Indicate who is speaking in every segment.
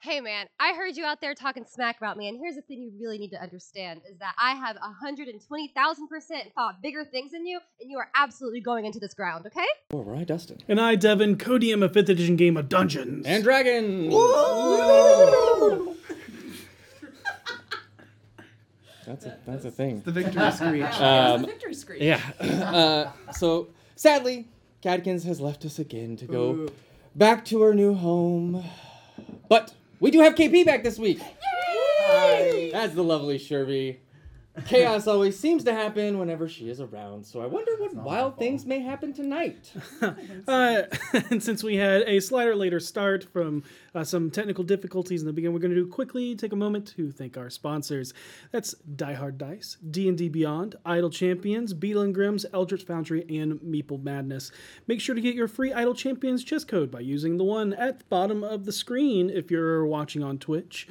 Speaker 1: hey man, I heard you out there talking smack about me, and here's the thing you really need to understand is that I have 120,000% thought bigger things than you, and you are absolutely going into this ground, okay?
Speaker 2: All right, Dustin.
Speaker 3: And I, Devin, Codium, a 5th edition game of Dungeons.
Speaker 2: And Dragon! that's, a, that's a thing.
Speaker 4: The victory screech.
Speaker 2: Um,
Speaker 5: Victory screech.
Speaker 2: yeah. Uh, so, sadly, Cadkins has left us again to go
Speaker 4: Ooh.
Speaker 2: back to her new home. But we do have KP back this week. Yay! That's the lovely Sherby. Chaos always seems to happen whenever she is around, so I wonder what wild things may happen tonight.
Speaker 3: Uh, and since we had a slighter later start from uh, some technical difficulties in the beginning, we're going to do quickly take a moment to thank our sponsors. That's Die Hard Dice, D and D Beyond, Idle Champions, Beetle and Grimm's, Eldritch Foundry, and Meeple Madness. Make sure to get your free Idle Champions chess code by using the one at the bottom of the screen if you're watching on Twitch.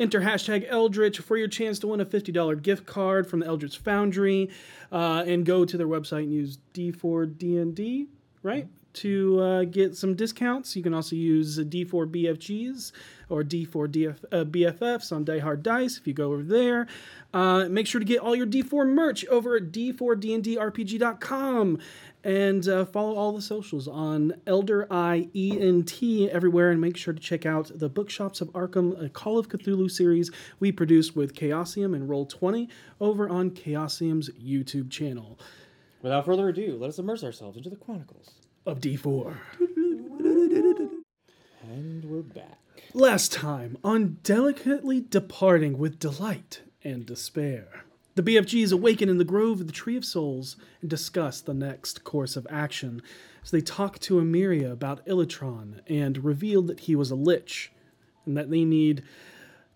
Speaker 3: Enter hashtag Eldritch for your chance to win a $50 gift card from the Eldritch Foundry, uh, and go to their website and use D4DND right? To uh, get some discounts, you can also use uh, D4 BFGs or D4 DF, uh, BFFs on Die Hard Dice if you go over there. Uh, make sure to get all your D4 merch over at d4dndrpg.com and uh, follow all the socials on Elder I E N T everywhere. And make sure to check out the Bookshops of Arkham, a Call of Cthulhu series we produce with Chaosium and Roll20 over on Chaosium's YouTube channel
Speaker 2: Without further ado, let us immerse ourselves into the Chronicles.
Speaker 3: of D4.
Speaker 2: And we're back.
Speaker 3: Last time on Delicately Departing with Delight and Despair. The BFGs awaken in the grove of the Tree of Souls and discuss the next course of action as they talk to Emiria about Illitron and reveal that he was a lich and that they need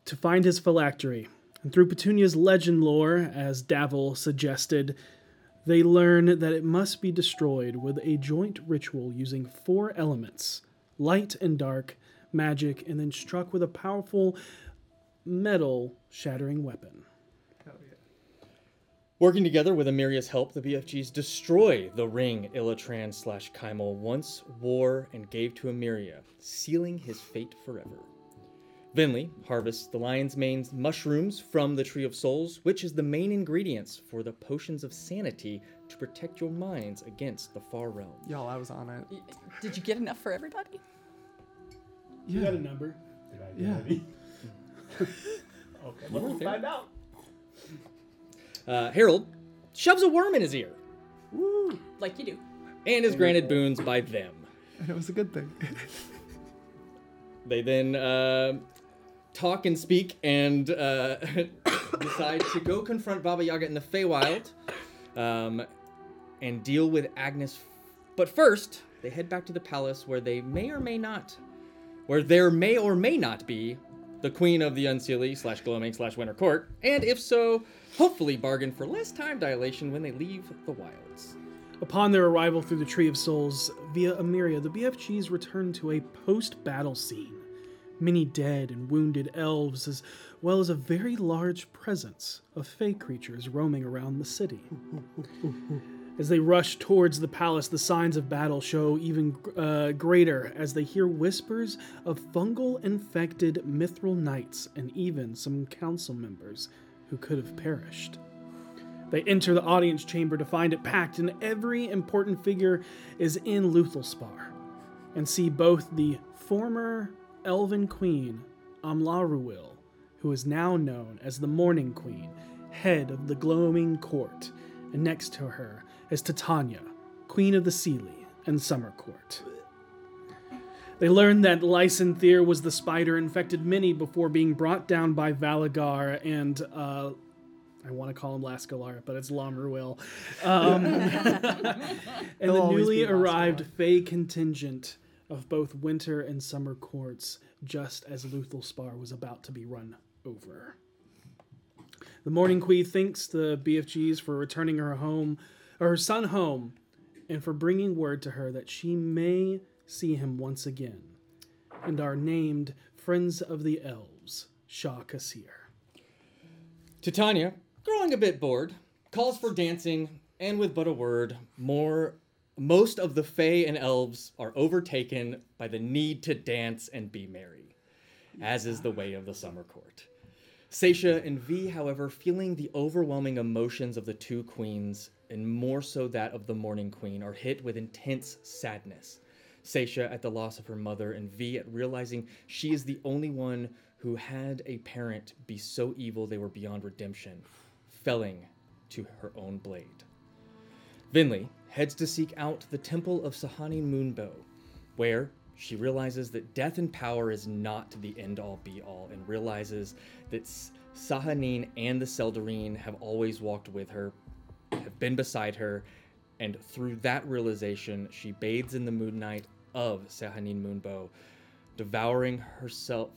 Speaker 3: to find his phylactery. And through Petunia's legend lore, as Davil suggested, they learn that it must be destroyed with a joint ritual using four elements light and dark, magic, and then struck with a powerful metal shattering weapon.
Speaker 2: Working together with Amiria's help, the BFGs destroy the ring Illatran slash Kaimal once wore and gave to Emiria, sealing his fate forever. Vinley harvests the lion's mane's mushrooms from the Tree of Souls, which is the main ingredients for the potions of sanity to protect your minds against the far realm.
Speaker 4: Y'all, I was on it.
Speaker 5: Did you get enough for everybody?
Speaker 3: You got a number.
Speaker 4: Yeah.
Speaker 2: Okay, we'll find out. Uh, Harold shoves a worm in his ear
Speaker 5: Like you do.
Speaker 2: and is granted boons by them.
Speaker 4: And it was a good thing.
Speaker 2: They then uh, talk and speak and uh, decide to go confront Baba Yaga in the Feywild um, and deal with Agnes. But first, they head back to the palace where they may or may not, where there may or may not be the Queen of the Unseelie slash Gloaming slash Winter Court, and if so, hopefully bargain for less time dilation when they leave the wilds.
Speaker 3: Upon their arrival through the Tree of Souls via Emiria, the BFGs return to a post battle scene. Many dead and wounded elves, as well as a very large presence of fey creatures roaming around the city. As they rush towards the palace, the signs of battle show even uh, greater as they hear whispers of fungal infected mithril knights and even some council members who could have perished. They enter the audience chamber to find it packed, and every important figure is in Luthelspar, and see both the former Elven Queen, Amlaruil, who is now known as the Morning Queen, head of the Gloaming Court, and next to her is Titania, Queen of the Seelie and Summer Court. They learned that Lysanthir was the spider infected many before being brought down by Valagar and uh, I want to call him Lascalar, but it's Lomruil. Um, and the
Speaker 4: always
Speaker 3: newly
Speaker 4: be Lascalar.
Speaker 3: arrived Fey contingent of both winter and summer courts, just as Luthelspar was about to be run over. The Morning Queen thanks the BFGs for returning her home, or her son home, and for bringing word to her that she may see him once again, and are named Friends of the Elves, Shah Kassir.
Speaker 2: Titania, growing a bit bored, calls for dancing, and with but a word, more most of the Fae and elves are overtaken by the need to dance and be merry. as is the way of the summer court. Seisha and V, however, feeling the overwhelming emotions of the two queens, and more so that of the Morning Queen, are hit with intense sadness. Seisha at the loss of her mother, and V at realizing she is the only one who had a parent be so evil they were beyond redemption, felling to her own blade. Vinley heads to seek out the Temple of Sahani Moonbow, where she realizes that death and power is not the end all be all, and realizes that S- Sahanin and the Seldarine have always walked with her, have been beside her, and through that realization, she bathes in the moon night of Sahanin Moonbow, devouring herself,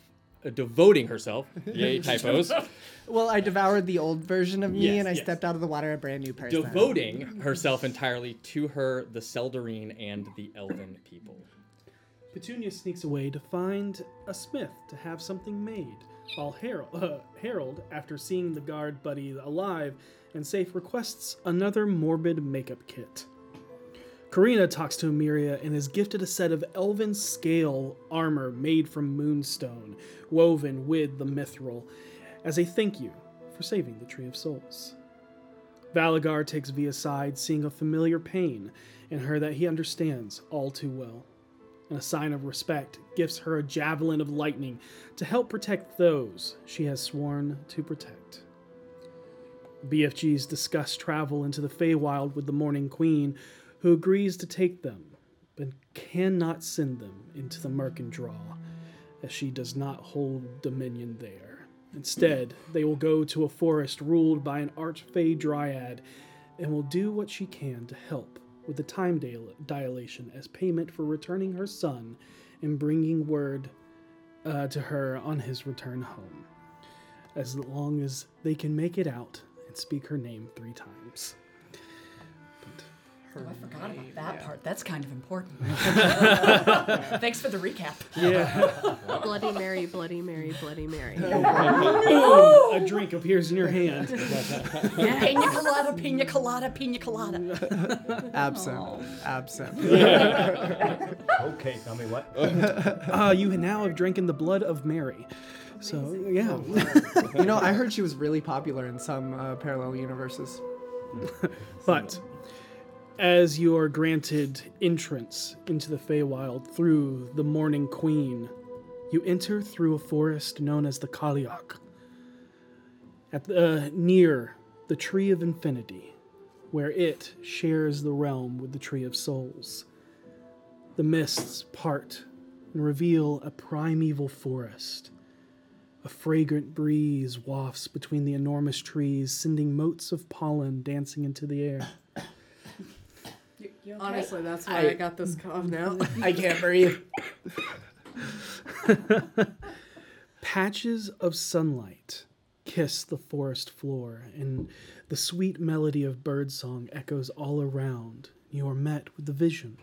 Speaker 2: uh, devoting herself, yay typos,
Speaker 4: Well, I devoured the old version of me,
Speaker 2: Yes,
Speaker 4: and I
Speaker 2: yes.
Speaker 4: stepped out of the water a brand new person.
Speaker 2: devoting herself entirely to her, the Seldarine, and the Elven people.
Speaker 3: Petunia sneaks away to find a smith to have something made, while Harold, uh, Harold after seeing the guard buddy alive and safe, requests another morbid makeup kit. Karina talks to Emiria and is gifted a set of elven scale armor made from moonstone, woven with the mithril, as a thank you for saving the Tree of Souls. Valigar takes V aside, seeing a familiar pain in her that he understands all too well and a sign of respect, gifts her a javelin of lightning to help protect those she has sworn to protect. BFGs discuss travel into the Feywild with the Morning Queen, who agrees to take them, but cannot send them into the Mercandraw, as she does not hold dominion there. Instead, they will go to a forest ruled by an archfey dryad and will do what she can to help with the time dil- dilation as payment for returning her son and bringing word uh, to her on his return home. As long as they can make it out and speak her name three times.
Speaker 5: Oh, I forgot about that part. That's kind of important. Thanks for the recap.
Speaker 6: Bloody Mary, Bloody Mary, Bloody Mary.
Speaker 5: Oh,
Speaker 3: A drink appears in your hand.
Speaker 5: Pina colada, pina colada, pina colada.
Speaker 7: Absent. Absent.
Speaker 8: Okay, tell me what.
Speaker 3: Ah, you now have drank in the blood of Mary. So, yeah.
Speaker 7: Oh, You know, I heard she was really popular in some uh, parallel universes.
Speaker 3: But as you are granted entrance into the Feywild through the Morning Queen, you enter through a forest known as the Kaliok, at the, uh, near the Tree of Infinity, where it shares the realm with the Tree of Souls. The mists part and reveal a primeval forest. A fragrant breeze wafts between the enormous trees, sending motes of pollen dancing into the air.
Speaker 6: Honestly, that's why I, got this cough now.
Speaker 4: I can't breathe.
Speaker 3: Patches of sunlight kiss the forest floor, and the sweet melody of birdsong echoes all around. You are met with the vision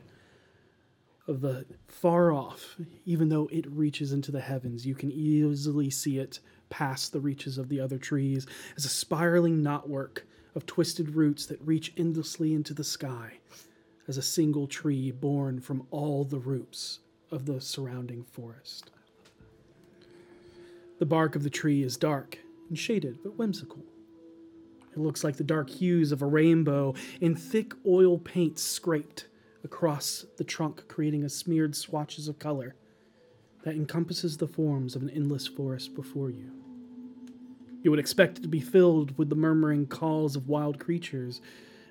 Speaker 3: of the far off, even though it reaches into the heavens, you can easily see it past the reaches of the other trees as a spiraling knotwork of twisted roots that reach endlessly into the sky, as a single tree born from all the roots of the surrounding forest. The bark of the tree is dark and shaded, but whimsical. It looks like the dark hues of a rainbow in thick oil paint scraped across the trunk, creating a smeared swatches of color that encompasses the forms of an endless forest before you. You would expect it to be filled with the murmuring calls of wild creatures,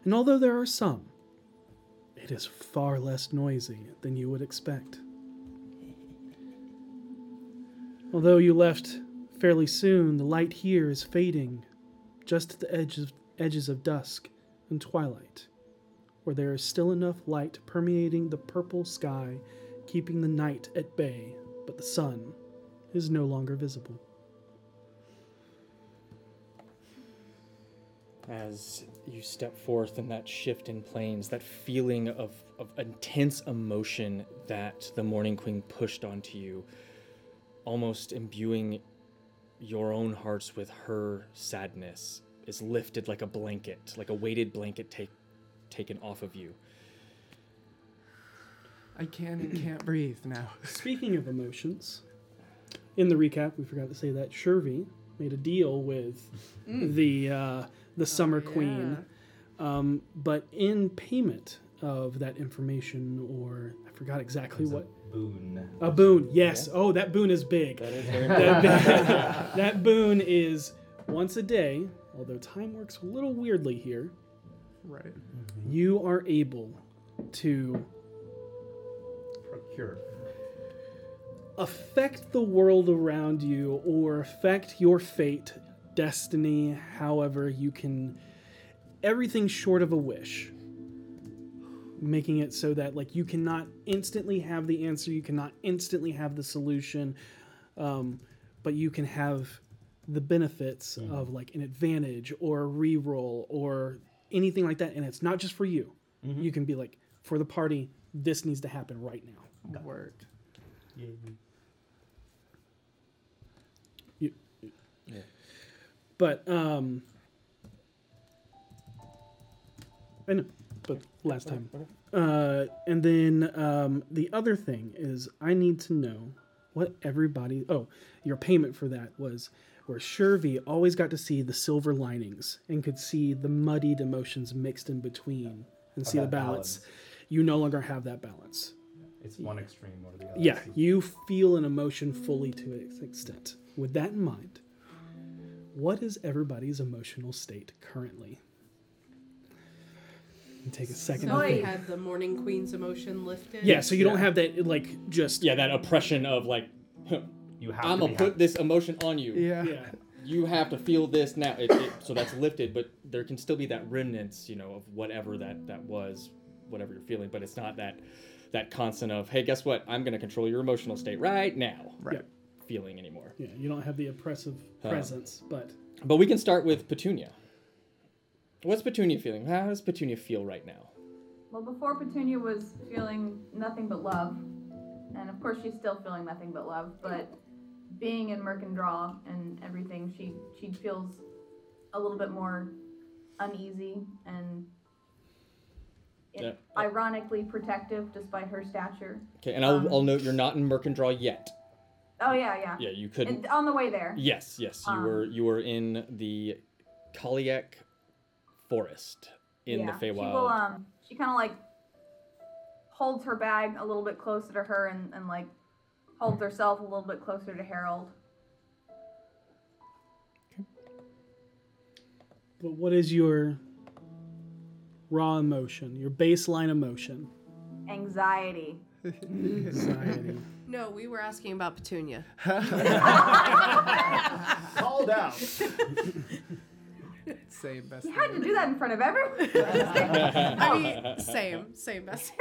Speaker 3: and although there are some, it is far less noisy than you would expect. Although you left fairly soon, the light here is fading just at the edge of, edges of dusk and twilight, where there is still enough light permeating the purple sky, keeping the night at bay, but the sun is no longer visible.
Speaker 2: as you step forth in that shift in planes, that feeling of, of intense emotion that the Morning Queen pushed onto you, almost imbuing your own hearts with her sadness, is lifted like a blanket, like a weighted blanket take, taken off of you.
Speaker 7: I can and can't breathe now.
Speaker 3: Speaking of emotions, in the recap, we forgot to say that Shervy made a deal with
Speaker 7: Mm.
Speaker 3: the uh,
Speaker 7: Oh,
Speaker 3: the Summer Queen, um, but in payment of that information, or I forgot exactly what
Speaker 9: Boon.
Speaker 3: a boon. Yes. Oh, that boon is big.
Speaker 9: That is very
Speaker 3: that, that boon is once a day, although time works a little weirdly here.
Speaker 4: Right.
Speaker 3: You are able to
Speaker 9: Procure.
Speaker 3: affect the world around you or affect your fate, destiny, however you can. Everything short of a wish. Making it so that, like, you cannot instantly have the answer, you cannot instantly have the solution, um, but you can have the benefits of, like, an advantage or a reroll or anything like that. And it's not just for you. You can be like, for the party, this needs to happen right now.
Speaker 4: Word.
Speaker 3: But um I know, but last time. Uh and then um the other thing is I need to know what everybody oh, your payment for that was where Shervy always got to see the silver linings and could see the muddied emotions mixed in between and see the
Speaker 9: that
Speaker 3: balance.
Speaker 9: balance.
Speaker 3: You no longer have that balance.
Speaker 9: It's one extreme or the other.
Speaker 3: Yeah, you feel an emotion fully to its extent. With that in mind, what is everybody's emotional state currently? And Take a second. to
Speaker 6: I
Speaker 3: think.
Speaker 6: had the Morning Queen's emotion lifted.
Speaker 3: Yeah, so you don't have that like just
Speaker 2: Yeah, that oppression of like,
Speaker 9: You have
Speaker 2: I'm
Speaker 9: to
Speaker 2: gonna
Speaker 9: be
Speaker 2: put this emotion on you.
Speaker 4: Yeah.
Speaker 3: yeah.
Speaker 2: You have to feel this now. It, it, so that's lifted, but there can still be that remnants, you know, of whatever that that was, whatever you're feeling. But it's not that that constant of, hey, guess what? I'm gonna control your emotional state right now.
Speaker 4: Right.
Speaker 2: Feeling anymore.
Speaker 3: Yeah, you don't have the oppressive presence, but
Speaker 2: But we can start with Petunia. What's Petunia feeling? How does Petunia feel right now?
Speaker 10: Well, before Petunia was feeling nothing but love, and of course she's still feeling nothing but love, but being in Mercandraw and everything, she she feels a little bit more uneasy and
Speaker 2: Yeah.
Speaker 10: ironically protective despite her stature.
Speaker 2: Okay, and I'll,
Speaker 10: Um,
Speaker 2: I'll note you're not in Mercandraw yet.
Speaker 10: Oh yeah, yeah.
Speaker 2: Yeah, you couldn't.
Speaker 10: And on the way there.
Speaker 2: Yes, yes. You
Speaker 10: Um,
Speaker 2: were you were in the Kaliak forest in
Speaker 10: yeah.
Speaker 2: the Feywild.
Speaker 10: She will um she kinda like holds her bag a little bit closer to her and, and like holds herself a little bit closer to Harold.
Speaker 3: but what is your raw emotion, your baseline emotion?
Speaker 10: Anxiety.
Speaker 3: Anxiety.
Speaker 6: No, we were asking about Petunia.
Speaker 9: called out.
Speaker 4: Same best.
Speaker 10: You had to do that in front of everyone.
Speaker 6: I mean, same, same message.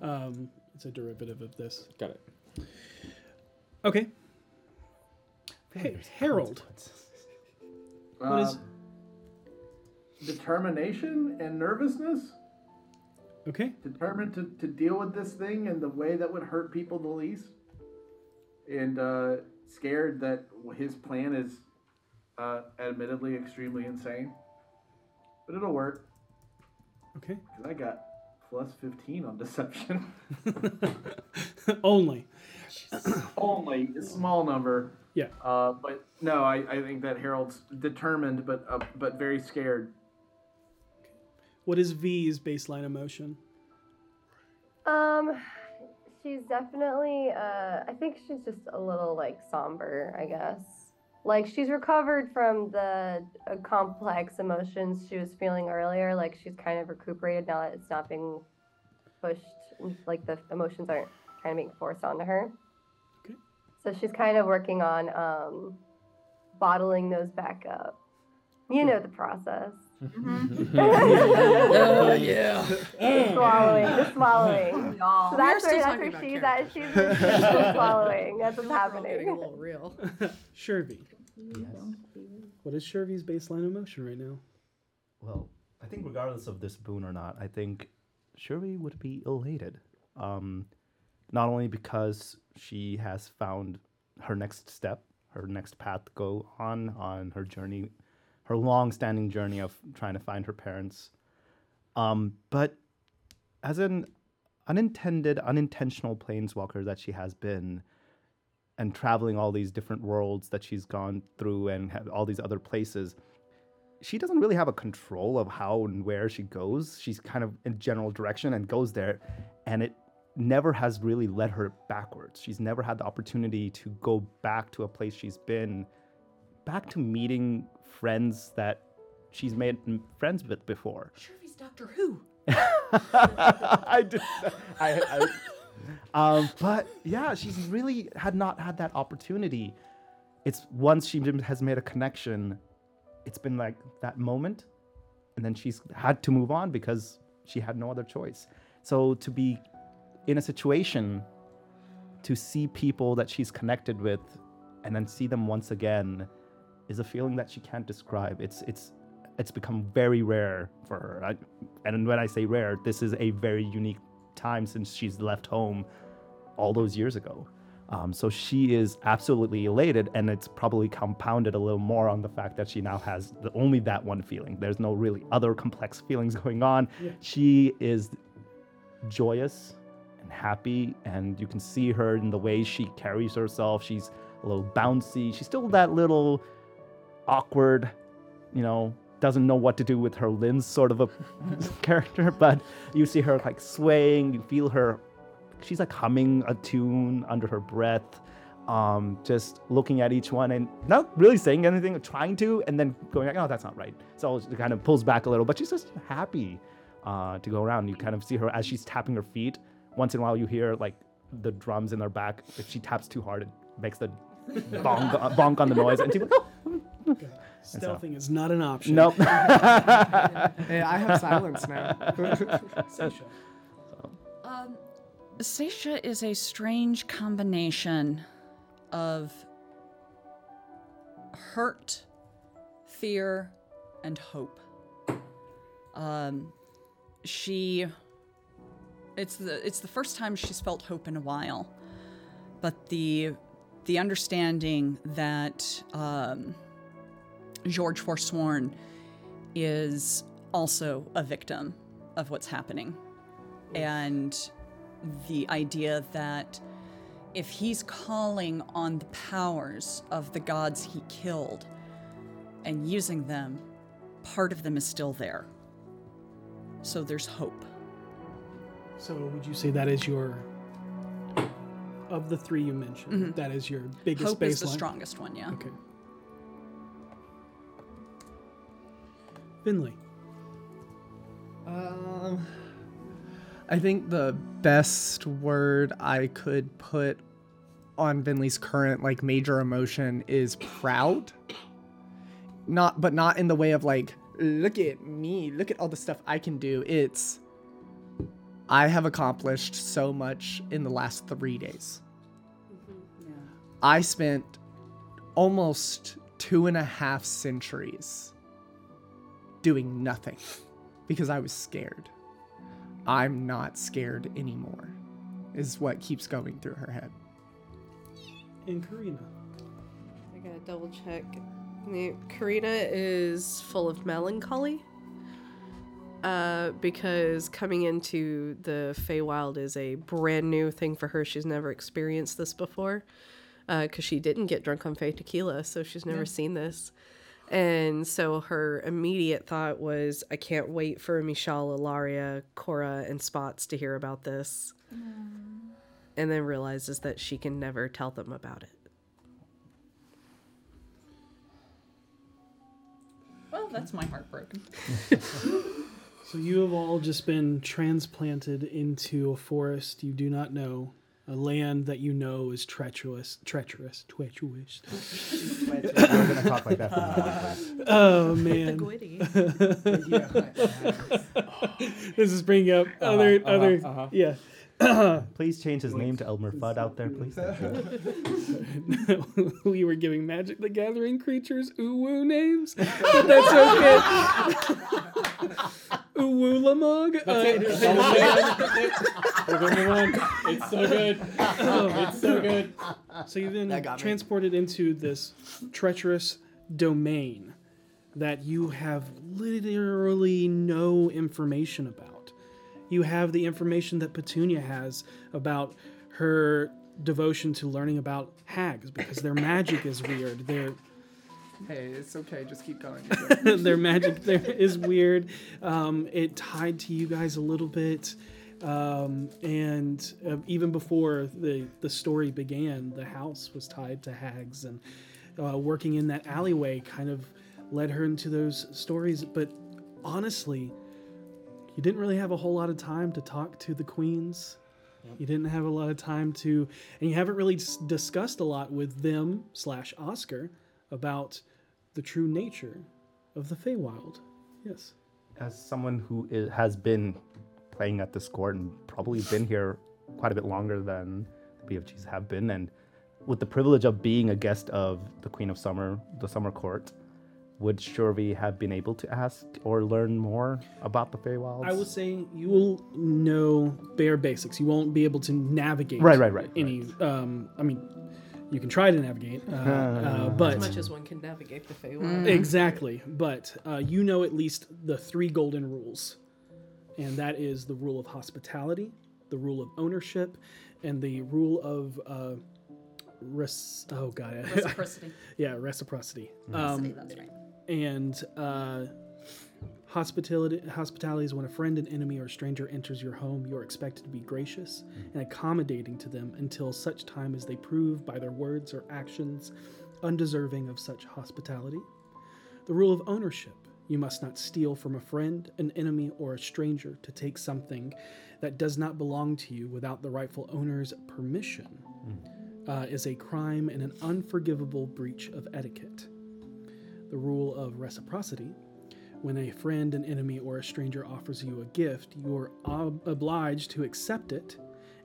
Speaker 3: um, it's a derivative of this.
Speaker 2: Got it.
Speaker 3: Okay. Hey, Harold.
Speaker 11: Um,
Speaker 3: What is-
Speaker 11: determination and nervousness?
Speaker 3: Okay.
Speaker 11: Determined to, to deal with this thing in the way that would hurt people the least? And uh, scared that his plan is uh, admittedly extremely insane? But it'll work,
Speaker 3: Okay.
Speaker 11: because I got plus 15 on deception.
Speaker 3: Oh, Only.
Speaker 11: Only a small number.
Speaker 3: Yeah.
Speaker 11: Uh, but no, I, I think that Harold's determined, but uh, but very scared.
Speaker 3: What is V's baseline emotion?
Speaker 1: Um, she's definitely. Uh, I think she's just a little like somber. I guess. Like she's recovered from the uh, complex emotions she was feeling earlier. Like she's kind of recuperated now that it's not being pushed. Like the emotions aren't kind of being forced onto her.
Speaker 3: Okay.
Speaker 1: So she's kind of working on um, bottling those back up. You know the process.
Speaker 12: Oh, yeah.
Speaker 1: Just swallowing, just swallowing.
Speaker 10: We all.
Speaker 1: So that's
Speaker 6: still
Speaker 1: where, that's
Speaker 6: talking
Speaker 1: where
Speaker 6: about
Speaker 1: she's at.
Speaker 6: characters.
Speaker 1: She's just still swallowing. That's what's
Speaker 6: We're all getting a
Speaker 1: happening.
Speaker 6: little real.
Speaker 3: Shervy. What is Shervy's baseline emotion right now?
Speaker 9: Well, I think regardless of this boon or not, I think Shuri would be elated. Um, not only because she has found her next step, her next path to go on on her journey, her long-standing journey of trying to find her parents, um, but as an unintended, unintentional planeswalker that she has been, and traveling all these different worlds that she's gone through and ha- all these other places, she doesn't really have a control of how and where she goes. She's kind of in general direction and goes there, and it never has really led her backwards. She's never had the opportunity to go back to a place she's been, back to meeting friends that she's made m- friends with before.
Speaker 5: Sure, if he's Doctor Who.
Speaker 9: I did. I, I, um, but yeah, she's really had not had that opportunity. It's once she m- has made a connection, it's been like that moment, and then she's had to move on because she had no other choice. So to be in a situation to see people that she's connected with and then see them once again is a feeling that she can't describe. It's it's it's become very rare for her. I, and when I say rare, this is a very unique time since she's left home all those years ago. Um, so she is absolutely elated, and it's probably compounded a little more on the fact that she now has the, only that one feeling. There's no really other complex feelings going on.
Speaker 3: Yeah.
Speaker 9: She is joyous and happy, and you can see her in the way she carries herself. She's a little bouncy. She's still that little awkward, you know, doesn't know what to do with her limbs sort of a character, but you see her like swaying, you feel her she's like humming a tune under her breath. Um, just looking at each one and not really saying anything, trying to, and then going like, "Oh, that's not right." So she kind of pulls back a little, but she's just happy uh, to go around. You kind of see her as she's tapping her feet. Once in a while, you hear like the drums in her back. If she taps too hard, it makes the bonk, uh, bonk on the noise, and she's like, "Oh,
Speaker 3: Stealthing is not an option.
Speaker 9: Nope.
Speaker 4: Hey, I have silence now.
Speaker 3: Sasha.
Speaker 5: Um, Seisha is a strange combination of hurt, fear, and hope. Um, she. It's the it's the first time she's felt hope in a while, but the the understanding that um, George Forsworn is also a victim of what's happening. And the idea that if he's calling on the powers of the gods he killed and using them, part of them is still there. So there's hope.
Speaker 3: So would you say that is your of the three you mentioned?
Speaker 5: Mhm.
Speaker 3: that is your biggest
Speaker 5: hope
Speaker 3: baseline.
Speaker 5: is the strongest one, yeah.
Speaker 3: Okay. Finley.
Speaker 13: Um,
Speaker 4: I think the best word I could put on Vinley's current like major emotion is proud. Not but not in the way of like look at me, look at all the stuff I can do. It's I have accomplished so much in the last 3 days. I spent almost two and a half centuries doing nothing because I was scared. I'm not scared anymore, is what keeps going through her head.
Speaker 3: And Karina.
Speaker 6: I gotta double check. Yeah, Karina is full of melancholy. Uh, because coming into the Feywild is a brand new thing for her. She's never experienced this before. Because she didn't get drunk on Fey tequila, so she's never
Speaker 5: Yeah.
Speaker 6: seen this. And so her immediate thought was, I can't wait for Michelle, Ilaria, Cora, and Spots to hear about this. And then realizes that she can never tell them about it.
Speaker 5: Well, that's my heartbroken.
Speaker 3: So you have all just been transplanted into a forest you do not know, a land that you know is treacherous, treacherous, treacherous.
Speaker 9: We're gonna talk like that from now on. please.
Speaker 3: Oh man. this is bringing up other
Speaker 9: uh-huh,
Speaker 3: other
Speaker 9: uh-huh.
Speaker 3: yeah.
Speaker 9: Please change his name to Elmer Fudd out there, please. Thank you.
Speaker 3: we were giving Magic the Gathering creatures uwu names, but that's okay. uh, Uwulamog.
Speaker 11: That's it. It's all good. We're gonna move on. It's so good.
Speaker 3: Oh,
Speaker 11: It's so good.
Speaker 3: So you've been
Speaker 13: That got me.
Speaker 3: transported into this treacherous domain that you have literally no information about. You have the information that Petunia has about her devotion to learning about hags because their magic is weird. Their
Speaker 4: Hey, it's okay. Just keep going.
Speaker 3: their magic there is weird. Um, it tied to you guys a little bit, um, and uh, even before the the story began, the house was tied to hags, and uh, working in that alleyway kind of led her into those stories. But honestly, you didn't really have a whole lot of time to talk to the queens. You didn't have a lot of time to, and you haven't really s- discussed a lot with them slash Oscar about the true nature of the Feywild. Yes.
Speaker 9: As someone who i has been playing at this court and probably been here quite a bit longer than the BFGs have been, and with the privilege of being a guest of the Queen of Summer, the Summer Court, would Shurvi have been able to ask or learn more about the Feywilds?
Speaker 3: I was saying you will know bare basics. You won't be able to navigate.
Speaker 9: Right, right, right,
Speaker 3: Any, um, I mean, you can try to navigate, uh, uh, but
Speaker 6: as much as one can navigate the Feywild.
Speaker 3: Exactly, but uh, you know at least the three golden rules, and that is the rule of hospitality, the rule of ownership, and the rule of uh, res- oh god
Speaker 5: Reciprocity.
Speaker 3: yeah, reciprocity.
Speaker 2: Mm-hmm.
Speaker 3: Um,
Speaker 5: Reciprocity, that's right.
Speaker 3: And uh, hospitality hospitality is when a friend, an enemy, or a stranger enters your home. You are expected to be gracious and accommodating to them until such time as they prove by their words or actions undeserving of such hospitality. The rule of ownership you must not steal from a friend, an enemy, or a stranger to take something that does not belong to you without the rightful owner's permission uh, is a crime and an unforgivable breach of etiquette. The rule of reciprocity when a friend, an enemy, or a stranger offers you a gift, you are ob- obliged to accept it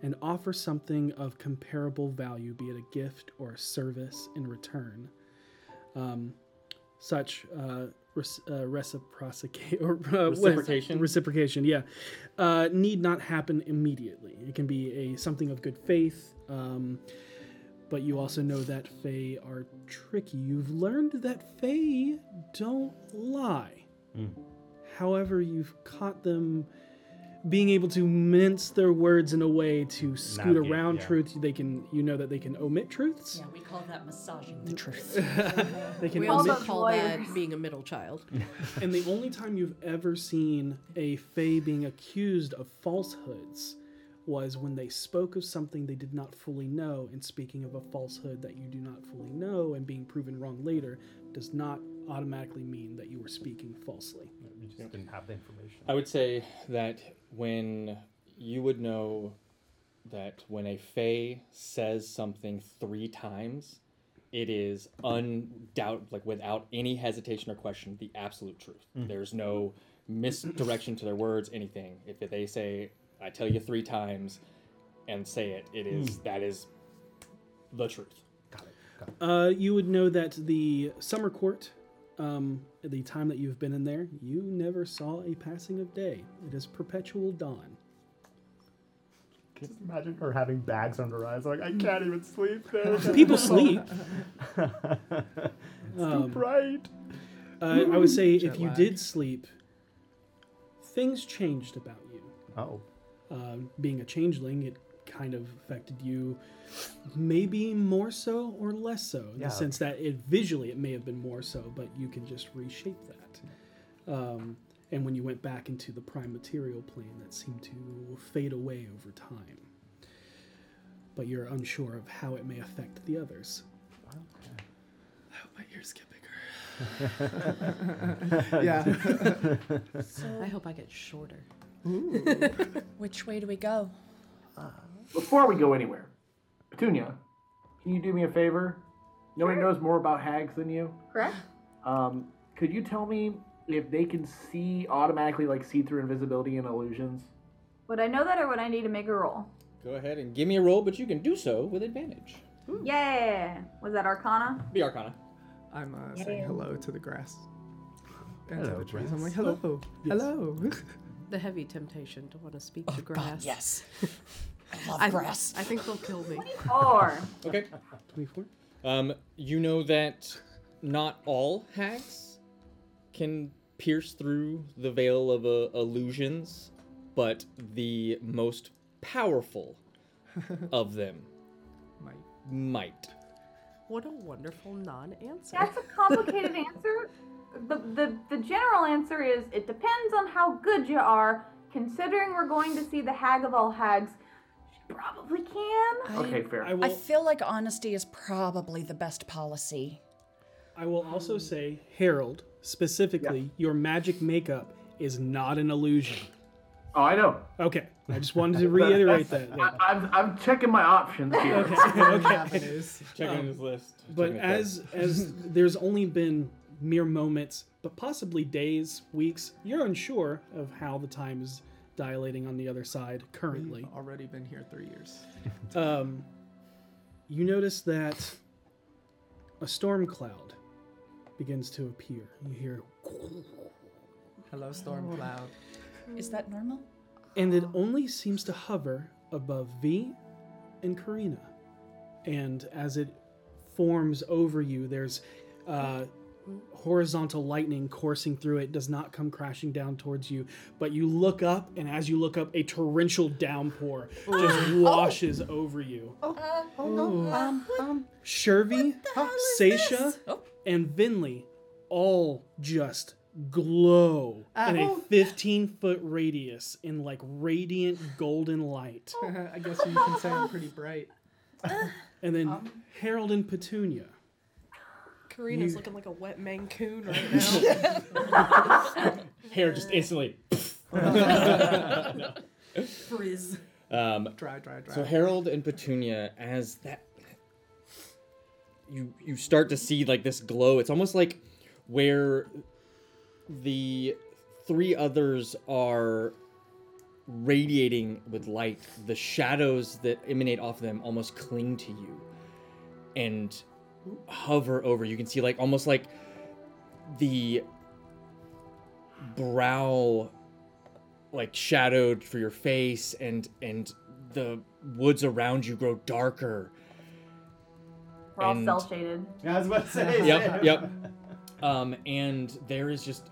Speaker 3: and offer something of comparable value, be it a gift or a service, in return. Um, such uh, res- uh, reciprocity or uh, what is it?
Speaker 2: Reciprocation.
Speaker 3: Reciprocation, yeah, uh, need not happen immediately. It can be a something of good faith. Um, but you also know that Fae are tricky. You've learned that Fae don't lie. However, you've caught them being able to mince their words in a way to scoot
Speaker 5: Navigate,
Speaker 3: around
Speaker 5: yeah.
Speaker 3: truth. They can, you know, that they can omit truths.
Speaker 5: Yeah, we call that massaging the truth.
Speaker 3: They can
Speaker 6: we
Speaker 3: omit-
Speaker 6: also call that being a middle child.
Speaker 3: and the only time you've ever seen a Fae being accused of falsehoods was when they spoke of something they did not fully know, and speaking of a falsehood that you do not fully know and being proven wrong later does not automatically mean that you were speaking falsely.
Speaker 9: You just didn't have the information.
Speaker 2: I would say that when you would know that when a Fae says something three times, it is undoubt, like without any hesitation or question, the absolute truth.
Speaker 14: Mm.
Speaker 2: There's no misdirection to their words, anything. If they say, I tell you three times and say it, it is, that is the truth.
Speaker 3: Uh, you would know that the summer court, um, the time that you've been in there, you never saw a passing of day. It is perpetual dawn.
Speaker 9: Just imagine her having bags under her eyes, like I can't even sleep. There,
Speaker 3: People sleep.
Speaker 9: too bright.
Speaker 3: Uh, I would say
Speaker 9: Jet
Speaker 3: if you
Speaker 9: lag.
Speaker 3: did sleep, things changed about you.
Speaker 9: Oh.
Speaker 3: Uh, being a changeling, it kind of affected you, maybe more so or less so, in
Speaker 9: Yeah.
Speaker 3: the sense that it visually it may have been more so, but you can just reshape that. Um, and when you went back into the prime material plane, that seemed to fade away over time. But you're unsure of how it may affect the others.
Speaker 4: I hope Oh my ears get bigger. yeah.
Speaker 6: I hope I get shorter.
Speaker 5: Which way do we go?
Speaker 11: Before we go anywhere, Petunia, can you do me a favor? Nobody knows more about hags than you.
Speaker 10: Correct?
Speaker 11: Um, could you tell me if they can see automatically, like see through invisibility and illusions?
Speaker 10: Would I know that or would I need to make a roll?
Speaker 2: Go ahead and give me a roll, but you can do so with advantage.
Speaker 10: Yeah. Was that Arcana?
Speaker 2: Be Arcana.
Speaker 4: I'm uh, saying hello to the grass. And to
Speaker 9: Hello,
Speaker 4: the trees. I'm
Speaker 9: grass.
Speaker 4: like, hello. Oh, Hello.
Speaker 6: The heavy temptation to want to speak to grass.
Speaker 5: Oh, yes.
Speaker 6: I
Speaker 5: love grass.
Speaker 6: I think they'll kill me.
Speaker 10: Or
Speaker 2: Okay.
Speaker 3: 24?
Speaker 2: Um, you know that not all hags can pierce through the veil of uh, illusions, but the most powerful of them might.
Speaker 6: What a wonderful non-answer.
Speaker 10: That's a complicated answer. The, the, the general answer is it depends on how good you are. Considering we're going to see the hag of all hags, she probably can.
Speaker 11: Okay, fair.
Speaker 5: I feel like honesty is probably the best policy.
Speaker 3: I will
Speaker 11: Um,
Speaker 3: also say, Harold, specifically, your magic makeup is not an illusion.
Speaker 11: Oh, I know.
Speaker 3: Okay, I just wanted to reiterate that.
Speaker 11: I, I'm, I'm checking my options here.
Speaker 3: Okay, okay.
Speaker 2: Checking
Speaker 3: Um,
Speaker 2: his list.
Speaker 3: But
Speaker 2: Checking his
Speaker 3: as
Speaker 2: list.
Speaker 3: as there's only been mere moments, but possibly days, weeks, you're unsure of how the time is dilating on the other side currently.
Speaker 4: Already been here three years.
Speaker 3: Um, you notice that a storm cloud begins to appear. You hear, Oh.
Speaker 4: Hello, storm cloud.
Speaker 5: Is that normal?
Speaker 3: and it only seems to hover above V and Karina. And as it forms over you, there's uh, horizontal lightning coursing through it. Does not come crashing down towards you, but you look up, and as you look up, a torrential downpour just washes over you.
Speaker 15: Uh,
Speaker 4: Oh
Speaker 15: mm.
Speaker 4: no.
Speaker 5: Um, um,
Speaker 3: Shervy, Seisha,
Speaker 5: Oh.
Speaker 3: and Vinley all just glow
Speaker 4: Uh,
Speaker 3: in
Speaker 4: oh.
Speaker 3: a 15 foot radius in like radiant golden light.
Speaker 4: I guess you can say I'm pretty bright.
Speaker 3: And then Harold and Petunia.
Speaker 6: Karina's
Speaker 3: You-
Speaker 6: looking like a wet mancoon right now.
Speaker 2: hair just instantly.
Speaker 5: frizz.
Speaker 2: Um,
Speaker 4: Dry, dry, dry.
Speaker 2: So Harold and Petunia, as that you you start to see like this glow. It's almost like where the three others are radiating with light. The shadows that emanate off them almost cling to you and hover over. You can see like almost like the brow like shadowed for your face and and the woods around you grow darker
Speaker 10: We're all
Speaker 2: And-
Speaker 10: cell shaded.
Speaker 9: Yeah, I was about to say.
Speaker 2: yep yep um and there is just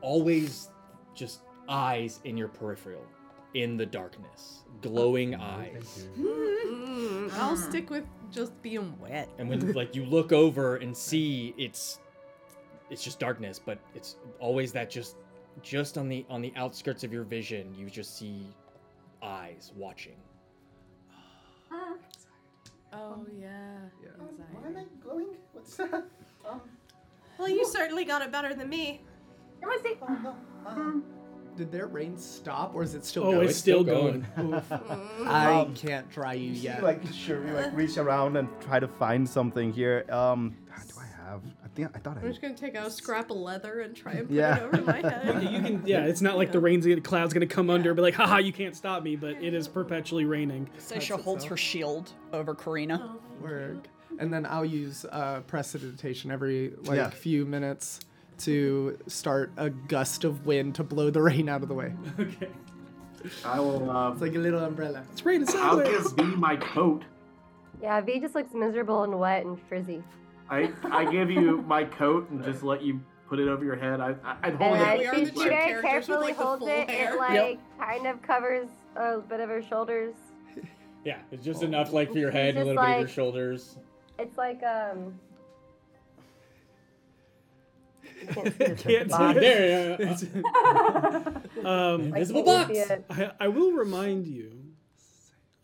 Speaker 2: always just eyes in your peripheral in the darkness glowing eyes
Speaker 6: Mm, I'll stick with just being wet.
Speaker 2: and when like you look over and see it's it's just darkness but it's always that just just on the on the outskirts of your vision you just see eyes watching
Speaker 6: Oh yeah. Anxiety.
Speaker 16: Why am I glowing? What's that? Um,
Speaker 6: Well, you certainly got it better than me.
Speaker 10: Come on, see.
Speaker 16: oh no. Um,
Speaker 4: Did their rain stop or is it still
Speaker 3: Oh,
Speaker 4: going?
Speaker 3: it's, still,
Speaker 2: still
Speaker 3: going.
Speaker 2: going.
Speaker 3: Oof.
Speaker 4: I
Speaker 9: Um,
Speaker 4: can't dry you
Speaker 9: You see,
Speaker 4: yet.
Speaker 9: like sure, we like reach around and try to find something here. Um, God, do I have? I think I thought I.
Speaker 6: I'm just gonna take out a scrap of leather and try and put
Speaker 9: Yeah.
Speaker 6: it over my head.
Speaker 3: you can, yeah, it's not like the rain's gonna, cloud's gonna come under, and be like, haha, you can't stop me, but it is perpetually raining.
Speaker 5: Seisha holds her shield over Karina.
Speaker 4: Work. And then I'll use uh, precipitation every like
Speaker 9: Yeah.
Speaker 4: few minutes to start a gust of wind to blow the rain out of the way.
Speaker 3: Okay.
Speaker 11: I will. Um,
Speaker 4: It's like a little umbrella.
Speaker 3: It's raining
Speaker 11: I'll
Speaker 3: sideways.
Speaker 11: give B my coat.
Speaker 1: Yeah, V just looks miserable and wet and frizzy.
Speaker 11: I I give you my coat and just let you put it over your head. I I-
Speaker 1: And
Speaker 11: I'd hold it.
Speaker 6: then
Speaker 1: I-
Speaker 6: we are
Speaker 1: she,
Speaker 6: the
Speaker 1: she
Speaker 6: two
Speaker 1: very
Speaker 6: characters with,
Speaker 1: carefully
Speaker 6: like, the
Speaker 1: holds
Speaker 6: full
Speaker 1: it.
Speaker 6: hair.
Speaker 1: It like
Speaker 5: Yep.
Speaker 1: kind of covers a bit of her shoulders.
Speaker 2: yeah it's just enough like for your head and a
Speaker 1: Just
Speaker 2: little bit of your
Speaker 1: like-
Speaker 2: shoulders
Speaker 1: It's like um. you Can't see this
Speaker 3: Can't
Speaker 1: with the
Speaker 3: see
Speaker 1: box.
Speaker 2: there uh,
Speaker 3: Um,
Speaker 1: Like,
Speaker 2: Invisible
Speaker 1: can't you
Speaker 2: box!
Speaker 1: see it?
Speaker 3: I, I will remind you,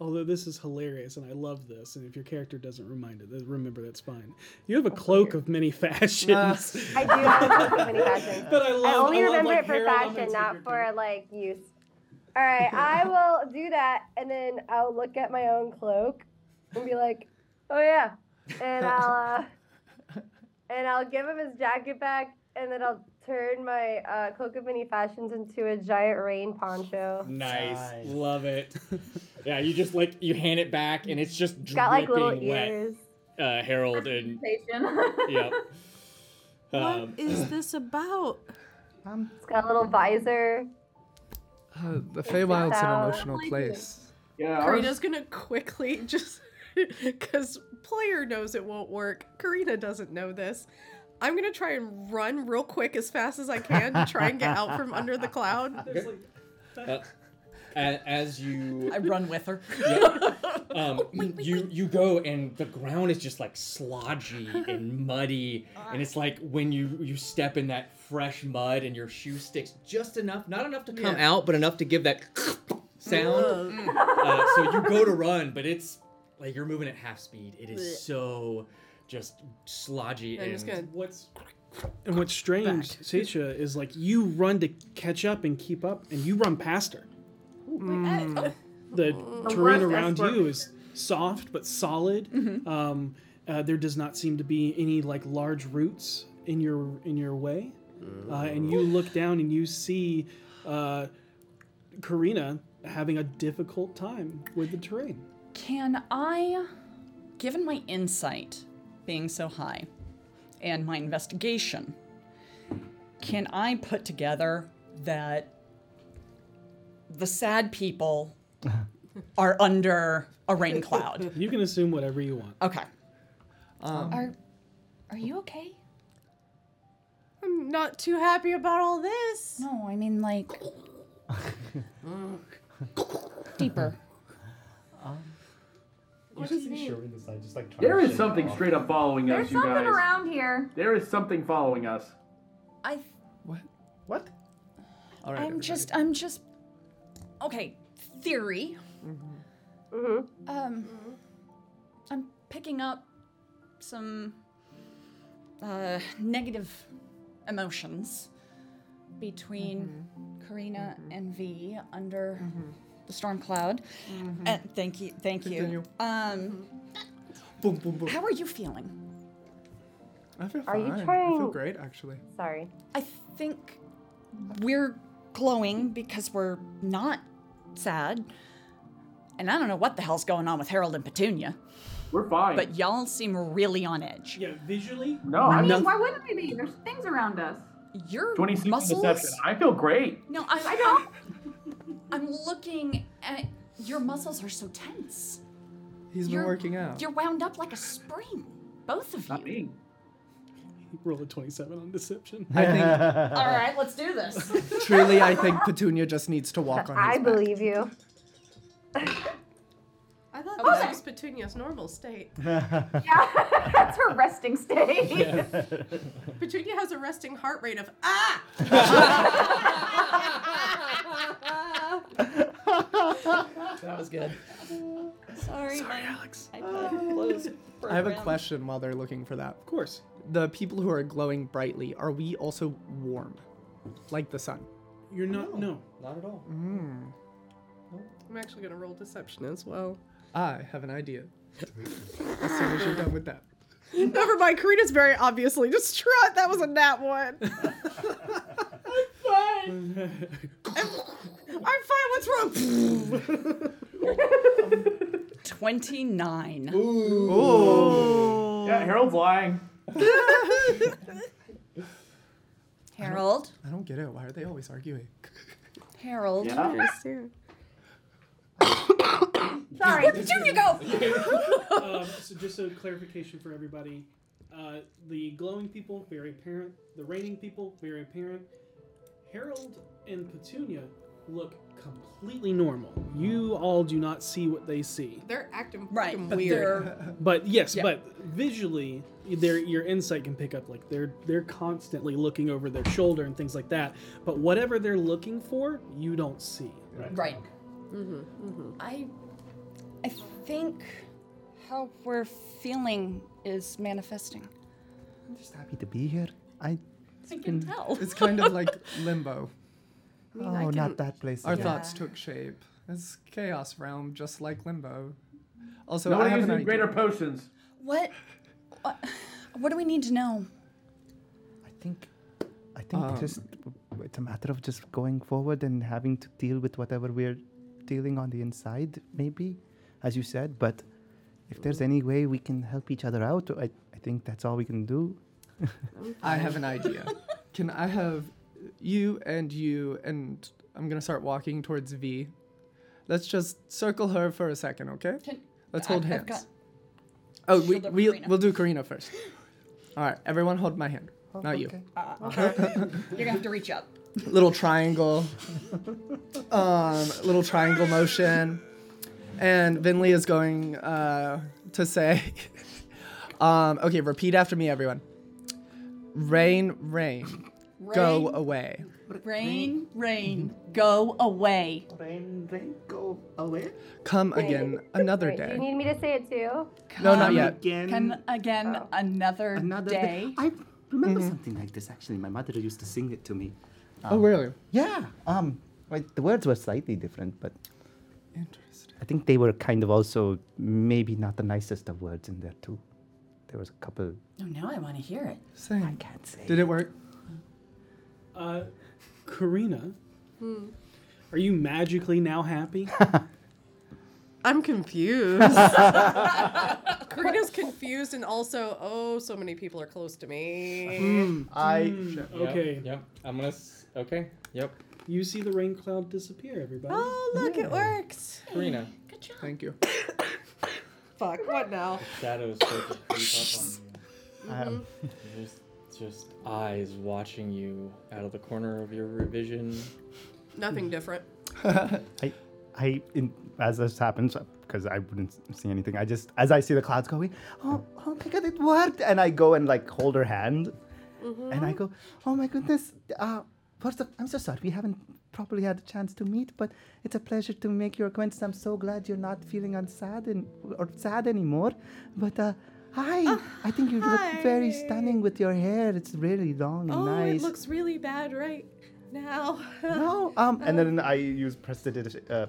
Speaker 3: although this is hilarious and I love this, and if your character doesn't remind it, then remember that's fine. You have a cloak of many fashions.
Speaker 1: I do have so many fashions.
Speaker 3: But I love.
Speaker 1: I only
Speaker 3: love,
Speaker 1: remember
Speaker 3: like,
Speaker 1: it for
Speaker 3: Harold, I'm gonna
Speaker 1: fashion,
Speaker 3: take
Speaker 1: not
Speaker 3: your
Speaker 1: for
Speaker 3: coat.
Speaker 1: like use. All right, I will do that, and then I'll look at my own cloak and be like, "Oh yeah," and I'll uh, and I'll give him his jacket back, and then I'll turn my uh, cloak of many fashions into a giant rain poncho.
Speaker 2: Nice.
Speaker 9: Nice.
Speaker 2: Love it. yeah, you just like you hand it back and it's just
Speaker 1: It's
Speaker 2: dripping
Speaker 1: got like little
Speaker 2: wet.
Speaker 1: ears.
Speaker 2: Uh Harold and yep.
Speaker 6: What
Speaker 2: Um,
Speaker 6: is this about?
Speaker 1: It's got a little visor.
Speaker 4: Uh, the
Speaker 1: Feywild's
Speaker 4: Feywild's
Speaker 1: an
Speaker 4: an
Speaker 1: out.
Speaker 4: emotional place.
Speaker 11: Yeah, I was-
Speaker 6: Karina's gonna quickly just because player knows it won't work. Karina doesn't know this. I'm gonna try and run real quick as fast as I can to try and get out from under the cloud.
Speaker 2: Uh, a- as you
Speaker 5: I run with her.
Speaker 2: yeah, Um, you you go and the ground is just like slodgy and muddy, and it's like when you you step in that fresh mud and your shoe sticks just enough, not enough to come
Speaker 17: Yeah.
Speaker 2: out, but enough to give that sound.
Speaker 17: Mm.
Speaker 2: Uh, so you go to run, but it's like you're moving at half speed. It is so just slodgy
Speaker 6: I'm
Speaker 2: and
Speaker 6: just gonna
Speaker 2: what's
Speaker 3: And what's strange, Seisha, is like you run to catch up and keep up, and you run past her.
Speaker 4: Mm.
Speaker 5: Oh.
Speaker 3: The
Speaker 6: The
Speaker 3: terrain
Speaker 6: worst
Speaker 3: around
Speaker 6: escort.
Speaker 3: you is soft but solid.
Speaker 5: Mm-hmm.
Speaker 3: Um, uh, there does not seem to be any like large roots in your in your way, uh, and you look down and you see uh, Karina having a difficult time with the terrain.
Speaker 5: Can I, given my insight being so high and my investigation, can I put together that the sad people are under a rain cloud?
Speaker 3: You can assume whatever you want.
Speaker 5: Okay.
Speaker 3: Um,
Speaker 5: Um,
Speaker 10: are, are you okay?
Speaker 6: I'm not too happy about all this.
Speaker 5: No, I mean like
Speaker 6: Mm.
Speaker 5: deeper.
Speaker 6: Um,
Speaker 15: You just see Sherry on the side, just like trying
Speaker 11: There
Speaker 15: to
Speaker 11: is
Speaker 15: shake
Speaker 11: something
Speaker 15: it off.
Speaker 11: straight up following
Speaker 10: There's
Speaker 11: us, you
Speaker 10: something
Speaker 11: guys.
Speaker 10: around here.
Speaker 11: There is something following us.
Speaker 5: I
Speaker 11: What?
Speaker 4: All
Speaker 5: I'm just I'm just okay. Theory. Um, I'm picking up some uh, negative emotions between Karina and V under the storm cloud. Uh, thank you, thank you. Um,
Speaker 4: Boom, boom, boom.
Speaker 5: how are you feeling?
Speaker 4: I feel
Speaker 5: Are
Speaker 4: fine.
Speaker 5: you
Speaker 4: I feel
Speaker 5: trying-
Speaker 4: great, actually.
Speaker 1: Sorry.
Speaker 5: I think we're glowing because we're not sad. And I don't know what the hell's going on with Harold and Petunia,
Speaker 11: We're fine.
Speaker 5: but y'all seem really on edge.
Speaker 3: Yeah, visually.
Speaker 11: no,
Speaker 10: I
Speaker 11: I'm
Speaker 10: mean,
Speaker 11: not.
Speaker 10: why wouldn't we be? There's things around us.
Speaker 5: Your
Speaker 11: 26
Speaker 5: muscles.
Speaker 11: deception. I feel great.
Speaker 5: No, I, I don't. I'm looking at your muscles are so tense.
Speaker 4: He's been
Speaker 5: You're-
Speaker 4: working out.
Speaker 5: You're wound up like a spring, both of you.
Speaker 11: Me.
Speaker 3: Roll a twenty-seven on deception.
Speaker 4: I think
Speaker 5: All right, let's do this.
Speaker 4: truly, I think Petunia just needs to walk on.
Speaker 1: I
Speaker 4: his back.
Speaker 1: believe you.
Speaker 6: I thought
Speaker 10: Okay.
Speaker 6: this was Petunia's normal state.
Speaker 10: Oh, Yeah, that's her resting state.
Speaker 6: Petunia has a resting heart rate of ah.
Speaker 5: that was good. Sorry, Sorry
Speaker 3: Alex.
Speaker 4: I have a question while they're looking for that.
Speaker 3: Of course.
Speaker 4: The people who are glowing brightly, are we also warm? Like the sun?
Speaker 3: You're not. No.
Speaker 2: Not at all.
Speaker 4: Mm.
Speaker 6: I'm actually gonna roll deception as well.
Speaker 4: I have an idea. as soon as you're done with that.
Speaker 6: Never mind. Karina's very obviously distraught. That was a nat one. I'm fine. I'm fine. What's wrong?
Speaker 5: 29.
Speaker 11: Yeah, Harold's lying.
Speaker 5: Harold.
Speaker 4: I don't get it. Why are they always arguing?
Speaker 5: Harold.
Speaker 11: Yeah.
Speaker 10: Sorry.
Speaker 5: Petunia, go.
Speaker 3: um, so just a clarification for everybody. Uh, the glowing people, very apparent. The raining people, very apparent. Harold and Petunia look completely normal. You all do not see what they see.
Speaker 6: They're acting
Speaker 5: Right,
Speaker 6: fucking
Speaker 5: but
Speaker 6: weird.
Speaker 5: they're
Speaker 3: But yes,
Speaker 5: Yeah.
Speaker 3: but visually, their your insight can pick up like they're they're constantly looking over their shoulder and things like that. But whatever they're looking for, you don't see.
Speaker 5: Right. Mm-hmm. I, I think how we're feeling is manifesting.
Speaker 15: I'm just happy to be here. I.
Speaker 5: I can tell.
Speaker 4: It's kind of like limbo.
Speaker 15: oh, not that place.
Speaker 4: Our
Speaker 15: again.
Speaker 4: thoughts took shape. It's chaos realm, just like limbo. Also, I
Speaker 11: Nobody
Speaker 4: have an
Speaker 11: using
Speaker 4: idea.
Speaker 11: greater potions.
Speaker 5: What, what? What do we need to know?
Speaker 15: I think. I think just it's a matter of just going forward and having to deal with whatever we're dealing on the inside, maybe, as you said. But if there's any way we can help each other out, I, I think that's all we can do.
Speaker 4: I have an idea. Can I have you and you and I'm gonna start walking towards V. Let's just circle her for a second, okay?
Speaker 5: Can-
Speaker 4: Let's
Speaker 5: I-
Speaker 4: hold
Speaker 5: I've
Speaker 4: hands.
Speaker 5: got-
Speaker 4: oh, we,
Speaker 5: shoulder
Speaker 4: we
Speaker 5: Karina.
Speaker 4: we'll do Karina first. All right, everyone, hold my hand. Not you.
Speaker 5: Uh, You're gonna have to reach up.
Speaker 4: Little triangle. um, little triangle motion. And Vinley is going uh, to say, um, okay, repeat after me, everyone. Rain, rain, go
Speaker 5: Rain.
Speaker 4: away.
Speaker 5: Rain, rain, go away.
Speaker 15: Rain, rain, go away.
Speaker 4: Come again another
Speaker 1: Wait, do you
Speaker 4: day.
Speaker 1: need me to say it too?
Speaker 4: No, not yet.
Speaker 15: Again. Oh.
Speaker 5: Come again another,
Speaker 15: Another
Speaker 5: day. Mm-hmm.
Speaker 15: I remember something like this actually. My mother used to sing it to me.
Speaker 4: Mm-hmm. Oh, really?
Speaker 15: Yeah. Um, like the words were slightly different, but I think they were kind of also maybe not the nicest of words in there too. There was a couple.
Speaker 5: Oh, now I want to hear it.
Speaker 4: Say.
Speaker 15: I can't say.
Speaker 4: Did it work?
Speaker 3: Uh, Karina,
Speaker 6: Hmm.
Speaker 3: are you magically now happy?
Speaker 6: I'm confused. Karina's confused and also, oh, so many people are close to
Speaker 9: Hmm,
Speaker 6: me.
Speaker 4: Hmm. I.
Speaker 6: Hmm.
Speaker 2: Yep,
Speaker 3: okay.
Speaker 2: Yep. I'm gonna. s- Okay. Yep.
Speaker 3: You see the rain cloud disappear, everybody.
Speaker 6: Oh, look, it works.
Speaker 2: Karina.
Speaker 4: Thank you.
Speaker 6: Fuck, what now?
Speaker 2: Shadows start to creep up on
Speaker 6: Um,
Speaker 2: you.
Speaker 1: Mm-hmm.
Speaker 2: Just, just eyes watching you out of the corner of your vision.
Speaker 9: Hmm.
Speaker 6: Nothing different. Oh,
Speaker 9: I, I, in, as this happens, because I wouldn't s- see anything. I just, as I see the clouds going, oh, oh my god, it worked! And I go and like hold her hand,
Speaker 6: Mm-hmm.
Speaker 9: and I go, oh my goodness. Uh, first of, I'm so sorry we haven't properly had a chance to meet, but it's a pleasure to make your acquaintance. I'm so glad you're not feeling unsad and, or sad anymore. But uh, hi,
Speaker 6: Oh,
Speaker 9: I think you look very stunning with your hair. It's really long and
Speaker 6: Oh,
Speaker 9: nice.
Speaker 6: it looks really bad right now.
Speaker 9: No, um, and
Speaker 6: Oh.
Speaker 9: then I use prestidig- uh,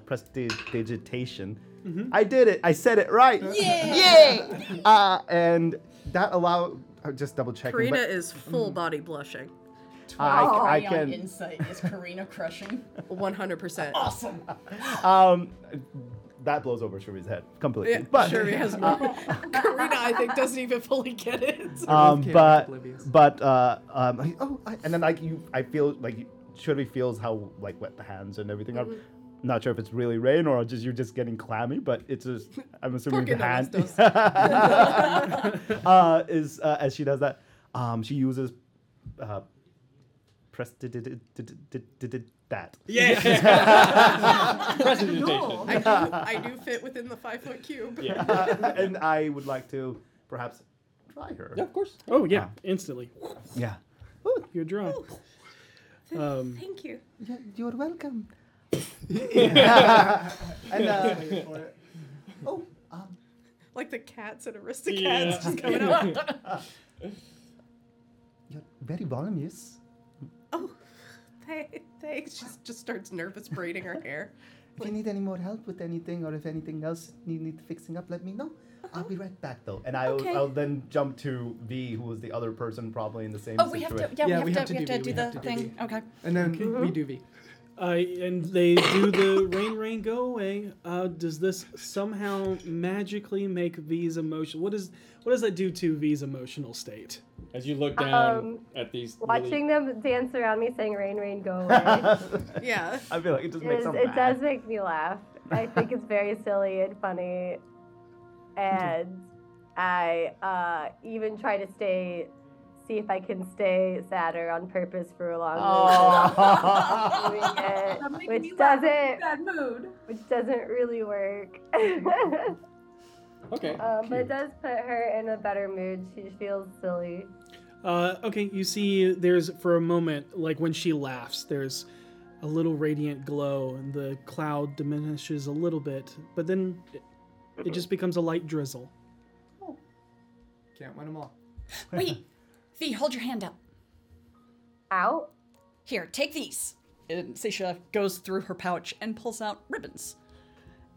Speaker 9: prestidigitation.
Speaker 6: Mm-hmm.
Speaker 9: I did it. I said it right. Yeah. Yay! Uh, and that allow. I'm just double checking.
Speaker 6: Karina
Speaker 9: but
Speaker 6: is full
Speaker 9: Mm.
Speaker 6: body blushing.
Speaker 9: I, I
Speaker 5: Beyond
Speaker 9: can.
Speaker 5: insight is Karina crushing.
Speaker 6: 100%.
Speaker 5: Awesome.
Speaker 9: Um, that blows over Shuri's head completely.
Speaker 6: Yeah,
Speaker 9: but uh,
Speaker 6: sure, he has more. Karina, I think, doesn't even fully get it.
Speaker 9: um,
Speaker 4: Chaotic
Speaker 9: but
Speaker 4: oblivious.
Speaker 9: but uh, um, I- oh, I, and then like you, I feel like Shuri feels how like wet the hands and everything are.
Speaker 6: Mm-hmm.
Speaker 9: Not sure if it's really rain or just you're just getting clammy, but it's just I'm assuming the
Speaker 6: Porque no
Speaker 9: hand
Speaker 6: las
Speaker 9: uh, is uh, as she does that, um, she uses uh, prestidid that.
Speaker 2: Yeah.
Speaker 6: I do, I do fit within the five foot cube.
Speaker 9: and I would like to perhaps try her.
Speaker 2: yeah. Of course.
Speaker 3: Oh, yeah, instantly.
Speaker 9: Yeah.
Speaker 3: You're dry.
Speaker 6: Oh.
Speaker 3: Um,
Speaker 18: Thank you.
Speaker 15: Yeah, You're welcome.
Speaker 9: And, uh,
Speaker 15: Oh, um,
Speaker 6: Like the cats and Aristocats just coming out.
Speaker 15: you're very voluminous.
Speaker 6: Oh, th- thanks. She just starts nervous braiding her hair.
Speaker 15: If you need any more help with anything or if anything else you need fixing up, let me know. I'll be right back though.
Speaker 9: and I'll,
Speaker 5: Okay.
Speaker 9: I'll then jump to V, who was the other person probably in the same
Speaker 5: Oh, we have
Speaker 9: situation.
Speaker 5: to. Yeah,
Speaker 4: Yeah,
Speaker 5: we have to. We have to
Speaker 4: do
Speaker 5: do
Speaker 4: the-
Speaker 5: the
Speaker 4: we have to do
Speaker 5: thing. Okay.
Speaker 4: And then we do V.
Speaker 3: uh, and they do the rain, rain, go away. Uh, does this somehow magically make V's emotion? What is what does that do to V's emotional state?
Speaker 2: As you look down
Speaker 1: Um,
Speaker 2: at these. really-
Speaker 1: Watching them dance around me saying "Rain, rain, go away"
Speaker 6: Yeah.
Speaker 9: I feel like it just makes
Speaker 1: is,
Speaker 9: them
Speaker 1: it
Speaker 9: mad.
Speaker 1: does make me laugh. I think it's very silly and funny, and I uh, even try to stay, see if I can stay sadder on purpose for a long
Speaker 9: Aw.
Speaker 1: doing it,
Speaker 18: That makes me
Speaker 1: which
Speaker 18: laugh.
Speaker 1: doesn't,
Speaker 18: Bad mood.
Speaker 1: which doesn't really work.
Speaker 2: Okay.
Speaker 1: Um, but
Speaker 2: cute.
Speaker 1: it does put her in a better mood. She feels silly.
Speaker 3: Uh, okay, you see, there's for a moment, like when she laughs, there's a little radiant glow, and the cloud diminishes a little bit, but then it, it just becomes a light drizzle.
Speaker 4: Can't win them all.
Speaker 5: Wait, V, hold your hand up.
Speaker 1: Out?
Speaker 5: Here, take these. And Seisha goes through her pouch and pulls out ribbons,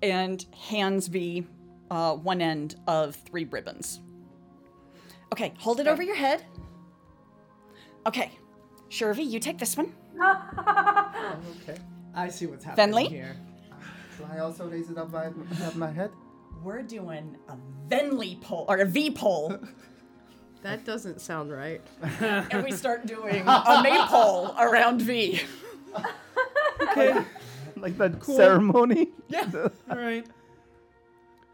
Speaker 5: and hands V uh, one end of three ribbons. Okay, hold it over your head. Okay, Shirvi, you take this one.
Speaker 15: Okay.
Speaker 4: I see what's happening
Speaker 5: Fenley?
Speaker 4: here.
Speaker 15: So I also raise it up by above my head.
Speaker 5: We're doing a Venly poll or a V poll,
Speaker 6: That doesn't sound right.
Speaker 5: and we start doing a May poll around V.
Speaker 9: like that ceremony.
Speaker 5: Yeah.
Speaker 3: All right,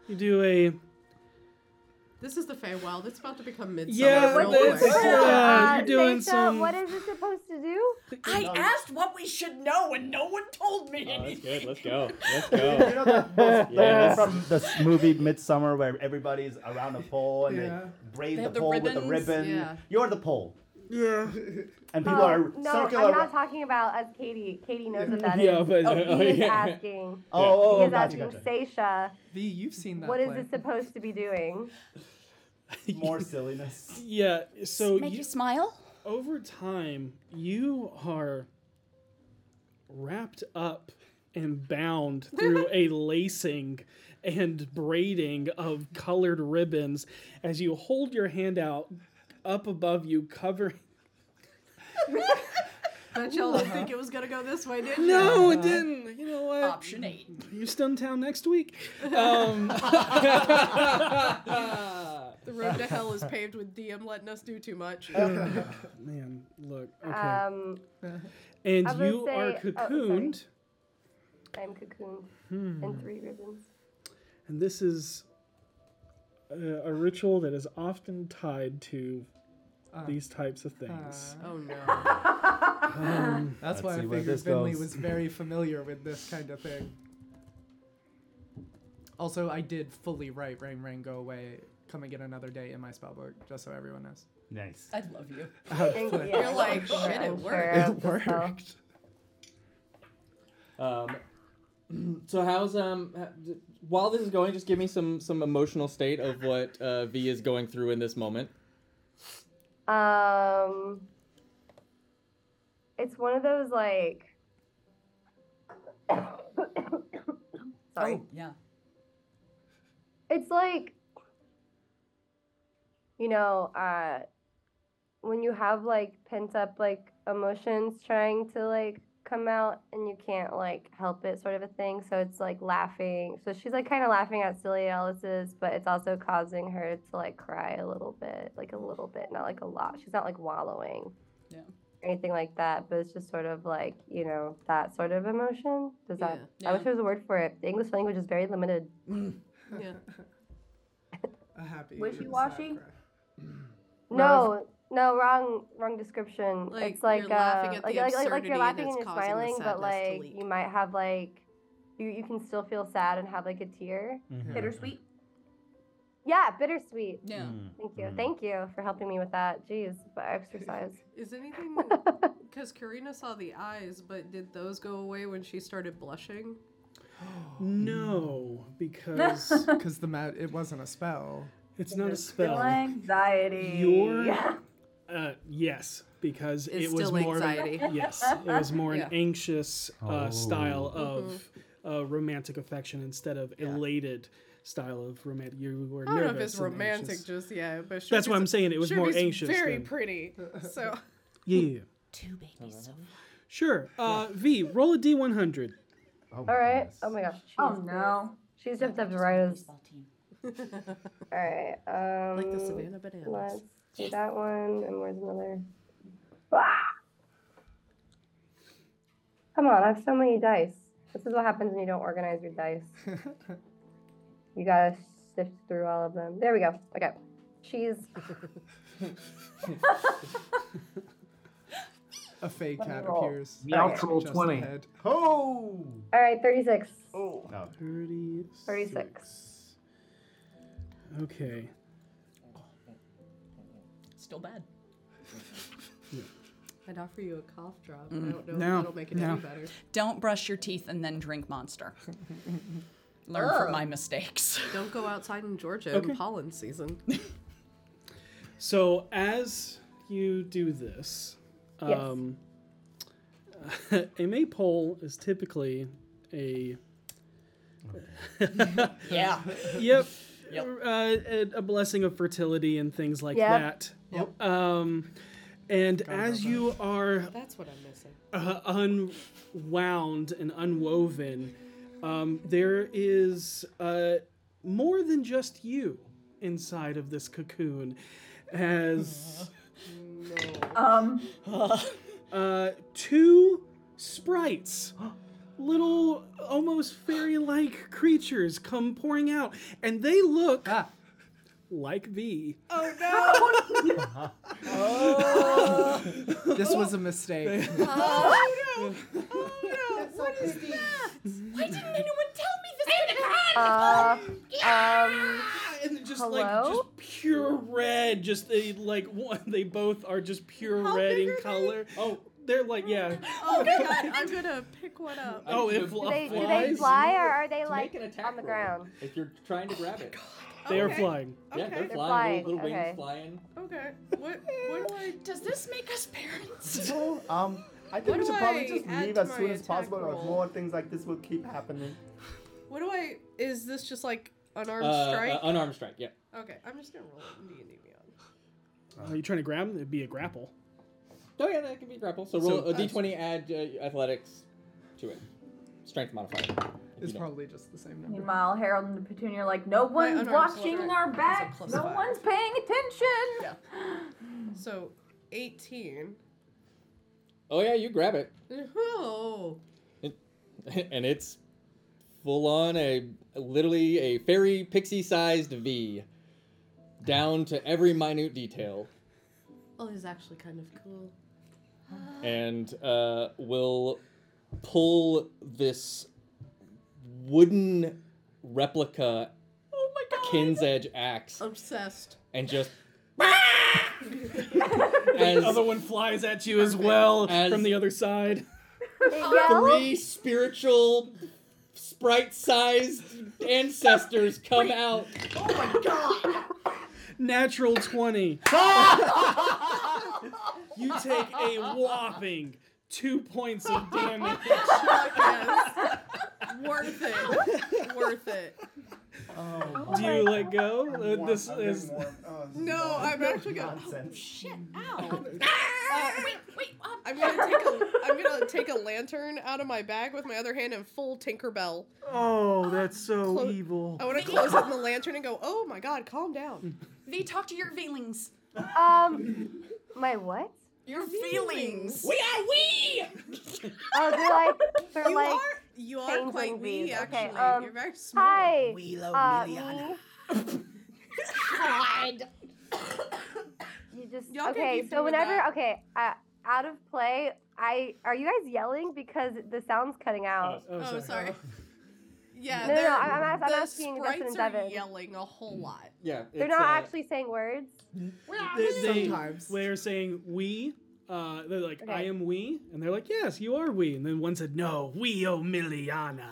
Speaker 3: you do a
Speaker 6: This is the Feywild. It's about to become midsummer.
Speaker 3: Yeah,
Speaker 6: real
Speaker 3: that's-
Speaker 6: quick.
Speaker 3: yeah,
Speaker 1: Uh,
Speaker 3: you're doing
Speaker 1: Theta,
Speaker 3: some.
Speaker 1: What is it supposed to do?
Speaker 5: I asked what we should know, and no one told me
Speaker 2: Oh, that's
Speaker 5: anything.
Speaker 2: good. Let's go. Let's
Speaker 9: You
Speaker 2: go.
Speaker 9: know that most
Speaker 2: Yes.
Speaker 9: from this movie Midsummer where everybody's around the pole and
Speaker 3: Yeah.
Speaker 9: they braid
Speaker 5: They
Speaker 9: the
Speaker 5: have the
Speaker 9: pole with a
Speaker 5: ribbons.
Speaker 9: ribbon.
Speaker 6: Yeah.
Speaker 9: You're the pole.
Speaker 3: Yeah.
Speaker 9: And people
Speaker 1: Oh,
Speaker 9: are
Speaker 1: no,
Speaker 9: circular.
Speaker 1: I'm not talking about as Katie. Katie knows what that is.
Speaker 2: Yeah, but- oh,
Speaker 1: he is
Speaker 2: yeah.
Speaker 1: asking.
Speaker 9: oh, oh,
Speaker 1: he
Speaker 9: oh,
Speaker 1: is
Speaker 9: gotcha,
Speaker 1: asking
Speaker 9: gotcha.
Speaker 1: Seisha,
Speaker 4: V, you've seen that.
Speaker 1: what is
Speaker 4: play.
Speaker 1: it supposed to be doing?
Speaker 9: More silliness.
Speaker 3: Yeah. So
Speaker 5: Make
Speaker 3: you,
Speaker 5: you smile.
Speaker 3: over time, you are wrapped up and bound through a lacing and braiding of colored ribbons as you hold your hand out up above you, covering.
Speaker 6: Bet y'all didn't think it was gonna go this way, didn't you?
Speaker 3: No, it didn't. You know what?
Speaker 5: Option eight.
Speaker 3: Uh-huh. You stun town next week. Um,
Speaker 5: Uh,
Speaker 6: The road to hell is paved with DM letting us do too much.
Speaker 3: man, look. Okay.
Speaker 1: Um,
Speaker 3: and
Speaker 1: I would
Speaker 3: you are
Speaker 1: say- oh, sorry.
Speaker 3: cocooned.
Speaker 1: I'm cocooned in three ribbons.
Speaker 3: And this is a, a ritual that is often tied to
Speaker 6: Uh,
Speaker 3: these types of things.
Speaker 6: Oh no.
Speaker 4: That's
Speaker 9: Let's
Speaker 4: why I
Speaker 9: see where
Speaker 4: figured
Speaker 9: this
Speaker 4: Finley
Speaker 9: goes.
Speaker 4: was very familiar with this kind of thing. Also, I did fully write Rain Rain Go Away, Come and Get Another Day in my spellbook, just so everyone knows.
Speaker 9: Nice.
Speaker 5: I love you.
Speaker 1: Thank you. You're
Speaker 6: like, shit,
Speaker 4: "Oh,
Speaker 6: it worked.
Speaker 1: It worked.
Speaker 2: Um, so how's um h- while this is going, just give me some some emotional state of what uh, V is going through in this moment.
Speaker 1: Um, it's one of those like. Sorry.
Speaker 6: Oh,
Speaker 5: Yeah.
Speaker 1: It's like, you know, uh, when you have like pent up like emotions trying to like come out and you can't like help it, sort of a thing. So it's like laughing. So she's like kind of laughing at silly Alice's, but it's also causing her to like cry a little bit, like a little bit, not like a lot. She's not like wallowing.
Speaker 5: Yeah.
Speaker 1: or Anything like that, but it's just sort of like you know that sort of emotion. Does that?
Speaker 5: Yeah.
Speaker 1: I wish there was a word for it. The English language is very limited.
Speaker 6: Yeah.
Speaker 4: A happy.
Speaker 19: Wishy-washy?
Speaker 4: sad cry.
Speaker 1: No, no, wrong, wrong description.
Speaker 6: Like,
Speaker 1: it's like
Speaker 6: you're laughing
Speaker 1: uh,
Speaker 6: at
Speaker 1: like,
Speaker 6: the
Speaker 1: like, like, like
Speaker 6: absurdity
Speaker 1: you're
Speaker 6: and
Speaker 1: laughing
Speaker 6: it's
Speaker 1: and you're
Speaker 6: causing the
Speaker 1: smiling, but
Speaker 6: sadness to
Speaker 1: like
Speaker 6: leak.
Speaker 1: you might have like you you can still feel sad and have like a tear.
Speaker 19: Bittersweet.
Speaker 1: Yeah, bittersweet.
Speaker 5: Yeah.
Speaker 1: Thank you, thank you for helping me with that. Jeez, but exercise.
Speaker 6: Is anything because Karina saw the eyes, but did those go away when she started blushing?
Speaker 3: No, because
Speaker 4: Because the mat, it wasn't a spell.
Speaker 3: it's not a
Speaker 19: Still
Speaker 3: spell.
Speaker 19: anxiety.
Speaker 3: Your uh, yes, because
Speaker 6: It's
Speaker 3: it was
Speaker 6: still
Speaker 3: more of an-
Speaker 6: anxiety.
Speaker 3: yes, it was more an
Speaker 6: Yeah.
Speaker 3: anxious uh, style of
Speaker 1: Mm-hmm.
Speaker 3: uh, romantic affection instead of elated style of romantic. You were
Speaker 6: I don't know
Speaker 3: nervous.
Speaker 6: if it's
Speaker 3: and
Speaker 6: romantic
Speaker 3: anxious.
Speaker 6: just yet, but
Speaker 3: That's what I'm saying. It was more
Speaker 6: Shuri's
Speaker 3: anxious.
Speaker 6: Very
Speaker 3: than-
Speaker 6: pretty. So
Speaker 3: yeah, yeah, yeah.
Speaker 5: Two babies. So
Speaker 3: Sure. Uh, V, roll a D100.
Speaker 1: All right. Oh my gosh.
Speaker 19: Oh
Speaker 1: jeez,
Speaker 19: no.
Speaker 1: She's jumped up right as.
Speaker 5: team.
Speaker 1: All right. Um,
Speaker 6: like the Savannah bananas.
Speaker 1: Let's do that one, and where's another? Ah! Come on, I have so many dice. This is what happens when you don't organize your dice. you gotta sift through all of them. There we go. Okay. She's
Speaker 4: A fey
Speaker 1: me
Speaker 4: cat
Speaker 1: roll.
Speaker 4: appears.
Speaker 11: Meow
Speaker 4: just
Speaker 11: troll 20.
Speaker 4: ahead.
Speaker 9: Oh!
Speaker 1: all right. Thirty-six. Oh.
Speaker 3: 36.
Speaker 1: 36.
Speaker 3: Okay.
Speaker 5: Still bad.
Speaker 6: I'd offer you a cough drop. I don't know
Speaker 3: No,
Speaker 6: if that'll make it
Speaker 3: no.
Speaker 6: any better.
Speaker 5: Don't brush your teeth and then drink Monster. Learn from my mistakes.
Speaker 6: Don't go outside in Georgia in pollen season.
Speaker 3: So as you do this,
Speaker 1: Yes.
Speaker 3: um, a maypole is typically a
Speaker 5: yeah.
Speaker 3: yep,
Speaker 5: Yep.
Speaker 3: uh, a, a blessing of fertility and things like
Speaker 1: Yep.
Speaker 3: that. Yep. Um, and as you are
Speaker 6: That's what I'm missing.
Speaker 3: uh, unwound and unwoven, um, there is uh, more than just you inside of this cocoon, as
Speaker 19: Um.
Speaker 3: uh, two sprites. Little, almost fairy like creatures come pouring out, and they look like thee.
Speaker 20: Oh,
Speaker 4: This was a mistake.
Speaker 20: Oh,
Speaker 10: What is that? Why didn't anyone tell me this?
Speaker 1: Uh, um,
Speaker 3: And they're just like
Speaker 1: Hello?
Speaker 3: just pure red. Just they like one, they both are just pure red in color. Oh, they're like yeah.
Speaker 6: Oh god, I'm gonna pick one up.
Speaker 3: Oh,
Speaker 2: need
Speaker 3: it
Speaker 2: to-
Speaker 3: fl-
Speaker 1: do they, do they
Speaker 3: flies.
Speaker 1: fly or are they
Speaker 2: To
Speaker 1: like
Speaker 2: make an attack
Speaker 1: on the
Speaker 2: roll
Speaker 1: ground?
Speaker 2: If you're trying to grab it.
Speaker 3: They are
Speaker 6: Oh Okay.
Speaker 3: flying.
Speaker 2: Yeah, they're
Speaker 6: Okay,
Speaker 2: flying.
Speaker 1: flying,
Speaker 2: Little, little
Speaker 1: okay.
Speaker 2: wings flying.
Speaker 6: okay. What what do I
Speaker 5: Does this make us parents? Oh,
Speaker 15: um, I
Speaker 6: What
Speaker 15: think we
Speaker 6: do
Speaker 15: should probably
Speaker 6: I
Speaker 15: just
Speaker 6: add
Speaker 15: leave
Speaker 6: to
Speaker 15: as soon
Speaker 6: my
Speaker 15: as
Speaker 6: attack
Speaker 15: possible, or
Speaker 6: roll?
Speaker 15: more things like this will keep happening.
Speaker 6: what do I is this just like unarmed
Speaker 2: Uh, uh,
Speaker 6: strike?
Speaker 2: unarmed strike. Yeah.
Speaker 6: okay, I'm just gonna roll it D and D beyond.
Speaker 3: Are Uh, you trying to grab them? It'd be a grapple.
Speaker 2: Oh yeah, that can be grapple. So roll
Speaker 3: So-
Speaker 2: a d20. Add uh, athletics to it. Strength modifier. if
Speaker 4: It's
Speaker 2: you don't.
Speaker 4: probably just the same number.
Speaker 10: Meanwhile, Harold and Petunia are like, no one's
Speaker 6: unarmed
Speaker 10: watching
Speaker 6: strike
Speaker 10: our
Speaker 6: is a
Speaker 10: backs.
Speaker 6: plus
Speaker 10: No
Speaker 6: five.
Speaker 10: one's paying attention.
Speaker 6: So eighteen.
Speaker 2: Oh yeah, you grab it,
Speaker 6: Oh,
Speaker 2: and it's full on a literally a fairy pixie sized V, down to every minute detail,
Speaker 6: well, he's actually kind of cool.
Speaker 2: and uh, will pull this wooden replica
Speaker 6: Oh my god,
Speaker 2: kin's edge axe
Speaker 6: obsessed.
Speaker 2: and just. as
Speaker 3: Other one flies at you as well
Speaker 2: As-
Speaker 3: from the other side.
Speaker 1: They yell?
Speaker 2: three spiritual sprite-sized ancestors come out.
Speaker 3: Natural 20. you take a whopping two points of damage.
Speaker 6: Yes. Worth it. Worth it.
Speaker 3: Do you let go? Uh, this is.
Speaker 6: No, I'm actually gonna.
Speaker 15: Nonsense.
Speaker 10: Ah,
Speaker 5: wait, wait, um,
Speaker 6: I'm gonna take a. I'm gonna take a lantern out of my bag with my other hand and full Tinkerbell.
Speaker 3: Oh, that's so
Speaker 6: Clo-
Speaker 3: evil.
Speaker 6: I want to close up the lantern and go. Oh my God, calm down.
Speaker 5: V, talk to your feelings.
Speaker 1: Um, my what?
Speaker 5: Your feelings.
Speaker 2: We are we.
Speaker 1: Oh, they're like, they're
Speaker 6: You
Speaker 1: like,
Speaker 6: are. You are
Speaker 1: changing
Speaker 6: quite wee,
Speaker 1: these. Okay,
Speaker 6: actually.
Speaker 1: um,
Speaker 6: You're very small.
Speaker 1: hi. uh, me. you just
Speaker 6: Y'all can
Speaker 1: okay.
Speaker 6: keep
Speaker 1: So
Speaker 6: doing
Speaker 1: whenever
Speaker 6: that.
Speaker 1: okay, uh, out of play. I are you guys yelling because the sound's cutting out?
Speaker 3: oh,
Speaker 6: Oh, sorry. Yeah,
Speaker 1: No, no,
Speaker 6: they're,
Speaker 1: I'm- I'm ask- I'm
Speaker 6: the
Speaker 1: asking Dustin and
Speaker 6: sprites are
Speaker 1: Devin.
Speaker 6: yelling a whole lot.
Speaker 2: Yeah,
Speaker 1: They're not actually saying words.
Speaker 3: They, uh, they,
Speaker 5: Sometimes.
Speaker 3: They're saying we. Uh, they're like, I
Speaker 1: Okay.
Speaker 3: am we. And they're like, yes, you are we. And then one said, no, we o Miliana.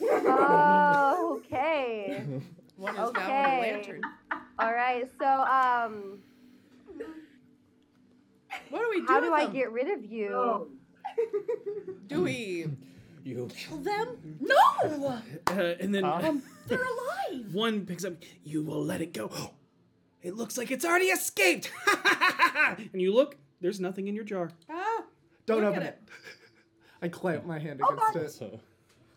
Speaker 1: Oh, okay.
Speaker 6: One is now on a
Speaker 1: Okay.
Speaker 6: lantern.
Speaker 1: All right. So um,
Speaker 6: What do we do?
Speaker 1: how do
Speaker 6: with
Speaker 1: I
Speaker 6: them?
Speaker 1: get rid of you?
Speaker 6: Do we
Speaker 2: You.
Speaker 6: kill them?
Speaker 5: No!
Speaker 3: Uh, and then
Speaker 4: Um,
Speaker 5: They're alive!
Speaker 3: one picks up, you will let it go. it looks like it's already escaped. and you look, there's nothing in your jar.
Speaker 6: Ah,
Speaker 4: Don't
Speaker 6: look
Speaker 4: open
Speaker 6: at
Speaker 4: it. I clamp my hand against it.
Speaker 2: So,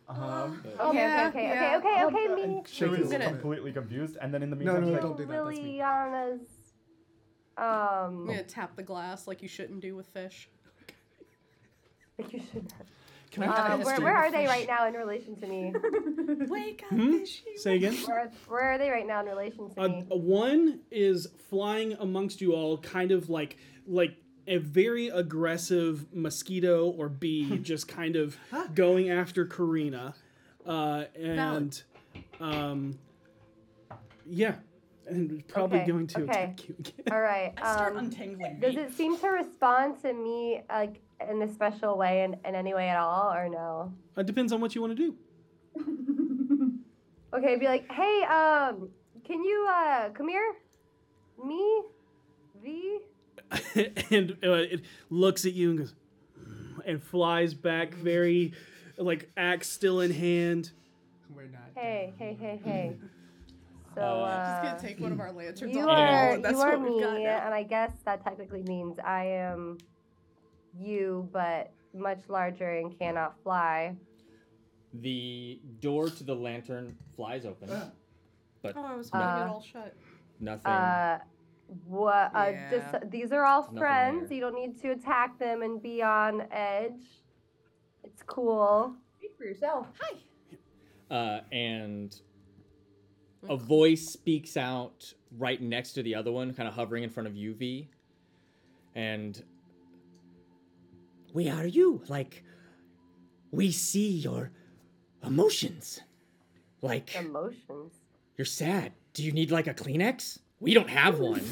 Speaker 5: Um,
Speaker 9: Uh-huh.
Speaker 1: Okay, okay,
Speaker 6: Yeah,
Speaker 1: okay,
Speaker 6: yeah.
Speaker 1: okay, okay,
Speaker 4: Oh,
Speaker 1: okay, me.
Speaker 15: Sherry is
Speaker 6: Minute.
Speaker 15: completely confused, and then in the
Speaker 4: No,
Speaker 15: meantime,
Speaker 4: no,
Speaker 15: she's
Speaker 4: no,
Speaker 15: like,
Speaker 4: don't do that. That's me.
Speaker 1: Liliana's.
Speaker 6: I'm
Speaker 1: Um,
Speaker 6: gonna tap the glass like you shouldn't do with fish.
Speaker 1: but you should.
Speaker 4: Can I
Speaker 1: Uh,
Speaker 4: ask
Speaker 1: where,
Speaker 4: you-
Speaker 1: where are they right now in relation to me?
Speaker 6: Wake up, fishy.
Speaker 3: Hmm? Say again.
Speaker 1: Where, where are they right now in relation to
Speaker 3: A,
Speaker 1: me?
Speaker 3: a one is flying amongst you all, kind of like like a very aggressive mosquito or bee, just kind of going after Karina, uh, and um, yeah, and probably
Speaker 1: Okay,
Speaker 3: going to
Speaker 1: okay.
Speaker 3: attack you again.
Speaker 1: All right.
Speaker 5: I start
Speaker 1: Um,
Speaker 5: untangling.
Speaker 1: does
Speaker 5: V.
Speaker 1: it seem to respond to me like in a special way in, in any way at all, or no?
Speaker 3: It Uh, depends on what you want to do.
Speaker 1: Okay, be like, hey, um, can you uh come here? Me, V.
Speaker 3: and uh, it looks at you and goes, and flies back, very like axe still in hand.
Speaker 4: We're not.
Speaker 1: Hey, hey, hey, hey. So
Speaker 2: Oh,
Speaker 6: I'm
Speaker 1: uh,
Speaker 6: just gonna take one of our lanterns
Speaker 1: You
Speaker 6: off the wall,
Speaker 1: are,
Speaker 6: and that's
Speaker 1: you are
Speaker 6: what we've
Speaker 1: me,
Speaker 6: got now.
Speaker 1: and I guess that technically means I am you, but much larger and cannot fly.
Speaker 2: the door to the lantern flies open.
Speaker 6: Oh, I was holding
Speaker 1: Uh,
Speaker 6: it all shut.
Speaker 2: Nothing.
Speaker 1: Uh, what? Uh,
Speaker 6: Yeah.
Speaker 1: Just these are all
Speaker 2: Nothing
Speaker 1: friends.
Speaker 2: there.
Speaker 1: You don't need to attack them and be on edge. It's cool.
Speaker 10: Speak for yourself.
Speaker 2: uh, and a voice speaks out right next to the other one, kind of hovering in front of UV. And
Speaker 20: We are you. Like, we see your emotions. Like,
Speaker 1: Emotions.
Speaker 20: you're sad. Do you need, like, a Kleenex? We don't have one.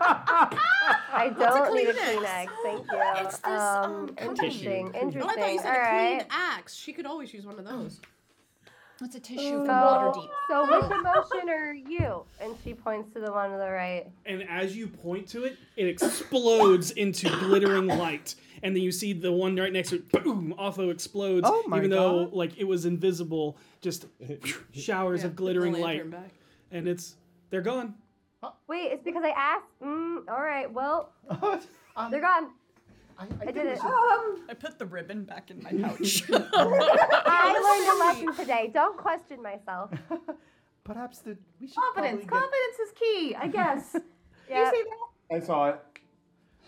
Speaker 1: I
Speaker 21: What's a
Speaker 1: don't need a
Speaker 21: Kleenex?
Speaker 1: Kleenex. Thank you.
Speaker 21: It's this, um, company.
Speaker 1: Uh, interesting.
Speaker 6: Oh,
Speaker 1: Interesting.
Speaker 6: I thought you said
Speaker 1: All
Speaker 6: a
Speaker 1: right.
Speaker 6: clean axe. She could always use one of those.
Speaker 5: What's a
Speaker 1: so,
Speaker 5: tissue from Waterdeep?
Speaker 1: So which emotion are you? And she points to the one to the right.
Speaker 3: And as you point to it, it explodes into glittering light. And then you see the one right next to it, boom, also explodes.
Speaker 4: Oh my
Speaker 3: even though like it was invisible, just showers of glittering light. And it's they're gone.
Speaker 1: Wait, it's because I asked. Mm, all right. Well, they're gone. I, did it.
Speaker 5: I put the ribbon back in my pouch.
Speaker 1: I learned a lesson today. Don't question myself.
Speaker 15: Perhaps the we should
Speaker 10: Confidence. Confidence is key, I guess.
Speaker 1: Yeah.
Speaker 10: You see
Speaker 11: I saw it.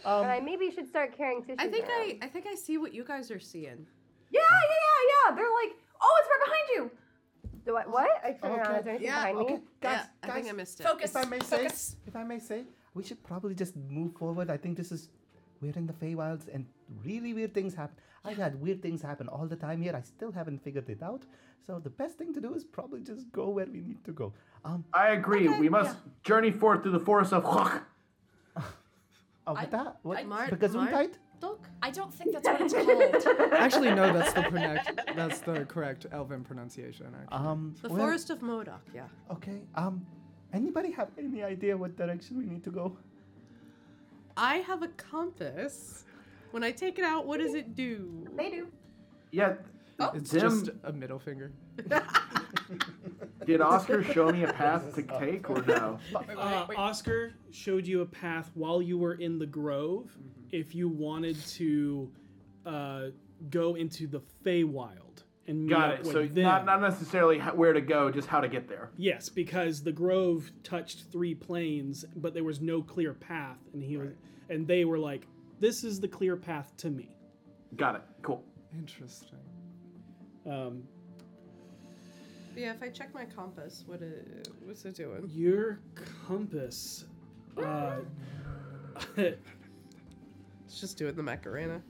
Speaker 1: All right, maybe you should start carrying tissue.
Speaker 6: I think I, I think I see what you guys are seeing.
Speaker 10: Yeah, yeah, yeah, yeah. They're like, oh, it's right behind you.
Speaker 1: Do I, what? I turned around. Is there anything
Speaker 6: Yeah,
Speaker 1: behind me?
Speaker 6: Guys, yeah, I think I missed it.
Speaker 15: If I may say, if I may say, we should probably just move forward. I think this is we're in the Feywilds and really weird things happen. I've had weird things happen all the time here. I still haven't figured it out. So the best thing to do is probably just go where we need to go. Um,
Speaker 11: I agree. we must journey forth through the forest of Hawk.
Speaker 15: oh, with that, what?
Speaker 5: I-
Speaker 6: Mart-
Speaker 15: because
Speaker 6: Mart-
Speaker 15: Untied?
Speaker 21: I don't think that's what it's called.
Speaker 4: Actually, no, that's the pronounced, that's the correct Elven pronunciation. Actually.
Speaker 15: Um,
Speaker 6: The
Speaker 15: well,
Speaker 6: forest of Modoc. Yeah.
Speaker 15: Okay. Um, anybody have any idea what direction we need to go?
Speaker 6: I have a compass. When I take it out, what does it do?
Speaker 10: They do.
Speaker 11: Yeah.
Speaker 4: it's
Speaker 11: Dim,
Speaker 4: just a middle finger.
Speaker 11: did Oscar show me a path to take or no?
Speaker 3: Uh, Oscar showed you a path while you were in the grove if you wanted to uh, go into the Feywild and meet
Speaker 11: Got
Speaker 3: up
Speaker 11: it.
Speaker 3: with
Speaker 11: So
Speaker 3: them.
Speaker 11: not, not necessarily h- where to go, just how to get there.
Speaker 3: Yes, because the grove touched three planes, but there was no clear path, and he was, and they were like, "This is the clear path to me."
Speaker 11: Got it. Cool.
Speaker 4: Interesting.
Speaker 3: Um,
Speaker 6: Yeah. If I check my compass, what it, what's it doing?
Speaker 3: your compass. Uh, I,
Speaker 6: It's just doing the Macarena.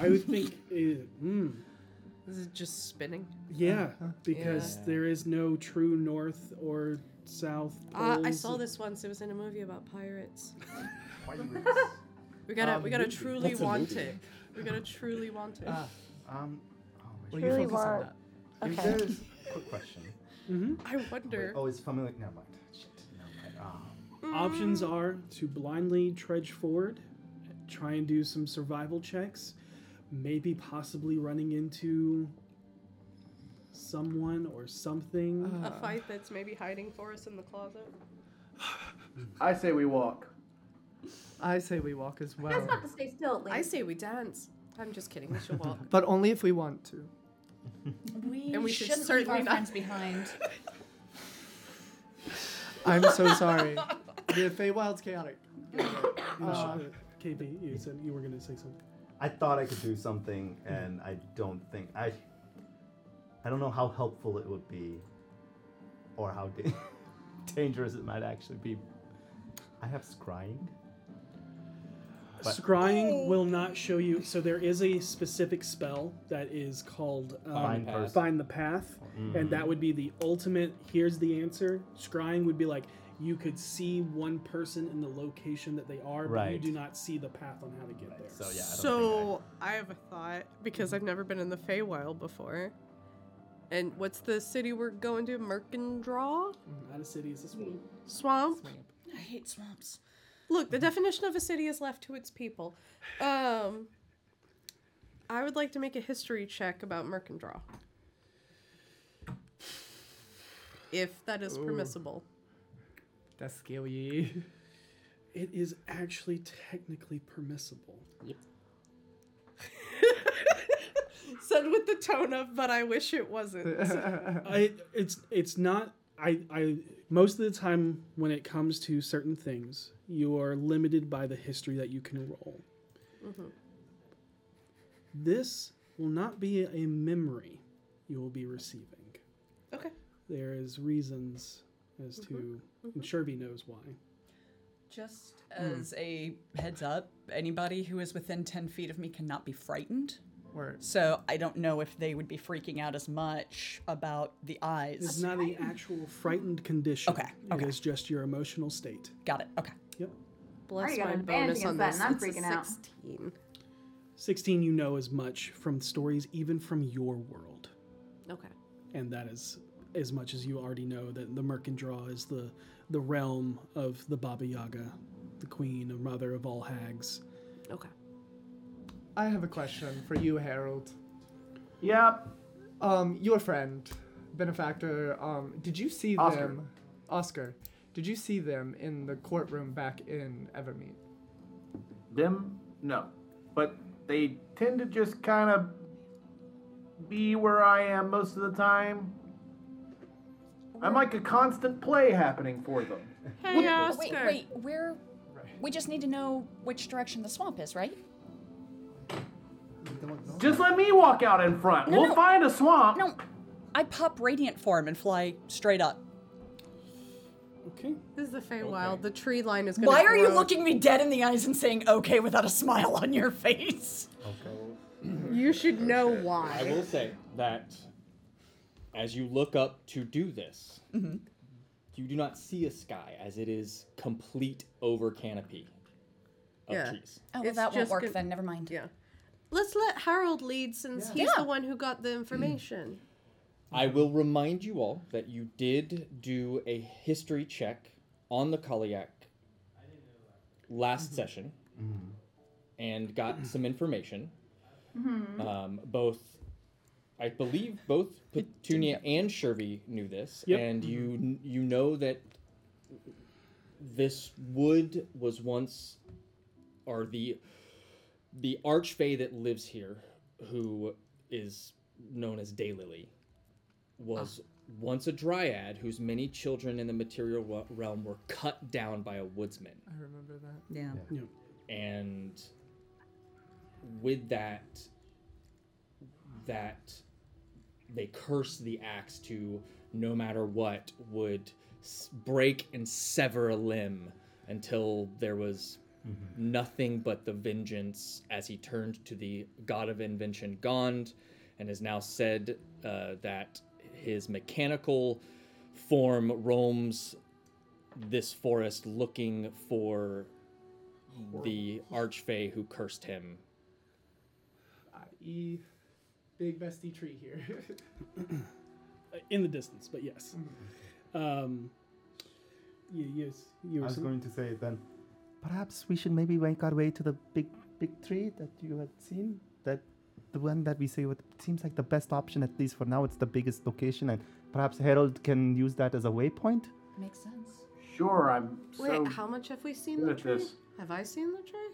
Speaker 3: I would think. Uh, hmm.
Speaker 6: Is it just spinning?
Speaker 3: Yeah, because
Speaker 6: Uh-huh. Yeah.
Speaker 3: there is no true north or south.
Speaker 6: Uh, I
Speaker 3: poles.
Speaker 6: saw this once. It was in a movie about pirates.
Speaker 15: we
Speaker 6: We gotta,
Speaker 15: Um,
Speaker 6: we gotta
Speaker 15: movie.
Speaker 6: truly
Speaker 15: That's a
Speaker 6: want
Speaker 15: movie.
Speaker 6: it. We gotta truly want it.
Speaker 15: Ah, um, oh, my
Speaker 4: Well,
Speaker 15: goodness.
Speaker 1: Really
Speaker 4: you focus on
Speaker 1: want-
Speaker 4: that.
Speaker 15: If
Speaker 1: Okay.
Speaker 15: there's quick question.
Speaker 3: Mm-hmm.
Speaker 6: I wonder.
Speaker 15: Oh, it's family. Never mind. Shit. Never mind. Um,
Speaker 3: Options are to blindly trudge forward, try and do some survival checks, maybe possibly running into someone or something.
Speaker 6: A
Speaker 15: Ah.
Speaker 6: fight that's maybe hiding for us in the closet.
Speaker 11: I say we walk.
Speaker 4: I say we walk as
Speaker 10: You guys
Speaker 4: well,
Speaker 10: have to stay still at least.
Speaker 6: I say we dance. I'm just kidding. We should walk.
Speaker 4: but only if we want to.
Speaker 5: We,
Speaker 6: And we should
Speaker 5: shouldn't leave
Speaker 6: certainly
Speaker 5: our
Speaker 6: not-
Speaker 5: friends behind.
Speaker 4: I'm so sorry. The Feywild's chaotic.
Speaker 3: Uh, KB, you said you were going to say something.
Speaker 9: I thought I could do something, and I don't think I. I don't know how helpful it would be, or how da- dangerous it might actually be. I have scrying. But-
Speaker 3: Scrying will not show you. So there is a specific spell that is called um,
Speaker 9: Find Path.
Speaker 3: Find the Path, and that would be the ultimate. Here's the answer. Scrying would be like you could see one person in the location that they are, but you
Speaker 9: Right.
Speaker 3: do not see the path on how to get there.
Speaker 9: So yeah. I don't think
Speaker 6: So I have a thought because I've never been in the Feywild before. And what's the city we're going to? Merkendraw
Speaker 3: Not a city is this one.
Speaker 6: swamp.
Speaker 5: I hate swamps.
Speaker 6: Look, the definition of a city is left to its people. Um, I would like to make a history check about Merkendraw, if that is permissible.
Speaker 4: That's scary.
Speaker 3: It is actually technically permissible.
Speaker 6: Said with the tone of, but I wish it wasn't.
Speaker 3: I it's it's not I I most of the time when it comes to certain things, you are limited by the history that you can roll.
Speaker 10: Mm-hmm.
Speaker 3: This will not be a memory you will be receiving.
Speaker 6: Okay.
Speaker 3: There is reasons as to, and Sherby knows why.
Speaker 5: Just
Speaker 3: Mm.
Speaker 5: as a heads up, anybody who is within 10 feet of me cannot be frightened.
Speaker 4: Word.
Speaker 5: So I don't know if they would be freaking out as much about the eyes.
Speaker 3: It's not the actual frightened condition. Okay. It is just your emotional state.
Speaker 5: Got it. Okay.
Speaker 3: Yep.
Speaker 6: Bless
Speaker 10: Already got
Speaker 6: my
Speaker 10: an advantage
Speaker 6: bonus on
Speaker 10: against
Speaker 6: this.
Speaker 10: that, and I'm
Speaker 6: it's a
Speaker 10: freaking out.
Speaker 6: 16.
Speaker 3: 16, you know as much from stories, even from your world.
Speaker 6: Okay.
Speaker 3: And that is as much as you already know that the Mercandraw is the, the realm of the Baba Yaga, the queen, or mother of all hags.
Speaker 6: Okay.
Speaker 4: I have a question for you, Harold.
Speaker 11: Yep.
Speaker 4: Um, your friend, benefactor. Um, did you see
Speaker 11: Oscar.
Speaker 4: them, Oscar? Did you see them in the courtroom back in Evermeet?
Speaker 11: Them? No. But they tend to just kind of be where I am most of the time. I'm like a constant play happening for them.
Speaker 6: Hey,
Speaker 22: wait,
Speaker 6: Oscar.
Speaker 22: wait, we're. We just need to know which direction the swamp is, right?
Speaker 11: Just let me walk out in front.
Speaker 5: No,
Speaker 11: we'll
Speaker 5: no.
Speaker 11: find a swamp.
Speaker 5: No, I pop radiant form and fly straight up.
Speaker 3: Okay.
Speaker 6: This is the Feywild. The tree line is going
Speaker 5: Why are you looking me dead in the eyes and saying okay without a smile on your face?
Speaker 6: You should know
Speaker 2: I
Speaker 6: why.
Speaker 2: will say that as you look up to do this,
Speaker 5: Mm-hmm.
Speaker 2: you do not see a sky as it is complete over canopy of
Speaker 6: Yeah.
Speaker 2: trees.
Speaker 22: Oh, well,
Speaker 6: It's
Speaker 22: that won't
Speaker 6: just
Speaker 22: work
Speaker 6: gonna-
Speaker 22: then. Never mind.
Speaker 6: Yeah. Let's let Harold lead since he's the one who got the information.
Speaker 2: I will remind you all that you did do a history check on the Kaliak last session
Speaker 11: Mm-hmm.
Speaker 2: and got some information.
Speaker 4: Mm-hmm.
Speaker 10: Mhm.
Speaker 2: Um, both, I believe, both Petunia and Shervy knew this,
Speaker 3: Yep.
Speaker 2: and you you know that this wood was once, or the the archfey that lives here, who is known as Daylily, was once a dryad whose many children in the material wa- realm were cut down by a woodsman
Speaker 4: I remember that.
Speaker 5: Yeah.
Speaker 3: Yeah.
Speaker 2: and with that that they curse the axe to no matter what would s- break and sever a limb until there was nothing but the vengeance as he turned to the god of invention gond and has now said uh, that his mechanical form roams this forest looking for the archfey who cursed him.
Speaker 4: I.e., E, big bestie tree here.
Speaker 3: In the distance, but yes.
Speaker 4: Mm-hmm.
Speaker 3: Um, y- yes. You
Speaker 9: I
Speaker 3: were
Speaker 9: was
Speaker 3: some-
Speaker 9: going to say it then.
Speaker 15: Perhaps we should maybe make our way to the big, big tree that you had seen. That the one that we say what seems like the best option at least for now. It's the biggest location, and perhaps Harold can use that as a waypoint.
Speaker 22: Makes sense.
Speaker 11: Sure, I'm
Speaker 6: Wait,
Speaker 11: so
Speaker 6: how much have we seen
Speaker 11: good
Speaker 6: the
Speaker 11: at
Speaker 6: tree?
Speaker 11: this.
Speaker 6: Have I seen the tree?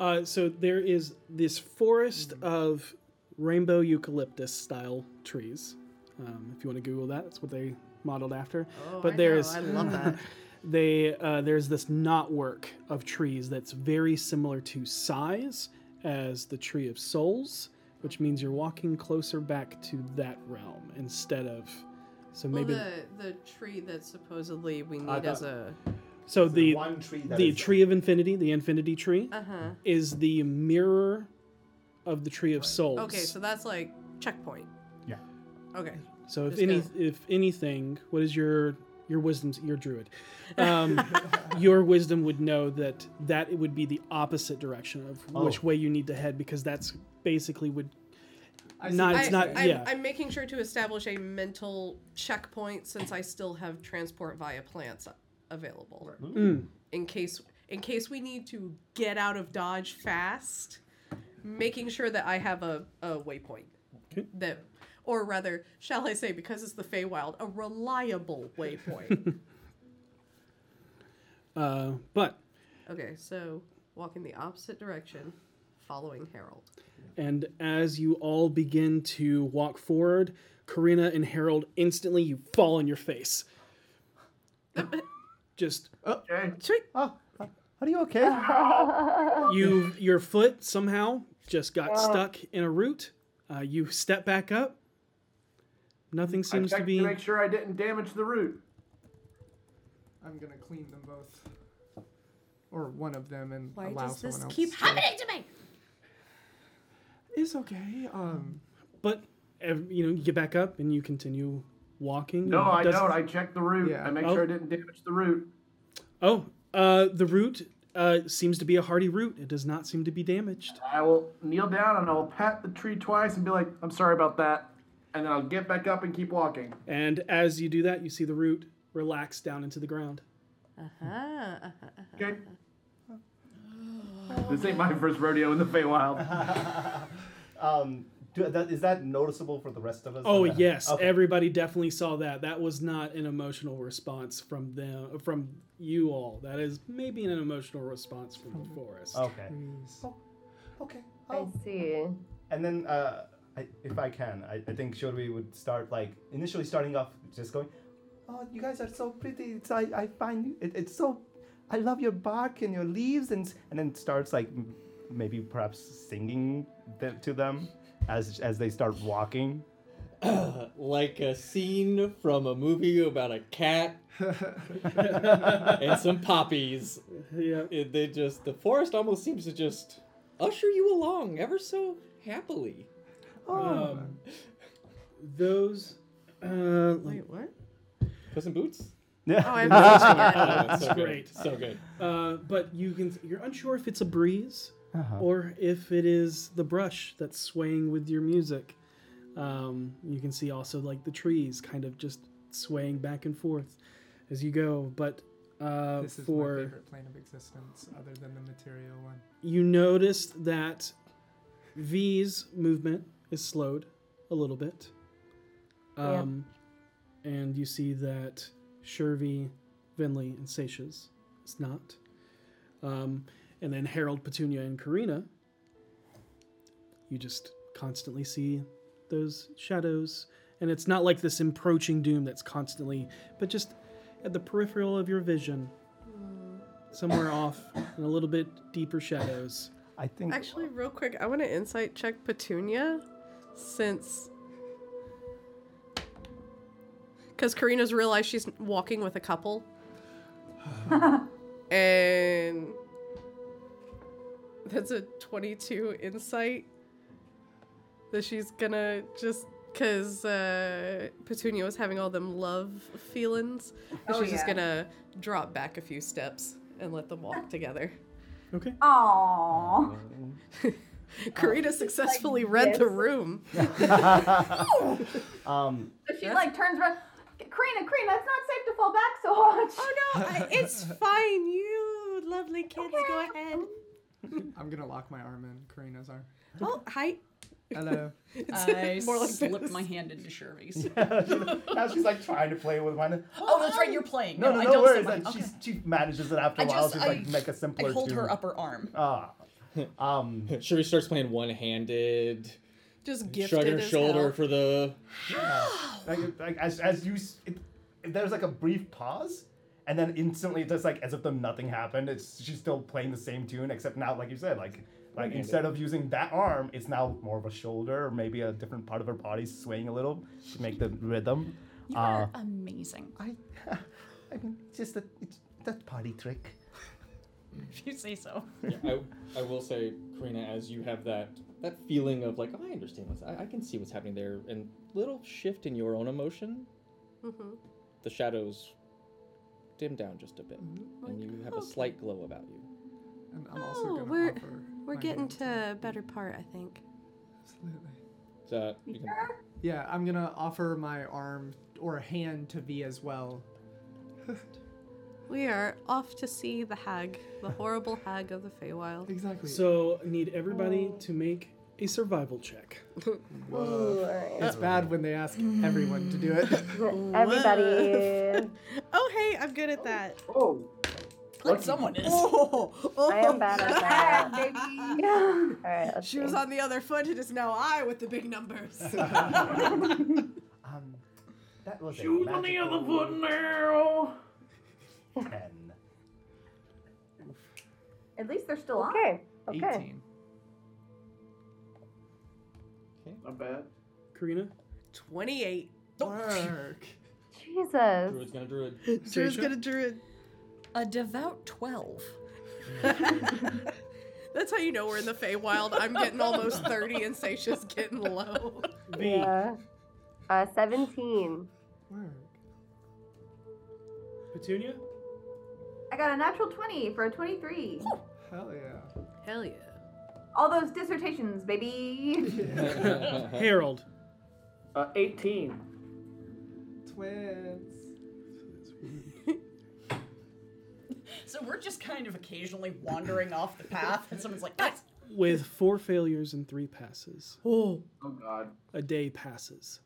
Speaker 3: Uh, so there is this forest
Speaker 6: Mm-hmm.
Speaker 3: of rainbow eucalyptus style trees. Um, if you want to Google that, that's what they modeled after.
Speaker 6: Oh,
Speaker 3: but
Speaker 6: I
Speaker 3: there
Speaker 6: know,
Speaker 3: is
Speaker 6: I love that.
Speaker 3: they uh, there's this knotwork of trees that's very similar to size as the tree of souls, which means you're walking closer back to that realm instead of. So maybe
Speaker 6: well, the the tree that supposedly we need
Speaker 9: I
Speaker 6: as
Speaker 9: thought-
Speaker 6: a
Speaker 3: so the
Speaker 9: one tree that
Speaker 3: the
Speaker 9: is-
Speaker 3: tree of infinity, the infinity tree,
Speaker 6: uh huh.
Speaker 3: is the mirror of the tree of souls.
Speaker 6: Okay, so that's like checkpoint.
Speaker 9: Yeah.
Speaker 6: Okay.
Speaker 3: So if
Speaker 6: Just
Speaker 3: any,
Speaker 6: go.
Speaker 3: if anything, what is your your wisdom's your druid? Um, your wisdom would know that that it would be the opposite direction of
Speaker 15: Oh.
Speaker 3: which way you need to head because that's basically would
Speaker 4: I see
Speaker 3: not
Speaker 4: what
Speaker 3: it's
Speaker 6: I,
Speaker 3: not
Speaker 6: I'm,
Speaker 3: yeah
Speaker 6: I'm making sure to establish a mental checkpoint since I still have transport via plants available
Speaker 3: Mm.
Speaker 6: in case in case we need to get out of Dodge fast. Making sure that I have a, a waypoint
Speaker 3: Okay.
Speaker 6: that, or rather, shall I say, because it's the Feywild, a reliable waypoint.
Speaker 3: uh, but
Speaker 6: okay, so walk in the opposite direction, following Harold.
Speaker 3: and as you all begin to walk forward, Karina and Harold instantly you fall on your face. Just
Speaker 11: Okay.
Speaker 15: Oh, uh, are you okay?
Speaker 3: Oh, you your foot somehow just got stuck in a root. Uh, you step back up. Nothing
Speaker 11: I
Speaker 3: seems
Speaker 11: checked
Speaker 3: to be
Speaker 11: to make sure I didn't damage the root.
Speaker 4: I'm gonna clean them both, or one of them, and
Speaker 3: Why
Speaker 4: allow
Speaker 3: does this
Speaker 4: someone else.
Speaker 3: keep
Speaker 4: to-
Speaker 3: happening
Speaker 23: to me?
Speaker 4: It's okay. Um,
Speaker 3: But ev- you know, you get back up and you continue walking.
Speaker 11: No,
Speaker 3: and
Speaker 11: I
Speaker 3: does-
Speaker 11: don't. I checked the root. I make
Speaker 3: Oh.
Speaker 11: sure I didn't damage the root.
Speaker 3: Oh, uh, the root uh, seems to be a hardy root. It does not seem to be damaged.
Speaker 11: I will kneel down and I will pat the tree twice and be like, "I'm sorry about that," and then I'll get back up and keep walking.
Speaker 3: And as you do that, you see the root relax down into the ground.
Speaker 6: Uh-huh.
Speaker 11: Okay. This ain't my first rodeo in the Feywild.
Speaker 9: um, do, that, is that noticeable for the rest of us?
Speaker 3: Oh
Speaker 9: That-
Speaker 3: yes,
Speaker 9: okay.
Speaker 3: everybody definitely saw that. That was not an emotional response from them, from you all. That is maybe an emotional response from the forest.
Speaker 9: Okay.
Speaker 1: Mm. Okay. I see.
Speaker 9: And then, uh, I, if I can, I, I think Shorui would start like initially starting off just going,
Speaker 15: Oh, you guys are so pretty. It's, I, I find you- it, it's so. I love your bark and your leaves, and s-
Speaker 9: and then starts like m- maybe perhaps singing th- to them as as they start walking.
Speaker 2: like a scene from a movie about a cat and some poppies.
Speaker 3: Yeah.
Speaker 2: It, they just the forest almost seems to just usher you along ever so happily.
Speaker 9: Oh.
Speaker 3: Um, those. Uh, Wait,
Speaker 6: what?
Speaker 2: Puss in Boots.
Speaker 9: Yeah.
Speaker 3: Oh, I haven't
Speaker 2: Oh,
Speaker 3: seen it yet.
Speaker 2: that's so
Speaker 3: It's
Speaker 2: good.
Speaker 3: great.
Speaker 2: So good.
Speaker 3: Uh, but you can. You're unsure if it's a breeze
Speaker 9: Uh-huh.
Speaker 3: or if it is the brush that's swaying with your music. Um, you can see also like the trees kind of just swaying back and forth as you go. But uh,
Speaker 4: this is
Speaker 3: for
Speaker 4: my favorite plane of existence, other than the material one.
Speaker 3: you noticed that V's movement is slowed a little bit.
Speaker 4: Yeah.
Speaker 3: Um, And you see that Shervy, Vinley, and Satia's is not. Um, and then Harold, Petunia, and Karina, you just constantly see those shadows. And it's not like this approaching doom that's constantly, but just at the peripheral of your vision, somewhere off in a little bit deeper shadows.
Speaker 9: I think
Speaker 6: Actually, real quick, I want to insight check Petunia since. Because Karina's realized she's walking with a couple. and. That's a 22 insight. That she's gonna just. Because uh, Petunia was having all them love feelings. And
Speaker 10: Oh,
Speaker 6: she's just
Speaker 10: yeah.
Speaker 6: gonna drop back a few steps and let them walk together.
Speaker 3: Okay.
Speaker 10: Aww.
Speaker 6: Karina successfully read the
Speaker 10: this.
Speaker 6: room.
Speaker 9: um,
Speaker 10: So she like turns around. Karina, Karina, it's not safe to fall back so much. Oh
Speaker 6: no, I, it's fine. You lovely kids, go ahead.
Speaker 4: I'm gonna lock my arm in Karina's arm.
Speaker 6: Oh, hi.
Speaker 4: Hello.
Speaker 5: I
Speaker 6: More like
Speaker 5: slipped
Speaker 6: this.
Speaker 5: my hand into Shervy's.
Speaker 9: now she's like trying to play with mine.
Speaker 5: Oh, that's right, you're playing.
Speaker 9: No, no,
Speaker 5: I
Speaker 9: no
Speaker 5: don't
Speaker 9: worries.
Speaker 5: slip
Speaker 9: Like,
Speaker 5: my-
Speaker 9: she's,
Speaker 5: okay.
Speaker 9: she manages it after
Speaker 5: I
Speaker 9: a while.
Speaker 5: just-
Speaker 9: She's like
Speaker 5: I-
Speaker 9: make a simpler.
Speaker 5: I hold her
Speaker 9: tune.
Speaker 5: upper arm.
Speaker 9: Ah. Um,
Speaker 2: Shuri starts playing one-handed.
Speaker 6: Just
Speaker 2: Shrug her
Speaker 9: as
Speaker 2: shoulder
Speaker 9: hell.
Speaker 2: for the.
Speaker 9: Yeah. Like, like, as, as you, s- it, there's like a brief pause, and then instantly, just like as if the nothing happened, it's she's still playing the same tune, except now, like you said, like like
Speaker 2: One-handed.
Speaker 9: instead of using that arm, it's now more of a shoulder or maybe a different part of her body swaying a little to make the rhythm.
Speaker 23: You
Speaker 9: Uh,
Speaker 23: are amazing.
Speaker 9: I, I mean, it's just that it's that party trick.
Speaker 5: If you say so.
Speaker 2: Yeah, I, I will say, Karina, as you have that that feeling of like, oh, I understand what's, I, I can see what's happening there, and little shift in your own emotion,
Speaker 6: Mm-hmm.
Speaker 2: the shadows dim down just a bit, and you have a slight glow about you.
Speaker 4: And I'm also
Speaker 6: Oh,
Speaker 4: gonna
Speaker 6: we're
Speaker 4: offer
Speaker 6: we're
Speaker 4: my
Speaker 6: getting
Speaker 4: hand.
Speaker 6: to a better part, I think.
Speaker 4: Absolutely.
Speaker 2: So you can,
Speaker 4: Yeah, I'm gonna offer my arm or hand to V as well.
Speaker 6: We are off to see the hag, the horrible hag of the Feywild.
Speaker 4: Exactly.
Speaker 3: So need everybody to make a survival check.
Speaker 4: It's bad when they ask everyone to do it.
Speaker 1: Everybody.
Speaker 6: oh, hey, I'm good at that.
Speaker 11: Oh.
Speaker 5: Glad someone is.
Speaker 6: Oh.
Speaker 1: I am bad at that. All right, let's
Speaker 6: She
Speaker 1: see.
Speaker 6: was on the other foot. It is now I with the big numbers.
Speaker 9: Um, that was
Speaker 11: Shoes
Speaker 9: a
Speaker 11: on the other
Speaker 9: magical
Speaker 11: foot now.
Speaker 9: ten.
Speaker 10: At least they're still on.
Speaker 1: Okay. Okay.
Speaker 11: Not bad.
Speaker 3: Karina?
Speaker 6: 28.
Speaker 4: Work.
Speaker 1: Jesus.
Speaker 2: Druid's gonna druid.
Speaker 6: Drew's gonna druid.
Speaker 5: A devout 12.
Speaker 6: That's how you know we're in the Feywild. I'm getting almost 30 and Seisha's getting low.
Speaker 1: Yeah. Uh, 17.
Speaker 3: Petunia?
Speaker 10: I got a natural 20 for a 23.
Speaker 4: Hell yeah.
Speaker 6: Hell yeah.
Speaker 10: All those dissertations, baby.
Speaker 3: Harold.
Speaker 11: Uh, 18.
Speaker 4: Twins.
Speaker 15: So we're just kind of occasionally wandering off the path, and someone's like, guys,
Speaker 3: With four failures and three passes. Oh.
Speaker 11: Oh God.
Speaker 3: A day passes.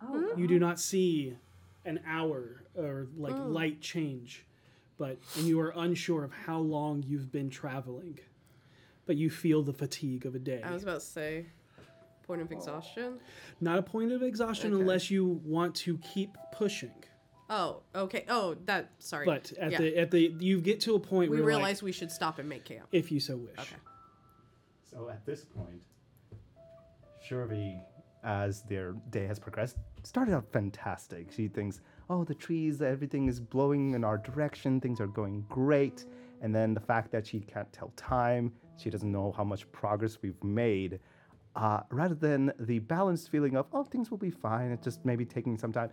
Speaker 6: Hmm?
Speaker 10: Oh,
Speaker 3: You do not see an hour or like
Speaker 6: Oh.
Speaker 3: light change, but and you are unsure of how long you've been traveling. But you feel the fatigue of a day.
Speaker 6: I was about to say, point of exhaustion.
Speaker 3: Not a point of exhaustion
Speaker 6: Okay.
Speaker 3: unless you want to keep pushing.
Speaker 6: Oh, okay. Oh, that. Sorry.
Speaker 3: But at
Speaker 6: Yeah.
Speaker 3: the at the you get to a point
Speaker 6: we
Speaker 3: where you're like,
Speaker 6: realized we should stop and make camp.
Speaker 3: if you so wish.
Speaker 9: So at this point, Shirvi, as their day has progressed, started out fantastic. She thinks, oh, the trees, everything is blowing in our direction, things are going great. And then the fact that she can't tell time, she doesn't know how much progress we've made, uh, rather than the balanced feeling of, oh, things will be fine, it's just maybe taking some time,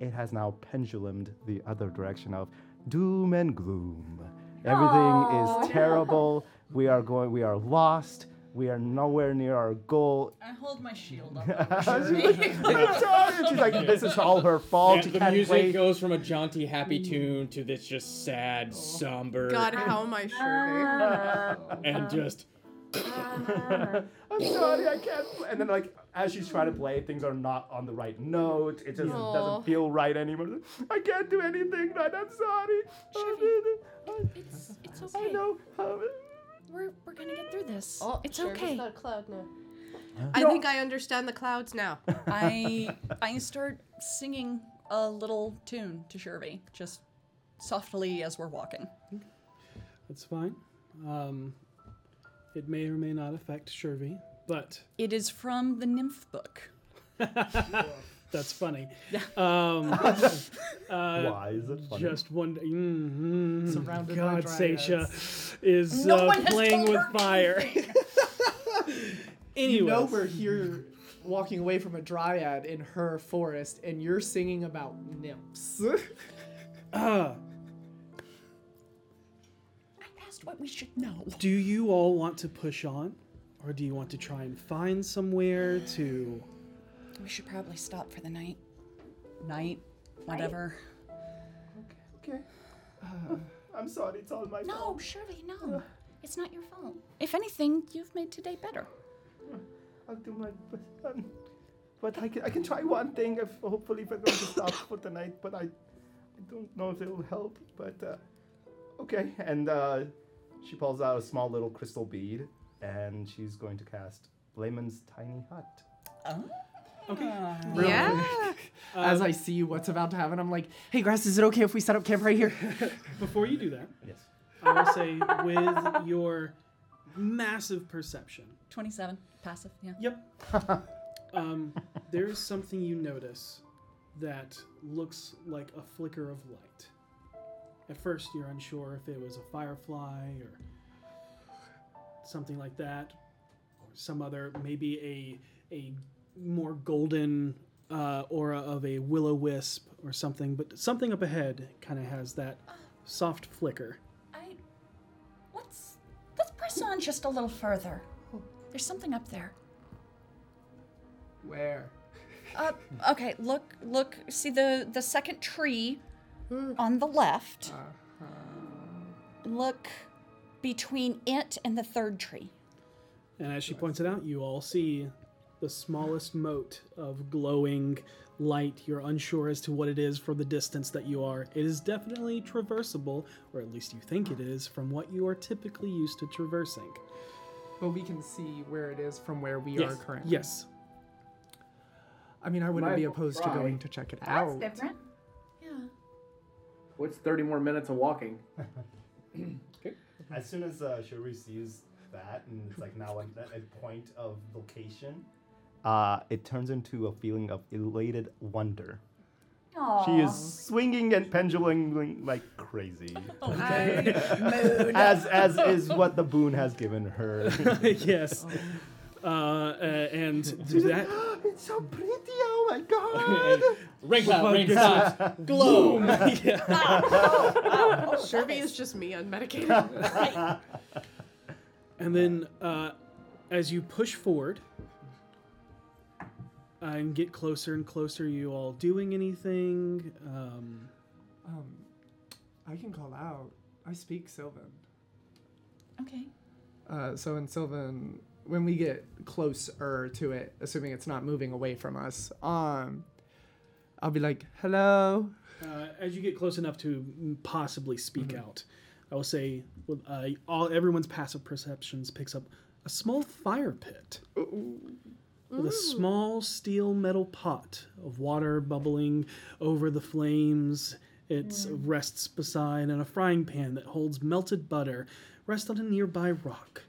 Speaker 9: it has now pendulumed the other direction of doom and gloom. Everything is terrible. We are going. We are lost. We are nowhere near our goal.
Speaker 5: I hold my shield up.
Speaker 9: She's like, this is all her fault. she
Speaker 2: the
Speaker 9: can't
Speaker 2: music
Speaker 9: wait.
Speaker 2: goes from a jaunty, happy tune to this just sad, somber,
Speaker 6: God, how am I sure?
Speaker 2: and just
Speaker 9: I'm sorry, I can't. pl-" And then like, as she's trying to play, things are not on the right note. It just
Speaker 6: Aw.
Speaker 9: doesn't feel right anymore. I can't do anything right. I'm sorry. Oh,
Speaker 15: it's, it's
Speaker 9: I
Speaker 15: okay.
Speaker 9: know.
Speaker 15: We're, we're gonna
Speaker 9: Uh,
Speaker 15: get through this.
Speaker 6: Oh,
Speaker 15: it's
Speaker 6: sure,
Speaker 15: okay.
Speaker 6: it's not a cloud now. I think I understand the clouds now.
Speaker 5: I I start singing a little tune to Shirvy, just softly as we're walking.
Speaker 3: That's fine. Um, it may or may not affect Shirvy, but
Speaker 5: It is from the Nymph book.
Speaker 3: that's funny. Um, uh,
Speaker 9: Why is it funny?
Speaker 3: Just one. Mm,
Speaker 4: Surrounded by
Speaker 3: God, Seisha is
Speaker 15: No
Speaker 3: uh,
Speaker 15: one has
Speaker 3: playing
Speaker 15: told
Speaker 3: with
Speaker 15: her
Speaker 3: fire.
Speaker 4: You know
Speaker 3: Anyways.
Speaker 4: we're here walking away from a dryad in her forest and you're singing about nymphs.
Speaker 3: Uh,
Speaker 15: I asked what we should know.
Speaker 3: do you all want to push on, or do you want to try and find somewhere to?
Speaker 15: We should probably stop for the night.
Speaker 5: Night, whatever.
Speaker 9: Okay. I'm sorry. It's all my
Speaker 15: No, surely no. It's not your fault. Uh, If anything, you've made today better.
Speaker 9: I'll do my best. Um, but I can, I can try one thing if hopefully if we're going to stop for the night, but I, I don't know if it will help. But uh, okay. And uh, she pulls out a small little crystal bead and she's going to cast Layman's Tiny Hut.
Speaker 15: Oh. Uh,
Speaker 6: Yeah.
Speaker 4: As I see what's about to happen, I'm like, hey, Grass, is it okay if we set up camp right here?
Speaker 3: Before you do that,
Speaker 9: Yes.
Speaker 3: I will say with your massive perception,
Speaker 5: Twenty-seven, passive. Yeah.
Speaker 3: Yep. um, there is something you notice that looks like a flicker of light. At first, you're unsure if it was a firefly or something like that, or some other, maybe a a more golden uh, aura of a willow wisp or something. But something up ahead kind of has that soft flicker.
Speaker 15: I. Let's let's press on just a little further. There's something up there.
Speaker 4: Where?
Speaker 5: Uh, okay. Look, look. See the the second tree on the left.
Speaker 6: Uh-huh.
Speaker 5: Look between it and the third tree.
Speaker 3: And as she points it out, you all see the smallest mote of glowing light. You're unsure as to what it is from the distance that you are. It is definitely traversable, or at least you think it is, from what you are typically used to traversing.
Speaker 4: But we can see where it is from where we are
Speaker 3: yes.
Speaker 4: currently.
Speaker 3: Yes.
Speaker 4: I mean, I wouldn't
Speaker 11: Might
Speaker 4: be
Speaker 11: as well
Speaker 4: opposed
Speaker 11: try.
Speaker 4: to going to check it
Speaker 10: That's
Speaker 4: out.
Speaker 10: different.
Speaker 11: What's 30 more minutes of walking?
Speaker 9: As soon as uh, Shuri sees that and it's like now a, a point of location, uh, it turns into a feeling of elated wonder. She is swinging and penduluming like crazy.
Speaker 3: Oh, mood.
Speaker 9: as as is what the boon has given her.
Speaker 3: yes. Uh, uh, and to that
Speaker 15: it's so pretty. Oh my god.
Speaker 2: Ring
Speaker 3: Cloud
Speaker 2: ring
Speaker 6: Oh
Speaker 3: gets
Speaker 2: stops.
Speaker 3: out.
Speaker 2: Glow.
Speaker 3: Boom.
Speaker 6: Sherby is just me unmedicated.
Speaker 3: And then, uh, as you push forward uh, and get closer and closer, you all doing anything? Um,
Speaker 24: Um, I can call out. I speak Sylvan.
Speaker 11: Okay.
Speaker 4: Uh, so in Sylvan, when we get closer to it, assuming it's not moving away from us, um, I'll be like, "Hello."
Speaker 3: uh, as you get close enough to possibly speak
Speaker 24: Mm-hmm.
Speaker 3: out, I will say, well, uh, all everyone's passive perceptions picks up a small fire pit with a small steel metal pot of water bubbling over the flames. It rests beside and a frying pan that holds melted butter rests on a nearby rock.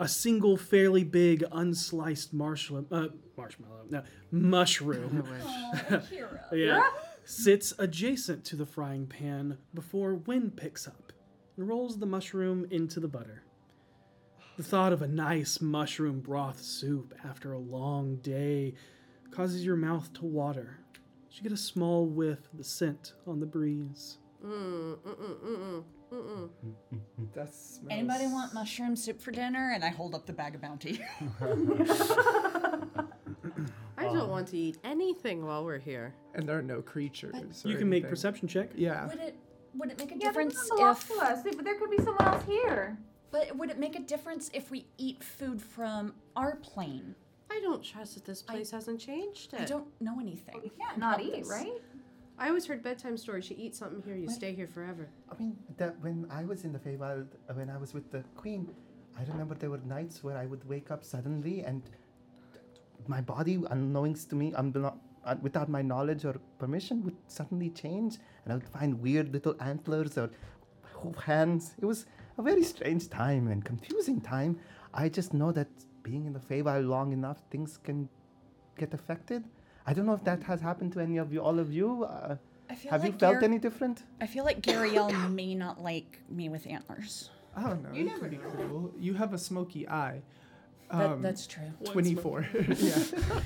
Speaker 3: A single fairly big unsliced marshmallow, uh, marshmallow, no, mushroom. yeah. Sits adjacent to the frying pan before wind picks up and rolls the mushroom into the butter. The thought of a nice mushroom broth soup after a long day causes your mouth to water. You get a small whiff of the scent on the breeze.
Speaker 6: Mm, mm-mm, mm-mm, mm-mm.
Speaker 4: That's
Speaker 11: Anybody want mushroom soup for dinner? And I hold up the bag of bounty.
Speaker 6: I don't want to eat anything while we're here.
Speaker 4: Um, And there are no creatures.
Speaker 3: You
Speaker 4: or
Speaker 3: can make
Speaker 4: anything.
Speaker 3: perception check.
Speaker 4: Yeah.
Speaker 11: Would it would it make a
Speaker 10: Yeah, they
Speaker 11: difference
Speaker 10: don't belong
Speaker 11: if
Speaker 10: to us. They- There could be someone else here.
Speaker 11: But would it make a difference if we eat food from our plane?
Speaker 6: I don't trust that this place hasn't changed it.
Speaker 11: I don't know anything.
Speaker 10: You can't not eat, right?
Speaker 6: I always heard bedtime stories. You eat something here, you stay here forever.
Speaker 15: I mean, that when I was in the Feywild, uh, when I was with the Queen, I remember there were nights where I would wake up suddenly and my body, unknowing to me, unbeknown- uh, without my knowledge or permission, would suddenly change, and I would find weird little antlers or hands. It was a very strange time and confusing time. I just know that being in the Feywild long enough, things can get affected. I don't know if that has happened to any of you, all of you. Uh,
Speaker 11: I feel
Speaker 15: have you
Speaker 11: like
Speaker 15: felt
Speaker 11: you're-
Speaker 15: any different?
Speaker 11: I feel like Gariel may not like me with antlers.
Speaker 4: I don't know.
Speaker 11: You
Speaker 4: You
Speaker 11: never
Speaker 4: could be cool. You have a smoky eye. Um,
Speaker 11: That- that's true. One
Speaker 4: Twenty-four. yeah.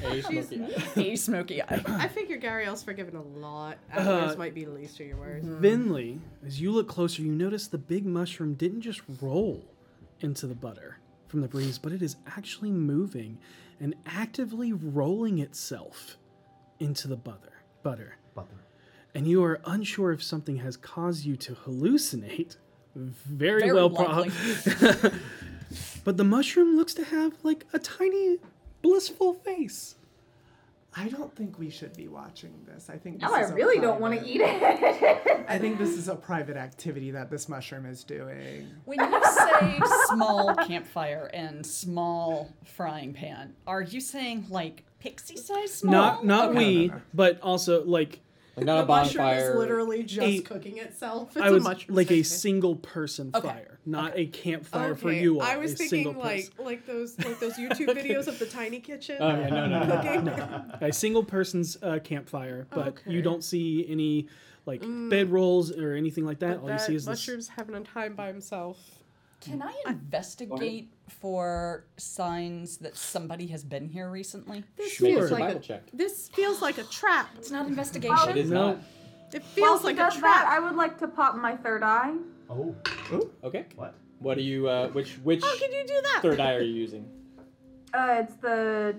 Speaker 2: A
Speaker 6: She's-
Speaker 2: smoky eye.
Speaker 11: A smoky eye.
Speaker 6: I figure Gariel's forgiven a lot.
Speaker 3: Uh,
Speaker 6: Antlers might be the least of your worries.
Speaker 5: Mm-hmm.
Speaker 3: Vinley, as you look closer, you notice the big mushroom didn't just roll into the butter from the breeze, but it is actually moving and actively rolling itself into the butter. Butter.
Speaker 15: Butter.
Speaker 3: And you are unsure if something has caused you to hallucinate. Very,
Speaker 11: Very
Speaker 3: well, pro-
Speaker 11: lovely.
Speaker 3: but the mushroom looks to have like a tiny, blissful face.
Speaker 24: I don't think we should be watching this. I think.
Speaker 10: No,
Speaker 24: this
Speaker 10: I
Speaker 24: is a
Speaker 10: really don't wanna
Speaker 24: private-
Speaker 10: eat it.
Speaker 24: I think this is a private activity that this mushroom is doing.
Speaker 5: When you say small campfire and small frying pan, are you saying like pixie size small?
Speaker 3: Not, not
Speaker 5: Okay.
Speaker 3: we, but also like.
Speaker 2: not
Speaker 6: a bonfire. literally just
Speaker 3: A-
Speaker 6: cooking itself. It's
Speaker 3: I was
Speaker 6: a mushroom.
Speaker 3: like a single person
Speaker 6: Okay.
Speaker 3: fire, not a campfire
Speaker 6: okay.
Speaker 3: for you all.
Speaker 6: I was
Speaker 3: a
Speaker 6: thinking
Speaker 3: single
Speaker 6: like
Speaker 3: person.
Speaker 6: like those like those YouTube
Speaker 3: Okay.
Speaker 6: videos of the tiny kitchen.
Speaker 3: Oh, yeah, no, no, no,
Speaker 6: cooking.
Speaker 3: a single person's uh, campfire, but you don't see any like bedrolls or anything like that.
Speaker 6: Mm. But
Speaker 3: all you see is this.
Speaker 6: mushrooms having a time by himself.
Speaker 5: Can I investigate for signs that somebody has been here recently?
Speaker 6: This
Speaker 2: Make a
Speaker 6: feels like
Speaker 2: survival
Speaker 6: a
Speaker 2: check.
Speaker 6: this feels like a trap. It's
Speaker 11: not
Speaker 2: It is not.
Speaker 10: While
Speaker 6: It feels
Speaker 10: she
Speaker 6: like
Speaker 10: does that,
Speaker 6: a trap.
Speaker 10: I would like to pop my third eye.
Speaker 9: Oh.
Speaker 2: Okay.
Speaker 9: What?
Speaker 2: What are you? Uh, which which
Speaker 10: How Oh, can you do that?
Speaker 2: third eye are you using?
Speaker 10: Uh, it's the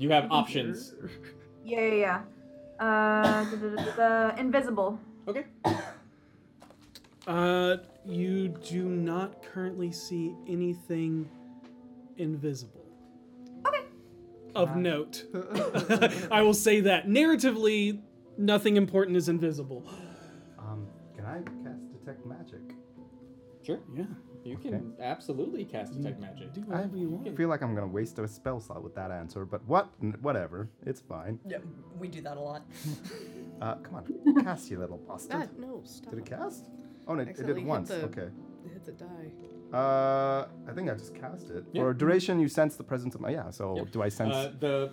Speaker 2: You have options.
Speaker 10: yeah yeah yeah. Uh, the invisible.
Speaker 2: Okay.
Speaker 3: Uh, you do not currently see anything invisible. Okay. Of note, I will say that narratively, nothing important is invisible.
Speaker 9: Um, can I cast detect magic?
Speaker 2: Sure.
Speaker 3: Yeah.
Speaker 2: You can absolutely cast detect magic.
Speaker 3: Do whatever you want.
Speaker 9: I feel like I'm gonna waste a spell slot with that answer, but what? N- Whatever. It's fine.
Speaker 5: Yeah, we do that a lot.
Speaker 9: Uh, come on, cast you little bastard.
Speaker 6: That- no, stop.
Speaker 9: Did it cast? Oh, no, it- it did
Speaker 6: Accidentally hit
Speaker 9: once.
Speaker 6: the-
Speaker 9: Okay.
Speaker 6: Hit the die.
Speaker 9: Uh, I think I just cast it.
Speaker 2: Yeah.
Speaker 9: oh, For duration, you sense the presence of my. Yeah. So do I sense?
Speaker 2: Uh, the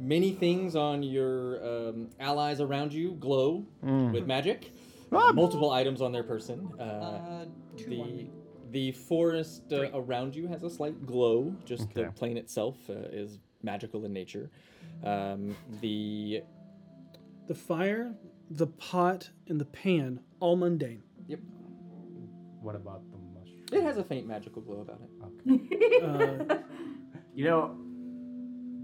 Speaker 2: many things on your um, allies around you glow
Speaker 20: Mm.
Speaker 2: with magic.
Speaker 20: Ah.
Speaker 2: Multiple items on their person. Uh,
Speaker 5: two
Speaker 2: the,
Speaker 5: on me.
Speaker 2: the forest uh, around you has a slight glow. Just the
Speaker 25: Okay.
Speaker 2: plane itself uh, is magical in nature. Um, the
Speaker 3: The fire, the pot, and the pan, all mundane.
Speaker 2: Yep.
Speaker 25: What about the mushroom?
Speaker 2: it has a faint magical glow about it.
Speaker 11: You know,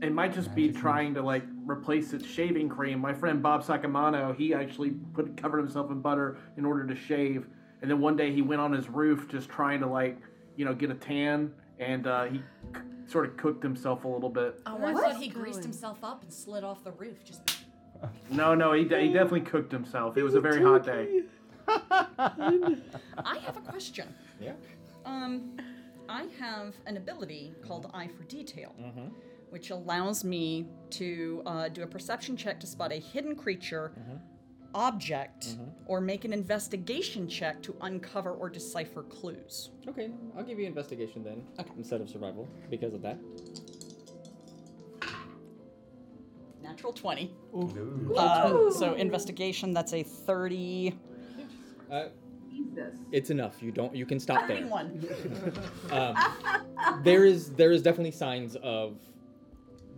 Speaker 11: it might just be trying to like replace its shaving cream. My friend Bob Sacamano, he actually put covered himself in butter in order to shave, and then one day he went on his roof just trying to like, you know, get a tan, and uh, he c- sort of cooked himself a little bit.
Speaker 26: Oh, I
Speaker 6: Where's
Speaker 26: thought
Speaker 6: this
Speaker 26: he greased
Speaker 6: going?
Speaker 26: himself up and slid off the roof. Just
Speaker 11: No, no, he, de- he definitely cooked himself. It was a very hot day.
Speaker 26: I have a question.
Speaker 2: Yeah.
Speaker 5: Um, I have an ability called Eye for Detail,
Speaker 2: Mhm.
Speaker 5: which allows me to uh, do a perception check to spot a hidden creature,
Speaker 2: Mm-hmm.
Speaker 5: object,
Speaker 2: Mm.
Speaker 5: or make an investigation check to uncover or decipher clues.
Speaker 2: Okay, I'll give you investigation then instead of survival because of that.
Speaker 5: Natural 20.
Speaker 2: Ooh.
Speaker 5: Uh, so, investigation, that's a 30.
Speaker 2: Uh,
Speaker 27: Jesus.
Speaker 2: It's enough. You don't. You can stop there.
Speaker 5: 31.
Speaker 2: um, there is there is definitely signs of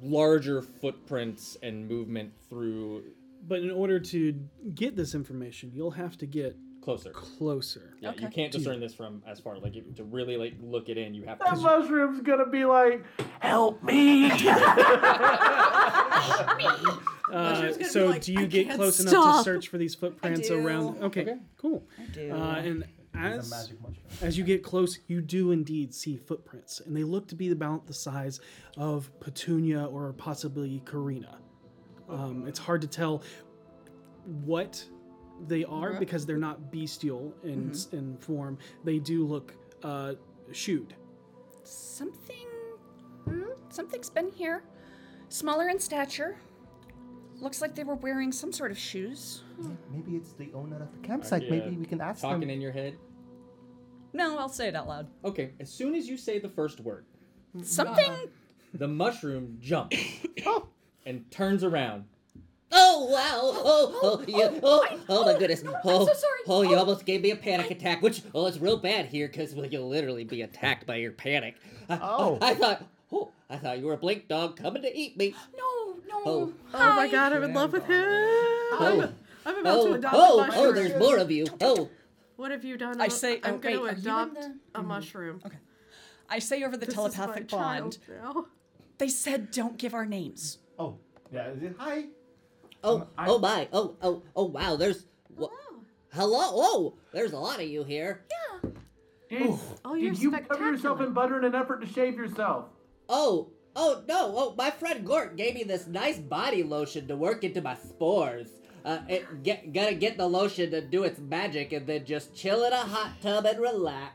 Speaker 2: larger footprints and movement through
Speaker 3: But in order to get this information, you'll have to get
Speaker 2: closer.
Speaker 3: closer.
Speaker 2: Yeah, you can't discern this from as far. Like if- to really like look it in, you have
Speaker 11: That
Speaker 2: to.
Speaker 11: mushroom's gonna be like, help me.
Speaker 3: Uh,
Speaker 11: Usher's gonna
Speaker 3: so
Speaker 11: be like,
Speaker 3: do you
Speaker 11: "I
Speaker 3: get
Speaker 11: can't
Speaker 3: close enough to
Speaker 11: stop."
Speaker 3: search for these footprints around?
Speaker 11: do.
Speaker 3: Okay,
Speaker 11: Okay.
Speaker 3: cool.
Speaker 5: I do.
Speaker 3: Uh, and
Speaker 25: It's a
Speaker 3: as
Speaker 25: magic mushroom.
Speaker 3: as you get close, you do indeed see footprints, and they look to be about the size of Petunia or possibly Karina. Um, it's hard to tell what they are
Speaker 5: Okay.
Speaker 3: because they're not bestial
Speaker 11: Mm-hmm.
Speaker 3: in
Speaker 5: Mhm.
Speaker 3: in form. They do look uh, shooed.
Speaker 26: something. Hmm, something's been here. Smaller in stature. Looks like they were wearing some sort of shoes.
Speaker 15: Maybe it's the owner of the campsite.
Speaker 2: Yeah.
Speaker 15: Maybe we can ask
Speaker 2: Talking
Speaker 15: them.
Speaker 2: in your head.
Speaker 5: No, I'll say it out loud.
Speaker 2: Okay, as soon as you say the first word,
Speaker 26: Something.
Speaker 2: the mushroom jumps and turns around.
Speaker 20: Oh wow! Oh oh you, oh, oh my goodness! Oh, oh, you almost gave me a panic attack, which oh, it's real bad here because well, you'll literally be attacked by your panic. I,
Speaker 15: Oh.
Speaker 20: I thought, oh, I thought you were a blink dog coming to eat me.
Speaker 26: No, no.
Speaker 20: Oh,
Speaker 6: Oh my god, I'm in love with him.
Speaker 20: oh,
Speaker 6: I'm about to
Speaker 20: oh,
Speaker 6: adopt
Speaker 20: oh,
Speaker 6: a mushroom.
Speaker 20: oh, there's more of you. Oh,
Speaker 6: What have you done?
Speaker 5: I say-
Speaker 6: I'm
Speaker 5: oh,
Speaker 6: going
Speaker 5: wait, are you
Speaker 6: to
Speaker 5: in
Speaker 6: adopt
Speaker 5: the-
Speaker 6: a mushroom. Okay.
Speaker 5: I say over the telepathic bond, they said don't give our names.
Speaker 25: Oh, yeah. Is it, hi.
Speaker 20: oh, oh my! Oh, oh, oh wow! There's wha- hello. Oh, there's a lot of you here.
Speaker 11: Did,
Speaker 6: Oh,
Speaker 11: did you cover yourself in butter in an effort to shave yourself?
Speaker 20: Oh, oh no! Oh, my friend Gort gave me this nice body lotion to work into my spores. Uh, it, get, gotta get the lotion to do its magic, and then just chill in a hot tub and relax.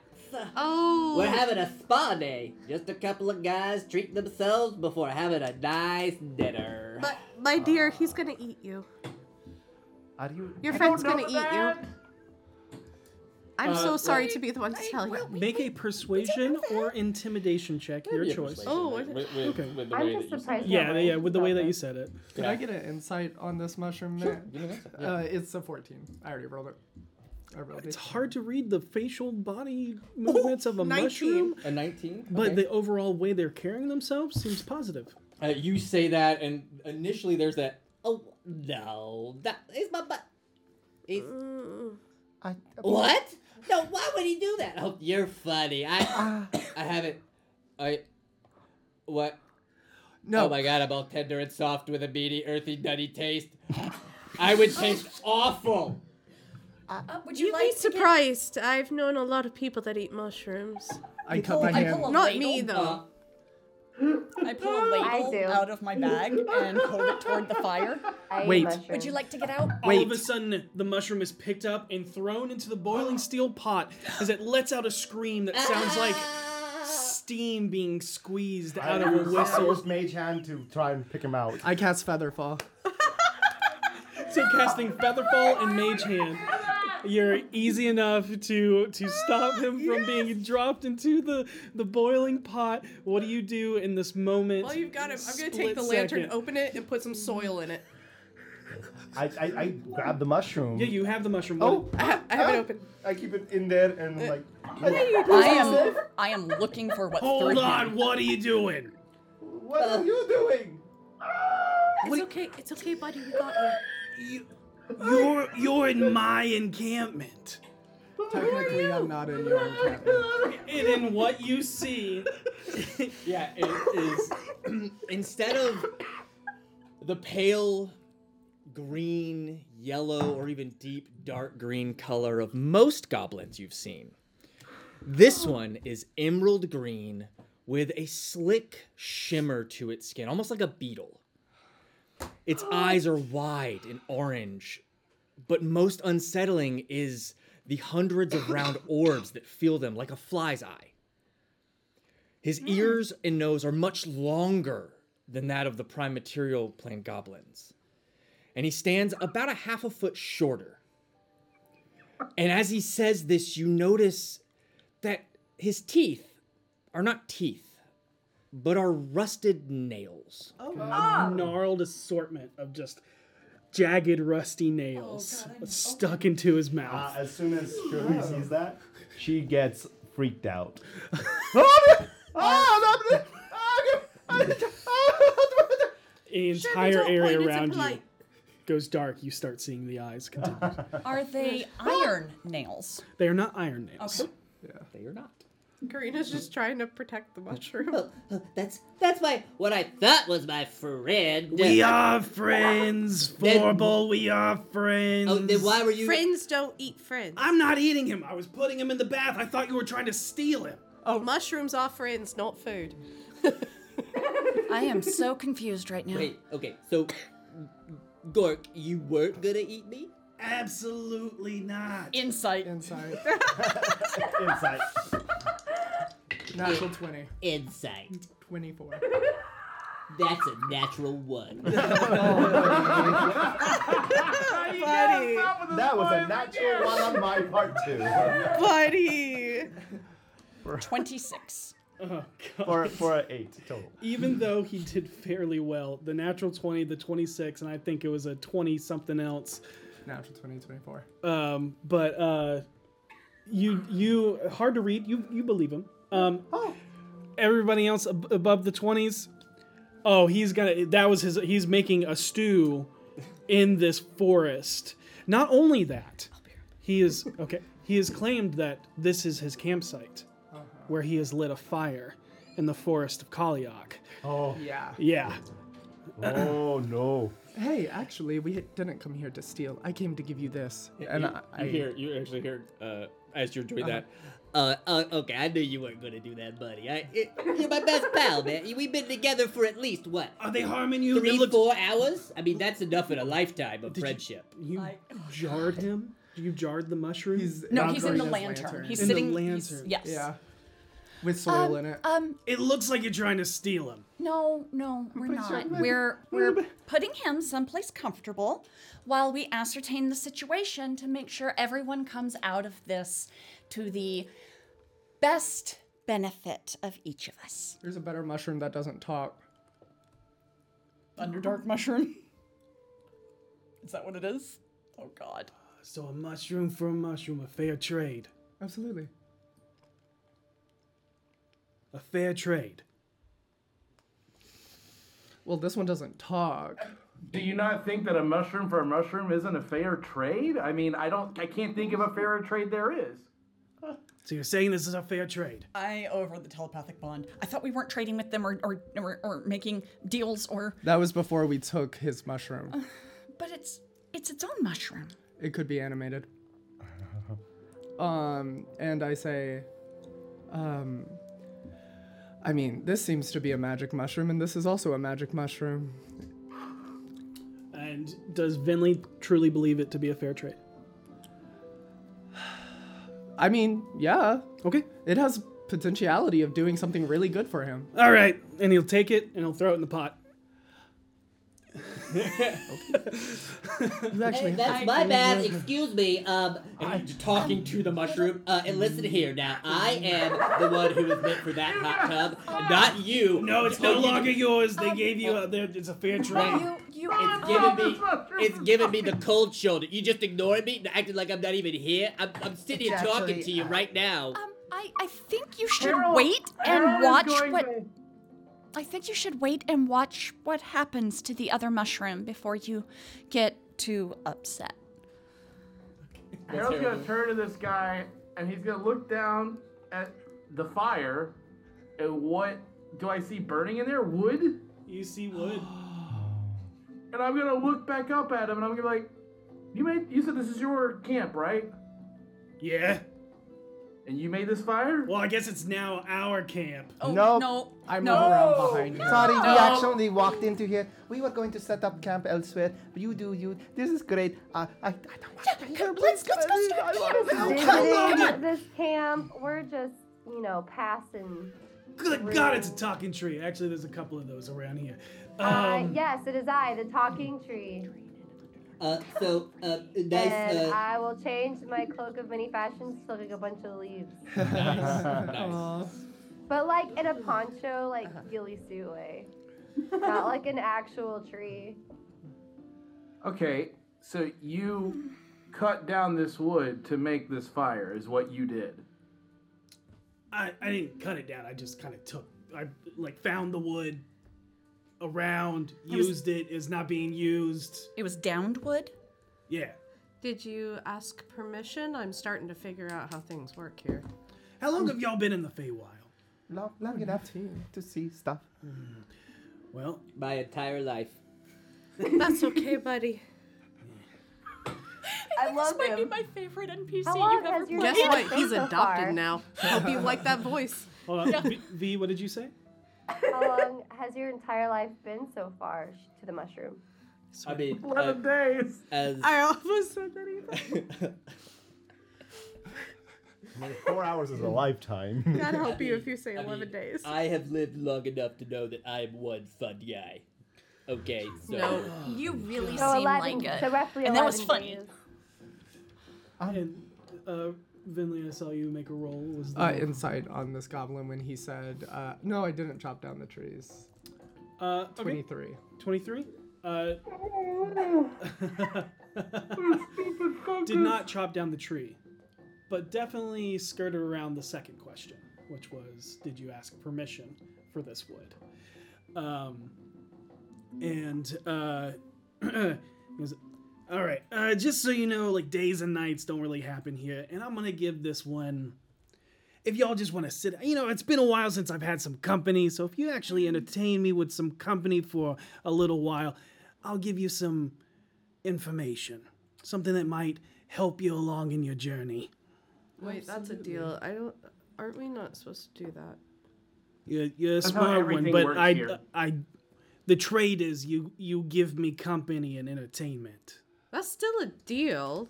Speaker 6: Oh.
Speaker 20: We're having a spa day. Just a couple of guys treating themselves before having a nice dinner.
Speaker 6: But
Speaker 3: Uh,
Speaker 6: my dear, he's gonna eat you.
Speaker 15: Are you?
Speaker 6: Your
Speaker 15: I
Speaker 6: friend's
Speaker 15: don't know
Speaker 6: gonna eat you. I'm
Speaker 3: Uh,
Speaker 6: so sorry
Speaker 3: wait,
Speaker 6: to be the one to tell you.
Speaker 3: Make a persuasion or intimidation check, your
Speaker 2: Maybe a
Speaker 3: choice.
Speaker 2: persuasion,
Speaker 6: Oh,
Speaker 2: like,
Speaker 6: I-
Speaker 2: with, with,
Speaker 3: Okay.
Speaker 2: with the
Speaker 10: I'm just
Speaker 2: way that you said
Speaker 10: surprised.
Speaker 3: Yeah,
Speaker 10: nobody
Speaker 3: yeah, with the way that you
Speaker 10: felt
Speaker 3: said it.
Speaker 2: it.
Speaker 4: Did I get an insight on this mushroom?
Speaker 2: Sure,
Speaker 4: Matt?
Speaker 2: give me an insight,
Speaker 4: Uh,
Speaker 2: yeah.
Speaker 4: it's a 14. I already rolled it. I rolled
Speaker 3: It's
Speaker 4: it.
Speaker 3: hard to read the facial body movements of a
Speaker 4: 19.
Speaker 3: mushroom,
Speaker 2: A 19?
Speaker 3: but
Speaker 2: Okay.
Speaker 3: the overall way they're carrying themselves seems positive.
Speaker 2: Uh, you say that, and initially there's that.
Speaker 20: Oh no! That is my butt. It's-
Speaker 15: Mm. I,
Speaker 20: what? No, why would he do that? Oh, you're funny. I
Speaker 15: Ah,
Speaker 20: I haven't. I what?
Speaker 4: No.
Speaker 20: Oh my god, I'm all tender and soft with a meaty, earthy, nutty taste. I would taste awful.
Speaker 26: Uh, would you,
Speaker 6: You'd be
Speaker 26: like to get-
Speaker 6: surprised. I've known a lot of people that eat mushrooms.
Speaker 4: I cut my
Speaker 5: I
Speaker 4: hand.
Speaker 5: pull a
Speaker 6: Not
Speaker 5: ladle. Uh,
Speaker 6: me though.
Speaker 5: I pull a
Speaker 10: I do.
Speaker 5: ladle out of my bag and hold it toward the fire.
Speaker 10: I eat
Speaker 4: Wait.
Speaker 10: mushrooms.
Speaker 26: Would you like to get out?
Speaker 3: All
Speaker 4: Wait.
Speaker 3: of a sudden, the mushroom is picked up and thrown into the boiling steel pot as it lets out a scream that sounds like steam being squeezed out
Speaker 25: I
Speaker 3: of a
Speaker 25: use- I
Speaker 3: whistle.
Speaker 25: use mage hand to try and pick him out.
Speaker 4: I cast Featherfall.
Speaker 3: So casting Featherfall and Mage Hand. you're easy enough to to stop him from being dropped into the the boiling pot. What do you do in this moment?
Speaker 6: While you've got him, I'm gonna take
Speaker 3: Split
Speaker 6: the lantern,
Speaker 3: second.
Speaker 6: open it, and put some soil in it.
Speaker 9: I, I, I grab the mushroom. Yeah,
Speaker 3: you have the mushroom.
Speaker 9: Oh,
Speaker 6: I, ha- I have it open.
Speaker 9: I keep it in there and
Speaker 6: Uh,
Speaker 9: like.
Speaker 5: I am I am looking for what
Speaker 3: Hold
Speaker 5: threw
Speaker 3: on,
Speaker 5: him.
Speaker 3: what are you doing?
Speaker 9: What are you doing?
Speaker 6: It's okay. It's okay, buddy. We got you.
Speaker 3: You're you're in my encampment.
Speaker 4: Technically, I'm not in your encampment.
Speaker 3: And in what you see,
Speaker 2: yeah, it is instead of the pale green, yellow, or even deep dark green color of most goblins you've seen. This one is emerald green with a slick shimmer to its skin, almost like a beetle. Its eyes are wide and orange, but most unsettling is the hundreds of round orbs that feel them like a fly's eye. His
Speaker 6: Hmm.
Speaker 2: ears and nose are much longer than that of the prime material plane goblins. And he stands about a half a foot shorter. And as he says this, you notice that his teeth are not teeth, but are rusted nails.
Speaker 20: Oh,
Speaker 3: a gnarled assortment of just jagged, rusty nails
Speaker 20: Oh,
Speaker 3: stuck into his mouth.
Speaker 9: Uh, as soon as Shuri sees that, she gets freaked out.
Speaker 3: The entire area around you goes dark. You start seeing the eyes. Continue.
Speaker 5: Are they iron nails?
Speaker 3: they are not iron nails.
Speaker 5: Okay.
Speaker 2: They are not.
Speaker 6: Karina's just trying to protect the mushroom.
Speaker 20: oh. that's that's my what I thought was my friend.
Speaker 3: We are friends,
Speaker 20: Then-
Speaker 3: Forble. We are friends.
Speaker 20: Oh, then why were you?
Speaker 6: Friends don't eat friends.
Speaker 3: I'm not eating him. I was putting him in the bath. I thought you were trying to steal him.
Speaker 6: Oh, mushrooms are friends, not food.
Speaker 5: I am so confused right now.
Speaker 20: Wait, okay, so Gork, you weren't gonna eat me?
Speaker 3: Absolutely not.
Speaker 5: Insight.
Speaker 4: Insight.
Speaker 9: Insight.
Speaker 4: Natural 20.
Speaker 20: Insight.
Speaker 4: 24.
Speaker 20: That's a natural one.
Speaker 6: Buddy.
Speaker 9: That was a natural one on my part too.
Speaker 6: Buddy.
Speaker 5: 26.
Speaker 3: Oh,
Speaker 9: For for an eight total.
Speaker 3: Even though he did fairly well, the natural 20, the 26, and I think it was a 20 something else.
Speaker 4: Natural 20, 24.
Speaker 3: Um, but uh, you you hard to read. You you believe him. Um,
Speaker 9: Oh.
Speaker 3: everybody else ab- above the 20s. Oh, he's gonna. That was his. He's making a stew in this forest. Not only that, he is okay. He has claimed that this is his campsite,
Speaker 25: Oh.
Speaker 3: where he has lit a fire in the forest of Kaliak.
Speaker 9: Oh.
Speaker 4: Yeah.
Speaker 3: Yeah.
Speaker 9: Oh no.
Speaker 4: Hey, actually, we didn't come here to steal. I came to give you this. And
Speaker 2: you,
Speaker 4: I, I
Speaker 2: you hear, you actually hear uh, as you're doing that.
Speaker 20: Uh, uh, okay, I knew you weren't gonna do that, buddy. I, it, you're my best pal, man. We've been together for at least what?
Speaker 3: Are they harming you?
Speaker 20: Three,
Speaker 3: They look-
Speaker 20: four hours? I mean, that's enough in a lifetime of friendship.
Speaker 3: You jarred him. You jarred the mushroom.
Speaker 5: oh, No, he's in the lantern. He's
Speaker 3: In the
Speaker 5: sitting. he's-
Speaker 3: lantern.
Speaker 5: yes.
Speaker 4: Yeah. With soil in it.
Speaker 5: Um.
Speaker 3: It looks like you're trying to steal him.
Speaker 5: No, no, we're
Speaker 4: pretty sure
Speaker 5: not.
Speaker 4: we're-
Speaker 5: We're we're putting him someplace comfortable while we ascertain the situation to make sure everyone comes out of this to the best benefit of each of us.
Speaker 4: There's a better mushroom that doesn't talk.
Speaker 5: Underdark mushroom. Is that what it is? Oh god.
Speaker 3: So a mushroom for a mushroom, a fair trade.
Speaker 4: Absolutely.
Speaker 3: A fair trade.
Speaker 4: Well, this one doesn't talk.
Speaker 11: Do you not think that a mushroom for a mushroom isn't a fair trade? I mean, I don't, I can't think of a fairer trade there is.
Speaker 3: So you're saying this is a fair trade?
Speaker 5: I over the telepathic bond. I thought we weren't trading with them or or, or, or making deals or
Speaker 4: That was before we took his mushroom.
Speaker 5: but it's it's its own mushroom.
Speaker 4: It could be animated. Um, and I say, um, I mean, this seems to be a magic mushroom, and this is also a magic mushroom.
Speaker 3: And does Vinley truly believe it to be a fair trade?
Speaker 4: I mean, yeah,
Speaker 3: Okay.
Speaker 4: it has potentiality of doing something really good for him.
Speaker 3: All right. And he'll take it and he'll throw it in the pot.
Speaker 20: You
Speaker 4: actually
Speaker 20: hey, that's
Speaker 4: have
Speaker 20: my
Speaker 4: to
Speaker 20: bad.
Speaker 4: remember.
Speaker 20: Excuse me. Um,
Speaker 28: I'm talking to the mushroom.
Speaker 20: Uh, and listen here. Now, I am the one who was meant for that hot tub, not you.
Speaker 3: No, it's no longer yours.
Speaker 5: Oh,
Speaker 3: They gave you a. there- It's a fair trade.
Speaker 20: You, it's giving me, it's giving me the cold shoulder. You just ignoring me and acting like I'm not even here. I'm, I'm sitting here
Speaker 5: It's
Speaker 20: talking
Speaker 5: actually,
Speaker 20: to you
Speaker 5: uh,
Speaker 20: right now.
Speaker 5: I, I think you should
Speaker 20: Harold-
Speaker 5: wait and
Speaker 20: Harold is
Speaker 5: watch
Speaker 20: going
Speaker 5: what. I think you should wait and watch what happens to the other mushroom before you get too upset.
Speaker 11: Harold's gonna turn to this guy and he's gonna look down at the fire. And what do I see burning in there? Wood?
Speaker 3: You see wood.
Speaker 11: And I'm gonna look back up at him and I'm gonna be like, You made you said this is your camp, right?
Speaker 3: Yeah.
Speaker 11: And you made this fire?
Speaker 3: Well, I guess it's now our camp.
Speaker 15: Oh, Nope. no.
Speaker 3: I'm
Speaker 15: No. Sorry, we accidentally walked into here. We were going to set up camp elsewhere. But you do you. This is great. Uh, I, I don't want to hear
Speaker 1: Let's,
Speaker 15: let's go start
Speaker 1: Just
Speaker 15: camp.
Speaker 1: visiting this camp. We're just, you know, passing.
Speaker 3: Good
Speaker 1: through.
Speaker 3: God, it's a talking tree. Actually, there's a couple of those around here.
Speaker 1: Uh,
Speaker 3: Um,
Speaker 1: yes, it is I, the talking tree.
Speaker 20: Uh, so, uh, nice.
Speaker 1: and
Speaker 20: Uh,
Speaker 1: I will change my cloak of many fashions to look like a bunch of leaves.
Speaker 5: um,
Speaker 20: nice.
Speaker 1: But like in a poncho, like
Speaker 3: Uh-huh.
Speaker 1: ghillie suit way. Not like an actual tree.
Speaker 11: Okay, so you cut down this wood to make this fire is what you did.
Speaker 3: I, I didn't cut it down. I just kind of took, I like found the wood around,
Speaker 5: It was-
Speaker 3: used it. It's not being used.
Speaker 5: It was downed wood.
Speaker 3: Yeah.
Speaker 6: Did you ask permission? I'm starting to figure out how things work here.
Speaker 3: How long have y'all been in the Feywild?
Speaker 15: Long, long enough to, to see stuff.
Speaker 3: Well,
Speaker 20: my entire life.
Speaker 6: That's okay, buddy.
Speaker 1: I love
Speaker 5: this might be my favorite NPC
Speaker 1: How long
Speaker 5: you've ever
Speaker 1: has your
Speaker 5: played.
Speaker 6: Guess
Speaker 1: Yeah,
Speaker 6: what?
Speaker 1: so
Speaker 6: He's
Speaker 1: so
Speaker 6: adopted
Speaker 1: far.
Speaker 6: now. Hope you like that voice.
Speaker 3: Hold on. V, v, what did you say?
Speaker 1: How long has your entire life been so far sh- to the mushroom?
Speaker 20: I mean,
Speaker 11: Eleven days.
Speaker 20: uh, As
Speaker 6: I almost said that either.
Speaker 9: Four hours is a lifetime.
Speaker 6: God help you if you say 11 days.
Speaker 20: I have lived long enough to know that I am one fun guy. Okay, so
Speaker 5: No, you really
Speaker 1: So
Speaker 5: seem
Speaker 1: 11
Speaker 5: like it.
Speaker 1: so roughly
Speaker 5: and that was
Speaker 1: 11
Speaker 5: funny.
Speaker 29: and uh, Vinley, I saw you make a roll. Was the
Speaker 4: Uh, insight on this goblin when he said, uh, "No, I didn't chop down the trees."
Speaker 3: Uh,
Speaker 4: Twenty-three.
Speaker 3: Twenty-three. Uh,
Speaker 29: Uh,
Speaker 3: did not chop down the tree, but definitely skirted around the second question, which was, did you ask permission for this wood? Um, and uh, he goes, all right, uh, just so you know, like days and nights don't really happen here, and I'm gonna give this one. If y'all just want to sit, you know, it's been a while since I've had some company, so if you actually entertain me with some company for a little while, I'll give you some information, something that might help you along in your journey.
Speaker 6: Wait, that's a deal. I don't. Aren't we not supposed to do that?
Speaker 3: You're, you're a
Speaker 6: That's how
Speaker 3: smart one,
Speaker 6: everything
Speaker 3: but
Speaker 6: works
Speaker 3: I,
Speaker 6: here.
Speaker 3: I, the trade is you, you give me company and entertainment.
Speaker 6: That's still a deal.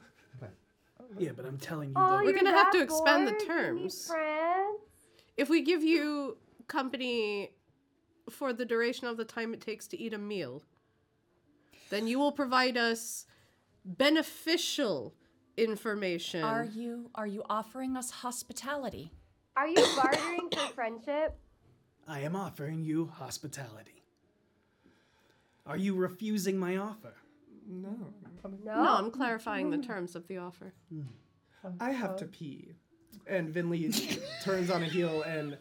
Speaker 3: Yeah, but I'm telling you,
Speaker 1: Oh,
Speaker 3: the-
Speaker 6: We're
Speaker 1: you're
Speaker 6: gonna have to
Speaker 1: that
Speaker 6: expand the
Speaker 1: bored? You need
Speaker 6: terms.
Speaker 1: friends?
Speaker 6: If we give you company for the duration of the time it takes to eat a meal, then you will provide us beneficial information.
Speaker 5: Are you are you offering us hospitality?
Speaker 1: Are you bartering for friendship?
Speaker 3: I am offering you hospitality. Are you refusing my offer?
Speaker 4: No.
Speaker 6: No, I'm clarifying the terms of the offer.
Speaker 4: I have to pee. Hmm. And Vinley turns on a heel and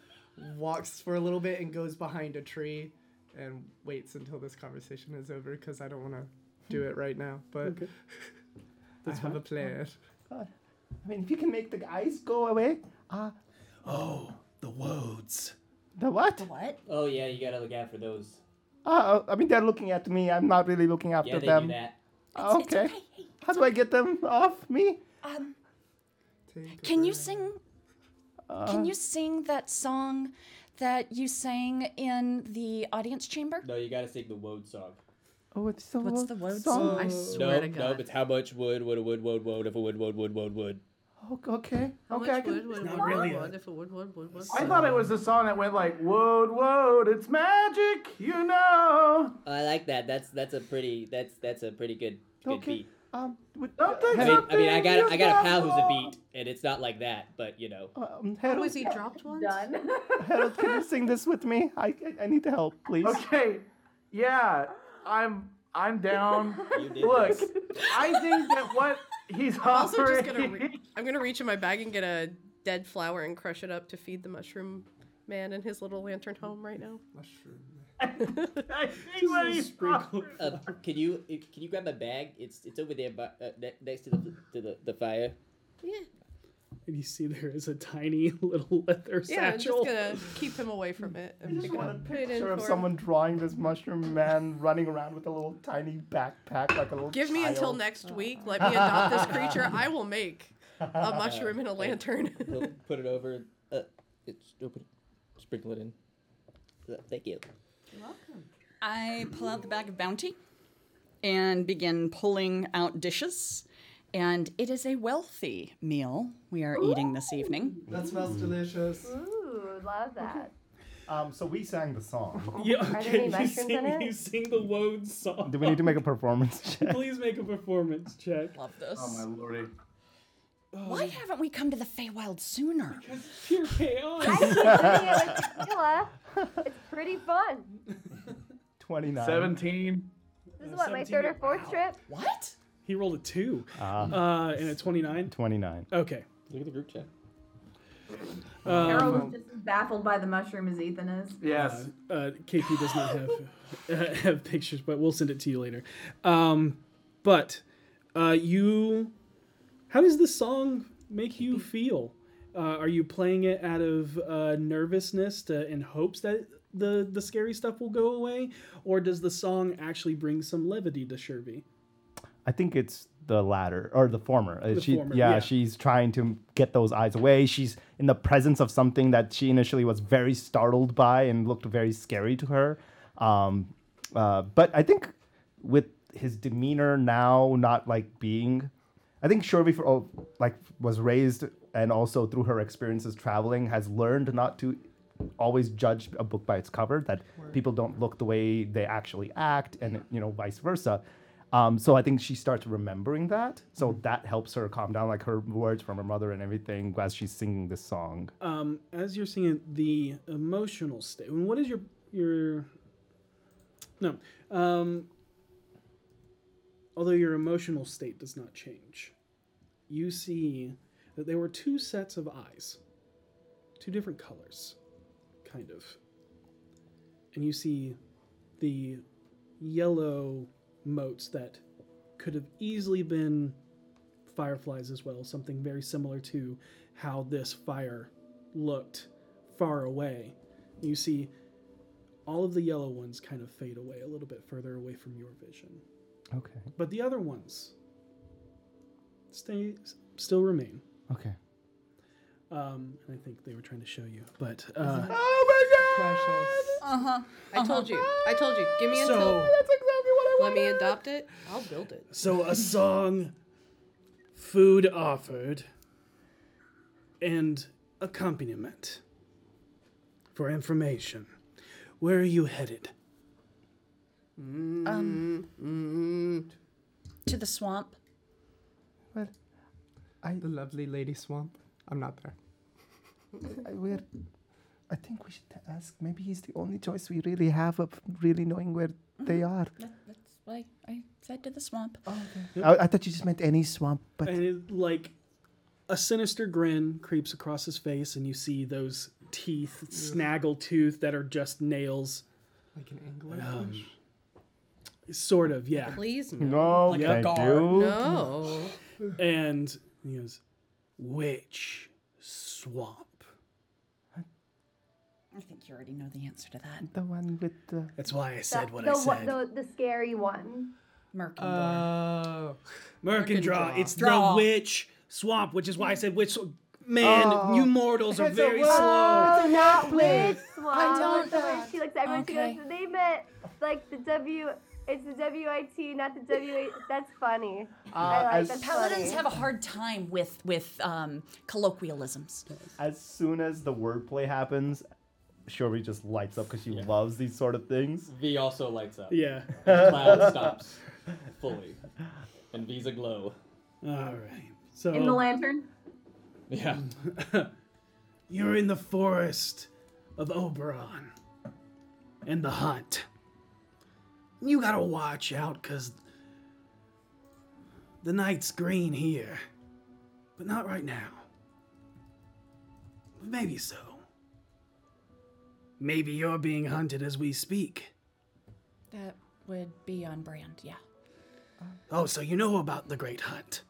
Speaker 4: walks for a little bit and goes behind a tree and waits until this conversation is over because I don't want to do it right now. But
Speaker 15: Okay.
Speaker 4: let's have a plan.
Speaker 15: God. I mean, if you can make the ice go away. Uh,
Speaker 3: Oh, the woads.
Speaker 15: the what?
Speaker 5: what?
Speaker 20: Oh yeah, you gotta look out for those.
Speaker 15: Oh, I mean, they're looking at me. I'm not really looking after
Speaker 20: Yeah, they
Speaker 15: them.
Speaker 20: do that.
Speaker 15: Oh, okay. How do I get them off me?
Speaker 5: Um, can you sing?
Speaker 15: Uh,
Speaker 5: Can you sing that song that you sang in the audience chamber?
Speaker 20: No, you gotta sing the woad song.
Speaker 15: Oh, it's the
Speaker 5: What's
Speaker 15: wo-
Speaker 6: Oh,
Speaker 5: the woad
Speaker 15: song?
Speaker 5: song? I
Speaker 20: no, no, it's how much wood would a wood wood wood if a wood wood wood wood wood.
Speaker 15: O- Okay.
Speaker 6: How
Speaker 15: okay,
Speaker 6: much
Speaker 15: I can.
Speaker 6: Oh, wood would
Speaker 15: Not
Speaker 6: wood,
Speaker 15: really
Speaker 6: wood,
Speaker 15: a-
Speaker 6: if it would wood wood wood?
Speaker 11: I thought it was a song that went like, "Woad, woad, it's magic, you know."
Speaker 20: I like that. That's that's a pretty that's that's a pretty good good beat.
Speaker 15: Um, would,
Speaker 6: uh,
Speaker 20: I
Speaker 15: Don't
Speaker 20: mean, I mean, I got I got a pal who's a beat, and it's not like that, but you know.
Speaker 15: Um,
Speaker 6: How
Speaker 15: Harold,
Speaker 6: was he dropped once?
Speaker 15: Harold, can you sing this with me? I, I, I need the help, please.
Speaker 11: Okay. Yeah, I'm I'm down. Look, I think that what he's
Speaker 6: I'm also
Speaker 11: offering.
Speaker 6: just gonna. Re- I'm gonna reach in my bag and get a dead flower and crush it up to feed the mushroom man and his little lantern home right now.
Speaker 4: Mushroom.
Speaker 20: Uh, can you can you grab my bag? It's it's over there, but uh, ne- next to the to the, the fire.
Speaker 6: Yeah.
Speaker 3: And you see there is a tiny little leather
Speaker 6: Yeah, I'm
Speaker 3: satchel.
Speaker 6: just gonna keep him away from it.
Speaker 15: I
Speaker 6: and
Speaker 15: just
Speaker 6: pick it
Speaker 15: want a
Speaker 6: up, put it in
Speaker 15: picture of
Speaker 6: for him.
Speaker 15: someone drawing this mushroom man running around with a little tiny backpack like a little.
Speaker 6: Give me until
Speaker 15: child.
Speaker 6: next week. Let me adopt this creature. I will make a mushroom and a lantern.
Speaker 20: We'll put it over. Uh, it's open. Sprinkle it in. Uh, Thank you.
Speaker 5: I pull out the bag of bounty and begin pulling out dishes. And it is a wealthy meal we are eating this evening.
Speaker 15: That smells delicious.
Speaker 1: Ooh, love that.
Speaker 15: Um, so we sang the song.
Speaker 3: Yeah,
Speaker 1: Are there
Speaker 3: okay,
Speaker 1: any
Speaker 3: you,
Speaker 1: mushrooms
Speaker 3: sing,
Speaker 1: in it?
Speaker 3: you sing the Woad song.
Speaker 15: Do we need to make a performance check?
Speaker 3: Please make a performance check.
Speaker 5: Love this.
Speaker 11: oh my lordy.
Speaker 5: Why
Speaker 30: Oh.
Speaker 5: haven't we come to the Feywild sooner?
Speaker 3: Pure chaos.
Speaker 1: I keep doing it with tequila. It's pretty fun.
Speaker 15: Twenty nine.
Speaker 11: Seventeen.
Speaker 1: This is what my third or fourth trip.
Speaker 5: What?
Speaker 3: He rolled a two
Speaker 15: Ah.
Speaker 3: uh, and a 29.
Speaker 15: Twenty nine.
Speaker 3: Okay.
Speaker 20: Look at the group chat.
Speaker 10: Harold
Speaker 3: Um,
Speaker 10: is just as baffled by the mushroom as Ethan is.
Speaker 11: Yes.
Speaker 3: uh, uh, KP does not have uh, have pictures, but we'll send it to you later. Um, but uh, you, how does this song make you feel? Uh, are you playing it out of uh, nervousness to, in hopes that the the scary stuff will go away, or does the song actually bring some levity to Sherby?
Speaker 9: I think it's the latter or the former. Uh,
Speaker 3: The
Speaker 9: she,
Speaker 3: former,
Speaker 9: yeah,
Speaker 3: yeah.
Speaker 9: she's trying to get those eyes away. She's in the presence of something that she initially was very startled by and looked very scary to her. Um, uh, but I think with his demeanor now, not like being, I think Shorby for oh, like was raised and also through her experiences traveling has learned not to always judge a book by its cover. That people don't look the way they actually act, and you know, vice versa. Um, so I think she starts remembering that. So that helps her calm down, like her words from her mother and everything, as she's singing this song.
Speaker 3: Um, as you're singing the emotional state, and what is your your no? Um, although your emotional state does not change, you see that there were two sets of eyes, two different colors, kind of, and you see the yellow motes that could have easily been fireflies as well, something very similar to how this fire looked far away. You see all of the yellow ones kind of fade away a little bit further away from your vision.
Speaker 9: Okay.
Speaker 3: But the other ones stay still remain.
Speaker 9: Okay.
Speaker 3: Um, and I think they were trying to show you, but uh,
Speaker 15: Oh
Speaker 5: Uh huh.
Speaker 6: Uh-huh. I told you. I told you. Give me until.
Speaker 3: So-
Speaker 6: That's exactly what I Let me adopt it. I'll build it.
Speaker 3: So a song, food offered, and accompaniment. For information, where are you headed?
Speaker 5: To the swamp.
Speaker 15: Well, I,
Speaker 4: The lovely Lady Swamp. I'm not there.
Speaker 15: I we're, I think we should ask. Maybe he's the only choice we really have of really knowing where they are.
Speaker 5: That, that's why I said to the swamp.
Speaker 30: Oh,
Speaker 15: I, I thought you just meant any swamp, but
Speaker 3: And it, like a sinister grin creeps across his face, and you see those teeth, snaggle tooth that are just nails.
Speaker 4: Like an angler
Speaker 3: Um,
Speaker 4: fish.
Speaker 3: Sort of, yeah.
Speaker 6: Please no.
Speaker 15: no,
Speaker 5: Like a
Speaker 15: thank
Speaker 5: guard.
Speaker 15: you.
Speaker 6: No.
Speaker 3: And he goes, Which swamp?
Speaker 5: I think you already know the answer to that.
Speaker 15: The one with the
Speaker 3: That's why I
Speaker 1: The,
Speaker 3: said what
Speaker 1: the,
Speaker 3: I
Speaker 1: one-
Speaker 3: said.
Speaker 1: the, the scary one.
Speaker 5: Merkindor.
Speaker 4: Oh.
Speaker 3: Mercandraw,
Speaker 6: Mercandraw.
Speaker 3: it's
Speaker 5: Draw.
Speaker 3: the witch swamp, which is why I said witch. sw- Man,
Speaker 15: Oh.
Speaker 3: you mortals are
Speaker 15: It's a
Speaker 3: very
Speaker 15: word.
Speaker 3: slow.
Speaker 1: Oh, not with Swamp.
Speaker 5: don't
Speaker 1: It's the way
Speaker 5: know.
Speaker 1: She looks everyone.
Speaker 5: Okay.
Speaker 1: She goes, they met like the W It's the WIT, not the WA. That's funny. I
Speaker 15: Ah,
Speaker 5: Uh,
Speaker 1: like
Speaker 5: as-
Speaker 1: that's
Speaker 5: paladins
Speaker 1: funny.
Speaker 5: have a hard time with with um, colloquialisms.
Speaker 9: As soon as the wordplay happens, Shuri just lights up because she loves these sort of things.
Speaker 2: V also lights up.
Speaker 9: Yeah.
Speaker 2: The cloud stops fully, and V's aglow.
Speaker 3: All right. So
Speaker 10: in the lantern.
Speaker 2: Yeah.
Speaker 3: You're in the forest of Oberon and the hunt. You gotta watch out, cause the night's green here, but not right now. Maybe so. Maybe you're being hunted as we speak.
Speaker 30: That would be on brand, yeah.
Speaker 3: Oh, so you know about the Great Hunt.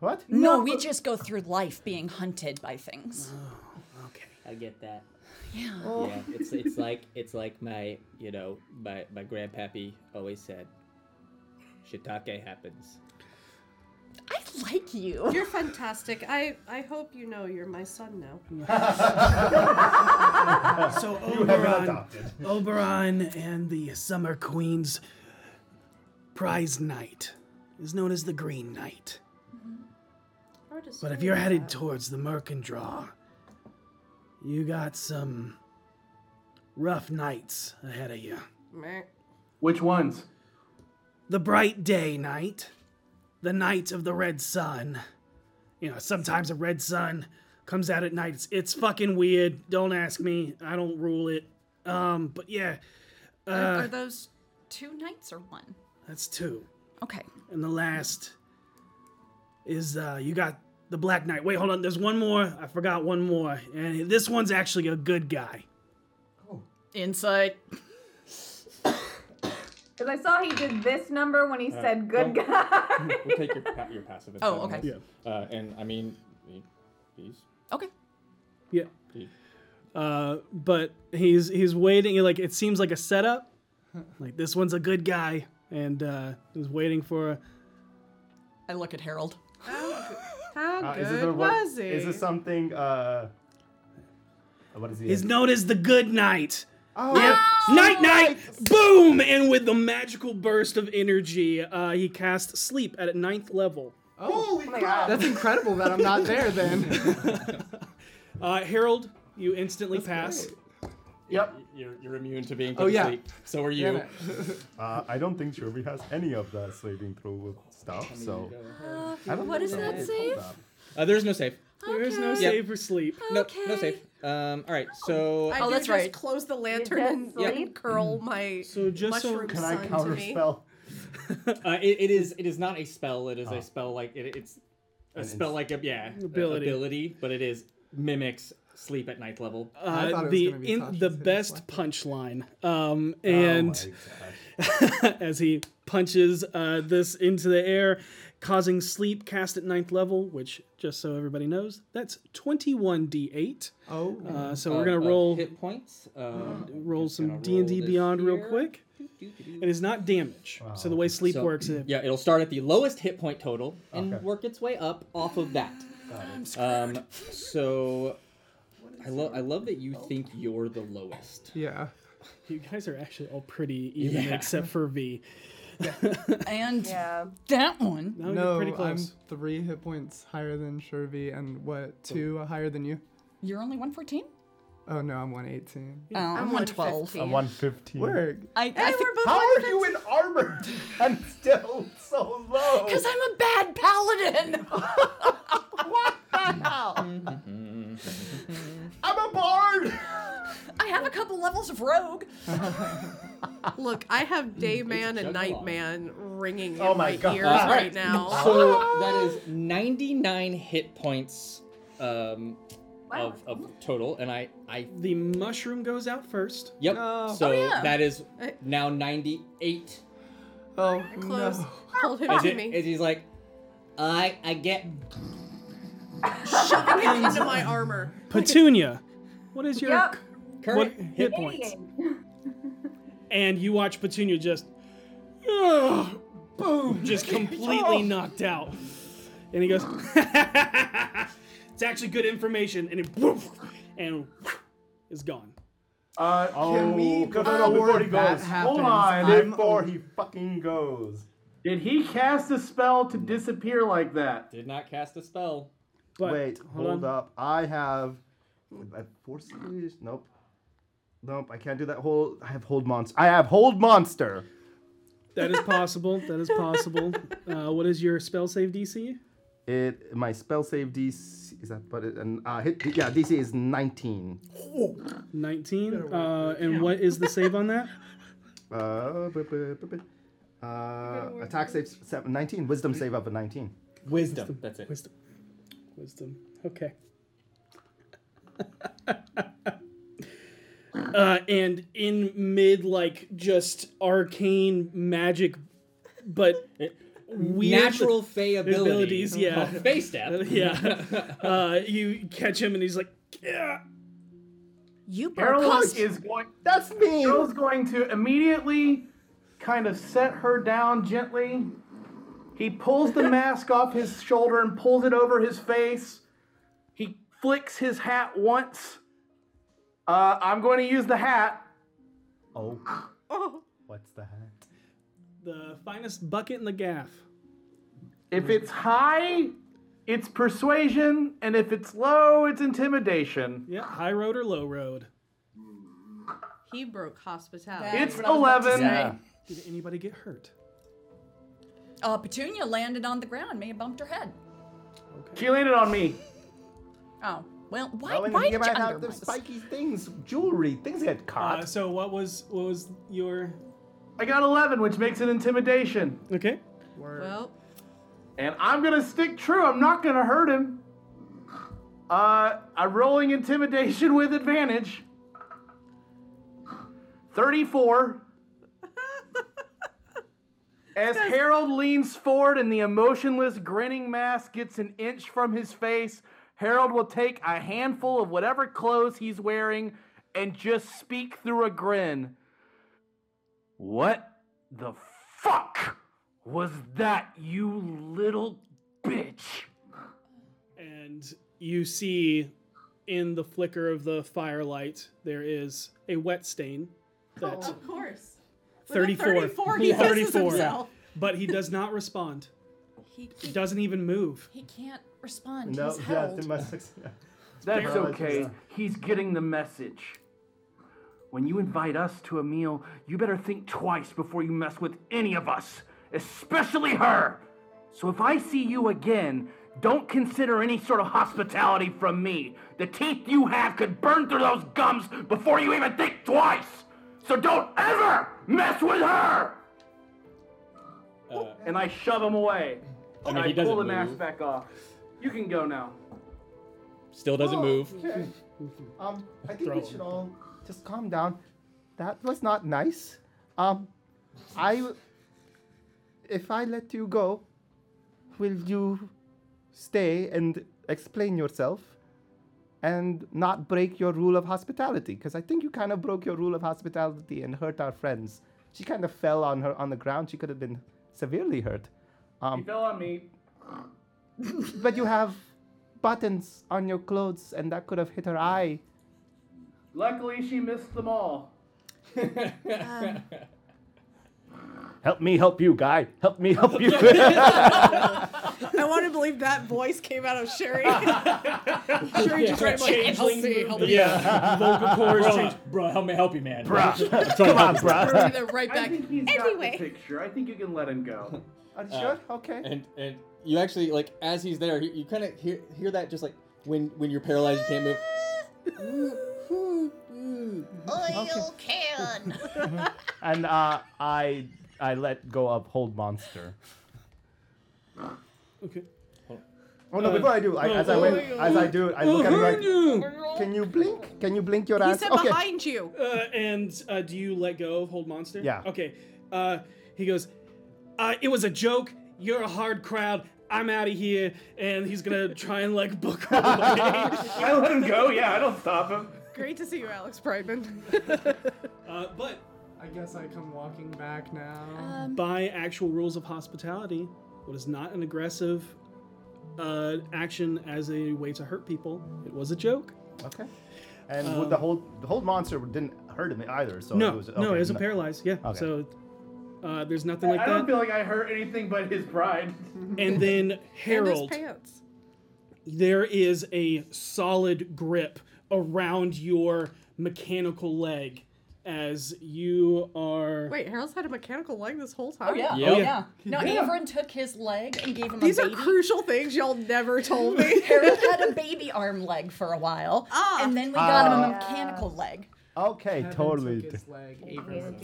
Speaker 9: What?
Speaker 5: No, we just go through life being hunted by things.
Speaker 2: I get that.
Speaker 5: Yeah.
Speaker 15: Oh.
Speaker 4: Oh.
Speaker 2: Yeah. It's it's like it's like my you know my my grandpappy always said. Shiitake happens.
Speaker 5: like you.
Speaker 6: You're fantastic. I I hope you know you're my son now.
Speaker 3: so
Speaker 6: You have been
Speaker 3: Oberon,
Speaker 6: adopted.
Speaker 3: Oberon and the Summer Queen's prize night is known as the Green Knight. But if you're headed towards the Mercandraw, you got some rough nights ahead of you.
Speaker 11: Which ones?
Speaker 3: The bright day night, the night of the red sun. You know, sometimes a red sun comes out at night. It's, it's fucking weird. Don't ask me. I don't rule it. Um, but yeah, uh,
Speaker 30: are, are those two nights or one?
Speaker 3: that's two.
Speaker 30: Okay.
Speaker 3: And the last is uh you got the Black Knight. Wait, hold on. There's one more. I forgot one more. And this one's actually a good guy.
Speaker 5: Insight.
Speaker 10: Because I saw he did this number when he
Speaker 2: Uh,
Speaker 10: said good
Speaker 2: don't-
Speaker 10: guy.
Speaker 2: we'll take your pa- your passive.
Speaker 10: Oh,
Speaker 2: insight on
Speaker 10: okay.
Speaker 2: this. Uh, and I mean, the- these.
Speaker 5: Okay.
Speaker 3: Yeah. Uh, but he's he's waiting. Like it seems like a setup. Like this one's a good guy, and uh, he's waiting for.
Speaker 5: I look at Harold.
Speaker 6: How
Speaker 9: Uh,
Speaker 6: good
Speaker 9: is this a word-
Speaker 6: was he?
Speaker 9: Is this something? Uh, what is he?
Speaker 3: He's known as the Good Knight.
Speaker 9: Oh,
Speaker 3: yep. Night, night, boom! And with the magical burst of energy, uh, he casts sleep at a ninth level.
Speaker 6: Oh.
Speaker 9: Oh
Speaker 31: Oh.
Speaker 1: Holy crap.
Speaker 4: That's incredible that I'm not there then.
Speaker 3: Uh, Harold, you instantly pass.
Speaker 11: Yep.
Speaker 2: You're, you're immune to being
Speaker 3: Oh,
Speaker 2: put to
Speaker 3: yeah.
Speaker 2: sleep. So are you.
Speaker 9: uh, I don't think Shuri has any of the sleeping through stuff. So. I don't
Speaker 30: what
Speaker 9: think
Speaker 30: does
Speaker 9: so.
Speaker 30: that
Speaker 9: Hold
Speaker 30: say?
Speaker 9: up.
Speaker 31: Uh, there's no save.
Speaker 3: There is no
Speaker 31: Okay.
Speaker 3: save for sleep.
Speaker 31: No, no save. Um, all right,
Speaker 3: Oh,
Speaker 31: so Oh,
Speaker 6: I do just Close the lantern and
Speaker 31: Yeah.
Speaker 6: like,
Speaker 5: Mm.
Speaker 6: curl my
Speaker 3: so just
Speaker 6: mushroom
Speaker 3: so
Speaker 6: sun to me.
Speaker 2: uh, it, it is it is not a spell. It is
Speaker 3: Oh.
Speaker 2: a spell like it, it's a
Speaker 9: An
Speaker 2: spell
Speaker 9: ins-
Speaker 2: like a yeah a-
Speaker 3: Ability.
Speaker 2: ability, but it is mimics sleep at ninth level.
Speaker 3: Uh, the in, the best punchline,
Speaker 2: Oh
Speaker 3: um, and as he punches uh, this into the air, causing sleep cast at ninth level, which just so everybody knows, that's twenty one d eight.
Speaker 4: Oh,
Speaker 3: uh, so
Speaker 2: Uh,
Speaker 3: we're gonna
Speaker 2: uh,
Speaker 3: roll
Speaker 2: hit points. Um,
Speaker 3: roll some D and D Beyond real quick. It is not damage, so the way sleep
Speaker 2: So-
Speaker 3: works. It,
Speaker 2: yeah, it'll start at the lowest hit point total and
Speaker 3: Okay.
Speaker 2: work its way up off of that. Um, so I love I love that you think you're the lowest.
Speaker 4: Yeah.
Speaker 3: You guys are actually all pretty even
Speaker 2: Yeah.
Speaker 3: except for V.
Speaker 5: and that one.
Speaker 3: No, you're pretty close.
Speaker 4: I'm three hit points higher than Shervy, and what two higher than you?
Speaker 5: You're only 114?
Speaker 4: Oh no, I'm 118.
Speaker 5: Oh, I'm I'm 112. 115. I'm
Speaker 9: 115.
Speaker 4: Work.
Speaker 5: I, I think
Speaker 9: How are you in armor and still so low?
Speaker 5: because I'm a bad paladin.
Speaker 9: I'm a bard.
Speaker 5: I have a couple levels of rogue.
Speaker 6: Look, I have day man and night
Speaker 2: juggernaut.
Speaker 6: man ringing
Speaker 2: Oh
Speaker 6: in
Speaker 2: my
Speaker 6: my,
Speaker 2: God.
Speaker 6: ears
Speaker 2: Uh,
Speaker 6: right,
Speaker 2: all right.
Speaker 6: now.
Speaker 2: So that is 99 hit points um, of, of total, and I, I
Speaker 3: The mushroom goes out first.
Speaker 2: yep. So
Speaker 3: Oh, yeah.
Speaker 2: that is
Speaker 3: I-
Speaker 2: now 98.
Speaker 4: Oh
Speaker 6: Close. Hold him
Speaker 2: As,
Speaker 6: to
Speaker 2: it-
Speaker 6: me.
Speaker 2: as he's like, I I get
Speaker 6: Shoving it into my armor.
Speaker 3: Petunia, what is your
Speaker 6: Yep.
Speaker 3: current hit points? And you watch Petunia just, "Ugh," boom, just completely knocked out. And he goes, it's actually good information, and it, woof, and is gone.
Speaker 11: Uh,
Speaker 9: oh,
Speaker 11: can we
Speaker 9: no, no, no, before he goes. Hold on, before he fucking goes.
Speaker 11: Did he cast a spell to disappear like that?
Speaker 32: Did not cast a spell.
Speaker 9: Wait, hold, up. I have. I have force. Nope. Nope, I can't do that. Hold. I have hold monster. I have hold monster.
Speaker 3: That is possible. that is possible. Uh, what is your spell save DC?
Speaker 9: It my spell save DC is that but it and uh hit yeah DC is 19.
Speaker 3: 19. Uh, and what is the save on that?
Speaker 9: Uh, bu- bu- bu- bu- uh attack save seven, 19 wisdom save up a 19.
Speaker 32: Wisdom, that's it.
Speaker 3: Wisdom. Wisdom. Okay. uh, and in mid, like, just arcane magic, but weird
Speaker 32: Eh, Natural Oh, fey ability
Speaker 3: abilities, yeah.
Speaker 32: called fey step.
Speaker 3: yeah. Uh, you catch him, and he's like, yeah.
Speaker 33: You
Speaker 3: Oh,
Speaker 11: Geralt is going.
Speaker 9: That's me.
Speaker 11: Geralt's going to immediately kind of set her down gently. He pulls the mask off his shoulder and pulls it over his face. He flicks his hat once. Uh, I'm going to use the hat.
Speaker 9: Oh. What's the hat?
Speaker 3: The finest bucket in the gaff. Mm-hmm.
Speaker 11: If it's high, it's persuasion, and if it's low, it's intimidation.
Speaker 3: Yeah, high road or low road.
Speaker 6: He broke hospitality.
Speaker 11: It's eleven.
Speaker 3: Did anybody get hurt?
Speaker 5: Uh, Petunia landed on the ground. May have bumped her head.
Speaker 11: She landed on me.
Speaker 5: Oh well. Why?
Speaker 9: Oh, and
Speaker 5: why
Speaker 9: you
Speaker 5: did you
Speaker 9: might have
Speaker 5: under
Speaker 9: the spiky things, jewelry, things get caught.
Speaker 3: Uh, so what was what was your?
Speaker 11: I got eleven, which makes it intimidation.
Speaker 3: Okay.
Speaker 6: Well,
Speaker 11: And I'm gonna stick true. I'm not gonna hurt him. Uh, I'm rolling intimidation with advantage. Thirty-four. As Harold leans forward and the emotionless grinning mask gets an inch from his face, Harold will take a handful of whatever clothes he's wearing and just speak through a grin. What the fuck was that, you little bitch?
Speaker 3: And you see in the flicker of the firelight there is a wet stain that
Speaker 6: Oh.
Speaker 11: Oh,
Speaker 10: of course. With a
Speaker 3: 34
Speaker 10: 34, he pisses himself.
Speaker 3: but he does not respond
Speaker 5: He,
Speaker 3: he doesn't even move
Speaker 5: He can't respond.
Speaker 9: No,
Speaker 5: He's
Speaker 9: yeah,
Speaker 5: held.
Speaker 9: they must-
Speaker 11: That's
Speaker 9: Paralysis,
Speaker 11: okay.
Speaker 9: yeah.
Speaker 11: He's getting the message. When you invite us to a meal, you better think twice before you mess with any of us, especially her. So if I see you again, don't consider any sort of hospitality from me. The teeth you have could burn through those gums before you even think twice. So don't ever mess with her.
Speaker 32: uh,
Speaker 11: and I shove him away.
Speaker 32: I mean,
Speaker 11: and
Speaker 32: he
Speaker 11: I
Speaker 32: doesn't
Speaker 11: pull the mask
Speaker 32: move.
Speaker 11: back off. You can go now.
Speaker 32: Still doesn't
Speaker 9: Oh,
Speaker 32: move.
Speaker 9: okay. Um, I think
Speaker 32: Throw
Speaker 9: we should all just calm down. That was not nice. Um, I. w- If I let you go, will you stay and explain yourself and not break your rule of hospitality? Because I think you kind of broke your rule of hospitality and hurt our friends. She kind of fell on her on the ground. She could have been severely hurt. Um,
Speaker 11: fell on me.
Speaker 9: but you have buttons on your clothes, and that could have hit her eye.
Speaker 11: Luckily, she missed them all.
Speaker 9: Help me, help you, guy. Help me, help you.
Speaker 6: I want to believe that voice came out of Sherry. Sherry just
Speaker 32: Yeah.
Speaker 6: right like, "I'll
Speaker 32: Changeling
Speaker 6: see, I'll
Speaker 32: movement.
Speaker 6: see."
Speaker 32: Bro, bro, help me help you, man.
Speaker 9: Bruh.
Speaker 32: Sorry,
Speaker 9: Come on,
Speaker 32: help me.
Speaker 9: bruh. Bring
Speaker 6: right
Speaker 11: I think he's got the picture. I think you can let him go.
Speaker 9: Are
Speaker 32: Uh, And and you actually like as he's there, you, you kind of hear hear that just like when when you're paralyzed, you can't move.
Speaker 9: Oil
Speaker 33: can.
Speaker 9: and uh, I I let go of hold monster.
Speaker 3: Okay.
Speaker 9: Oh no! Before I do, I, as I went, as I do, I look at him like, can you blink? Can you blink your ass? okay.
Speaker 6: you.
Speaker 3: Uh, and uh, do you let go of Hold Monster?
Speaker 9: Yeah.
Speaker 3: Okay. Uh, he goes, uh, It was a joke. You're a hard crowd. I'm out of here. And he's going to try and like book her away.
Speaker 11: I let him go. Yeah, I don't stop him.
Speaker 6: Great to see you, Alex Brightman.
Speaker 3: Uh, but
Speaker 4: I guess I come walking back now.
Speaker 3: by actual rules of hospitality, what is not an aggressive uh, action as a way to hurt people, it was a joke.
Speaker 9: Okay. And with the hold, the hold monster didn't hurt him either. So
Speaker 3: no,
Speaker 9: it was,
Speaker 3: no,
Speaker 9: okay,
Speaker 3: it was a paralyzed. Yeah.
Speaker 9: Okay.
Speaker 3: So uh, there's nothing like
Speaker 11: I
Speaker 3: that.
Speaker 11: don't feel like I hurt anything but his pride. Mm-hmm.
Speaker 3: and then Harold,
Speaker 33: payouts.
Speaker 3: there is a solid grip around your mechanical leg as you are.
Speaker 6: Wait, Harold's had a mechanical leg this whole time.
Speaker 3: yeah. Yeah. Oh, yeah.
Speaker 33: No,
Speaker 3: Yeah.
Speaker 33: Averin took his leg and gave him
Speaker 6: These
Speaker 33: a
Speaker 6: are
Speaker 33: baby.
Speaker 6: crucial things y'all never told me.
Speaker 33: Harold had a baby arm leg for a while, and then we got him a
Speaker 9: Ah.
Speaker 33: mechanical leg.
Speaker 9: Okay, totally.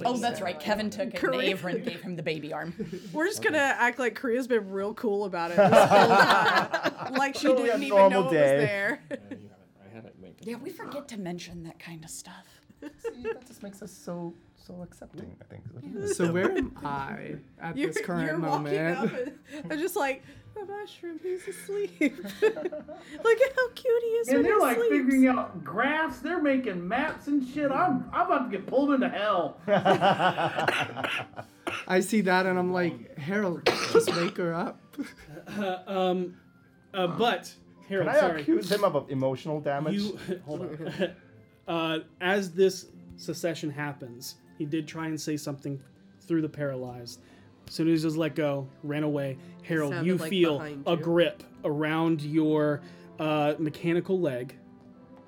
Speaker 33: Oh, that's right. Kevin took it, and Averin gave him the baby arm.
Speaker 6: We're just gonna act like Korea's been real cool about it. this whole time. like
Speaker 9: Oh,
Speaker 6: she
Speaker 33: Totally a
Speaker 6: didn't even
Speaker 33: normal
Speaker 6: know it
Speaker 33: day.
Speaker 6: was there.
Speaker 2: I haven't made
Speaker 33: Yeah, we forget to mention that kind of stuff.
Speaker 9: See, that just makes us so so accepting. I think.
Speaker 34: So where am I at
Speaker 6: You're-
Speaker 34: this current
Speaker 6: you're walking
Speaker 34: moment?
Speaker 6: up and they're just like, the mushroom, he's asleep. Look at how cute he is.
Speaker 11: And
Speaker 6: when
Speaker 11: they're
Speaker 6: he
Speaker 11: like
Speaker 6: sleeps.
Speaker 11: figuring out graphs. They're making maps and shit. I'm I'm about to get pulled into hell.
Speaker 34: I see that and I'm like, Harold, just wake her up.
Speaker 3: Uh, um, uh, but Harold,
Speaker 9: Can I
Speaker 3: sorry.
Speaker 9: accuse him of emotional damage?
Speaker 3: You hold on. uh, as this secession happens, he did try and say something through the paralyzed. As soon as he was let go, ran away. Harold,
Speaker 6: Sounded
Speaker 3: you
Speaker 6: like
Speaker 3: feel
Speaker 6: behind
Speaker 3: a grip around your uh, mechanical leg.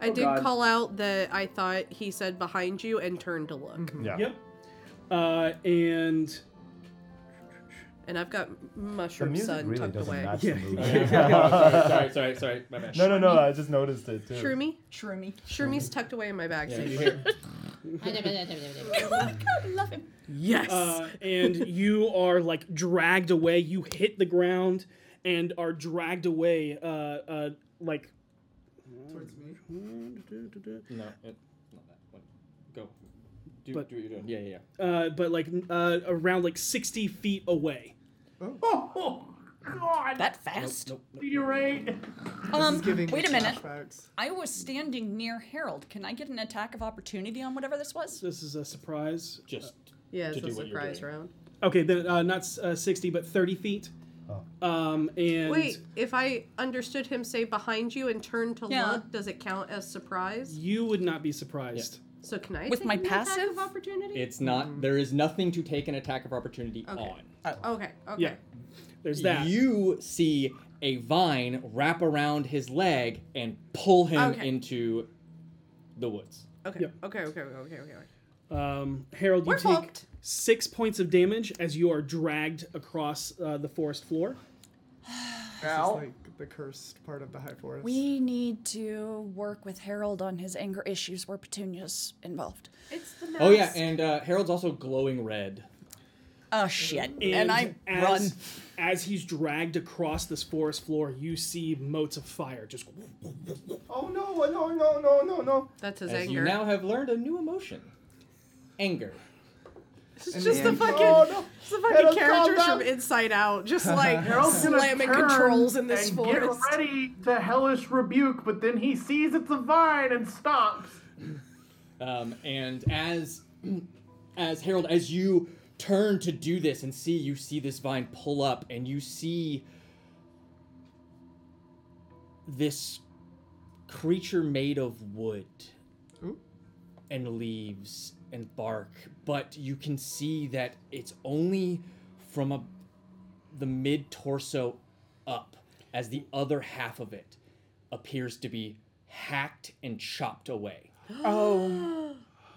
Speaker 6: I
Speaker 3: Oh,
Speaker 6: did
Speaker 3: God.
Speaker 6: call out that I thought he said behind you and turned to look.
Speaker 3: Yep. Uh, and
Speaker 6: And I've got mushroom
Speaker 9: music
Speaker 6: sun
Speaker 9: really
Speaker 6: tucked
Speaker 9: doesn't
Speaker 6: away.
Speaker 9: match the Yeah. movie.
Speaker 2: Okay, sorry, sorry, sorry, sorry, my bad.
Speaker 9: No, no, no. I just noticed it too.
Speaker 6: Shroomy?
Speaker 33: Shroomy.
Speaker 6: Shroomi's tucked away in my bag.
Speaker 9: Yeah,
Speaker 6: safe.
Speaker 9: you hear-
Speaker 33: love him.
Speaker 6: Yes.
Speaker 3: Uh, and you are like dragged away. You hit the ground and are dragged away. Uh, uh, like
Speaker 34: Towards me.
Speaker 2: No, it, not that one. Go. Do, do what you're doing. Yeah, yeah, yeah.
Speaker 3: uh, but like uh, around like sixty feet away.
Speaker 11: Oh, God.
Speaker 33: That fast?
Speaker 3: Nope,
Speaker 11: Meteorite.
Speaker 33: Um,
Speaker 3: is giving
Speaker 33: wait a
Speaker 3: me
Speaker 33: minute. I was standing near Harold. Can I get an attack of opportunity on whatever this was?
Speaker 3: This is a surprise.
Speaker 2: Just
Speaker 34: Uh,
Speaker 6: Yeah, it's a surprise round.
Speaker 3: Okay, then uh, not s- uh, sixty, but thirty feet. Um, and
Speaker 6: Wait, if I understood him say behind you and turn to
Speaker 33: Yeah.
Speaker 6: look, does it count as surprise?
Speaker 3: you would not be surprised.
Speaker 6: So can I
Speaker 33: With
Speaker 6: take
Speaker 33: my
Speaker 6: an attack of
Speaker 33: passive?
Speaker 6: opportunity?
Speaker 2: It's not. There is nothing to take an attack of opportunity
Speaker 6: Okay. Uh,
Speaker 2: on.
Speaker 6: Okay. Okay.
Speaker 3: Yeah. There's that.
Speaker 2: You see a vine wrap around his leg and pull him
Speaker 6: Okay.
Speaker 2: into the woods.
Speaker 6: Okay. Okay. Okay. Okay. Okay. Okay.
Speaker 3: Um, Harold, you
Speaker 6: We're
Speaker 3: take six points of damage as you are dragged across uh, the forest floor.
Speaker 34: This is like the cursed part of the high forest.
Speaker 33: We need to work with Harold on his anger issues where Petunia's involved.
Speaker 6: It's the
Speaker 2: Oh yeah, and uh, Harold's also glowing red.
Speaker 33: Oh shit! And, I
Speaker 3: as,
Speaker 33: run.
Speaker 3: As he's dragged across this forest floor, you see motes of fire just.
Speaker 9: Oh no! No! No! No! No! No!
Speaker 6: That's
Speaker 2: as you now have learned a new emotion, anger.
Speaker 6: It's
Speaker 2: And
Speaker 6: just the
Speaker 2: then-
Speaker 6: fucking,
Speaker 2: Oh, no.
Speaker 6: it's the
Speaker 2: Harold,
Speaker 6: fucking
Speaker 2: calm
Speaker 6: characters
Speaker 2: down.
Speaker 6: from Inside Out, just like
Speaker 11: Harold's gonna
Speaker 6: slamming
Speaker 11: turn
Speaker 6: controls in this
Speaker 11: and
Speaker 6: forest.
Speaker 11: Get ready to hellish rebuke, but then he sees it's a vine and stops.
Speaker 2: Um, and as as Harold, as you turn to do this and see, you see this vine pull up, and you see this creature made of wood and leaves and bark, but you can see that it's only from a, the mid torso up, as the other half of it appears to be hacked and chopped away.
Speaker 33: Oh,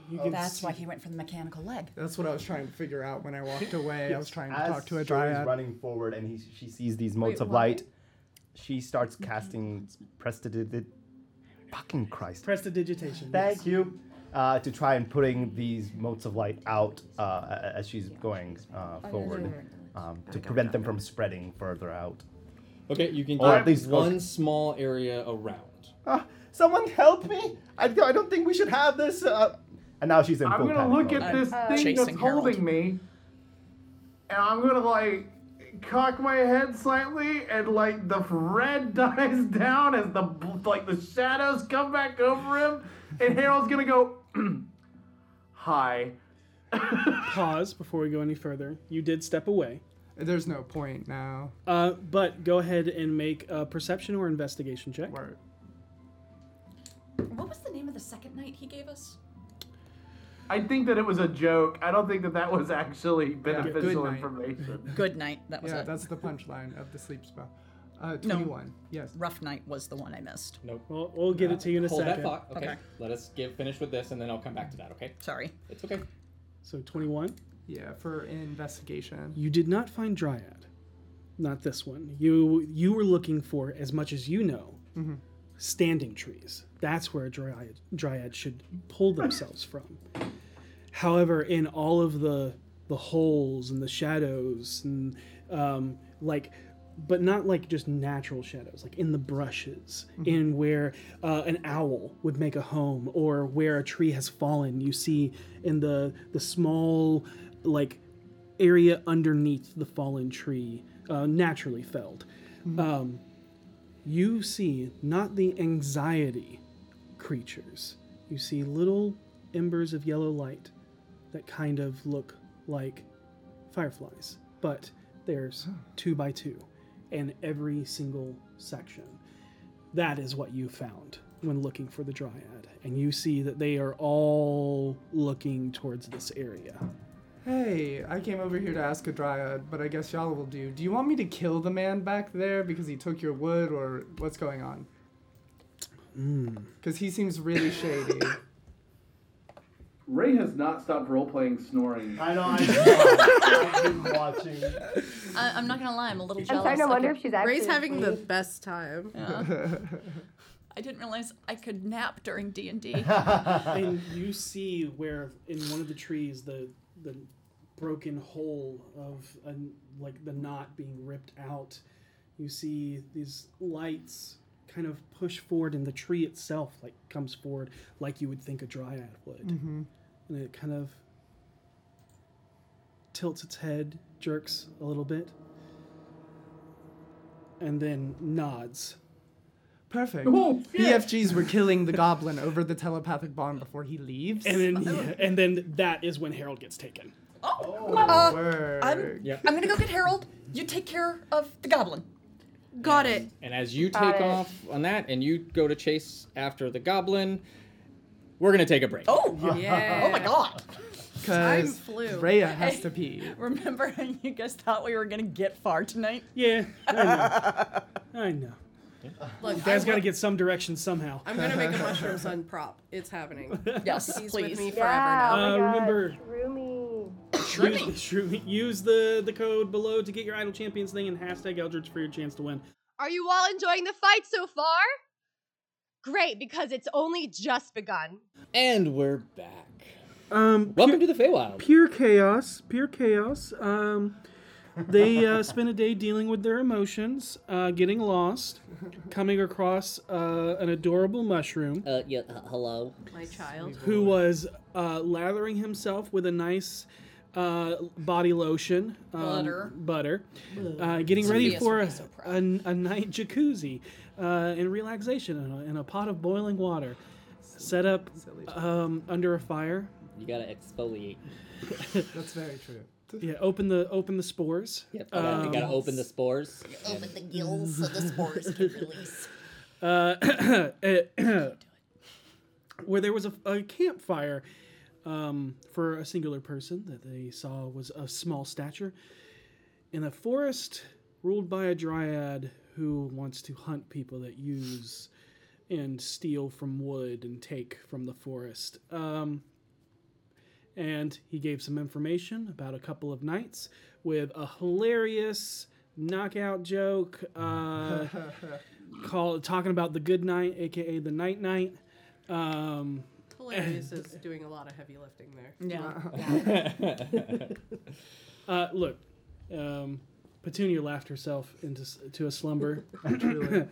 Speaker 34: You can
Speaker 33: that's why
Speaker 34: see-
Speaker 33: he went for the mechanical leg.
Speaker 34: That's what I was trying to figure out when I walked away. I was trying to
Speaker 9: As
Speaker 34: talk to a
Speaker 9: Shuri's
Speaker 34: dryad.
Speaker 9: running forward, and he, she sees these
Speaker 34: Wait,
Speaker 9: motes of
Speaker 34: what?
Speaker 9: light. She starts casting prestidigit. Fucking Christ!
Speaker 3: Prestidigitation.
Speaker 9: Thank
Speaker 3: yes.
Speaker 9: you. Uh, to try and putting these motes of light out uh, as she's going uh, forward um, to prevent them from spreading further out.
Speaker 2: Okay, you can
Speaker 9: Or
Speaker 2: get
Speaker 9: at least
Speaker 2: one
Speaker 9: okay.
Speaker 2: small area around.
Speaker 9: Ah, someone help me! I, I don't think we should have this. Uh... And now she's in
Speaker 11: I'm
Speaker 9: full
Speaker 11: gonna
Speaker 9: panic
Speaker 11: look
Speaker 9: mode.
Speaker 11: at this thing that's holding me, and I'm gonna like cock my head slightly, and like the red dies down as the bl- like the shadows come back over him, and Harold's gonna go, "Hi."
Speaker 3: Pause before we go any further. You did step away.
Speaker 34: There's no point now.
Speaker 3: Uh, but go ahead and make a perception or investigation check.
Speaker 33: What was the name of the second night he gave us?
Speaker 11: I think that it was a joke. I don't think that that was actually
Speaker 4: good
Speaker 11: beneficial
Speaker 4: night.
Speaker 11: information.
Speaker 5: Good night. That was
Speaker 4: yeah,
Speaker 5: it.
Speaker 4: that's the punchline of the sleep spell. Uh,
Speaker 5: No.
Speaker 4: 21. Yes.
Speaker 5: Rough night was the one I missed.
Speaker 32: Nope.
Speaker 3: We'll, we'll get it to you in a
Speaker 32: Hold
Speaker 3: second.
Speaker 32: that thought. Okay. Let us give finish with this, and then I'll come back to that. Okay.
Speaker 5: Sorry.
Speaker 32: It's okay.
Speaker 3: So 21.
Speaker 4: Yeah, for investigation.
Speaker 3: You did not find Dryad. Not this one. You you were looking for, as much as you know,
Speaker 4: Mhm.
Speaker 3: standing trees. That's where dryad dryad should pull themselves from. However, in all of the the holes and the shadows and um, like, but not like just natural shadows, like in the brushes,
Speaker 4: Mhm.
Speaker 3: in where uh, an owl would make a home, or where a tree has fallen. You see in the the small like area underneath the fallen tree, uh, naturally felled. Um, you see not the anxiety creatures. You see little embers of yellow light that kind of look like fireflies, but there's two by two in every single section. That is what you found when looking for the dryad, and you see that they are all looking towards this area.
Speaker 4: Hey, I came over here to ask a dryad, but I guess y'all will do. Do you want me to kill the man back there because he took your wood, or what's going on?
Speaker 3: Mm.
Speaker 4: Because he seems really shady.
Speaker 11: Ray has not stopped role playing snoring.
Speaker 33: I know, I
Speaker 11: I've been watching.
Speaker 5: I, I'm not gonna lie. I'm a little
Speaker 1: I'm
Speaker 5: jealous.
Speaker 1: starting to
Speaker 5: I
Speaker 1: wonder
Speaker 5: could-
Speaker 1: if she's actually
Speaker 6: Ray's having the best time.
Speaker 5: Yeah. I didn't realize I could nap during D and D.
Speaker 3: and you see where in one of the trees the the broken hole of an like the knot being ripped out. You see these lights kind of push forward, and the tree itself like comes forward like you would think a dryad would,
Speaker 4: Mhm.
Speaker 3: and it kind of tilts its head, jerks a little bit, and then nods.
Speaker 4: Perfect.
Speaker 3: Oh, shit.
Speaker 4: BFGs were killing the goblin over the telepathic bond before he leaves. Oh,
Speaker 3: And
Speaker 6: Oh.
Speaker 3: then, yeah, and then that is when Harold gets taken.
Speaker 5: Uh,
Speaker 4: Word.
Speaker 5: I'm, I'm gonna go get Harold. You take care of the goblin.
Speaker 6: Got it.
Speaker 32: And as you
Speaker 5: Got
Speaker 32: take
Speaker 5: it.
Speaker 32: off on that, and you go to chase after the goblin, we're gonna take a break.
Speaker 5: Oh
Speaker 6: Yeah.
Speaker 5: Oh my god.
Speaker 4: Time
Speaker 5: flew.
Speaker 4: Rhea has to pee.
Speaker 5: Remember how you guys thought we were gonna get far tonight?
Speaker 3: Yeah, I know. I know.
Speaker 6: Look,
Speaker 3: Dad's
Speaker 6: I
Speaker 3: got to
Speaker 6: will-
Speaker 3: get some direction somehow.
Speaker 6: I'm gonna make a mushroom sun prop. It's happening.
Speaker 5: Yes,
Speaker 6: He's
Speaker 5: please.
Speaker 6: with me
Speaker 5: Yeah,
Speaker 6: forever
Speaker 3: Uh,
Speaker 6: now.
Speaker 3: remember,
Speaker 1: Shroomy.
Speaker 3: use, shroom- use the, the code below to get your Idol Champions thing and hashtag Eldritch for your chance to win.
Speaker 35: Are you all enjoying the fight so far? Great, because it's only just begun.
Speaker 32: And we're back.
Speaker 3: Um,
Speaker 32: Welcome to the Feywild.
Speaker 3: Pure chaos, pure chaos. Um, they uh, spent a day dealing with their emotions, uh, getting lost, coming across uh, an adorable mushroom.
Speaker 20: Uh, yeah, h- hello.
Speaker 6: My child.
Speaker 3: who was uh, lathering himself with a nice uh, body lotion, um,
Speaker 5: Butter.
Speaker 3: butter, uh, getting ready
Speaker 5: Sophia's
Speaker 3: for
Speaker 5: would
Speaker 3: a,
Speaker 5: be so
Speaker 3: a, a night jacuzzi uh, and relaxation in a, in a pot of boiling water, set up um, under a fire.
Speaker 32: You gotta exfoliate.
Speaker 4: That's very true.
Speaker 3: Yeah, open the open the spores.
Speaker 32: Yep. You gotta, you gotta
Speaker 3: Um,
Speaker 32: open the spores.
Speaker 5: Open the gills so the spores can release.
Speaker 3: uh, where there was a, a campfire um, for a singular person that they saw was of small stature in a forest ruled by a dryad who wants to hunt people that use and steal from wood and take from the forest. Um, and he gave some information about a couple of nights with a hilarious knockout joke. Uh, call talking about the good night, aka the night night. Um,
Speaker 6: Hilarious is doing a lot of heavy lifting there.
Speaker 3: uh, look, um, Petunia laughed herself into s- to a slumber.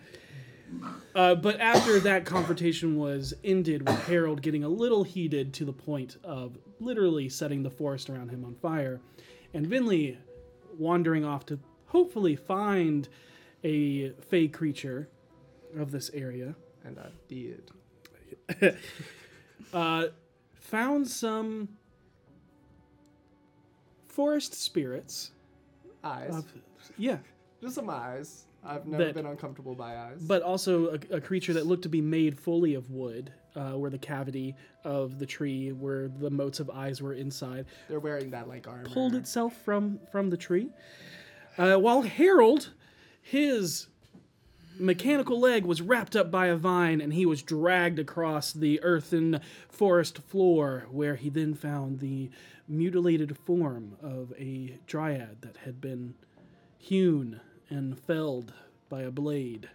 Speaker 3: uh, but after that confrontation was ended, with Harold getting a little heated to the point of literally setting the forest around him on fire, and Vinley wandering off to hopefully find a fey creature of this area.
Speaker 4: And I did.
Speaker 3: uh, found some forest spirits.
Speaker 4: Eyes.
Speaker 3: Of- uh, yeah.
Speaker 4: Just some eyes. I've never
Speaker 3: that-
Speaker 4: been uncomfortable by eyes.
Speaker 3: but also a, a creature that looked to be made fully of wood, uh, where the cavity of the tree, where the motes of eyes were inside.
Speaker 4: They're wearing that like armor.
Speaker 3: Pulled itself from from the tree, uh, while Harold, his mechanical leg was wrapped up by a vine, and he was dragged across the earthen forest floor, where he then found the mutilated form of a dryad that had been hewn and felled by a blade.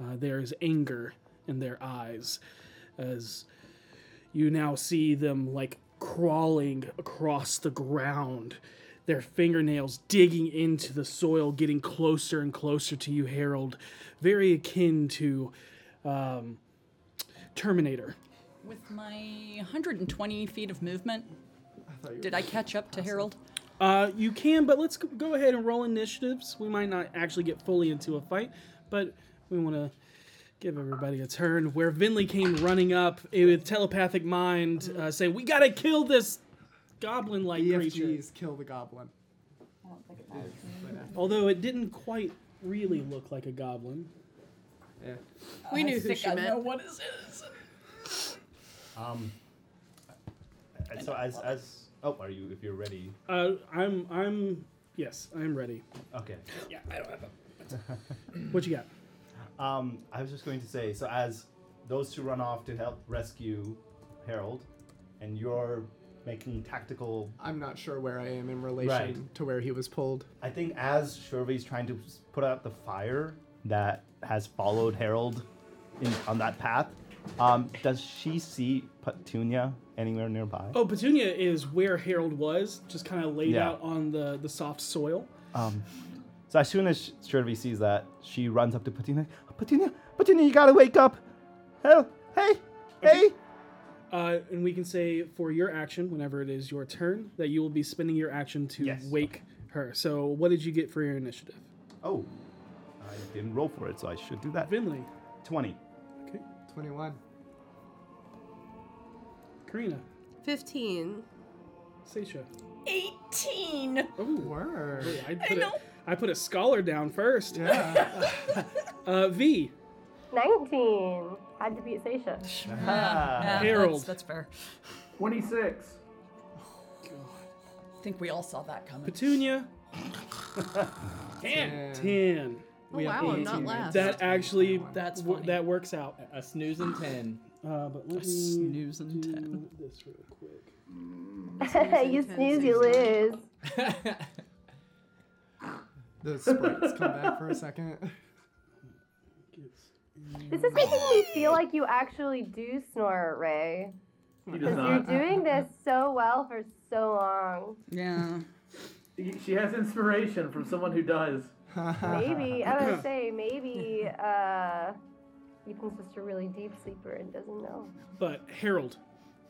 Speaker 3: Uh, there is anger in their eyes as you now see them like crawling across the ground, their fingernails digging into the soil, getting closer and closer to you, Harold. Very akin to um, Terminator.
Speaker 5: With my 120 feet of movement, did I catch up to Harold?
Speaker 3: Uh, you can, but let's g- go ahead and roll initiatives. We might not actually get fully into a fight, but we want to give everybody a turn. Where Vinley came running up eh, with telepathic mind, uh, saying, "We gotta kill this goblin-like creature."
Speaker 4: E kill the goblin.
Speaker 3: Although it didn't quite really look like a goblin.
Speaker 4: Yeah.
Speaker 6: We knew who
Speaker 5: think
Speaker 6: she
Speaker 5: I
Speaker 6: meant.
Speaker 5: know what it is.
Speaker 9: Um, and so as as oh, are you if you're ready?
Speaker 3: Uh, I'm, I'm, yes, I'm ready.
Speaker 9: Okay.
Speaker 3: Yeah, I don't have a. what you got?
Speaker 9: Um, I was just going to say, so as those two run off to help rescue Harold, and you're making tactical.
Speaker 4: I'm not sure where I am in relation
Speaker 9: Right.
Speaker 4: to where he was pulled.
Speaker 9: I think as Shurvy's trying to s- put out the fire that has followed Harold in, on that path, um, does she see Petunia anywhere nearby?
Speaker 3: Oh, Petunia is where Harold was, just kind of laid
Speaker 9: Yeah.
Speaker 3: out on the the soft soil.
Speaker 9: Um, so as soon as Shurvy sees that, she runs up to Petunia. Petunia, Petunia, you gotta wake up! Hel- Hey, hey.
Speaker 3: Uh, and we can say for your action, whenever it is your turn, that you will be spending your action to wake her. So, what did you get for your initiative?
Speaker 9: Oh, I didn't roll for it, so I should do that.
Speaker 3: Vinley.
Speaker 9: 20.
Speaker 3: Okay.
Speaker 4: 21.
Speaker 3: Karina.
Speaker 6: 15.
Speaker 3: Seisha.
Speaker 33: 18.
Speaker 3: Oh,
Speaker 4: word.
Speaker 3: I, put a- I put a scholar down first.
Speaker 4: Yeah.
Speaker 3: uh, v.
Speaker 1: 19. Had to beat Seisha.
Speaker 4: Ah.
Speaker 3: yeah, Harold.
Speaker 5: Ah. That's fair.
Speaker 11: 26.
Speaker 5: I think we all saw that coming.
Speaker 3: Petunia.
Speaker 5: Ten.
Speaker 3: Ten.
Speaker 5: Oh, We have wow, I'm not 18. last.
Speaker 3: That actually
Speaker 5: That's
Speaker 3: w-
Speaker 5: funny.
Speaker 3: that works out.
Speaker 32: A snooze and ten.
Speaker 3: Uh, but let
Speaker 5: A
Speaker 3: me
Speaker 5: snooze
Speaker 3: and ten. This real quick.
Speaker 1: you snooze, you lose.
Speaker 4: The sprites come back for a second.
Speaker 1: This is making me feel like you actually do snore, Ray.
Speaker 11: He
Speaker 1: Because
Speaker 11: does
Speaker 1: you're
Speaker 11: not.
Speaker 1: doing this so well for so long.
Speaker 5: Yeah.
Speaker 11: She has inspiration from someone who does.
Speaker 1: Maybe, I would say maybe uh, Ethan's just a really deep sleeper and doesn't know.
Speaker 3: But Harold,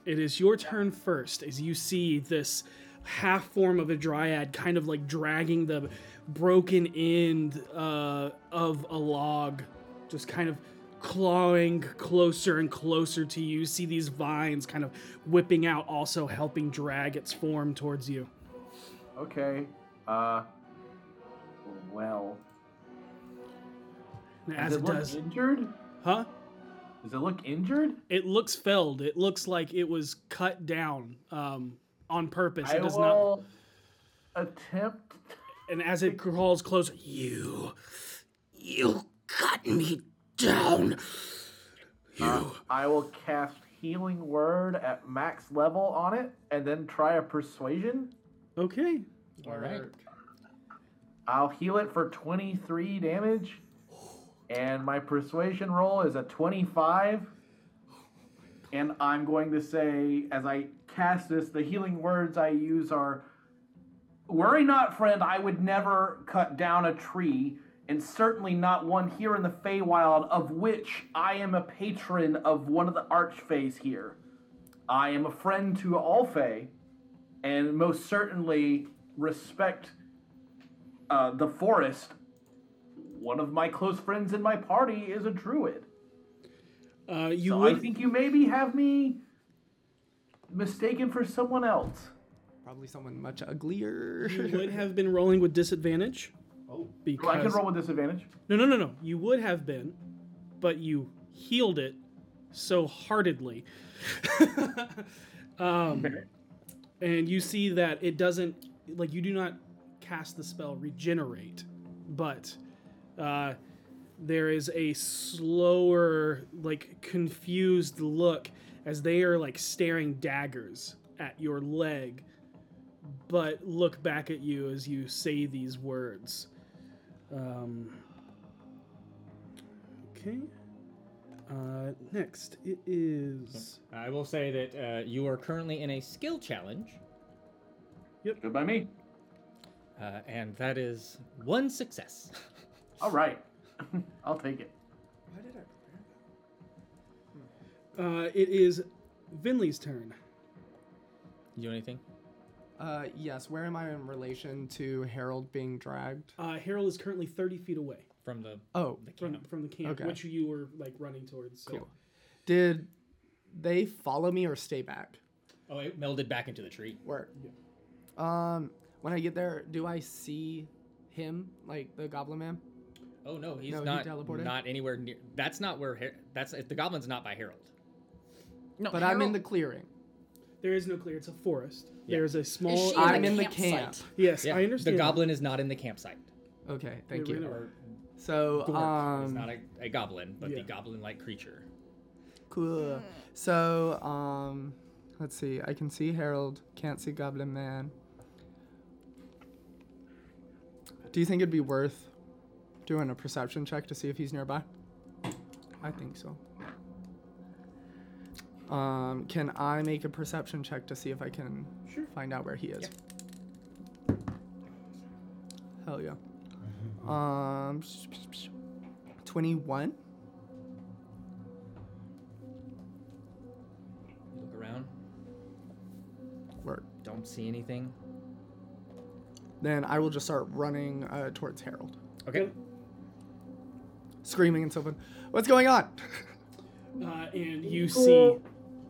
Speaker 3: it is your turn first as you see this half form of a dryad kind of like dragging the broken end uh, of a log, just kind of clawing closer and closer to you. You see these vines kind of whipping out, also helping drag its form towards you.
Speaker 11: Okay. Uh. Well.
Speaker 3: And as
Speaker 11: it
Speaker 3: it
Speaker 11: look
Speaker 3: does-
Speaker 11: injured?
Speaker 3: Huh?
Speaker 11: Does it look injured?
Speaker 3: It looks felled. It looks like it was cut down um, on purpose.
Speaker 11: I
Speaker 3: it does
Speaker 11: will not attempt.
Speaker 3: And as it crawls closer, you, you cut me down.
Speaker 11: Uh, I will cast Healing Word at max level on it, and then try a Persuasion.
Speaker 3: Okay.
Speaker 11: All right. I'll heal it for 23 damage, and my Persuasion roll is a 25. And I'm going to say, as I cast this, the healing words I use are Worry not, friend, I would never cut down a tree, and certainly not one here in the Feywild, of which I am a patron of one of the archfays here. I am a friend to all Fey, and most certainly respect uh, the forest. One of my close friends in my party is a druid.
Speaker 3: Uh, you
Speaker 11: so I
Speaker 3: would-
Speaker 11: think you maybe have me mistaken for someone else.
Speaker 4: Probably someone much uglier.
Speaker 3: You would have been rolling with disadvantage
Speaker 11: Oh,
Speaker 3: Because
Speaker 11: I can roll with disadvantage.
Speaker 3: No, no, no, no. You would have been, but you healed it so heartedly. um, and you see that it doesn't, like, you do not cast the spell regenerate, but uh, there is a slower, like, confused look as they are, like, staring daggers at your leg, but look back at you as you say these words. Um, okay. Uh, next, it is.
Speaker 32: I will say that uh, you are currently in a skill challenge.
Speaker 3: Yep.
Speaker 11: Good by me.
Speaker 32: Uh, and that is one success.
Speaker 11: All right. I'll take it.
Speaker 4: Why did I?
Speaker 3: Uh, it is Vinley's turn.
Speaker 32: You do anything?
Speaker 4: Uh, yes. Where am I in relation to Harold being dragged?
Speaker 3: Uh, Harold is currently 30 feet away
Speaker 32: from the
Speaker 4: Oh,
Speaker 3: from, from the camp,
Speaker 4: Okay.
Speaker 3: which you were like running towards. So.
Speaker 4: Cool. Did they follow me or stay back?
Speaker 32: Oh, it melded back into the tree.
Speaker 4: Work. Um, when I get there, do I see him, like the Goblin Man?
Speaker 32: Oh no, he's
Speaker 4: No, he
Speaker 32: not
Speaker 4: teleported?
Speaker 32: not anywhere near. That's not where. Her- that's the goblin's not by Harold.
Speaker 3: No,
Speaker 4: but I'm in the clearing.
Speaker 3: There is no clear. It's a forest. There is a small.
Speaker 4: she in I'm the in the campsite? camp.
Speaker 3: Yes,
Speaker 32: Yeah,
Speaker 3: I understand.
Speaker 32: The goblin is not in the campsite.
Speaker 4: Okay, thank
Speaker 32: Yeah,
Speaker 4: you.
Speaker 32: we know.
Speaker 4: So,
Speaker 32: Gork is
Speaker 4: um,
Speaker 32: not a, a goblin, but the goblin-like creature.
Speaker 4: Cool. So, um, let's see. I can see Harold. Can't see Goblin Man. Do you think it'd be worth doing a perception check to see if he's nearby? I think so. Um, can I make a perception check to see if I can find out where he is? Hell yeah. Um, 21.
Speaker 32: You look around.
Speaker 4: Work.
Speaker 32: Don't see anything.
Speaker 4: then I will just start running uh, towards Harold.
Speaker 32: Okay.
Speaker 4: Screaming and so on. What's going on?
Speaker 3: Uh, and you see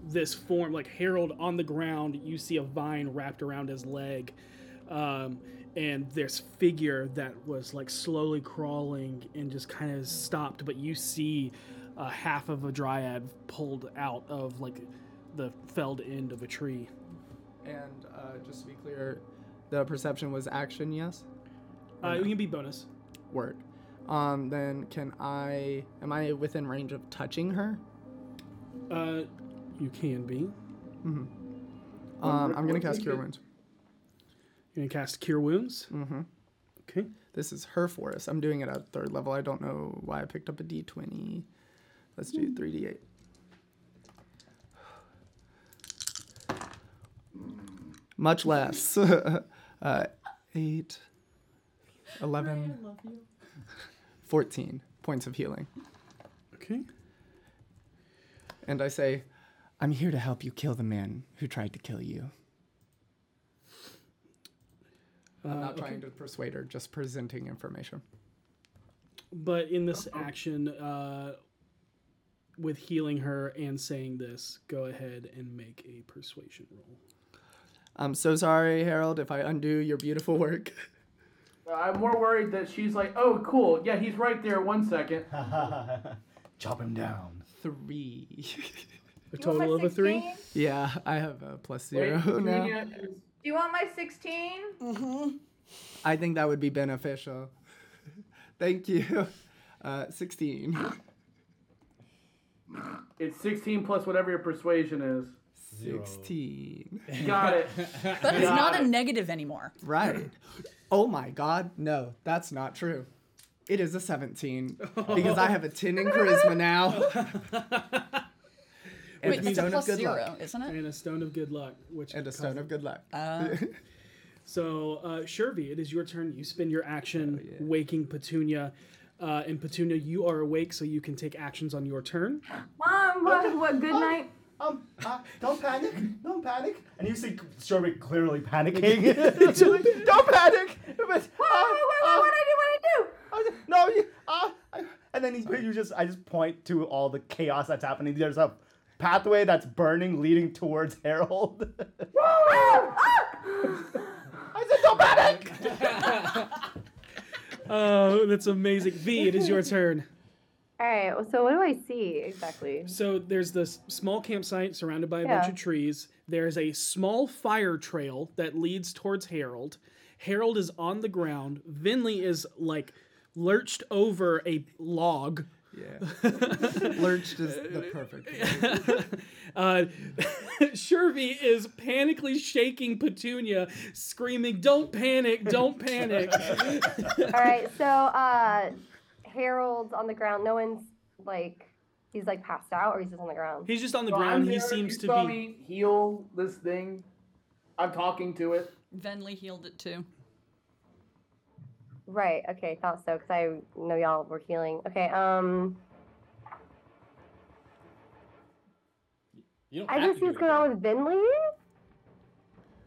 Speaker 3: this form, like Harold on the ground. You see a vine wrapped around his leg. Um, and this figure that was like slowly crawling and just kind of stopped, but you see uh, half of a dryad pulled out of like the felled end of a tree.
Speaker 4: And uh, just to be clear, the perception was action, yes?
Speaker 3: Uh, it can be bonus.
Speaker 4: Word. Um, then can I, am I within range of touching her?
Speaker 3: Uh, you can be.
Speaker 4: Mm-hmm. Um, I'm going to cast Cure Wounds.
Speaker 3: You're going to cast Cure Wounds?
Speaker 4: Mm-hmm.
Speaker 3: Okay.
Speaker 4: This is her forest. I'm doing it at third level. I don't know why I picked up a d20. Let's
Speaker 3: Hmm.
Speaker 4: do 3d8. Much less. uh, 8, 11, 14 points of healing.
Speaker 3: Okay.
Speaker 4: And I say, I'm here to help you kill the man who tried to kill you. I'm not
Speaker 3: Uh,
Speaker 4: trying
Speaker 3: okay.
Speaker 4: to persuade her, just presenting information.
Speaker 3: But in this action, uh, with healing her and saying this, go ahead and make a persuasion roll.
Speaker 4: I'm so sorry, Harold, if I undo your beautiful work.
Speaker 11: I'm more worried that she's like, oh, cool. Yeah, he's right there. One second.
Speaker 4: Chop him down. Three.
Speaker 3: a
Speaker 10: You want my total of a three? 16?
Speaker 4: Yeah, I have a plus zero now.
Speaker 10: Do you want my 16? Mm-hmm.
Speaker 4: I think that would be beneficial. Thank you. Uh, 16.
Speaker 11: It's 16 plus whatever your persuasion is.
Speaker 4: 16.
Speaker 11: Got it.
Speaker 5: But it's
Speaker 11: Got
Speaker 5: not
Speaker 11: it.
Speaker 5: a negative anymore.
Speaker 4: Right. Oh my god, no, that's not true. It is a 17 because I have a 10 in charisma now. and
Speaker 5: Wait,
Speaker 4: a
Speaker 5: that's a
Speaker 4: stone
Speaker 5: plus
Speaker 4: of good
Speaker 5: zero,
Speaker 4: luck.
Speaker 5: isn't it?
Speaker 3: And a stone of good luck, which
Speaker 4: And a stone of good luck.
Speaker 5: Uh,
Speaker 3: So, uh, Shervy, it is your turn. You spend your action
Speaker 4: Oh,
Speaker 3: waking Petunia. Uh, and Petunia, you are awake, so you can take actions on your turn.
Speaker 10: Mom, what, what good night?
Speaker 15: Um,
Speaker 9: ah,
Speaker 15: uh, don't panic. Don't panic.
Speaker 9: And you see Strawberry clearly panicking.
Speaker 15: don't panic. But, uh, uh,
Speaker 9: do? um, No, you, uh, I- and then he, you just I just point to all the chaos that's happening. There's a pathway that's burning leading towards Harold.
Speaker 15: I said don't panic.
Speaker 3: Oh, that's amazing. V, it is your turn.
Speaker 1: All right. well, So what do I see exactly?
Speaker 3: So there's this small campsite surrounded by a bunch
Speaker 1: Yeah.
Speaker 3: of trees. There's a small fire trail that leads towards Harold. Harold is on the ground. Vinley is like lurched over a log.
Speaker 4: Yeah. Lurched is the perfect.
Speaker 3: Uh, Shervy is panically shaking Petunia, screaming, Don't panic, don't panic.
Speaker 1: All right. So uh, Harold's on the ground. No one's like he's like passed out, or he's just on the ground.
Speaker 3: He's just on the
Speaker 11: So I'm
Speaker 3: ground. He
Speaker 11: there,
Speaker 3: seems
Speaker 11: you
Speaker 3: to
Speaker 11: saw
Speaker 3: be.
Speaker 11: me heal this thing. I'm talking to it.
Speaker 5: Venley healed it too.
Speaker 1: Right. Okay. Thought so because I know y'all were healing. Okay. Um.
Speaker 32: You don't
Speaker 1: I
Speaker 32: have
Speaker 1: don't
Speaker 32: to
Speaker 1: see
Speaker 32: do
Speaker 1: what's
Speaker 32: it.
Speaker 1: going on with Vinley.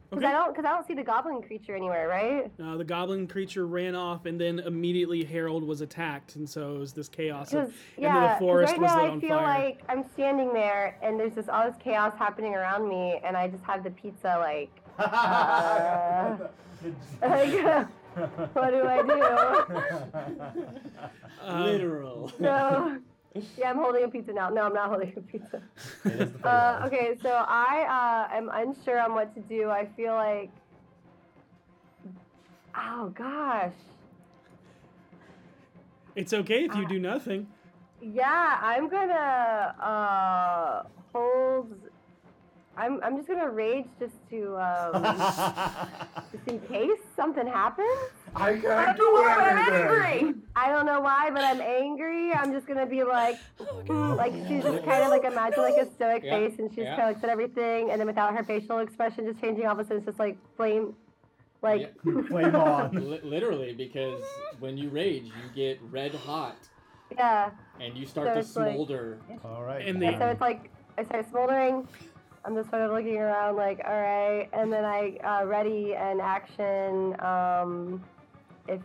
Speaker 1: Because I don't. Because I don't see the goblin creature anywhere. Right.
Speaker 3: Uh, the goblin creature ran off, and then immediately Harold was attacked, and so it was this chaos. Of,
Speaker 1: 'Cause-
Speaker 3: and then
Speaker 1: yeah.
Speaker 3: the
Speaker 1: 'cause
Speaker 3: forest
Speaker 1: right
Speaker 3: was
Speaker 1: now
Speaker 3: lit
Speaker 1: I
Speaker 3: on
Speaker 1: feel
Speaker 3: fire.
Speaker 1: like I'm standing there and there's just all this chaos happening around me, and I just have the pizza like. uh, like, uh, what do I do?
Speaker 3: Um,
Speaker 20: Literal.
Speaker 1: So, yeah, I'm holding a pizza now. No, I'm not holding a pizza. Uh, okay, so I uh, am unsure on what to do. I feel like, oh gosh,
Speaker 3: it's okay if you do nothing.
Speaker 1: yeah, I'm gonna uh, hold. I'm I'm just gonna rage just to um, just in case something happens.
Speaker 11: I
Speaker 1: I'm
Speaker 11: can't do anything.
Speaker 1: angry. I don't know why, but I'm angry. I'm just gonna be like, like she's just kind of like imagine like a stoic
Speaker 20: Yeah,
Speaker 1: face, and she just
Speaker 20: yeah.
Speaker 1: kind of looks at everything, and then without her facial expression just changing, all of a sudden it's just like flame, like
Speaker 32: Flame on. literally, because when you rage, you get red hot
Speaker 1: yeah.
Speaker 32: and you start
Speaker 1: So
Speaker 32: to
Speaker 1: it's like-
Speaker 32: smolder.
Speaker 9: All right.
Speaker 3: And
Speaker 1: And so it's like I start smoldering. I'm just sort of looking around, like, all right. And then I uh, ready an action. Um, if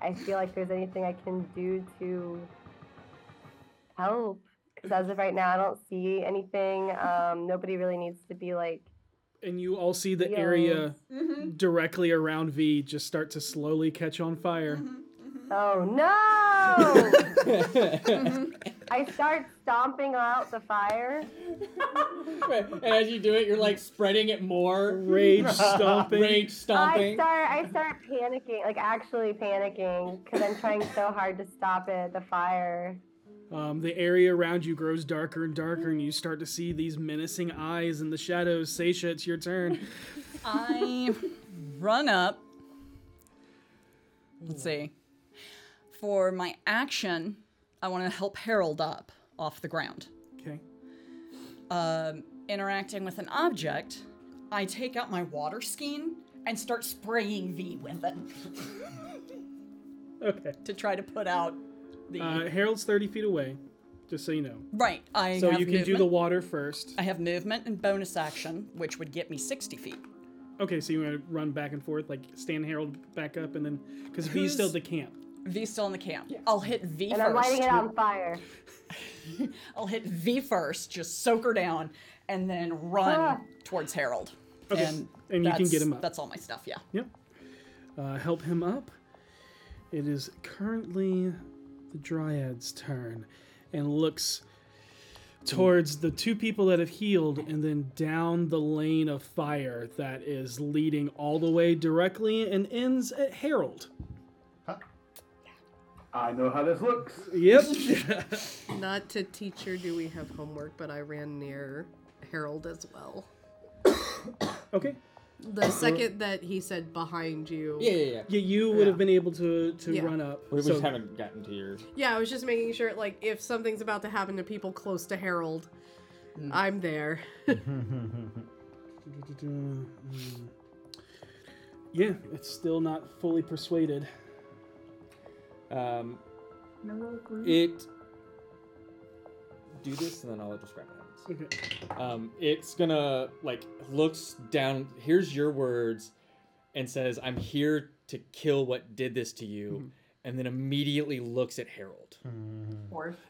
Speaker 1: I feel like there's anything I can do to help, because as of right now, I don't see anything. Um, nobody really needs to be like.
Speaker 3: And you all see the
Speaker 1: Yes.
Speaker 3: area
Speaker 1: Mhm.
Speaker 3: directly around V just start to slowly catch on fire.
Speaker 1: Oh no! I start stomping out the fire.
Speaker 32: And as you do it, you're like spreading it more.
Speaker 3: Rage stomping.
Speaker 32: Rage
Speaker 1: I
Speaker 32: stomping.
Speaker 1: start, I start panicking, like actually panicking, because I'm trying so hard to stop it, the fire.
Speaker 3: Um, the area around you grows darker and darker, and you start to see these menacing eyes in the shadows. Seisha, it's your turn.
Speaker 5: I run up. Let's see. For my action, I want to help Harold up off the ground.
Speaker 3: Okay.
Speaker 5: Um, interacting with an object, I take out my water skein and start spraying V with it.
Speaker 3: okay.
Speaker 5: To try to put out the.
Speaker 3: Uh, Harold's 30 feet away, just so you know.
Speaker 5: right. I
Speaker 3: so
Speaker 5: have
Speaker 3: you can do the
Speaker 5: movement.
Speaker 3: water first.
Speaker 5: I have movement and bonus action, which would get me 60 feet.
Speaker 3: Okay, so you want to run back and forth, like stand Harold back up, and then because V's
Speaker 5: Who's-
Speaker 3: still at the camp.
Speaker 5: V's still in the camp. I'll hit V
Speaker 1: And
Speaker 5: first.
Speaker 1: I'm lighting it on fire.
Speaker 5: I'll hit V first, just soak her down, and then run
Speaker 1: Ah.
Speaker 5: towards Harold.
Speaker 3: Okay.
Speaker 5: And,
Speaker 3: And you can
Speaker 5: that's-
Speaker 3: get him up.
Speaker 5: That's all my stuff, yeah.
Speaker 3: Yep. Uh, help him up. It is currently the Dryad's turn and looks towards the two people that have healed and then down the lane of fire that is leading all the way directly and ends at Harold.
Speaker 11: I know how this looks.
Speaker 3: Yep.
Speaker 6: Not to teacher do we have homework, but I ran near Harold as well.
Speaker 3: okay.
Speaker 6: The second that he said behind you.
Speaker 3: Yeah, you would have been able to to
Speaker 6: Yeah.
Speaker 3: run up.
Speaker 32: We, we
Speaker 3: so-
Speaker 32: just haven't gotten to your.
Speaker 6: Yeah, I was just making sure, like, if something's about to happen to people close to Harold, I'm there.
Speaker 3: Mm. Yeah, it's still not fully persuaded.
Speaker 32: Um, it. Do this, and then I'll describe what happens.
Speaker 3: Okay.
Speaker 32: Um, it's gonna like looks down. Here's your words, and says, "I'm here to kill what did this to you," and then immediately looks at Harold,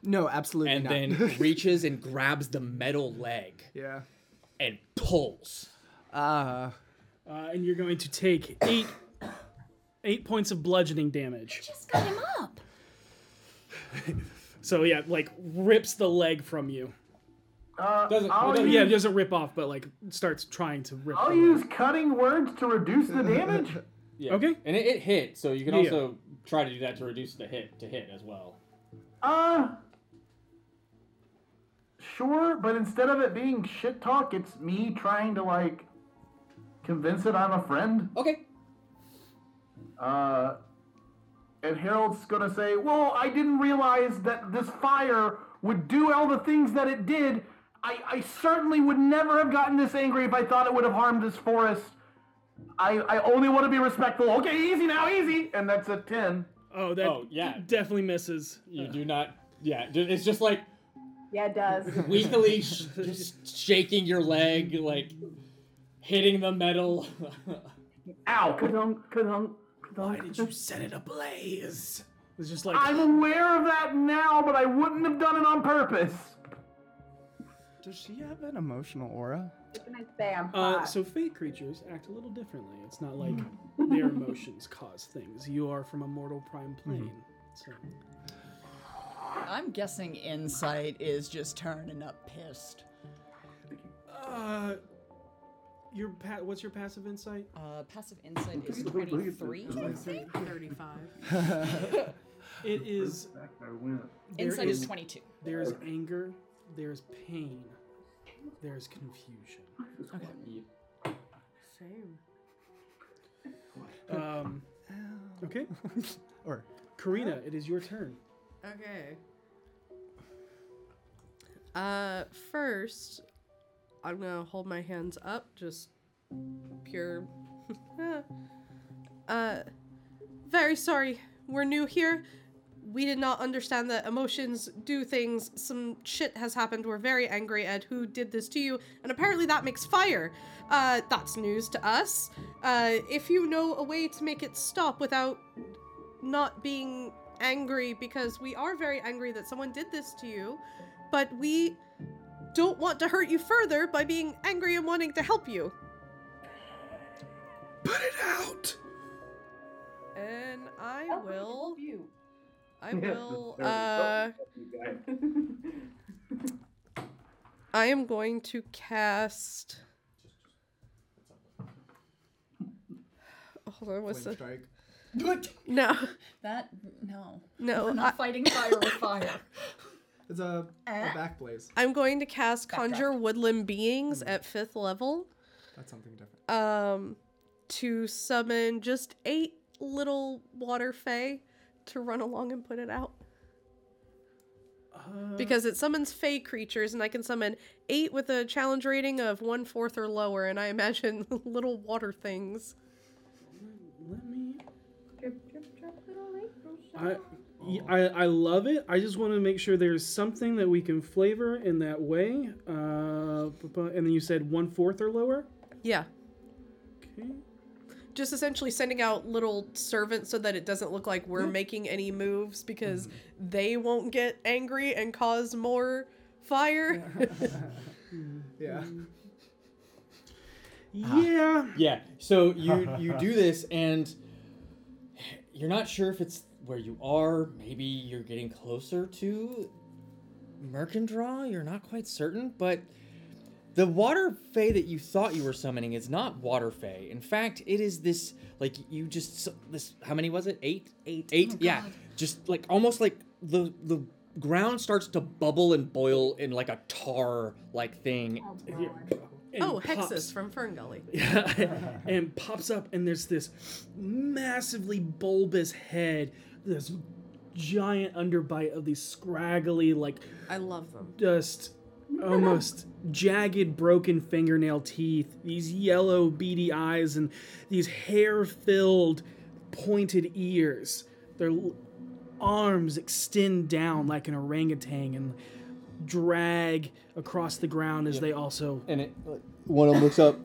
Speaker 34: No, absolutely
Speaker 32: and
Speaker 34: not.
Speaker 32: then reaches and grabs the metal leg.
Speaker 34: Yeah.
Speaker 32: And pulls.
Speaker 34: Ah.
Speaker 3: Uh, and you're going to take eight Eight points of bludgeoning damage.
Speaker 33: Just got him up.
Speaker 3: So yeah, like rips the leg from you.
Speaker 11: Uh,
Speaker 3: Doesn't,
Speaker 11: I'll
Speaker 3: doesn't- yeah, it
Speaker 11: use-
Speaker 3: doesn't rip off, but like starts trying to rip.
Speaker 11: I'll
Speaker 3: the
Speaker 11: use cutting words to reduce the damage.
Speaker 32: Yeah. Okay. And it, it hit, so you can
Speaker 3: Yeah.
Speaker 32: also try to do that to reduce the hit to hit as well.
Speaker 11: Uh, sure, but instead of it being shit talk, it's me trying to like convince it I'm a friend.
Speaker 32: Okay.
Speaker 11: Uh, and Harold's gonna say, "Well, I didn't realize that this fire would do all the things that it did. I, I certainly would never have gotten this angry if I thought it would have harmed this forest. I, I only want to be respectful. Okay, easy now, easy." And that's a ten.
Speaker 3: Oh, that
Speaker 32: Oh, yeah.
Speaker 3: definitely misses.
Speaker 32: You do not. Yeah, ju- it's just like
Speaker 10: Yeah, it does.
Speaker 32: weakly sh- just shaking your leg, like hitting the metal.
Speaker 11: Ow! Kadunk, kadunk,
Speaker 3: Why did you set it ablaze? It's just like
Speaker 11: I'm aware of that now, but I wouldn't have done it on purpose.
Speaker 34: Does she have an emotional aura?
Speaker 3: Uh, so fey creatures act a little differently. It's not like their emotions cause things. You are from a mortal prime
Speaker 11: Mm-hmm.
Speaker 3: plane. So.
Speaker 5: I'm guessing insight is just turning up pissed.
Speaker 3: Uh, your pa- what's your passive insight?
Speaker 5: Uh, passive insight is 23.
Speaker 3: Thirty-five. it is. there
Speaker 5: Insight is 22.
Speaker 3: There is anger. There is pain. There is confusion.
Speaker 6: Same.
Speaker 3: Um, okay.
Speaker 34: or
Speaker 3: Karina, it is your turn.
Speaker 6: Okay. Uh, first, I'm gonna hold my hands up, just pure. uh, very sorry. We're new here. We did not understand that emotions do things. Some shit has happened. We're very angry at who did this to you, and apparently that makes fire. Uh, that's news to us. Uh, if you know a way to make it stop without not being angry because we are very angry that someone did this to you, but we don't want to hurt you further by being angry and wanting to help you. Put it out. And
Speaker 10: Oh,
Speaker 6: I will. I will. Uh, I am going to cast. Hold on, what's the
Speaker 34: strike?
Speaker 6: No,
Speaker 5: That, no.
Speaker 6: No,
Speaker 5: We're not
Speaker 6: I-
Speaker 5: fighting fire with fire.
Speaker 34: It's a, a
Speaker 6: Eh.
Speaker 34: back blaze.
Speaker 6: I'm going to cast Conjure Woodland Beings at fifth level.
Speaker 34: That's something different.
Speaker 6: um, to summon just eight little water fae to run along and put it out. because it summons fae creatures, and I can summon eight with a challenge rating of one fourth or lower, and I imagine little water things.
Speaker 3: Let me. I, y- I I love it. I just want to make sure there's something that we can flavor in that way. Uh, bu- bu- and then you said one fourth or lower.
Speaker 6: Yeah.
Speaker 3: Okay.
Speaker 6: Just essentially sending out little servants so that it doesn't look like
Speaker 5: Hmm.
Speaker 6: we're making any moves because
Speaker 9: Hmm.
Speaker 6: they won't get angry and cause more fire.
Speaker 34: Yeah.
Speaker 3: Yeah.
Speaker 32: Yeah. So you you do this and you're not sure if it's where you are. Maybe you're getting closer to Mercandraw. You're not quite certain, but the water fey that you thought you were summoning is not water fey. In fact, it is this like you just su- this how many was it? Eight, eight, eight.
Speaker 5: Oh,
Speaker 32: yeah.
Speaker 5: God.
Speaker 32: Just like almost like the the ground starts to bubble and boil in like a tar like thing.
Speaker 5: Oh.
Speaker 3: And
Speaker 6: oh,
Speaker 3: pops-
Speaker 6: Hexus from Ferngully.
Speaker 3: and pops up, and there's this massively bulbous head, this giant underbite of these scraggly, like
Speaker 6: I love them.
Speaker 3: just almost jagged, broken fingernail teeth, these yellow, beady eyes, and these hair filled, pointed ears. Their l- arms extend down like an orangutan and drag across the ground as they also.
Speaker 32: And it, one of them looks up.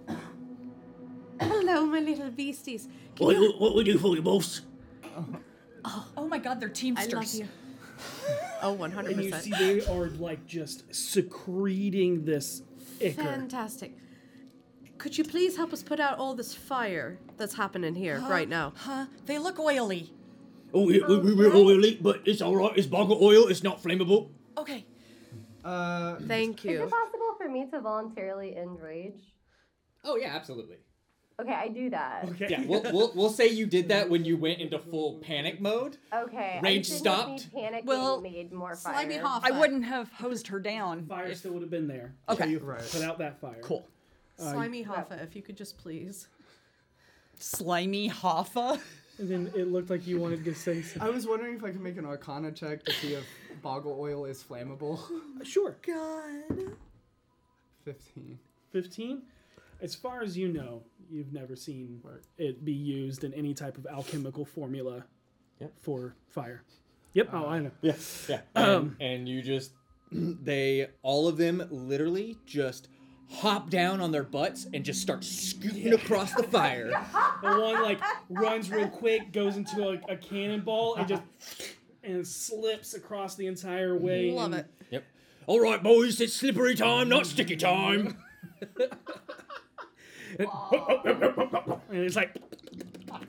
Speaker 6: Hello, my little beasties.
Speaker 3: what we do for you, boss?
Speaker 5: Oh, oh my god, they're teamsters.
Speaker 6: you. Oh, 100%.
Speaker 3: And you see they are like just secreting this ichor.
Speaker 6: Fantastic. Could you please help us put out all this fire that's happening here
Speaker 5: Huh,
Speaker 6: right now?
Speaker 5: Huh? They look oily.
Speaker 32: Oh, yeah, we, we, we're oily, but it's all right. It's bunker oil. It's not flammable.
Speaker 5: Okay.
Speaker 4: Uh,
Speaker 6: Thank
Speaker 1: Is it possible for me to voluntarily enrage?
Speaker 32: Oh yeah, absolutely.
Speaker 1: Okay, I do that. Okay.
Speaker 32: Yeah, we'll, we'll, we'll say you did that when you went into full panic mode.
Speaker 1: Okay.
Speaker 32: Rage
Speaker 1: stopped. Panic
Speaker 5: Well,
Speaker 1: well, made more fire.
Speaker 5: Slimy Hoff, I wouldn't have hosed her down.
Speaker 3: Fire still would have been there.
Speaker 5: Okay.
Speaker 3: You Put out that fire. Cool.
Speaker 6: Slimy Hoffa, if you could just please.
Speaker 5: Slimy Hoffa.
Speaker 3: And then it looked like you wanted to say
Speaker 4: I
Speaker 3: something.
Speaker 4: was wondering if I could make an arcana check to see if boggle oil is flammable.
Speaker 3: Sure.
Speaker 5: God.
Speaker 4: 15.
Speaker 3: 15 as far as you know you've never seen it be used in any type of alchemical formula for fire yep oh i know
Speaker 2: Yes. Yeah.
Speaker 3: Um,
Speaker 2: and, and you just they all of them literally just
Speaker 32: Hop down on their butts and just start scooping across the fire.
Speaker 3: the one like runs real quick goes into a, a cannonball and just and slips across the entire way
Speaker 32: Love
Speaker 3: and-
Speaker 32: Yep. All right, boys, it's slippery time, not sticky time.
Speaker 3: and it's like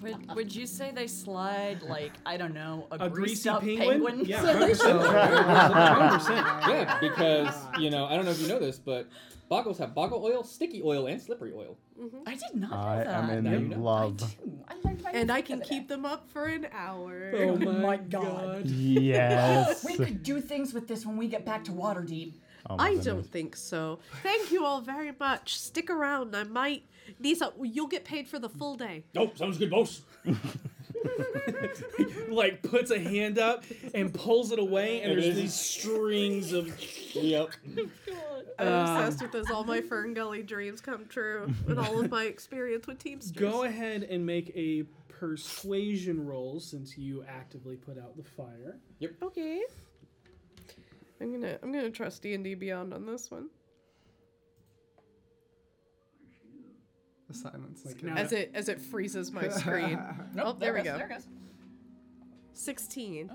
Speaker 5: Would, would you say they slide like I don't know a,
Speaker 3: A
Speaker 5: greased
Speaker 3: greasy
Speaker 5: up
Speaker 3: penguin?
Speaker 5: penguin?
Speaker 3: Yeah,
Speaker 2: Yeah, because you know I don't know if you know this, but boggles have boggle oil, sticky oil, and slippery oil.
Speaker 6: Mm-hmm.
Speaker 5: I did not know
Speaker 9: I
Speaker 5: that.
Speaker 9: am in love.
Speaker 6: And I can keep them up for an hour.
Speaker 5: Oh my god.
Speaker 9: Yes.
Speaker 5: we could do things with this when we get back to Waterdeep.
Speaker 9: Oh my
Speaker 6: I
Speaker 9: goodness.
Speaker 6: don't think so. Thank you all very much. Stick around. I might. Nisa, you'll get paid for the full day.
Speaker 32: Nope, sounds good, boss.
Speaker 3: like puts a hand up and pulls it away and
Speaker 32: It
Speaker 3: there's
Speaker 32: is.
Speaker 3: these strings of
Speaker 32: Yep.
Speaker 6: I'm
Speaker 3: Um,
Speaker 5: Uh,
Speaker 6: obsessed with this. All my Fern Gully dreams come true, and all of my experience with Teamsters.
Speaker 3: Go ahead and make a persuasion roll since you actively put out the fire.
Speaker 32: Yep.
Speaker 6: Okay. I'm gonna I'm gonna trust D and D Beyond on this one.
Speaker 4: The silence. is
Speaker 3: Like,
Speaker 4: good.
Speaker 3: now
Speaker 6: As it as it freezes my screen.
Speaker 5: Nope,
Speaker 6: oh, there, we
Speaker 5: goes,
Speaker 6: go.
Speaker 5: There goes.
Speaker 6: Sixteen.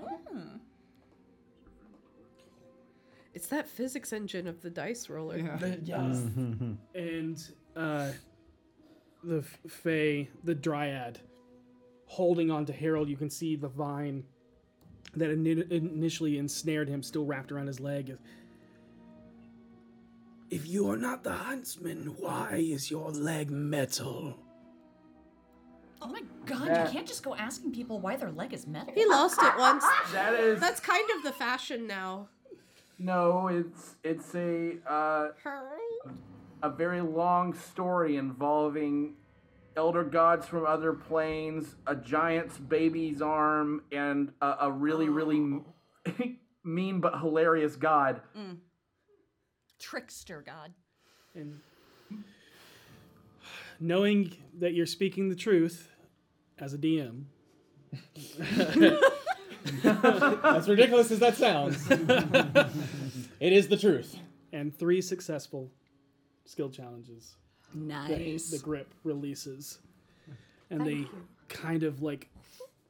Speaker 6: It's that physics engine of the dice roller.
Speaker 3: The- yes. and uh, the f- Fae, the Dryad, holding on to Harold. You can see the vine that ini- initially ensnared him still wrapped around his leg. If you are not the huntsman, why is your leg metal?
Speaker 5: Oh my god,
Speaker 3: Yeah.
Speaker 5: you can't just go asking people why their leg is metal.
Speaker 6: He lost it once.
Speaker 11: That is-
Speaker 6: That's kind of the fashion now.
Speaker 11: No, it's it's a uh, a very long story involving elder gods from other planes, a giant's baby's arm, and a, a really really m- mean but hilarious god.
Speaker 5: Mm. Trickster god.
Speaker 3: And knowing that you're speaking the truth as a DM.
Speaker 32: As ridiculous as that sounds, it is the truth.
Speaker 3: And three successful skill challenges. The-
Speaker 5: Nice.
Speaker 3: The, grip releases. And they kind of like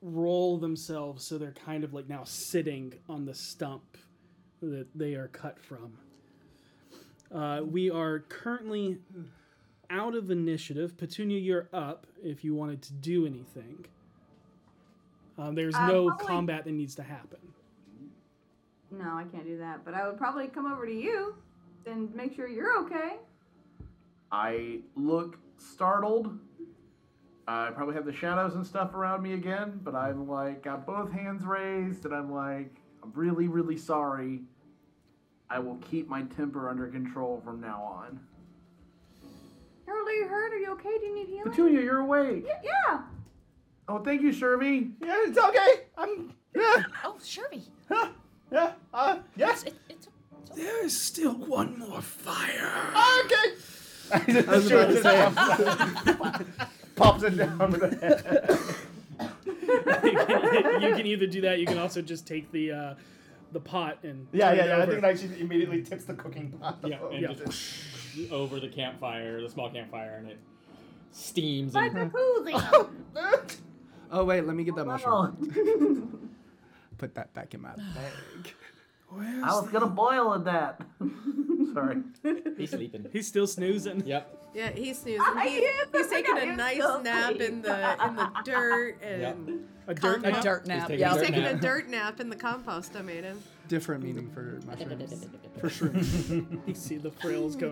Speaker 3: roll themselves so they're kind of like now sitting on the stump that they are cut from. Uh, we are currently out of initiative. Petunia, you're up if you wanted to do anything. Um, there's
Speaker 10: Uh,
Speaker 3: no
Speaker 10: probably-
Speaker 3: combat that needs to happen.
Speaker 10: No, I can't do that. But I would probably come over to you and make sure you're okay.
Speaker 11: I look startled. I probably have the shadows and stuff around me again, but I'm like got both hands raised, and I'm like, I'm really really sorry. I will keep my temper under control from now on.
Speaker 10: Harold, are you hurt? Are you okay? Do you need healing?
Speaker 11: Petunia, you're awake.
Speaker 10: Y- Yeah.
Speaker 11: Oh, thank you, Sherby.
Speaker 15: Yeah, it's okay. I'm. Yeah.
Speaker 5: Oh, Sherby.
Speaker 15: Yeah. Uh, yes.
Speaker 3: There is still one more fire.
Speaker 15: Okay.
Speaker 9: I was about to
Speaker 15: say.
Speaker 9: Pops it down with a
Speaker 3: you, can, you can either do that. You can also just take the uh, the pot and
Speaker 9: Yeah,
Speaker 3: turn
Speaker 9: yeah,
Speaker 3: it
Speaker 9: yeah. I
Speaker 3: over.
Speaker 9: think like she immediately tips the cooking pot.
Speaker 3: Yeah,
Speaker 9: over.
Speaker 3: Oh, yeah.
Speaker 32: Over the campfire, the small campfire, and it steams
Speaker 10: Like a
Speaker 32: and
Speaker 10: koozie.
Speaker 4: Oh, wait, let me get that
Speaker 10: Wow.
Speaker 4: mushroom. Put that back in my bag.
Speaker 11: I was gonna boil in that. Sorry.
Speaker 32: He's sleeping.
Speaker 3: He's still snoozing.
Speaker 32: Yep.
Speaker 6: Yeah, he's snoozing.
Speaker 10: I
Speaker 6: He-
Speaker 10: did, I
Speaker 6: he's taking
Speaker 10: forgot he
Speaker 6: a
Speaker 10: was
Speaker 6: nice
Speaker 10: still
Speaker 6: nap
Speaker 10: asleep.
Speaker 6: in the in the dirt and
Speaker 36: A dirt
Speaker 6: compost-
Speaker 36: nap? A dirt nap,
Speaker 6: He's taking,
Speaker 36: yeah.
Speaker 6: he's
Speaker 36: Dirt
Speaker 6: taking a
Speaker 36: nap.
Speaker 6: dirt nap in the compost I made him.
Speaker 4: Different meaning for mushrooms. For shrooms.
Speaker 3: you see the frills go.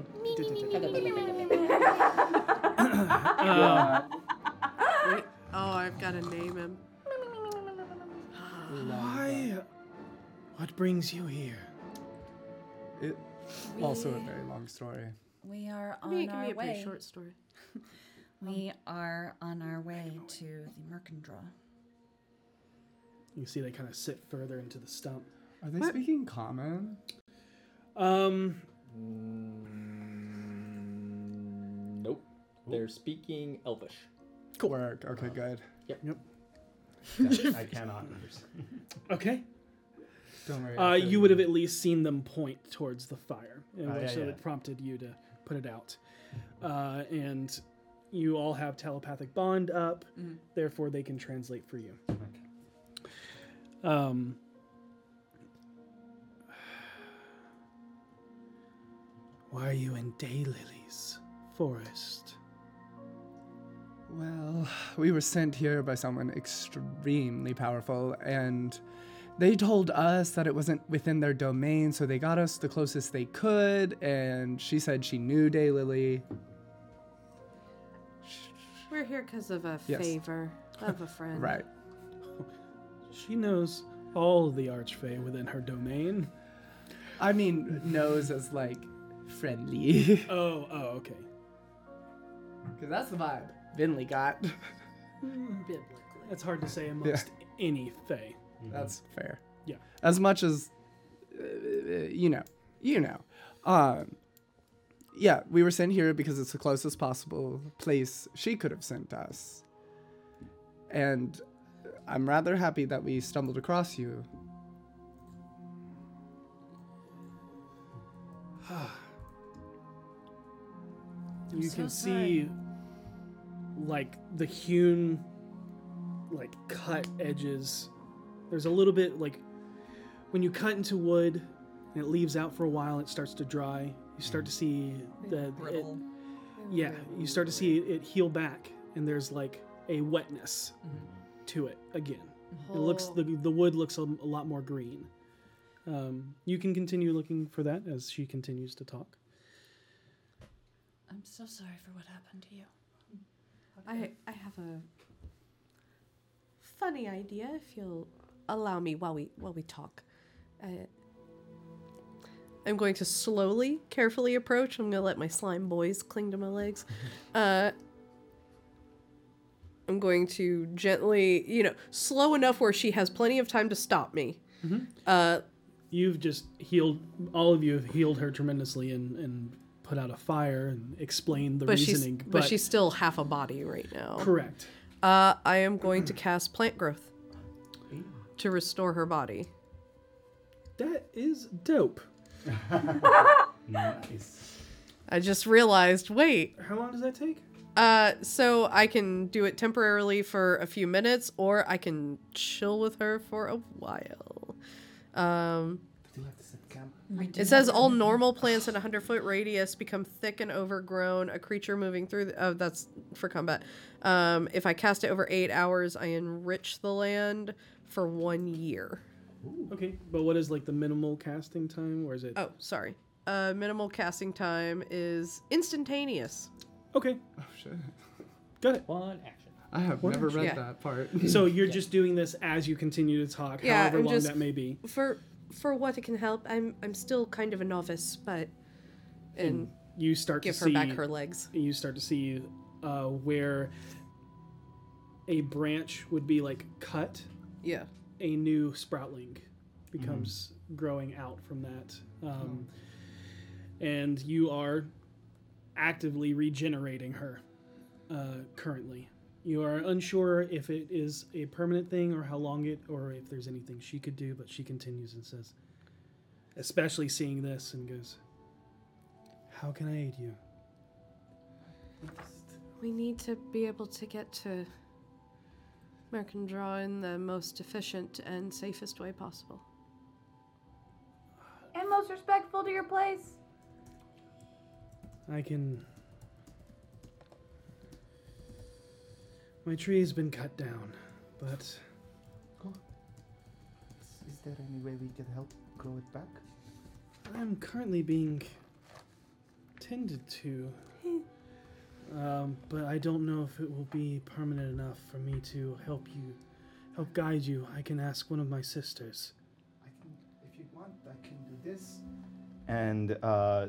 Speaker 36: Uh,
Speaker 6: Wait, oh, I've got to name him.
Speaker 36: Why? What brings you here?
Speaker 34: It, also a
Speaker 5: We-
Speaker 34: very long story.
Speaker 5: We
Speaker 10: uh,
Speaker 5: are
Speaker 6: I
Speaker 5: on
Speaker 6: mean, it can
Speaker 5: our
Speaker 6: be a
Speaker 5: way.
Speaker 6: pretty short story.
Speaker 5: We are on our way to the Mercandraw.
Speaker 3: You see they kind of sit further into the stump.
Speaker 4: Are they speaking common?
Speaker 3: Um.
Speaker 32: Nope. They're speaking Elvish.
Speaker 34: Cool. Work. Okay, good.
Speaker 32: Yep.
Speaker 3: Yep.
Speaker 9: I cannot understand.
Speaker 3: Okay.
Speaker 34: Don't worry.
Speaker 3: Uh, you would have at least seen them point towards the fire, and
Speaker 9: Ah, yeah,
Speaker 3: so
Speaker 9: yeah.
Speaker 3: it prompted you to put it out. Uh, and you all have telepathic bond up,
Speaker 5: Mhm.
Speaker 3: therefore they can translate for you. Um, why are you in Daylilies Forest?
Speaker 34: Well, we were sent here by someone extremely powerful, and they told us that it wasn't within their domain, so they got us the closest they could, and she said she knew Daylily.
Speaker 6: We're here because of a
Speaker 34: Yes.
Speaker 6: favor of a friend.
Speaker 34: Right.
Speaker 3: She knows all the Archfey within her domain.
Speaker 34: I mean, knows as like friendly.
Speaker 3: oh, oh, okay.
Speaker 34: Because that's the vibe Vinley got.
Speaker 3: Biblically. That's hard to say amongst any Fae.
Speaker 34: That's fair.
Speaker 3: Yeah.
Speaker 34: As much as, uh, you know, you know. Um, yeah, we were sent here because it's the closest possible place she could have sent us. And I'm rather happy that we stumbled across you.
Speaker 3: you
Speaker 5: so
Speaker 3: can
Speaker 5: sorry.
Speaker 3: see like the hewn like cut edges there's a little bit like when you cut into wood and it leaves out for a while it starts to dry you start to see the it,
Speaker 5: Brittle.
Speaker 3: yeah you start to see it heal back and there's like a wetness to it again it looks
Speaker 6: Oh.
Speaker 3: the, the wood looks a, a lot more green um, you can continue looking for that as she continues to talk
Speaker 5: I'm so sorry for what happened to you.
Speaker 6: I I have a funny idea. If you'll allow me while we while we talk, uh, I'm going to slowly, carefully approach. I'm gonna let my slime boys cling to my legs. Uh, I'm going to gently, you know, slow enough where she has plenty of time to stop me. Uh,
Speaker 3: You've just healed. All of you have healed her tremendously and, and put out a fire and explained the
Speaker 6: but she's
Speaker 3: reasoning.
Speaker 6: but, she's still half a body right now.
Speaker 3: Correct.
Speaker 6: Uh, I am going to cast plant growth to restore her body.
Speaker 3: that is dope.
Speaker 9: nice.
Speaker 6: I just realized, wait.
Speaker 3: How long does that take?
Speaker 6: Uh, so I can do it temporarily for a few minutes, or I can chill with her for a while. Um, it says all normal plants in a hundred foot radius become thick and overgrown. A creature moving through. The, oh, that's for combat. Um, if I cast it over eight hours, I enrich the land for one year.
Speaker 3: Okay, but what is like the minimal casting time, or is it?
Speaker 6: Oh, sorry. Uh, minimal casting time is instantaneous.
Speaker 3: Okay.
Speaker 4: Oh shit.
Speaker 3: Got it.
Speaker 32: One action.
Speaker 4: I have
Speaker 3: One
Speaker 4: never
Speaker 3: action.
Speaker 4: read
Speaker 3: Yeah.
Speaker 4: that part.
Speaker 3: So you're just doing this as you continue to talk,
Speaker 6: Yeah,
Speaker 3: however
Speaker 6: I'm
Speaker 3: long
Speaker 6: just-
Speaker 3: that may be.
Speaker 6: For for what it can help, I'm I'm still kind of a novice, but and
Speaker 3: you start
Speaker 6: give
Speaker 3: to
Speaker 6: her
Speaker 3: see,
Speaker 6: back her legs.
Speaker 3: You start to see uh, where a branch would be like cut.
Speaker 6: Yeah.
Speaker 3: A new sproutling becomes growing out from that, um, and you are actively regenerating her uh, currently. You are unsure if it is a permanent thing or how long it, or if there's anything she could do, but she continues and says, especially seeing this, and goes, How can I aid you?
Speaker 6: we need to be able to get to Mercandraw in the most efficient and safest way possible.
Speaker 10: most respectful to your place?
Speaker 3: I can. My tree's been cut down, but
Speaker 15: Is there any way we can help grow it back?
Speaker 3: I'm currently being tended to. Um, but I don't know if it will be permanent enough for me to help you, help guide you. I can ask one of my sisters.
Speaker 15: If you want, I can do this.
Speaker 9: and uh,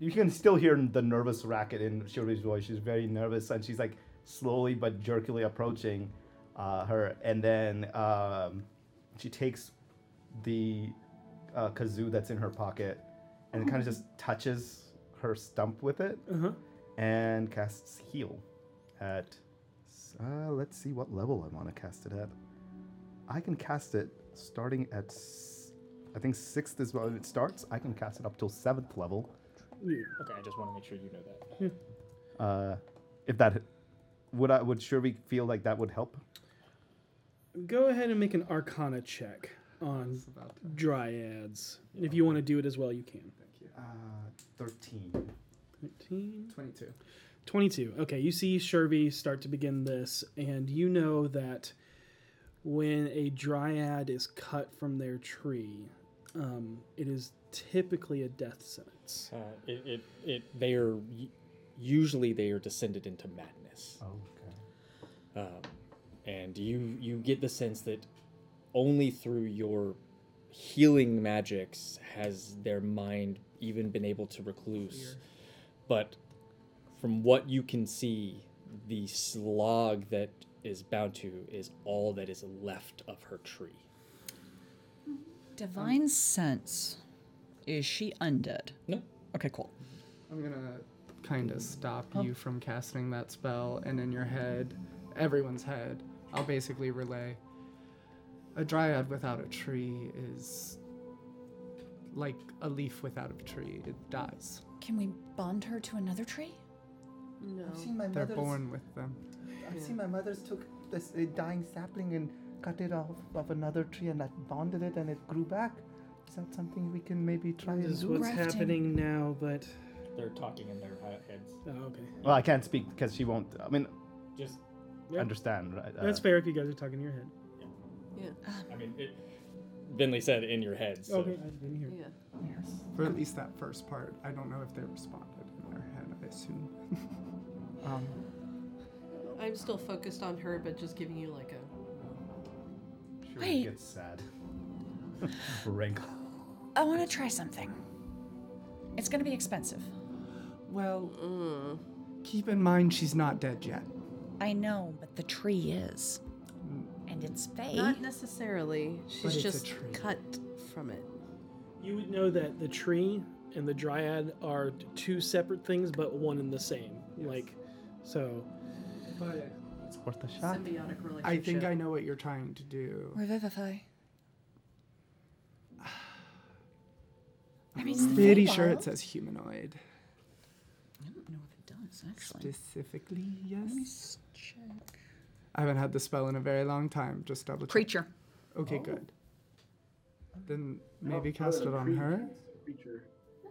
Speaker 9: you can still hear the nervous racket in Shuri's voice. She's very nervous, and she's like slowly but jerkily approaching uh, her, and then um, she takes the uh, kazoo that's in her pocket and kind of just touches her stump with it,
Speaker 3: Uh-huh.
Speaker 9: and casts heal at. Uh, let's see what level I want to cast it at. I can cast it starting at, s- I think sixth is when it starts. I can cast it up till seventh level.
Speaker 2: Okay, I just want to make sure you know that.
Speaker 9: Uh, if that would I would sure we feel like that would help.
Speaker 3: Go ahead and make an Arcana check on Dryads. And if you want to do it as well, you can.
Speaker 9: Uh, Thirteen.
Speaker 3: 13?
Speaker 4: 22.
Speaker 3: 22. Okay, you see Shervy start to begin this, and you know that when a dryad is cut from their tree, um, it is typically a death sentence.
Speaker 2: Uh, it, it, it, they are u- usually they are descended into madness. Okay. Um, and you you get the sense that only through your healing magics has their mind even been able to recluse. But from what you can see, the slog that is bound to is all that is left of her tree.
Speaker 37: Divine sense. Is she undead?
Speaker 2: No.
Speaker 37: Okay, cool. Oh.
Speaker 4: I'm gonna kind of stop you from casting that spell, and in your head, everyone's head, I'll basically relay. A dryad without a tree is like a leaf without a tree. It dies.
Speaker 5: Can we bond her to another tree?
Speaker 6: No.
Speaker 15: I've seen my
Speaker 4: They're
Speaker 15: mother's.
Speaker 4: born with them.
Speaker 15: I've seen my mother's took this a dying sapling and cut it off of another tree and that bonded it and it grew back. Is that something we can maybe try and
Speaker 3: This is
Speaker 15: do?
Speaker 3: what's happening now, but.
Speaker 2: They're talking in their he- heads.
Speaker 3: Oh, okay.
Speaker 9: Well, I can't speak because she won't. I mean,
Speaker 2: Just
Speaker 3: Yep.
Speaker 9: understand, right? Uh,
Speaker 3: That's fair if you guys are talking in your head.
Speaker 6: Yeah.
Speaker 2: uh, I mean, it, Vinley said in your head. So.
Speaker 4: Okay,
Speaker 3: I didn't hear.
Speaker 4: Yes. For at least that first part. I don't know if they responded in their head, I assume. um,
Speaker 6: I'm still focused on her, but just giving you like a.
Speaker 9: Sure,
Speaker 5: Wait.
Speaker 9: gets sad. Wrinkle.
Speaker 5: I want to try something. It's going to be expensive.
Speaker 4: Well, keep in mind she's not dead yet.
Speaker 5: I know, but the tree is. And it's fey.
Speaker 6: Not necessarily. She's
Speaker 5: it's a
Speaker 6: just
Speaker 5: tree.
Speaker 6: cut from it.
Speaker 38: You would
Speaker 3: know that the tree and the dryad are t- two separate things, but one and the same. Like, so.
Speaker 4: But
Speaker 9: it's worth a
Speaker 4: shot.
Speaker 6: Symbiotic
Speaker 4: I think I know what you're trying to do.
Speaker 5: Revivify. I mean, it's the
Speaker 4: I'm pretty
Speaker 5: Feywild.
Speaker 4: sure it says humanoid.
Speaker 5: I don't know if it does, actually.
Speaker 4: Specifically,
Speaker 5: Let me
Speaker 4: yes.
Speaker 5: s- check.
Speaker 4: I haven't had the spell in a very long time. Just double check.
Speaker 5: Creature.
Speaker 4: Okay,
Speaker 5: Oh.
Speaker 4: good. Then
Speaker 11: Not
Speaker 4: maybe
Speaker 11: good
Speaker 4: cast
Speaker 11: at
Speaker 4: it on
Speaker 11: creatures.
Speaker 4: her.
Speaker 11: Creature.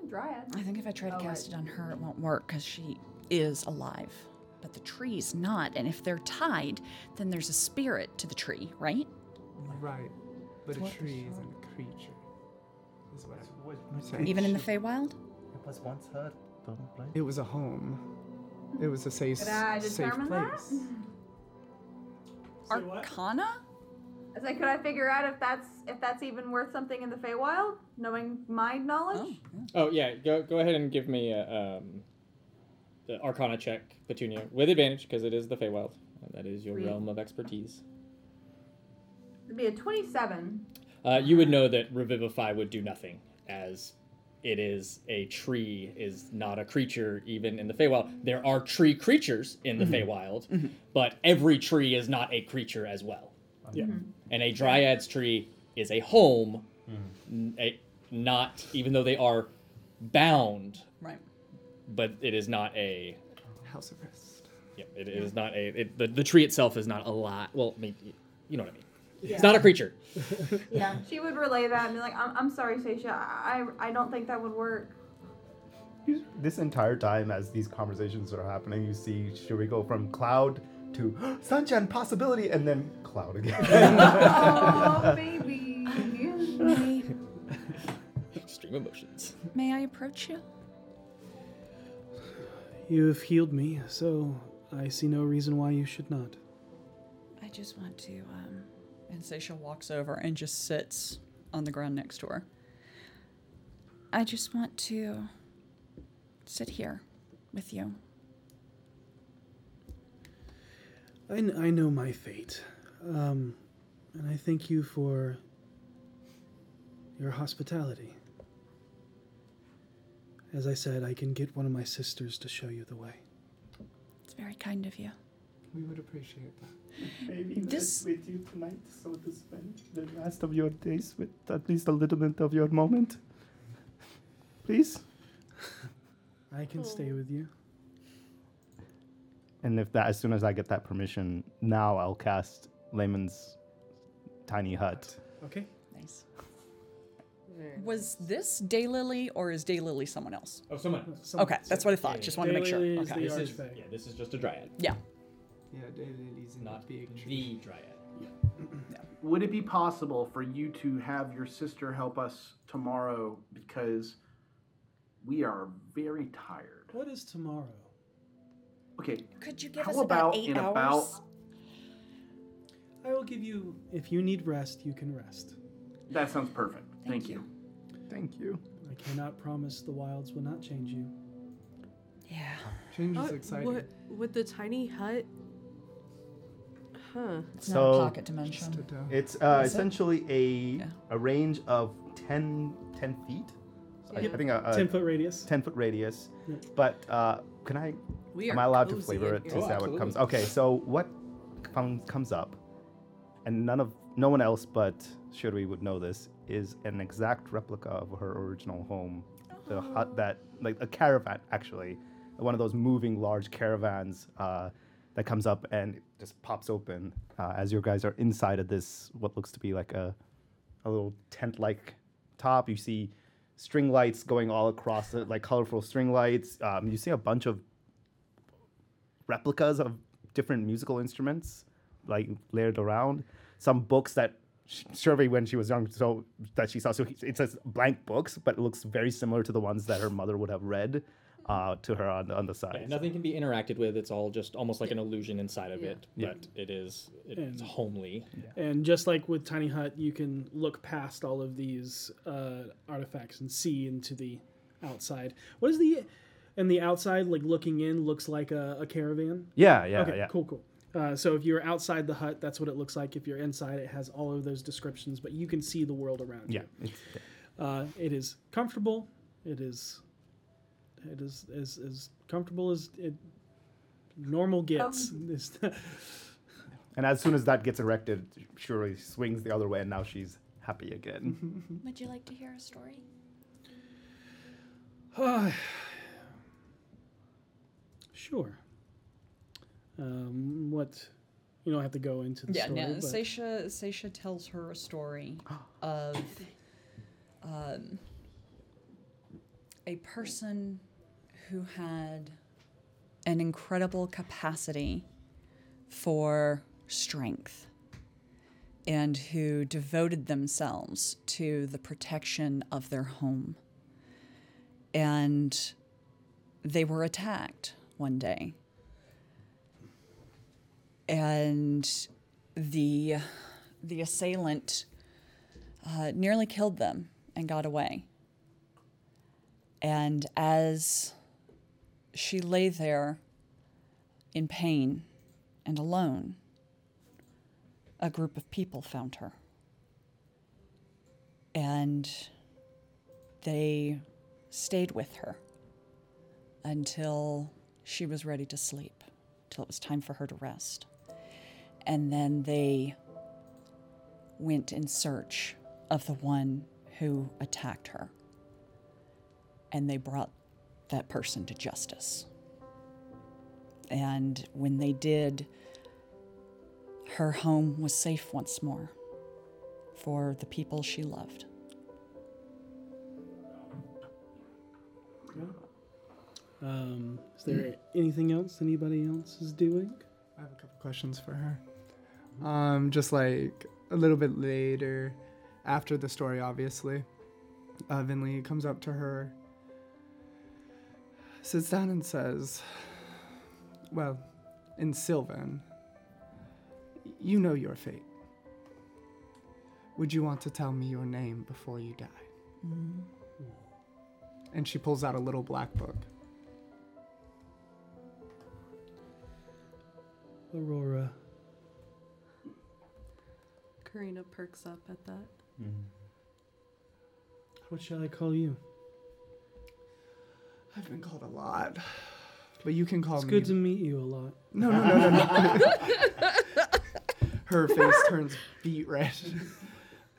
Speaker 10: Dryad.
Speaker 5: I think if I try to
Speaker 10: Oh,
Speaker 5: cast it on her, it won't work because she is alive. But the tree's not. And if they're tied, then there's a spirit to the tree, right?
Speaker 4: Right. But
Speaker 5: What
Speaker 4: a
Speaker 5: the
Speaker 4: tree isn't a creature. Is what I'm saying.
Speaker 5: Even in the Feywild?
Speaker 15: It was once her, bone, right?
Speaker 4: It was a home. It was a safe,
Speaker 10: Did I
Speaker 4: safe
Speaker 10: determine that?
Speaker 4: place.
Speaker 5: Arcana?
Speaker 10: I said, could I figure out if that's if that's even worth something in the Feywild, knowing mind knowledge?
Speaker 2: Oh yeah, go go ahead and give me a um, the Arcana check, Petunia, with advantage because it is the Feywild. And that is your
Speaker 10: Sweet.
Speaker 2: realm of expertise.
Speaker 10: It'd be a twenty-seven.
Speaker 2: Uh, you would know that Revivify would do nothing, as it is a tree is not a creature even in the Feywild. There are tree creatures in the Feywild,
Speaker 20: Mm-hmm.
Speaker 2: but every tree is not a creature as well.
Speaker 38: Yeah.
Speaker 2: And a dryad's tree is a home, n- a, not even though they are bound
Speaker 5: Right.
Speaker 2: but it is not a
Speaker 4: house of rest.
Speaker 2: Yep, it is not a. It, the, the tree itself is not a lot. Well, I mean, y- you know what I mean. It's not a creature.
Speaker 10: yeah, she would relay that and be like, "I'm, I'm sorry, Seisha. I, I I don't think that would work."
Speaker 9: This entire time, as these conversations are happening, you see Should we go from cloud to sunshine possibility and then cloud again.
Speaker 10: oh, baby.
Speaker 15: May,
Speaker 2: Extreme emotions.
Speaker 15: may I approach you?
Speaker 3: You have healed me, so I see no reason why you should not.
Speaker 15: I just want to, um,
Speaker 5: And Seisha walks over and just sits on the ground next to her.
Speaker 15: I just want to sit here with you.
Speaker 3: I, kn- I know my fate. Um, and I thank you for your hospitality. As I said, I can get one of my sisters to show you the way.
Speaker 15: It's very kind of you.
Speaker 39: We would appreciate that.
Speaker 9: Maybe
Speaker 15: This-
Speaker 9: with you tonight, so to spend the rest of your days with at least a little bit of your moment. Please.
Speaker 3: I can
Speaker 39: Oh.
Speaker 3: stay with you.
Speaker 9: And if that, as soon as I get that permission, now I'll cast Layman's tiny hut.
Speaker 3: Okay.
Speaker 5: Nice. Was this Daylily or is Daylily someone else?
Speaker 2: Oh, someone else.
Speaker 5: Okay, that's what I thought. Just wanted to make sure.
Speaker 3: Daylily is
Speaker 5: Okay.
Speaker 3: the
Speaker 2: This is,
Speaker 3: Archfey.
Speaker 2: yeah, this is just a dryad.
Speaker 5: Yeah.
Speaker 39: Yeah, Daylilies in
Speaker 2: Not
Speaker 39: the big
Speaker 2: the dryad.
Speaker 11: Would it be possible for you to have your sister help us tomorrow because we are very tired?
Speaker 3: What is tomorrow?
Speaker 11: Okay.
Speaker 15: Could you
Speaker 11: how about in about
Speaker 3: I will give you. If you need rest, you can rest.
Speaker 11: that sounds perfect. Thank, you.
Speaker 9: Thank you.
Speaker 3: I cannot promise the wilds will not change you.
Speaker 15: Yeah.
Speaker 39: Change is
Speaker 6: Uh,
Speaker 39: exciting.
Speaker 6: What with the tiny hut? Huh.
Speaker 5: It's not a pocket dimension.
Speaker 9: It's uh,
Speaker 5: Is it?
Speaker 9: essentially a a range of 10, 10 feet. So I-
Speaker 3: Yep.
Speaker 9: I think a, a
Speaker 3: 10 foot radius.
Speaker 9: Ten foot radius.
Speaker 3: Yep.
Speaker 9: But uh, can I?
Speaker 3: We
Speaker 9: am
Speaker 3: are
Speaker 9: I allowed to
Speaker 3: cozy
Speaker 9: flavor
Speaker 3: in
Speaker 9: it
Speaker 3: here.
Speaker 9: to
Speaker 3: Oh,
Speaker 9: see how it comes?
Speaker 3: absolutely.
Speaker 9: Okay, so what comes comes up, and none of no one else but Shuri would know this is an exact replica of her original home, the hut that like a caravan actually, one of those moving large caravans. Uh, that comes up and it just pops open uh, as your guys are inside of this what looks to be like a a little tent like top. You see string lights going all across it, like colorful string lights. Um, you see a bunch of replicas of different musical instruments, like layered around. Some books that sh- survey when she was young, so that she saw. So he- it says blank books, but it looks very similar to the ones that her mother would have read uh, to her on, on the side.
Speaker 2: Yeah, nothing can be interacted with. It's all just almost like an illusion inside of it,
Speaker 9: Yeah.
Speaker 2: but it is
Speaker 3: And-
Speaker 2: it's homely.
Speaker 3: And just like with Tiny Hut, you can look past all of these uh, artifacts and see into the outside. What is the and the outside like looking in looks like a, a caravan?
Speaker 9: Yeah, yeah,
Speaker 3: okay,
Speaker 9: yeah.
Speaker 3: Cool, cool. Uh, so if you're outside the hut, that's what it looks like. If you're inside, it has all of those descriptions, but you can see the world around
Speaker 9: Yeah,
Speaker 3: you.
Speaker 9: it's,
Speaker 3: Uh, it is comfortable. It is it is as as comfortable as it normal gets. It's-
Speaker 9: and as soon as that gets erected, Shuri swings the other way, and now she's happy
Speaker 2: Mm-hmm.
Speaker 9: again.
Speaker 15: Would you like to hear a story?
Speaker 3: Sure. Um, what? You don't have to go into the
Speaker 5: yeah,
Speaker 3: story.
Speaker 5: no,
Speaker 3: but
Speaker 5: Seisha, Seisha tells her a story of um, a person who had an incredible capacity for strength and who devoted themselves to the protection of their home. And they were attacked one day and the the assailant uh, nearly killed them and got away. And as she lay there in pain and alone, a group of people found her. And they stayed with her until she was ready to sleep, till it was time for her to rest. And then they went in search of the one who attacked her. And they brought that person to justice. And when they did, her home was safe once more.
Speaker 40: for the people she loved.
Speaker 3: Um, is there anything else anybody else is doing?
Speaker 4: I have a couple questions for her. Um, just like a little bit later, after the story, obviously, uh, Vinley comes up to her, sits down, and says, Well, in Sylvan, you know your fate. Would you want to tell me your name before you die? Mm. And she pulls out a little black book.
Speaker 3: Aurora.
Speaker 6: Karina perks up at that.
Speaker 3: What shall I call you?
Speaker 4: I've been called a lot. But you can call
Speaker 3: It's
Speaker 4: me.
Speaker 3: good to meet you a lot.
Speaker 4: No, no, no, no, no. Her face turns beet red.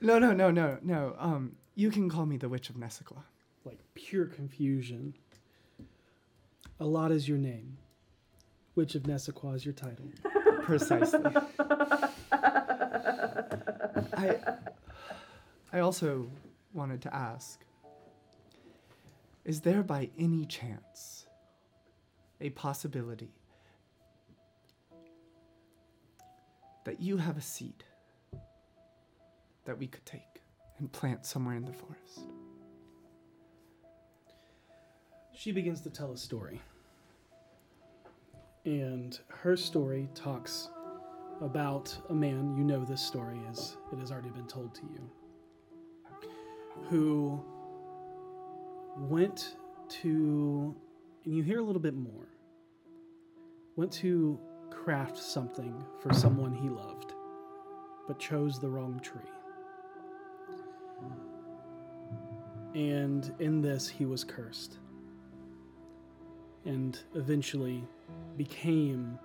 Speaker 4: No, no, no, no, no. Um, you can call me the Witch of Nessiqua.
Speaker 3: Like pure confusion. A lot is your name. Which of Nessaquah is your title?
Speaker 4: Precisely. I, I also wanted to ask Is there by any chance a possibility that you have a seed that we could take and plant somewhere in the forest?
Speaker 3: She begins to tell a story. And her story talks about a man, you know this story as it has already been told to you, who went to, and you hear a little bit more, went to craft something for someone he loved, but chose the wrong tree. And in this, he was cursed and eventually became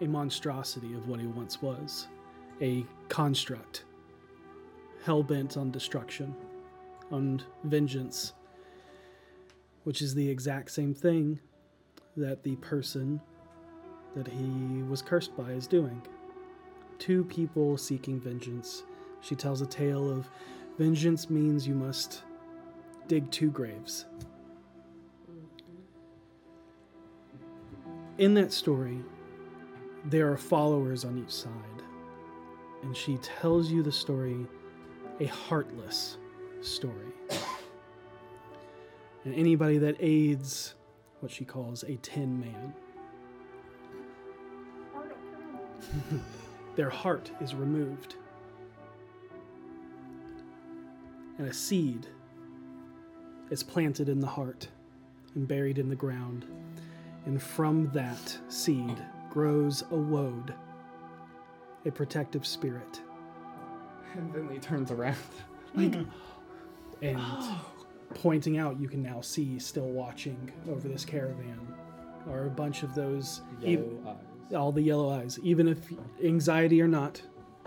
Speaker 3: a monstrosity of what he once was a construct, hell bent on destruction, on vengeance, which is the exact same thing that the person that he was cursed by is doing. Two people seeking vengeance. She tells a tale of vengeance means you must dig two graves. in that story, there are followers on each side, and she tells you the story, a heartless story. and anybody that aids what she calls a tin man, their heart is removed. And a seed is planted in the heart and buried in the ground and from that seed grows a woad, a protective spirit.
Speaker 4: And Vinley turns around.
Speaker 3: Like, and pointing out, you can now see, still watching over this caravan, are a bunch of those
Speaker 2: Yellow
Speaker 3: eyes. All the yellow eyes. Even if anxiety or not,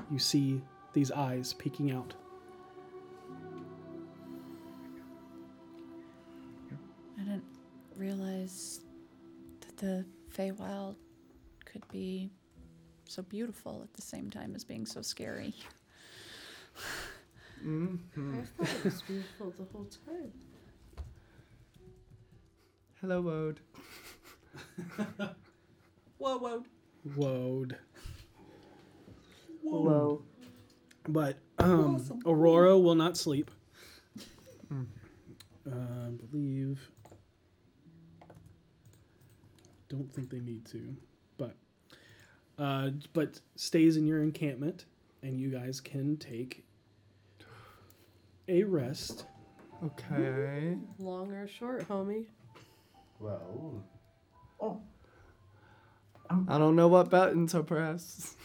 Speaker 3: you see these eyes peeking out.
Speaker 5: I didn't realize that the Feywild could be so beautiful at the same time as being so scary.
Speaker 4: Mm-hmm.
Speaker 6: I thought it was beautiful the whole time.
Speaker 4: Hello, Ode.
Speaker 40: Whoa, whoa.
Speaker 3: Woad.
Speaker 40: Whoa.
Speaker 3: Woad. But um, Aurora will not sleep. Uh, I believe. Don't think they need to, but uh, but stays in your encampment, and you guys can take a rest.
Speaker 4: Okay.
Speaker 6: Long or short, homie.
Speaker 4: Well. Oh. I don't know what button to press.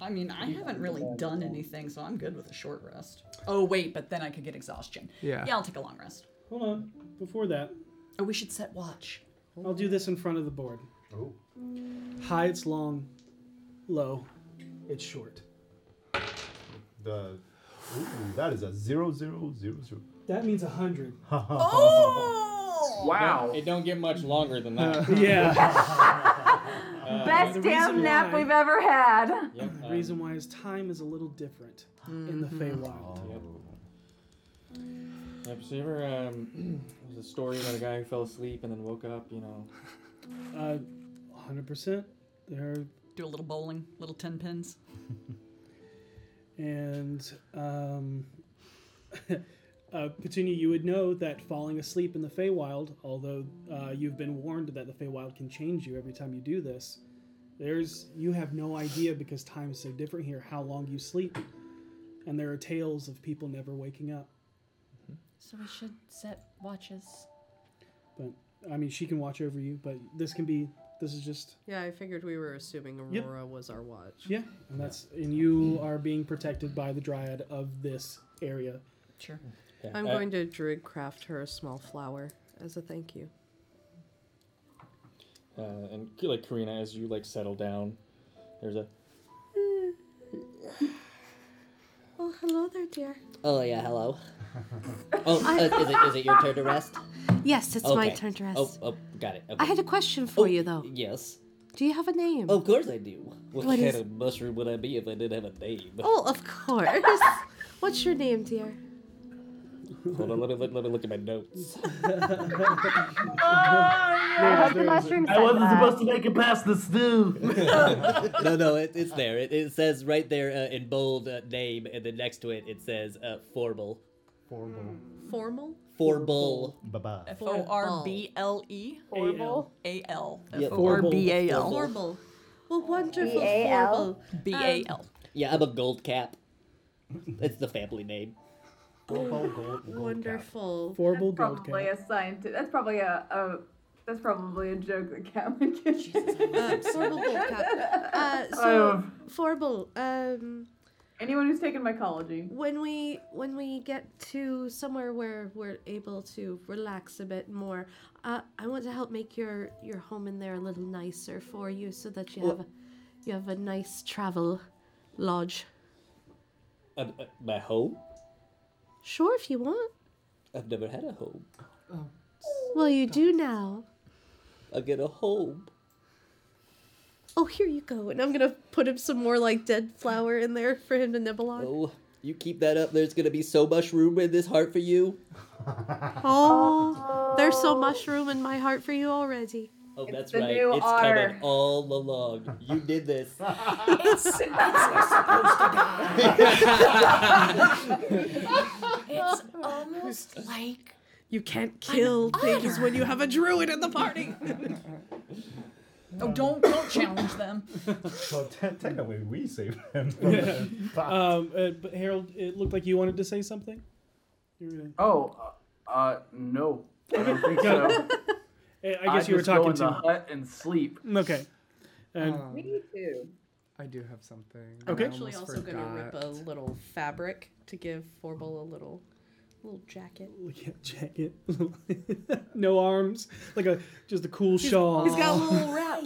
Speaker 40: I mean, I haven't really done anything, so I'm good with a short rest. Oh, wait, but then I could get exhaustion.
Speaker 3: Yeah.
Speaker 40: Yeah, I'll take a long rest.
Speaker 3: Hold on. Before that,
Speaker 40: Oh, we should set watch.
Speaker 3: I'll do this in front of the board.
Speaker 41: Oh.
Speaker 3: High, it's long. Low, it's short.
Speaker 9: The ooh, that is a zero zero zero zero.
Speaker 3: That means a hundred.
Speaker 9: Oh!
Speaker 2: It don't get much longer than that.
Speaker 3: yeah. Uh,
Speaker 10: Best
Speaker 3: the
Speaker 10: damn
Speaker 3: reason
Speaker 10: nap
Speaker 3: why-
Speaker 10: we've ever had. Hmm,
Speaker 3: The reason why is time is a little different in the Feywild.
Speaker 32: Yep, so you ever, um, there's a story about a guy who fell asleep and then woke up, you know.
Speaker 3: Uh, 100%. There
Speaker 5: Do a little bowling, little ten pins.
Speaker 3: And um, uh, Petunia, you would know that falling asleep in the Feywild, although uh, you've been warned that the Feywild can change you every time you do this, there's you have no idea because time is so different here how long you sleep, and there are tales of people never waking up.
Speaker 33: So we should set watches.
Speaker 3: But I mean, she can watch over you, but this can be this is just
Speaker 6: Yeah, I figured we were assuming
Speaker 3: Yep.
Speaker 6: Aurora was our watch.
Speaker 3: yeah, and that's and you are being protected by the Dryad of this area.
Speaker 5: Sure.
Speaker 9: Uh,
Speaker 6: I'm going to druid craft her a small flower as a thank you.
Speaker 32: Uh, and like Karina, as you like settle down, there's a
Speaker 10: Oh, hello there, dear.
Speaker 20: Oh yeah, hello. oh, uh, is it is it your turn to rest?
Speaker 10: Yes, it's my
Speaker 20: Okay.
Speaker 10: turn to rest.
Speaker 20: Oh, oh, got it.
Speaker 10: I had a question for you, though.
Speaker 20: Yes.
Speaker 10: Do you have a name?
Speaker 20: Of course I do. What,
Speaker 10: What
Speaker 20: kind
Speaker 10: is-
Speaker 20: of mushroom would I be if I didn't have a name?
Speaker 10: Oh, of course. What's your name, dear?
Speaker 32: Hold on, let me, let, me look at my notes.
Speaker 1: Oh, I hope the mushroom said that.
Speaker 20: to make it past the stew. no, no, it, it's there. It, it says right there uh, in bold uh, name, and then next to it it says uh, formal. Formal.
Speaker 6: Formal?
Speaker 20: Formal.
Speaker 5: F O R B L E.
Speaker 6: Forble.
Speaker 5: A L.
Speaker 20: Yeah,
Speaker 5: F O R B A L.
Speaker 6: Formal. Well, wonderful.
Speaker 1: B-A-L?
Speaker 6: formal.
Speaker 5: B A
Speaker 6: Um,
Speaker 5: L.
Speaker 20: Yeah, I'm a gold cap. It's the family name.
Speaker 10: Um,
Speaker 6: Wonderful.
Speaker 3: Formal
Speaker 6: gold
Speaker 10: Probably a scientist. That's probably a, a that's probably a joke that Catwoman did.
Speaker 6: Uh, formal gold cap. Uh,
Speaker 10: I
Speaker 6: so, formal. Um,
Speaker 10: Anyone who's taken mycology.
Speaker 6: when we when we get to somewhere where we're able to relax a bit more, uh, I want to help make your your home in there a little nicer for you, so that you have a, you have a nice travel lodge.
Speaker 20: Uh, uh, my home?
Speaker 6: Sure, if you want.
Speaker 20: I've never had a home.
Speaker 6: Well, you do now.
Speaker 20: I get a home.
Speaker 6: Oh, here you go. And I'm gonna put him some more like dead flower in there for him to nibble on.
Speaker 20: Oh, you keep that up. There's gonna be so much room in this heart for you.
Speaker 6: Oh, there's so much room in my heart for you already.
Speaker 20: Oh,
Speaker 6: It's
Speaker 20: that's
Speaker 6: the
Speaker 20: right.
Speaker 6: new
Speaker 20: It's
Speaker 6: R.
Speaker 20: coming all along. You did this.
Speaker 2: Uh,
Speaker 6: It's, it's supposed to
Speaker 33: It's almost like
Speaker 6: You can't kill things when you have a druid in the party.
Speaker 5: Oh, don't don't challenge them.
Speaker 9: well, te- technically, we saved him.
Speaker 3: Yeah. um, uh, but Harold, it looked like you wanted to say something.
Speaker 11: Oh, uh, uh, no. I don't think so.
Speaker 3: I I guess you were
Speaker 11: just go
Speaker 3: talking
Speaker 11: in the
Speaker 3: to.
Speaker 11: hut and sleep.
Speaker 3: Okay. And
Speaker 4: Um,
Speaker 11: Me too.
Speaker 4: I do have something.
Speaker 3: Okay.
Speaker 4: I
Speaker 6: Actually,
Speaker 4: almost
Speaker 6: also gonna rip
Speaker 4: forgot.
Speaker 6: a little fabric to give Forbal a little, little jacket.
Speaker 3: Yeah, jacket, no arms, like a just a cool shawl.
Speaker 6: He's got a little wrap.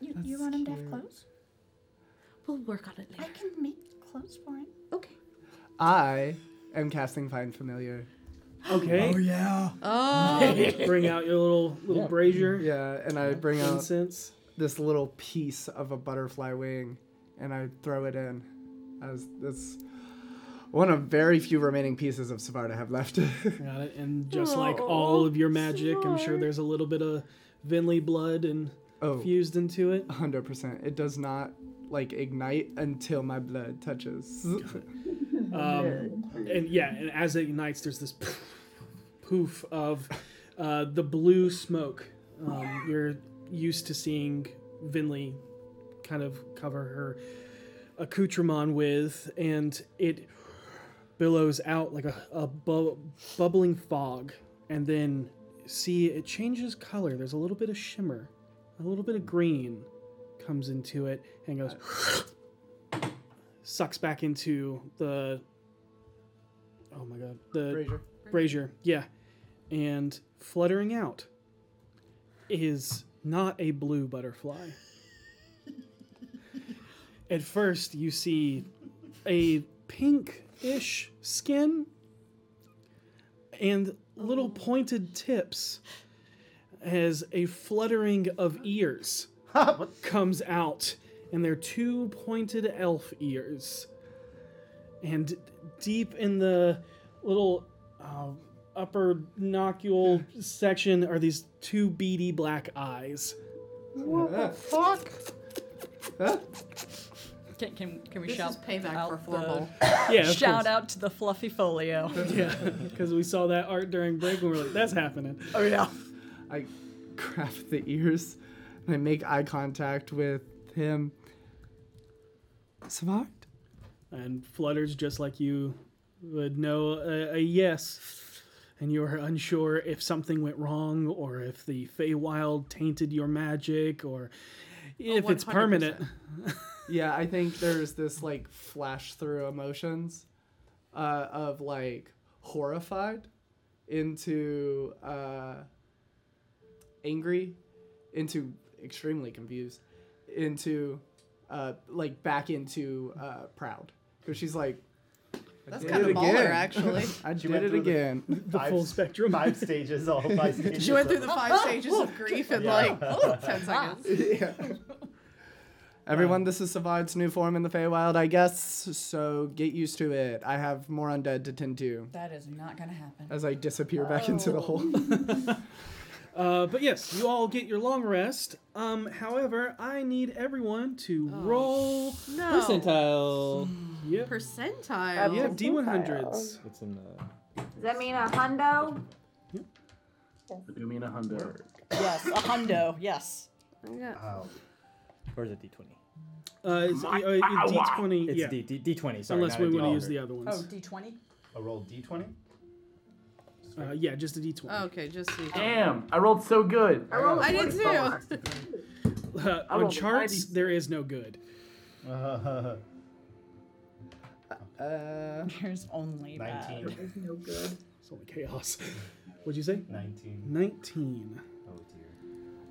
Speaker 33: You, you want him to have clothes?
Speaker 6: We'll work on it later.
Speaker 33: I can make clothes for him.
Speaker 6: Okay.
Speaker 34: I am casting Find Familiar.
Speaker 3: Okay. Oh,
Speaker 34: yeah.
Speaker 3: Oh. Bring out your little little
Speaker 34: Yeah.
Speaker 3: brazier.
Speaker 34: Yeah, and I bring out
Speaker 3: Incense.
Speaker 34: this little piece of a butterfly wing, and I throw it in. As that's one of very few remaining pieces of Savar to have left.
Speaker 3: Got it. And just like
Speaker 6: Oh.
Speaker 3: all of your magic, I'm sure there's a little bit of Vinley blood and
Speaker 34: Oh.
Speaker 3: fused into it.
Speaker 34: Hundred percent. It does not like ignite until my blood touches. Uh,
Speaker 3: Um, and yeah, and as it ignites, there's this poof of uh, the blue smoke. Um, you're used to seeing Vinley kind of cover her accoutrement with, and it billows out like a, a bu- bubbling fog, and then see it changes color. There's a little bit of shimmer, a little bit of green comes into it, and goes sucks back into the oh my god the
Speaker 34: brazier
Speaker 3: brazier yeah and fluttering out is not a blue butterfly at first you see a pink-ish skin and
Speaker 5: Oh.
Speaker 3: little pointed tips as a fluttering of ears comes out, and they're two pointed elf ears. And deep in the little uh, upper nocule section are these two beady black eyes.
Speaker 11: What the fuck?
Speaker 5: Can, can, can we
Speaker 6: This
Speaker 5: shout
Speaker 6: is payback
Speaker 5: out
Speaker 6: for Floorball.
Speaker 5: the-
Speaker 3: Yeah, of
Speaker 5: shout
Speaker 3: course.
Speaker 5: out to the fluffy folio.
Speaker 3: Yeah, because we saw that art during break and we're like, that's happening.
Speaker 5: Oh, yeah.
Speaker 4: I grab the ears and I make eye contact with him. Savard?
Speaker 3: And flutters just like you would know a, a yes. And you're unsure if something went wrong or if the Feywild tainted your magic or
Speaker 4: Oh,
Speaker 3: if it's permanent.
Speaker 4: yeah, I think there's this like flash through emotions uh, of like horrified into uh, angry into extremely confused into uh, like back into uh, proud because she's like. I
Speaker 5: That's
Speaker 4: did
Speaker 5: kinda
Speaker 4: it
Speaker 5: baller,
Speaker 4: again.
Speaker 5: actually.
Speaker 4: I
Speaker 5: She
Speaker 4: did
Speaker 5: went
Speaker 4: it
Speaker 5: through the
Speaker 4: again.
Speaker 3: The full spectrum.
Speaker 9: Five stages, all five stages.
Speaker 4: She went
Speaker 9: of-
Speaker 4: through
Speaker 15: The five stages of grief in
Speaker 9: Yeah.
Speaker 15: like 10 seconds.
Speaker 4: Everyone, this is Savard's new form in the Feywild, I guess. So get used to it. I have more undead to tend to.
Speaker 5: That is not going to happen.
Speaker 4: As I disappear back into the hole.
Speaker 3: Uh, but yes, you all get your long rest. Um, however, I need everyone to roll
Speaker 6: No.
Speaker 2: Percentile.
Speaker 3: Yep.
Speaker 6: Percentile.
Speaker 3: You have D100s.
Speaker 2: It's in the.
Speaker 10: Does that mean a hundo?
Speaker 11: Do you mean a hundo?
Speaker 5: yes, a hundo. Oh, Yes.
Speaker 3: Oh.
Speaker 2: Or is it D20?
Speaker 3: Uh, it's, uh, it's D20.
Speaker 2: It's
Speaker 3: yeah.
Speaker 2: D, D, D20, sorry.
Speaker 3: Unless
Speaker 2: not a
Speaker 3: we wanna use
Speaker 2: D100.
Speaker 3: the other ones.
Speaker 5: Oh, D20?
Speaker 9: I rolled D20.
Speaker 3: Uh, yeah, just a D20.
Speaker 6: okay, just see.
Speaker 11: Damn, I rolled so good.
Speaker 6: I rolled a I did 44.
Speaker 11: too.
Speaker 3: Uh,
Speaker 11: I
Speaker 3: on
Speaker 11: rolled a
Speaker 3: charts,
Speaker 11: 90.
Speaker 3: there is no good.
Speaker 4: Uh,
Speaker 5: There's only 19.
Speaker 9: Nineteen.
Speaker 5: no good.
Speaker 3: It's only chaos. What'd you say?
Speaker 9: 19.
Speaker 3: 19.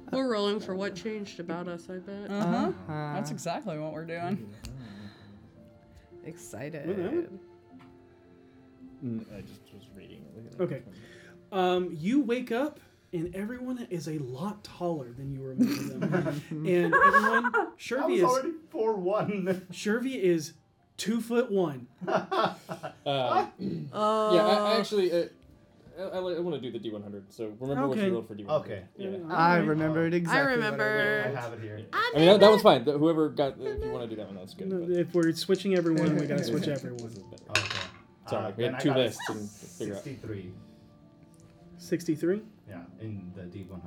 Speaker 6: We're rolling for what changed about us, I bet.
Speaker 5: Uh-huh. That's exactly what we're doing.
Speaker 6: Excited.
Speaker 1: Oh.
Speaker 2: Mm, I just was reading. Look at that.
Speaker 3: Okay. Um, you wake up and everyone is a lot taller than you remember them. and everyone,
Speaker 9: was
Speaker 3: Shervy is
Speaker 9: already four one.
Speaker 3: Shervy is two foot one.
Speaker 2: Uh, yeah, I, I actually. Uh, I, I, want to do the D100, so remember what
Speaker 3: Okay.
Speaker 2: you rolled for D100.
Speaker 9: Okay.
Speaker 4: I remembered exactly. what
Speaker 6: remember.
Speaker 4: rolled.
Speaker 9: I have it here.
Speaker 2: I mean, that, that one's fine. The- Whoever got. uh, If you want to do that one, that's good.
Speaker 3: No, If we're switching everyone, we gotta switch everyone.
Speaker 9: Okay.
Speaker 2: Sorry, we
Speaker 9: Uh, then
Speaker 2: had
Speaker 9: I
Speaker 2: two
Speaker 9: got a
Speaker 2: lists and figure out.
Speaker 9: 63.
Speaker 3: 63?
Speaker 9: Yeah, in the D100.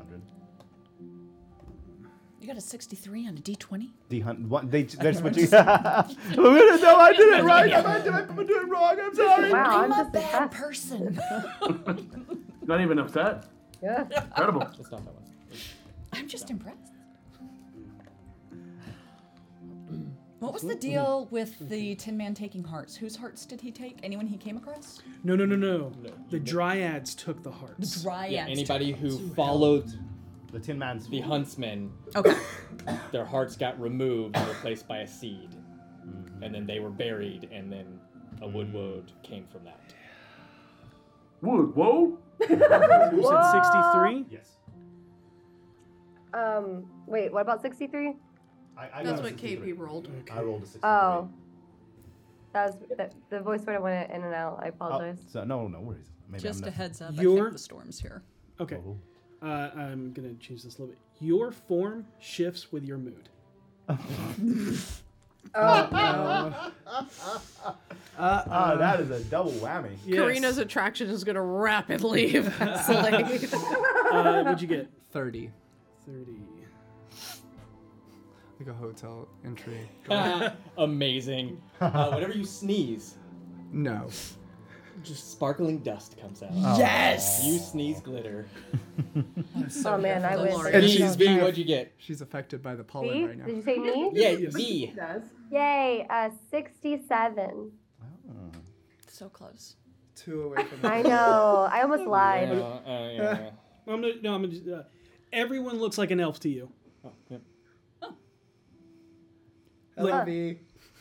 Speaker 15: You got a 63 on a d20?
Speaker 9: D100. What? They, they're
Speaker 15: never
Speaker 9: switching.
Speaker 15: seen-
Speaker 9: no, I did it right. I did it, I did it wrong. I'm sorry.
Speaker 1: Wow, I'm
Speaker 15: I'm a
Speaker 1: just
Speaker 15: bad
Speaker 1: impressed.
Speaker 15: person.
Speaker 11: Not even upset.
Speaker 1: Yeah.
Speaker 11: Incredible.
Speaker 2: It's not that one.
Speaker 15: I'm just impressed.
Speaker 5: What was the deal with the Tin Man taking hearts? Whose hearts did he take? Anyone he came across?
Speaker 3: No, no, no, no. The Dryads took the hearts.
Speaker 5: Dryads.
Speaker 2: Yeah,
Speaker 5: took
Speaker 2: anybody
Speaker 5: them.
Speaker 2: who followed
Speaker 9: The Tin Man's.
Speaker 2: the huntsman,
Speaker 5: Okay.
Speaker 2: their hearts got removed and replaced by a seed.
Speaker 9: Mm-hmm.
Speaker 2: And then they were buried, and then a wood woad came from that.
Speaker 11: Whoa, whoa.
Speaker 3: You said 63?
Speaker 9: Yes.
Speaker 1: Um, wait, what about 63?
Speaker 9: I, I
Speaker 6: That's
Speaker 9: got a
Speaker 6: what
Speaker 9: 63.
Speaker 6: KB rolled.
Speaker 9: I rolled a 63.
Speaker 1: Oh. That was the, the voice sort of went in and
Speaker 9: Oh.
Speaker 1: out. I apologize.
Speaker 9: so, no, no worries. Maybe
Speaker 5: Just
Speaker 9: I'm
Speaker 5: a
Speaker 9: not-
Speaker 5: heads up. I
Speaker 3: Your-
Speaker 5: think the storm's here.
Speaker 3: Okay.
Speaker 9: Oh.
Speaker 3: Uh, I'm gonna change this a little bit. Your form shifts with your mood.
Speaker 15: Oh,
Speaker 9: Ah, that is a double whammy.
Speaker 6: Karina's attraction is gonna rapidly evaporate.
Speaker 3: Uh, what'd you get?
Speaker 4: 30.
Speaker 3: 30.
Speaker 4: Like a hotel entry.
Speaker 2: Uh, Amazing. Uh, whenever you sneeze,
Speaker 4: no. Oh.
Speaker 2: just sparkling dust comes out.
Speaker 5: Yes!
Speaker 2: You sneeze glitter.
Speaker 1: oh man, I
Speaker 6: Don't
Speaker 1: was.
Speaker 6: worry.
Speaker 4: And
Speaker 2: B,
Speaker 4: she's
Speaker 2: B,
Speaker 4: being-
Speaker 2: what'd you get?
Speaker 4: She's affected by the pollen
Speaker 1: Me?
Speaker 4: right now.
Speaker 1: Did you say me?
Speaker 2: Yeah, B.
Speaker 10: Does.
Speaker 1: Yay, uh, 67.
Speaker 15: Oh. So close.
Speaker 4: Two away from
Speaker 1: I know. I almost
Speaker 2: Yeah,
Speaker 1: lied.
Speaker 2: uh, yeah.
Speaker 3: I'm gonna, no, I'm gonna, just, uh, everyone looks like an elf to you.
Speaker 2: Oh, yep.
Speaker 4: Hello, V.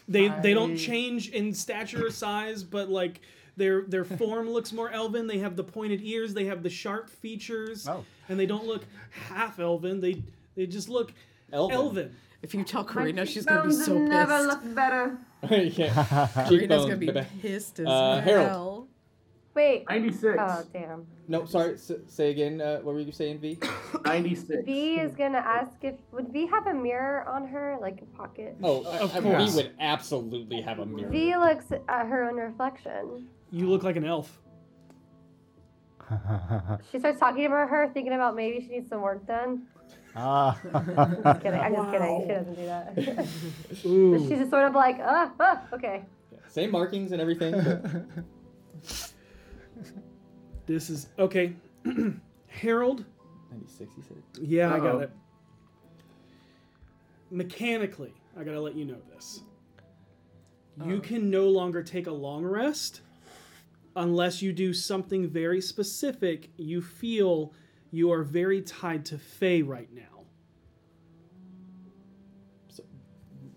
Speaker 3: They they don't
Speaker 9: I-
Speaker 3: change in stature or size, but like their their form looks more elven. They have the pointed ears, they have the sharp features,
Speaker 9: Oh.
Speaker 3: and they don't look half elven. They they just look
Speaker 2: Elven.
Speaker 6: If you tell
Speaker 10: My
Speaker 6: Karina, she's gonna be
Speaker 10: cheekbones
Speaker 6: so
Speaker 10: never
Speaker 6: pissed.
Speaker 10: look better.
Speaker 2: yeah.
Speaker 6: Karina's
Speaker 2: Cheekbone,
Speaker 6: gonna be
Speaker 2: baby.
Speaker 6: pissed as
Speaker 2: uh, Harold.
Speaker 6: hell.
Speaker 1: Wait.
Speaker 11: 96.
Speaker 1: Oh, damn.
Speaker 2: No, sorry. S- say again. Uh, what were you saying, V?
Speaker 11: Ninety-six.
Speaker 1: V is gonna ask if would V have a mirror on her, like a pocket.
Speaker 2: Oh, I-
Speaker 3: Of
Speaker 2: I-
Speaker 3: course.
Speaker 2: we would absolutely have a mirror.
Speaker 1: V looks at her own reflection.
Speaker 3: You look like an elf.
Speaker 1: She starts talking about her, thinking about maybe she needs some work done.
Speaker 9: ah.
Speaker 1: Just kidding. I'm just kidding. She doesn't do that. but she's just sort of like, ah, ah, okay.
Speaker 2: Same markings and everything. but-
Speaker 3: This is okay. Harold.
Speaker 2: 96, he said.
Speaker 3: Yeah, I
Speaker 2: Uh-oh.
Speaker 3: got it. Mechanically, I gotta let you know this. You
Speaker 5: Oh.
Speaker 3: can no longer take a long rest unless you do something very specific. You feel you are very tied to Faye right now.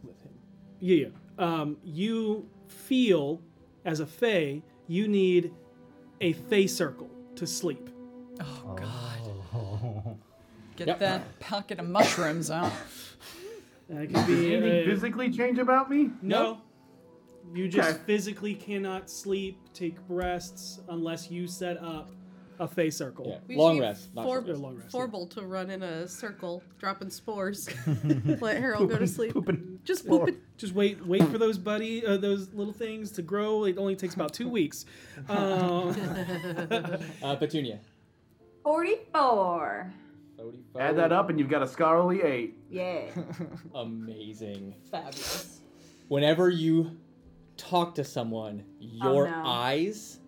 Speaker 2: With him.
Speaker 3: Yeah, yeah. Um, you feel as a Fae, you need a Fae circle to sleep.
Speaker 5: Oh,
Speaker 9: God.
Speaker 5: Get that pocket of mushrooms out.
Speaker 3: That could
Speaker 11: Does
Speaker 3: be
Speaker 11: anything
Speaker 3: a-
Speaker 11: physically change about me?
Speaker 3: No. You just
Speaker 11: Okay.
Speaker 3: physically cannot sleep, take rests, unless you set up a face circle.
Speaker 6: We should get Forb-
Speaker 3: Or long rest.
Speaker 6: Forble to run in a circle, dropping spores. Let Harold go to sleep. Just poop it.
Speaker 3: Just wait, wait for those buddy, uh, those little things to grow. It only takes about two weeks. Um,
Speaker 2: Uh, Petunia.
Speaker 10: 44.
Speaker 11: Add that up, and you've got a scholarly eight.
Speaker 10: Yeah.
Speaker 2: Amazing.
Speaker 10: Fabulous.
Speaker 2: Whenever you talk to someone, your
Speaker 10: no.
Speaker 2: eyes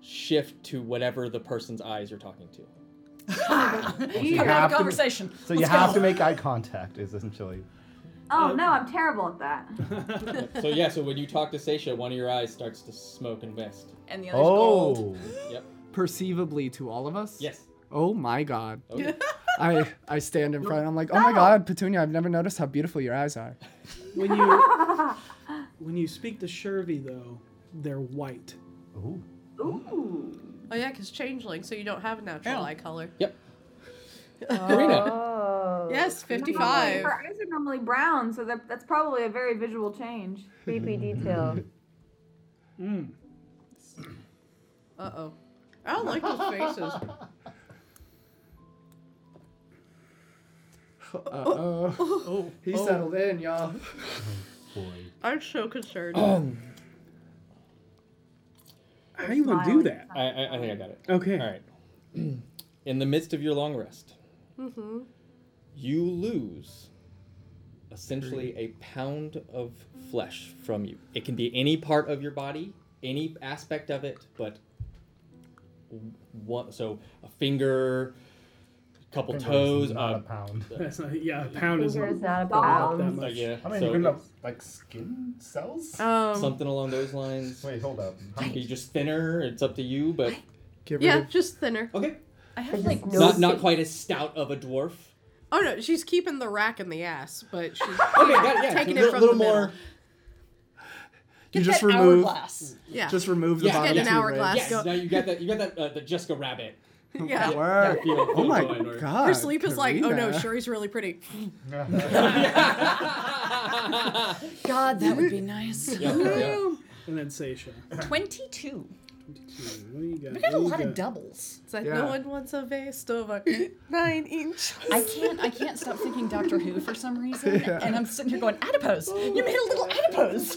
Speaker 2: shift to whatever the person's eyes you're talking to.
Speaker 5: You have a conversation.
Speaker 9: To, so you
Speaker 5: Let's
Speaker 9: have
Speaker 5: go.
Speaker 9: to make eye contact, is essentially.
Speaker 10: Oh no, I'm terrible at that.
Speaker 2: so yeah, so when you talk to Seisha, one of your eyes starts to smoke and mist.
Speaker 5: And the
Speaker 2: Yep.
Speaker 4: Oh. Perceivably to all of us?
Speaker 2: Yes.
Speaker 4: Oh my god.
Speaker 2: Oh, yeah.
Speaker 4: I I stand in front. I'm like, oh my god, Petunia! I've never noticed how beautiful your eyes are.
Speaker 3: when you
Speaker 6: Oh,
Speaker 3: when you speak to Shervy, though, they're white.
Speaker 9: Ooh.
Speaker 6: Ooh. Oh yeah, because changeling, so you don't have natural eye color. Uh,
Speaker 2: Yep.
Speaker 1: Karina.
Speaker 6: Yes,
Speaker 10: Oh. Normally,
Speaker 6: 55.
Speaker 10: Her eyes are normally brown, so that, that's probably a very visual change.
Speaker 1: Creepy detail.
Speaker 3: Mm.
Speaker 6: Uh oh. I don't like those faces.
Speaker 4: Uh-oh.
Speaker 2: Oh.
Speaker 4: he settled in, y'all.
Speaker 6: I'm so concerned.
Speaker 3: Um, How you gonna do that?
Speaker 2: I, I, I think I got it.
Speaker 3: Okay.
Speaker 2: All right. In the midst of your long rest,
Speaker 1: Mm-hmm.
Speaker 2: you lose essentially a pound of flesh from you. It can be any part of your body, any aspect of it, but w- one, so a finger, a couple
Speaker 9: Finger is
Speaker 2: toes,
Speaker 9: not
Speaker 2: uh,
Speaker 9: a pound.
Speaker 3: That's not, yeah, a pound is
Speaker 1: Fingers
Speaker 3: not,
Speaker 1: not a
Speaker 3: about that
Speaker 1: pound.
Speaker 3: much.
Speaker 2: yeah,
Speaker 9: I mean,
Speaker 2: so
Speaker 9: you could have, like, skin cells?
Speaker 6: Um,
Speaker 2: something along those lines.
Speaker 9: Wait, hold up.
Speaker 2: Can you just thinner? It's up to you, but
Speaker 4: Get
Speaker 6: yeah, just thinner.
Speaker 2: okay,
Speaker 5: I have like
Speaker 2: not not quite as stout of a dwarf.
Speaker 6: Oh no, she's keeping the rack in the ass, but she's
Speaker 2: Okay, got it, yeah,
Speaker 6: taking
Speaker 2: so
Speaker 6: it
Speaker 2: a
Speaker 6: from
Speaker 2: little
Speaker 6: the middle.
Speaker 2: more.
Speaker 4: You
Speaker 5: Get
Speaker 4: just
Speaker 5: that
Speaker 4: remove.
Speaker 5: hourglass.
Speaker 6: Yeah.
Speaker 4: Just remove the
Speaker 2: Yeah,
Speaker 4: bottom
Speaker 6: get an
Speaker 4: two
Speaker 6: hourglass.
Speaker 4: ribs.
Speaker 2: Yes, now you got that. You got that. Uh, the Jessica Rabbit.
Speaker 6: Yeah.
Speaker 4: Word.
Speaker 2: feel-
Speaker 4: Oh
Speaker 2: feel
Speaker 4: my
Speaker 2: going, or-
Speaker 4: god.
Speaker 6: Her sleep is like, oh no,
Speaker 4: Karina.
Speaker 6: Shuri's really pretty.
Speaker 5: God, that would be nice.
Speaker 2: Yeah, yeah.
Speaker 3: And then Seisha.
Speaker 5: 22.
Speaker 3: Hmm, What do you got?
Speaker 5: We
Speaker 3: What
Speaker 5: got a
Speaker 3: do you
Speaker 5: lot of
Speaker 3: got?
Speaker 5: doubles.
Speaker 6: It's like
Speaker 4: Yeah.
Speaker 6: no one wants a vest over nine inches.
Speaker 5: I can't. I can't stop thinking Doctor Who for some reason, and I'm sitting here going, "Adipose!
Speaker 3: Oh
Speaker 5: You made a little adipose!"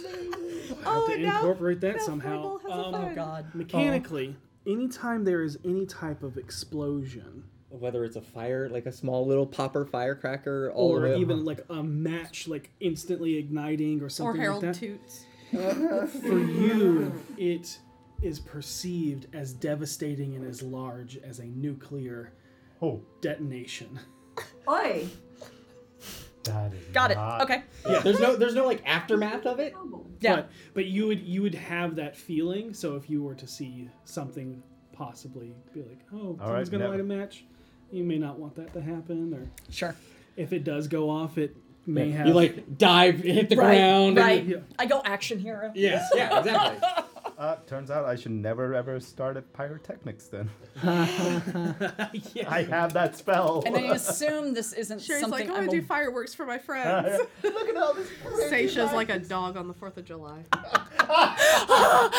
Speaker 6: Oh
Speaker 3: to
Speaker 6: no.
Speaker 3: incorporate that somehow. Um,
Speaker 5: Oh God!
Speaker 3: Mechanically, anytime there is any type of explosion
Speaker 2: Whether it's a fire, like a small little popper firecracker, all
Speaker 3: or
Speaker 2: the way
Speaker 3: even like a match like instantly igniting or
Speaker 6: Or
Speaker 3: something
Speaker 6: Harold
Speaker 3: like that,
Speaker 6: Toots.
Speaker 3: for you it is perceived as devastating and as large as a nuclear
Speaker 9: Oh,
Speaker 3: detonation.
Speaker 10: Oi.
Speaker 9: that is
Speaker 5: Got it.
Speaker 9: not-
Speaker 5: Okay.
Speaker 2: Uh, Yeah, there's no, there's no like aftermath of it.
Speaker 5: Yeah.
Speaker 3: But but you would you would have that feeling. So if you were to see something possibly be like, oh, someone's
Speaker 9: right,
Speaker 3: gonna
Speaker 9: never-
Speaker 3: light a match, you may not want that to happen. Or
Speaker 5: Sure.
Speaker 3: if it does go off, it may have
Speaker 2: You like dive, hit the
Speaker 5: Right.
Speaker 2: ground.
Speaker 5: Right.
Speaker 3: Yeah.
Speaker 5: I go action hero.
Speaker 2: Yes. Yeah. Exactly.
Speaker 9: Uh, turns out I should never ever start at pyrotechnics then. I have that spell.
Speaker 5: And I assume this isn't
Speaker 6: Sherry's like,
Speaker 5: something
Speaker 6: I want
Speaker 5: I'm
Speaker 6: to
Speaker 5: a-
Speaker 6: do fireworks for my friends.
Speaker 15: Look at all this.
Speaker 6: Seisha's like a dog on the 4th of July.
Speaker 5: Um,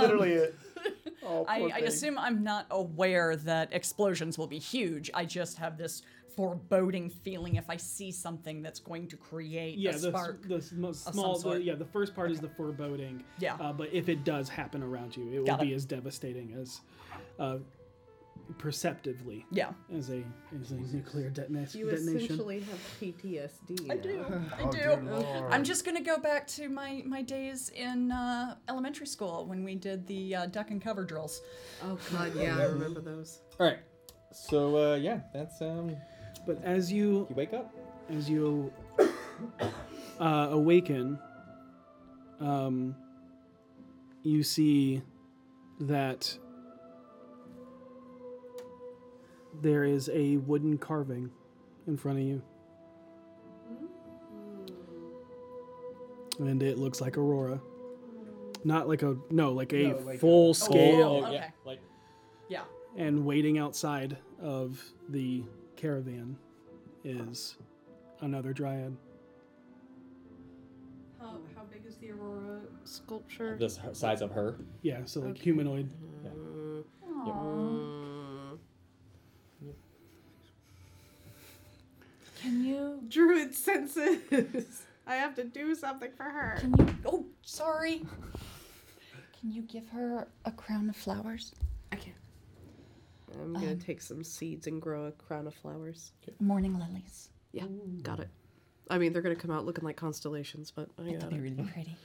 Speaker 6: literally oh,
Speaker 9: it.
Speaker 5: I,
Speaker 6: poor
Speaker 5: I
Speaker 6: thing.
Speaker 5: assume I'm not aware that explosions will be huge. I just have this foreboding feeling if I see something that's going to create
Speaker 3: Yeah, the,
Speaker 5: a
Speaker 3: s-
Speaker 5: spark.
Speaker 3: the s- mo-
Speaker 5: some
Speaker 3: small. The,
Speaker 5: sort.
Speaker 3: yeah, the first part is the foreboding.
Speaker 5: Yeah.
Speaker 3: Uh, but if it does happen around you, it
Speaker 5: Got
Speaker 3: will
Speaker 5: it.
Speaker 3: be as devastating as, uh, perceptively.
Speaker 5: Yeah.
Speaker 3: As a as a nuclear detonation.
Speaker 6: You
Speaker 3: detonation.
Speaker 6: essentially have PTSD.
Speaker 5: I do. I
Speaker 3: Oh, dear
Speaker 5: do.
Speaker 3: Lord.
Speaker 5: I'm just gonna go back to my my days in uh, elementary school when we did the uh, duck and cover drills.
Speaker 6: Oh God, yeah, I remember those.
Speaker 32: All right. So uh, yeah, that's um.
Speaker 3: But as you
Speaker 32: you wake up,
Speaker 3: as you uh, awaken, um, you see that there is a wooden carving in front of you.
Speaker 5: Mm-hmm.
Speaker 3: And it looks like Aurora. Not like a no, like a
Speaker 5: No, like a-
Speaker 3: full
Speaker 5: Oh,
Speaker 3: scale
Speaker 5: oh, yeah, like- Yeah.
Speaker 3: and waiting outside of the caravan is another dryad.
Speaker 6: How, how big is the Aurora sculpture?
Speaker 32: the s- size of her.
Speaker 3: Yeah, so like humanoid.
Speaker 6: Mm.
Speaker 33: Can you
Speaker 6: Druid senses. I have to do something for her.
Speaker 33: Can you? Oh, sorry. Can you give her a crown of flowers?
Speaker 6: I can. I'm gonna
Speaker 33: Um,
Speaker 6: take some seeds and grow a crown of flowers.
Speaker 33: Morning lilies.
Speaker 6: Yeah, got it. I mean, they're gonna come out looking like constellations, but I
Speaker 33: That'll
Speaker 6: got
Speaker 33: be
Speaker 6: it.
Speaker 33: really pretty.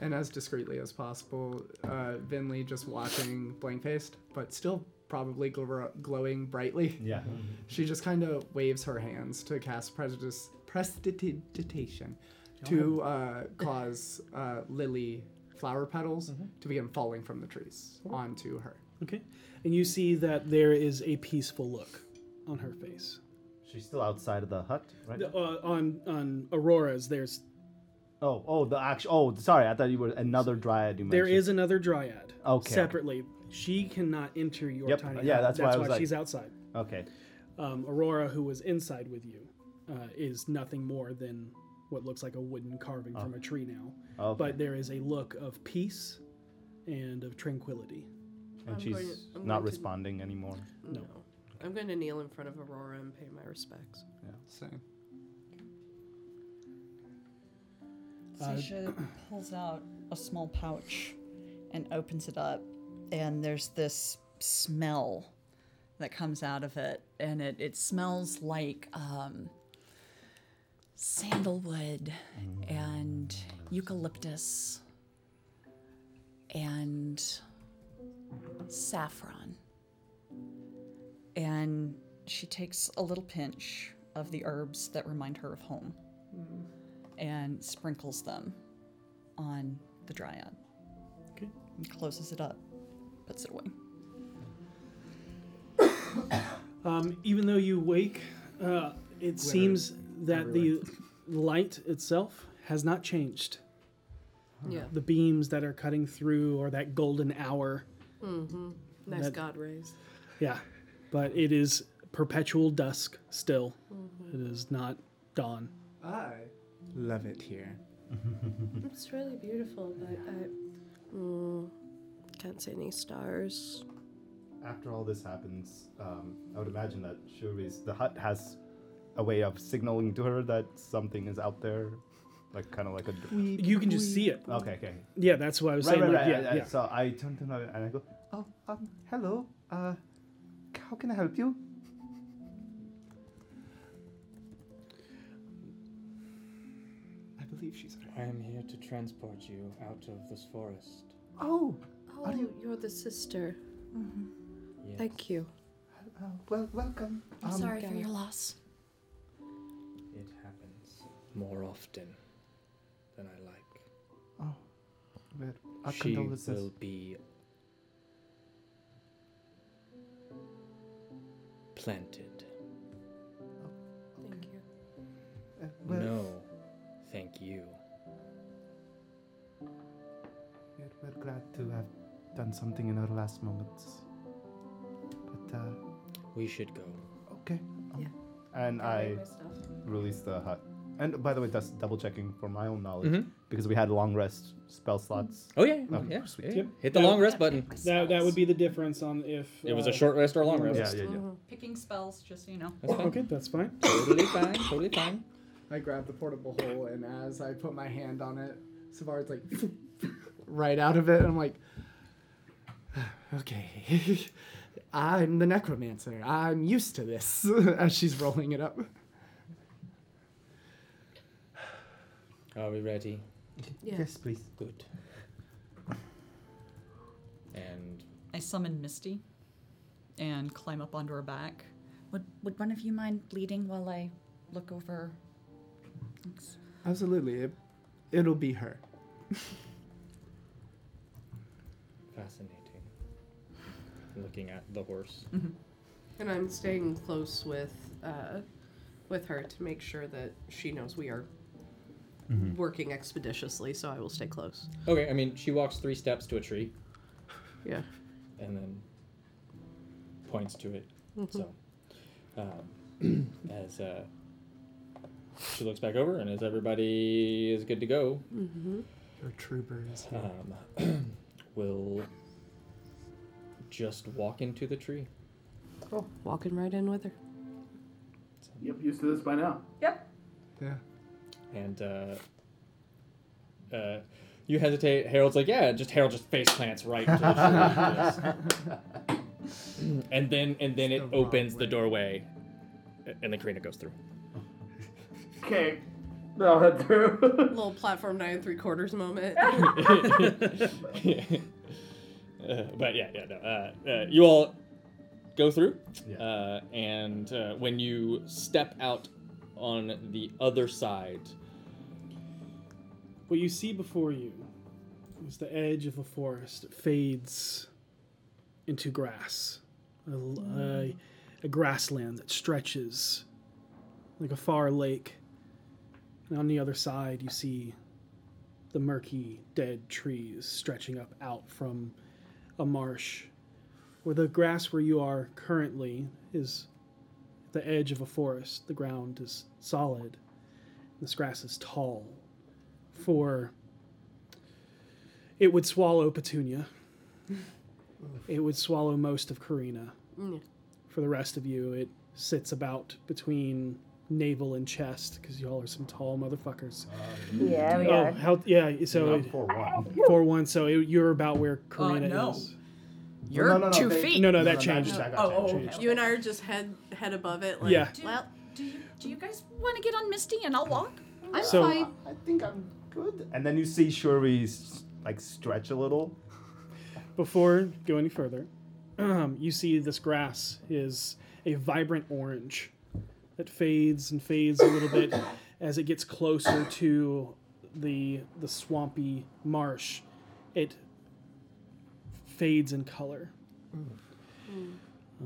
Speaker 4: And as discreetly as possible, uh, Vinley just watching blank faced, but still probably glow- glowing brightly.
Speaker 9: Yeah.
Speaker 4: She just kind of waves her hands to cast prejudice, prestidigitation
Speaker 3: Oh.
Speaker 9: Go
Speaker 4: to uh, cause uh, lily flower petals to begin falling from the trees onto her.
Speaker 3: Mm-hmm. Okay. And you see that there is a peaceful look on her face.
Speaker 9: She's still outside of the hut, right?
Speaker 3: The- uh, on on Aurora's there's
Speaker 9: Oh, oh, the actual. Oh, sorry, I thought you were another dryad. You
Speaker 3: there
Speaker 9: mentioned.
Speaker 3: is another dryad.
Speaker 9: Okay.
Speaker 3: Separately. She cannot enter your
Speaker 9: Yep.
Speaker 3: tiny
Speaker 9: Yeah,
Speaker 3: hut.
Speaker 9: that's, why, I was like,
Speaker 3: she's outside.
Speaker 9: Okay.
Speaker 3: Um, Aurora, who was inside with you, uh, is nothing more than what looks like a wooden carving from a tree now.
Speaker 9: Oh. Okay.
Speaker 3: But there is a look of peace and of tranquility.
Speaker 9: And
Speaker 6: I'm
Speaker 9: she's
Speaker 6: going to- I'm
Speaker 9: not
Speaker 6: going to-
Speaker 9: responding anymore.
Speaker 3: No.
Speaker 6: I'm gonna kneel in front of Aurora and pay my respects.
Speaker 9: Yeah.
Speaker 4: Same.
Speaker 3: Uh,
Speaker 5: Sasha pulls out a small pouch and opens it up, and there's this smell that comes out of it, and it, it smells like um, sandalwood and eucalyptus and saffron. And she takes a little pinch of the herbs that remind her of home and sprinkles them on the dryad.
Speaker 3: Okay.
Speaker 5: And closes it up, puts it away.
Speaker 3: Um, even though you wake, uh, it seems that the light itself has not changed.
Speaker 6: Yeah.
Speaker 3: The beams that are cutting through or that golden hour.
Speaker 6: Mm-hmm. Nice
Speaker 3: That-
Speaker 6: God rays.
Speaker 3: Yeah. But it is perpetual dusk still.
Speaker 6: Mhm.
Speaker 3: It is not dawn.
Speaker 4: I love it here.
Speaker 6: It's really beautiful, but I mm, can't see any stars.
Speaker 9: After all this happens, um, I would imagine that Shuri's the hut has a way of signaling to her that something is out there, like kind of like a.
Speaker 3: You can just see it.
Speaker 9: Okay. Okay.
Speaker 3: Yeah, that's what I was
Speaker 9: right, right,
Speaker 3: saying. like,
Speaker 9: right,
Speaker 3: yeah,
Speaker 9: I- I-
Speaker 3: yeah.
Speaker 9: So I turn to her and I go, "Oh, um, hello. Uh, how can I help you?"
Speaker 4: I believe she's right.
Speaker 32: I am here to transport you out of this forest.
Speaker 9: Oh,
Speaker 6: Oh, you... are the sister.
Speaker 32: Yes.
Speaker 6: Thank you.
Speaker 9: Uh, well, welcome.
Speaker 33: I'm
Speaker 9: Um,
Speaker 33: sorry for
Speaker 9: Gareth.
Speaker 33: your loss.
Speaker 32: It happens more often than I like.
Speaker 9: Oh, well, our
Speaker 32: she
Speaker 9: condolences.
Speaker 32: will be planted.
Speaker 6: Thank you.
Speaker 9: Uh, well,
Speaker 32: no, thank you.
Speaker 9: We're, we're glad to
Speaker 15: done something in her last moments. But uh,
Speaker 2: we should go.
Speaker 15: Okay. Yeah.
Speaker 9: And I release the hut.
Speaker 15: And by the way, that's double checking for my own knowledge
Speaker 3: Mm-hmm.
Speaker 9: Mhm.
Speaker 15: because we had long rest spell slots.
Speaker 42: Oh, yeah, yeah, yeah, yeah, yeah. Hit the long rest button.
Speaker 3: That, that would be the difference on if uh,
Speaker 42: It was a short rest or a long rest.
Speaker 5: Picking spells, just so you know.
Speaker 3: Okay, that's fine.
Speaker 42: Totally fine. Totally fine.
Speaker 4: I grab the portable hole, and as I put my hand on it, Savard's like right out of it. And I'm like, okay, I'm the necromancer. I'm used to this. as she's rolling it up.
Speaker 2: Are we ready?
Speaker 6: Yeah.
Speaker 15: Yes, please.
Speaker 2: Good. And
Speaker 5: I summon Misty and climb up onto her back. Would would one of you mind leading while I look over? Thanks.
Speaker 4: Absolutely, it, it'll be her.
Speaker 2: fascinating. Looking at the horse.
Speaker 6: Mm-hmm. And I'm staying close with uh, with her to make sure that she knows we are
Speaker 42: Mhm.
Speaker 6: working expeditiously. So I will stay close.
Speaker 42: Okay, I mean, she walks three steps to a tree.
Speaker 6: Yeah.
Speaker 2: And then points to it. So, um, as uh, she looks back over, and as everybody is good to go,
Speaker 6: Mm-hmm.
Speaker 4: Her trooper is here.
Speaker 2: um, we'll just walk into the tree.
Speaker 6: Cool. Walking right in with her.
Speaker 43: Yep, used to this by now.
Speaker 4: Yeah.
Speaker 2: And uh, uh, you hesitate. Harold's like, yeah, just Harold just face plants right into the tree. and then and then it opens the doorway, a- and then Karina goes through.
Speaker 43: Okay. No, that through.
Speaker 6: Little platform nine and three quarters moment.
Speaker 2: Uh, but yeah, yeah, no. Uh, uh, you all go through, uh, and uh, when you step out on the other side,
Speaker 3: What you see before you is the edge of a forest. It fades into grass, a, a, a grassland that stretches like a far lake. And on the other side, you see the murky, dead trees stretching up out from a marsh where the grass where you are currently is the edge of a forest. The ground is solid. This grass is tall for it would swallow Petunia. It would swallow most of Karina.
Speaker 6: Mm.
Speaker 3: For the rest of you, it sits about between navel and chest because y'all are some tall motherfuckers.
Speaker 11: Yeah, we
Speaker 3: oh,
Speaker 11: are.
Speaker 3: How, yeah, so
Speaker 11: Not for one.
Speaker 3: For one, so it, you're about where Karina
Speaker 5: Uh, no.
Speaker 3: is.
Speaker 5: You're No, no, no, two they- feet.
Speaker 3: No, no,
Speaker 5: No,
Speaker 3: that
Speaker 5: no,
Speaker 3: changed.
Speaker 5: that- that got Oh, oh, changed. okay.
Speaker 6: You and I are just head head above it. Like,
Speaker 3: Yeah.
Speaker 6: Well,
Speaker 5: do you do you guys want to get on Misty and I'll walk?
Speaker 6: I'm
Speaker 9: So-
Speaker 6: fine.
Speaker 15: I think I'm good.
Speaker 9: And then you see Shuri s- like stretch a little.
Speaker 3: Before go any further, um, you see this grass is a vibrant orange that fades and fades a little bit as it gets closer to the the swampy marsh. It fades in color.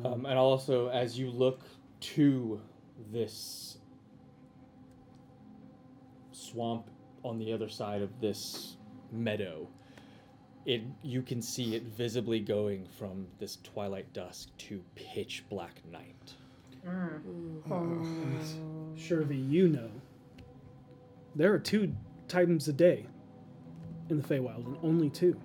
Speaker 2: um, and also as you look to this swamp on the other side of this meadow, it you can see it visibly going from this twilight dusk to pitch black night.
Speaker 3: Uh, Surely you know. There are two times a day in the Feywild, and only two.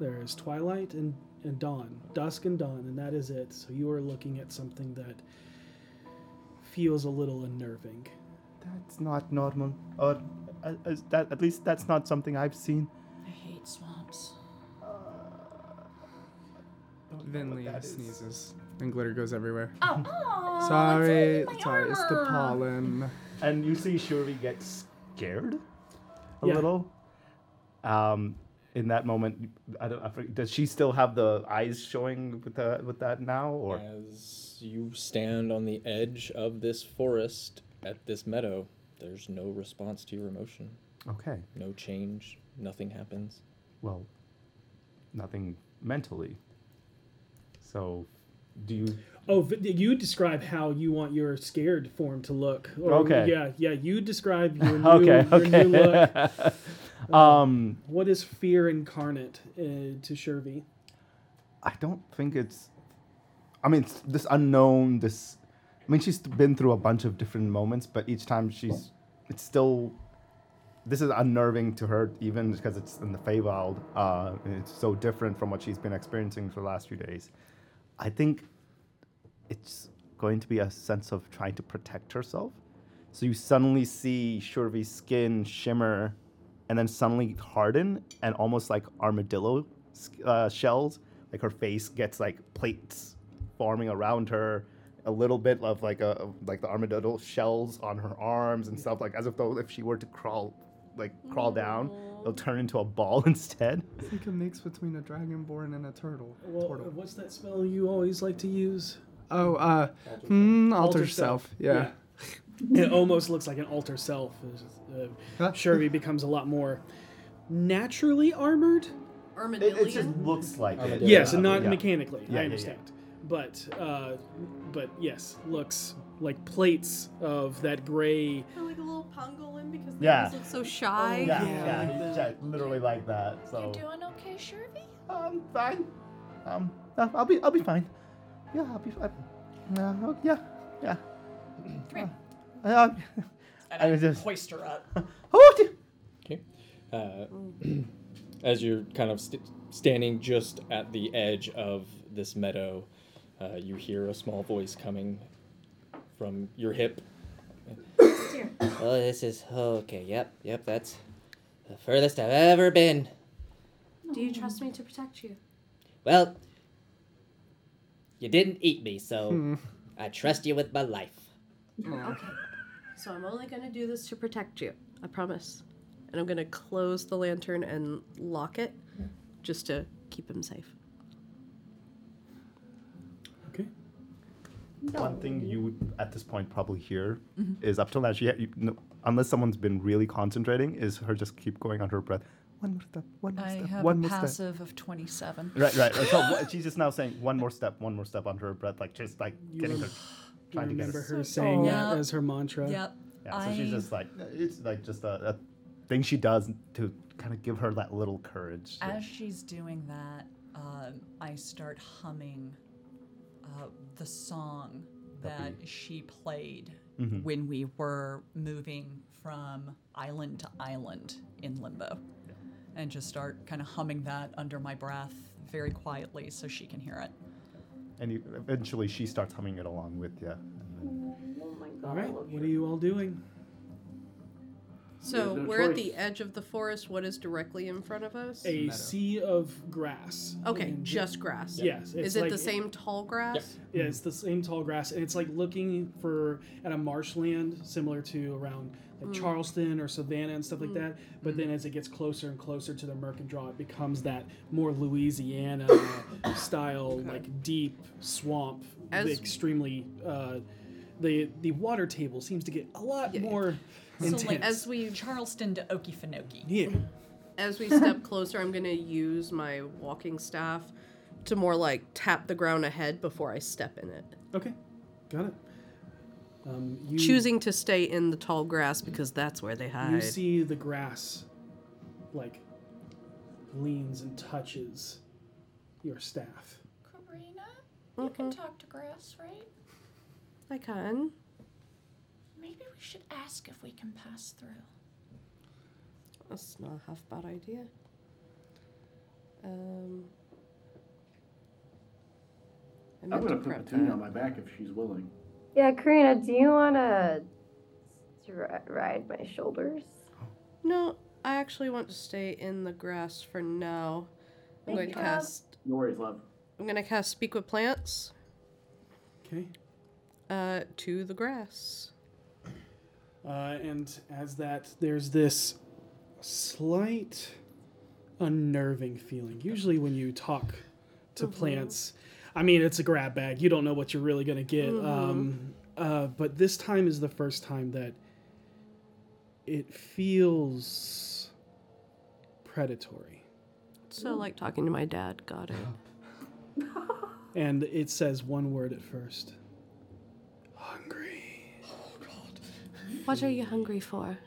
Speaker 3: There is twilight and, and dawn, dusk and dawn, and that is it. So you are looking at something that feels a little unnerving.
Speaker 15: That's not normal, or uh, is that at least that's not something I've seen.
Speaker 5: I hate swamps.
Speaker 4: Then Leah sneezes, and glitter goes everywhere.
Speaker 5: Oh,
Speaker 4: sorry, sorry, it's the pollen.
Speaker 9: And you see Shuri get scared a
Speaker 4: Yeah.
Speaker 9: little. Um, in that moment, I don't. I forget, does she still have the eyes showing with the, with that now, or
Speaker 2: As you stand on the edge of this forest at this meadow, there's no response to your emotion.
Speaker 9: Okay.
Speaker 2: No change. Nothing happens.
Speaker 9: well, nothing mentally? So, do you?
Speaker 3: Oh, vi- you describe how you want your scared form to look.
Speaker 9: Okay.
Speaker 3: Yeah, yeah. You describe your new,
Speaker 9: Okay,
Speaker 3: your new
Speaker 9: okay.
Speaker 3: look.
Speaker 9: Um,
Speaker 3: What is fear incarnate uh, to Shervy?
Speaker 9: I don't think it's. I mean, it's this unknown. This. I mean, she's been through a bunch of different moments, but each time she's, it's still. This is unnerving to her, even because it's in the Feywild. Uh, and it's so different from what she's been experiencing for the last few days. I think it's going to be a sense of trying to protect herself. So you suddenly see Shurvi's skin shimmer and then suddenly harden and almost like armadillo s- uh, shells. Like her face gets like plates forming around her, a little bit of like a of, like the armadillo shells on her arms and stuff, like as if though if she were to crawl, like crawl down, it'll turn into a ball instead.
Speaker 4: It's like a mix between a dragonborn and a turtle.
Speaker 3: Well, what's that spell you always like to use?
Speaker 4: Oh, uh,
Speaker 9: Mm,
Speaker 4: hmm, alter, self. Yeah.
Speaker 3: Yeah. it almost looks like an alter self. Uh, Shervy becomes a lot more naturally armored.
Speaker 9: It, it just looks like it.
Speaker 3: Yes, and not
Speaker 9: Yeah.
Speaker 3: mechanically.
Speaker 9: Yeah, yeah,
Speaker 3: I
Speaker 9: yeah.
Speaker 3: understand. But uh, but yes, looks like plates of that gray.
Speaker 6: like a little pangolin because
Speaker 3: they Yeah. always
Speaker 6: look so shy.
Speaker 9: Yeah, yeah, he's just literally like that. So
Speaker 33: Doing okay, Shervy?
Speaker 9: I'm fine. Um, uh, I'll be, I'll be fine. Yeah, I'll be fine. Uh, oh, yeah, yeah. Uh,
Speaker 15: um,
Speaker 5: And I,
Speaker 9: was just
Speaker 5: hoist her up.
Speaker 15: oh,
Speaker 32: Okay. Uh,
Speaker 6: Mm.
Speaker 32: as you're kind of st- standing just at the edge of this meadow, uh, you hear a small voice coming from your hip.
Speaker 20: Oh, this is okay. Yep, yep. That's the furthest I've ever been.
Speaker 1: Do you trust me to protect you?
Speaker 20: Well, you didn't eat me, so
Speaker 1: Hmm.
Speaker 20: I trust you with my life.
Speaker 6: Okay. So I'm only going to do this to protect you. I promise. And I'm going to close the lantern and lock it just to keep him safe.
Speaker 9: One thing you would at this point probably hear
Speaker 3: Mm-hmm.
Speaker 9: is up till now she, you, no, unless someone's been really concentrating, is her just keep going under her breath. One more step. One more
Speaker 33: I
Speaker 9: step.
Speaker 33: have
Speaker 9: one
Speaker 33: a
Speaker 9: more step.
Speaker 33: passive of 27.
Speaker 9: Right, right. So what- she's just now saying one more step, one more step under her breath, like just like getting her,
Speaker 3: You
Speaker 9: trying to get
Speaker 3: remember
Speaker 9: her.
Speaker 3: her saying that as her mantra.
Speaker 33: Yep.
Speaker 9: Yeah, so she's
Speaker 33: I-
Speaker 9: just like it's like just a, a thing she does to kind of give her that little courage.
Speaker 33: As she's doing that, um, I start humming uh, the song that
Speaker 5: That'd
Speaker 33: she played
Speaker 9: Mm-hmm.
Speaker 5: Mhm.
Speaker 33: when we were moving from island to island in Limbo. And just start kind of humming that under my breath very quietly so she can hear it.
Speaker 9: And you, eventually she starts humming it along with you.
Speaker 10: Oh my
Speaker 3: All right. What are you all doing?
Speaker 6: So
Speaker 3: There's no
Speaker 6: we're at
Speaker 3: choice.
Speaker 6: the edge of the forest. What is directly in front of us?
Speaker 3: A sea of grass.
Speaker 6: Okay,
Speaker 3: And-
Speaker 6: just grass.
Speaker 3: Yes.
Speaker 6: Is
Speaker 3: it's
Speaker 6: it
Speaker 3: like-
Speaker 6: the same tall grass?
Speaker 3: Yeah, it's the same tall grass, and it's like looking for at a marshland similar to around like
Speaker 6: Mm.
Speaker 3: Charleston or Savannah and stuff like
Speaker 6: Mm.
Speaker 3: that. But then as it gets closer and closer to the Mercandraw, it becomes that more Louisiana style, like deep swamp,
Speaker 6: As-
Speaker 3: extremely. Uh, the the water table seems to get a lot more
Speaker 33: So,
Speaker 3: intense.
Speaker 33: like,
Speaker 6: as we
Speaker 33: Charleston to Okefenokee.
Speaker 3: yeah.
Speaker 6: As we step closer, I'm going to use my walking staff to more like tap the ground ahead before I step in it.
Speaker 3: Okay, got it. Um, you,
Speaker 6: Choosing to stay in the tall grass because that's where they hide.
Speaker 3: You see the grass, like, leans and touches your staff.
Speaker 33: Karina, you can talk to grass, right?
Speaker 6: Mm-hmm. I can.
Speaker 33: Maybe we should ask if we can pass through.
Speaker 6: That's not a half bad idea. Um, I
Speaker 11: I'm
Speaker 6: meant
Speaker 11: gonna
Speaker 6: to
Speaker 11: put
Speaker 6: prep
Speaker 11: Petunia
Speaker 6: that.
Speaker 11: on my back if she's willing.
Speaker 1: Yeah, Karina, do you want to ride my shoulders?
Speaker 6: No, I actually want to stay in the grass for now. I'm
Speaker 1: Thank
Speaker 6: going
Speaker 1: you.
Speaker 6: to cast.
Speaker 11: No worries, love.
Speaker 6: I'm going to cast Speak with Plants.
Speaker 3: Okay.
Speaker 6: Uh, to the grass.
Speaker 3: Uh, and as that, there's this slight unnerving feeling. Usually, when you talk to
Speaker 6: Mhm.
Speaker 3: plants, I mean, it's a grab bag. You don't know what you're really going to get.
Speaker 6: Mm-hmm.
Speaker 3: Um, uh, but this time is the first time that it feels predatory.
Speaker 6: So like talking to my dad. Got it.
Speaker 3: And it says one word at first.
Speaker 6: What are you hungry for?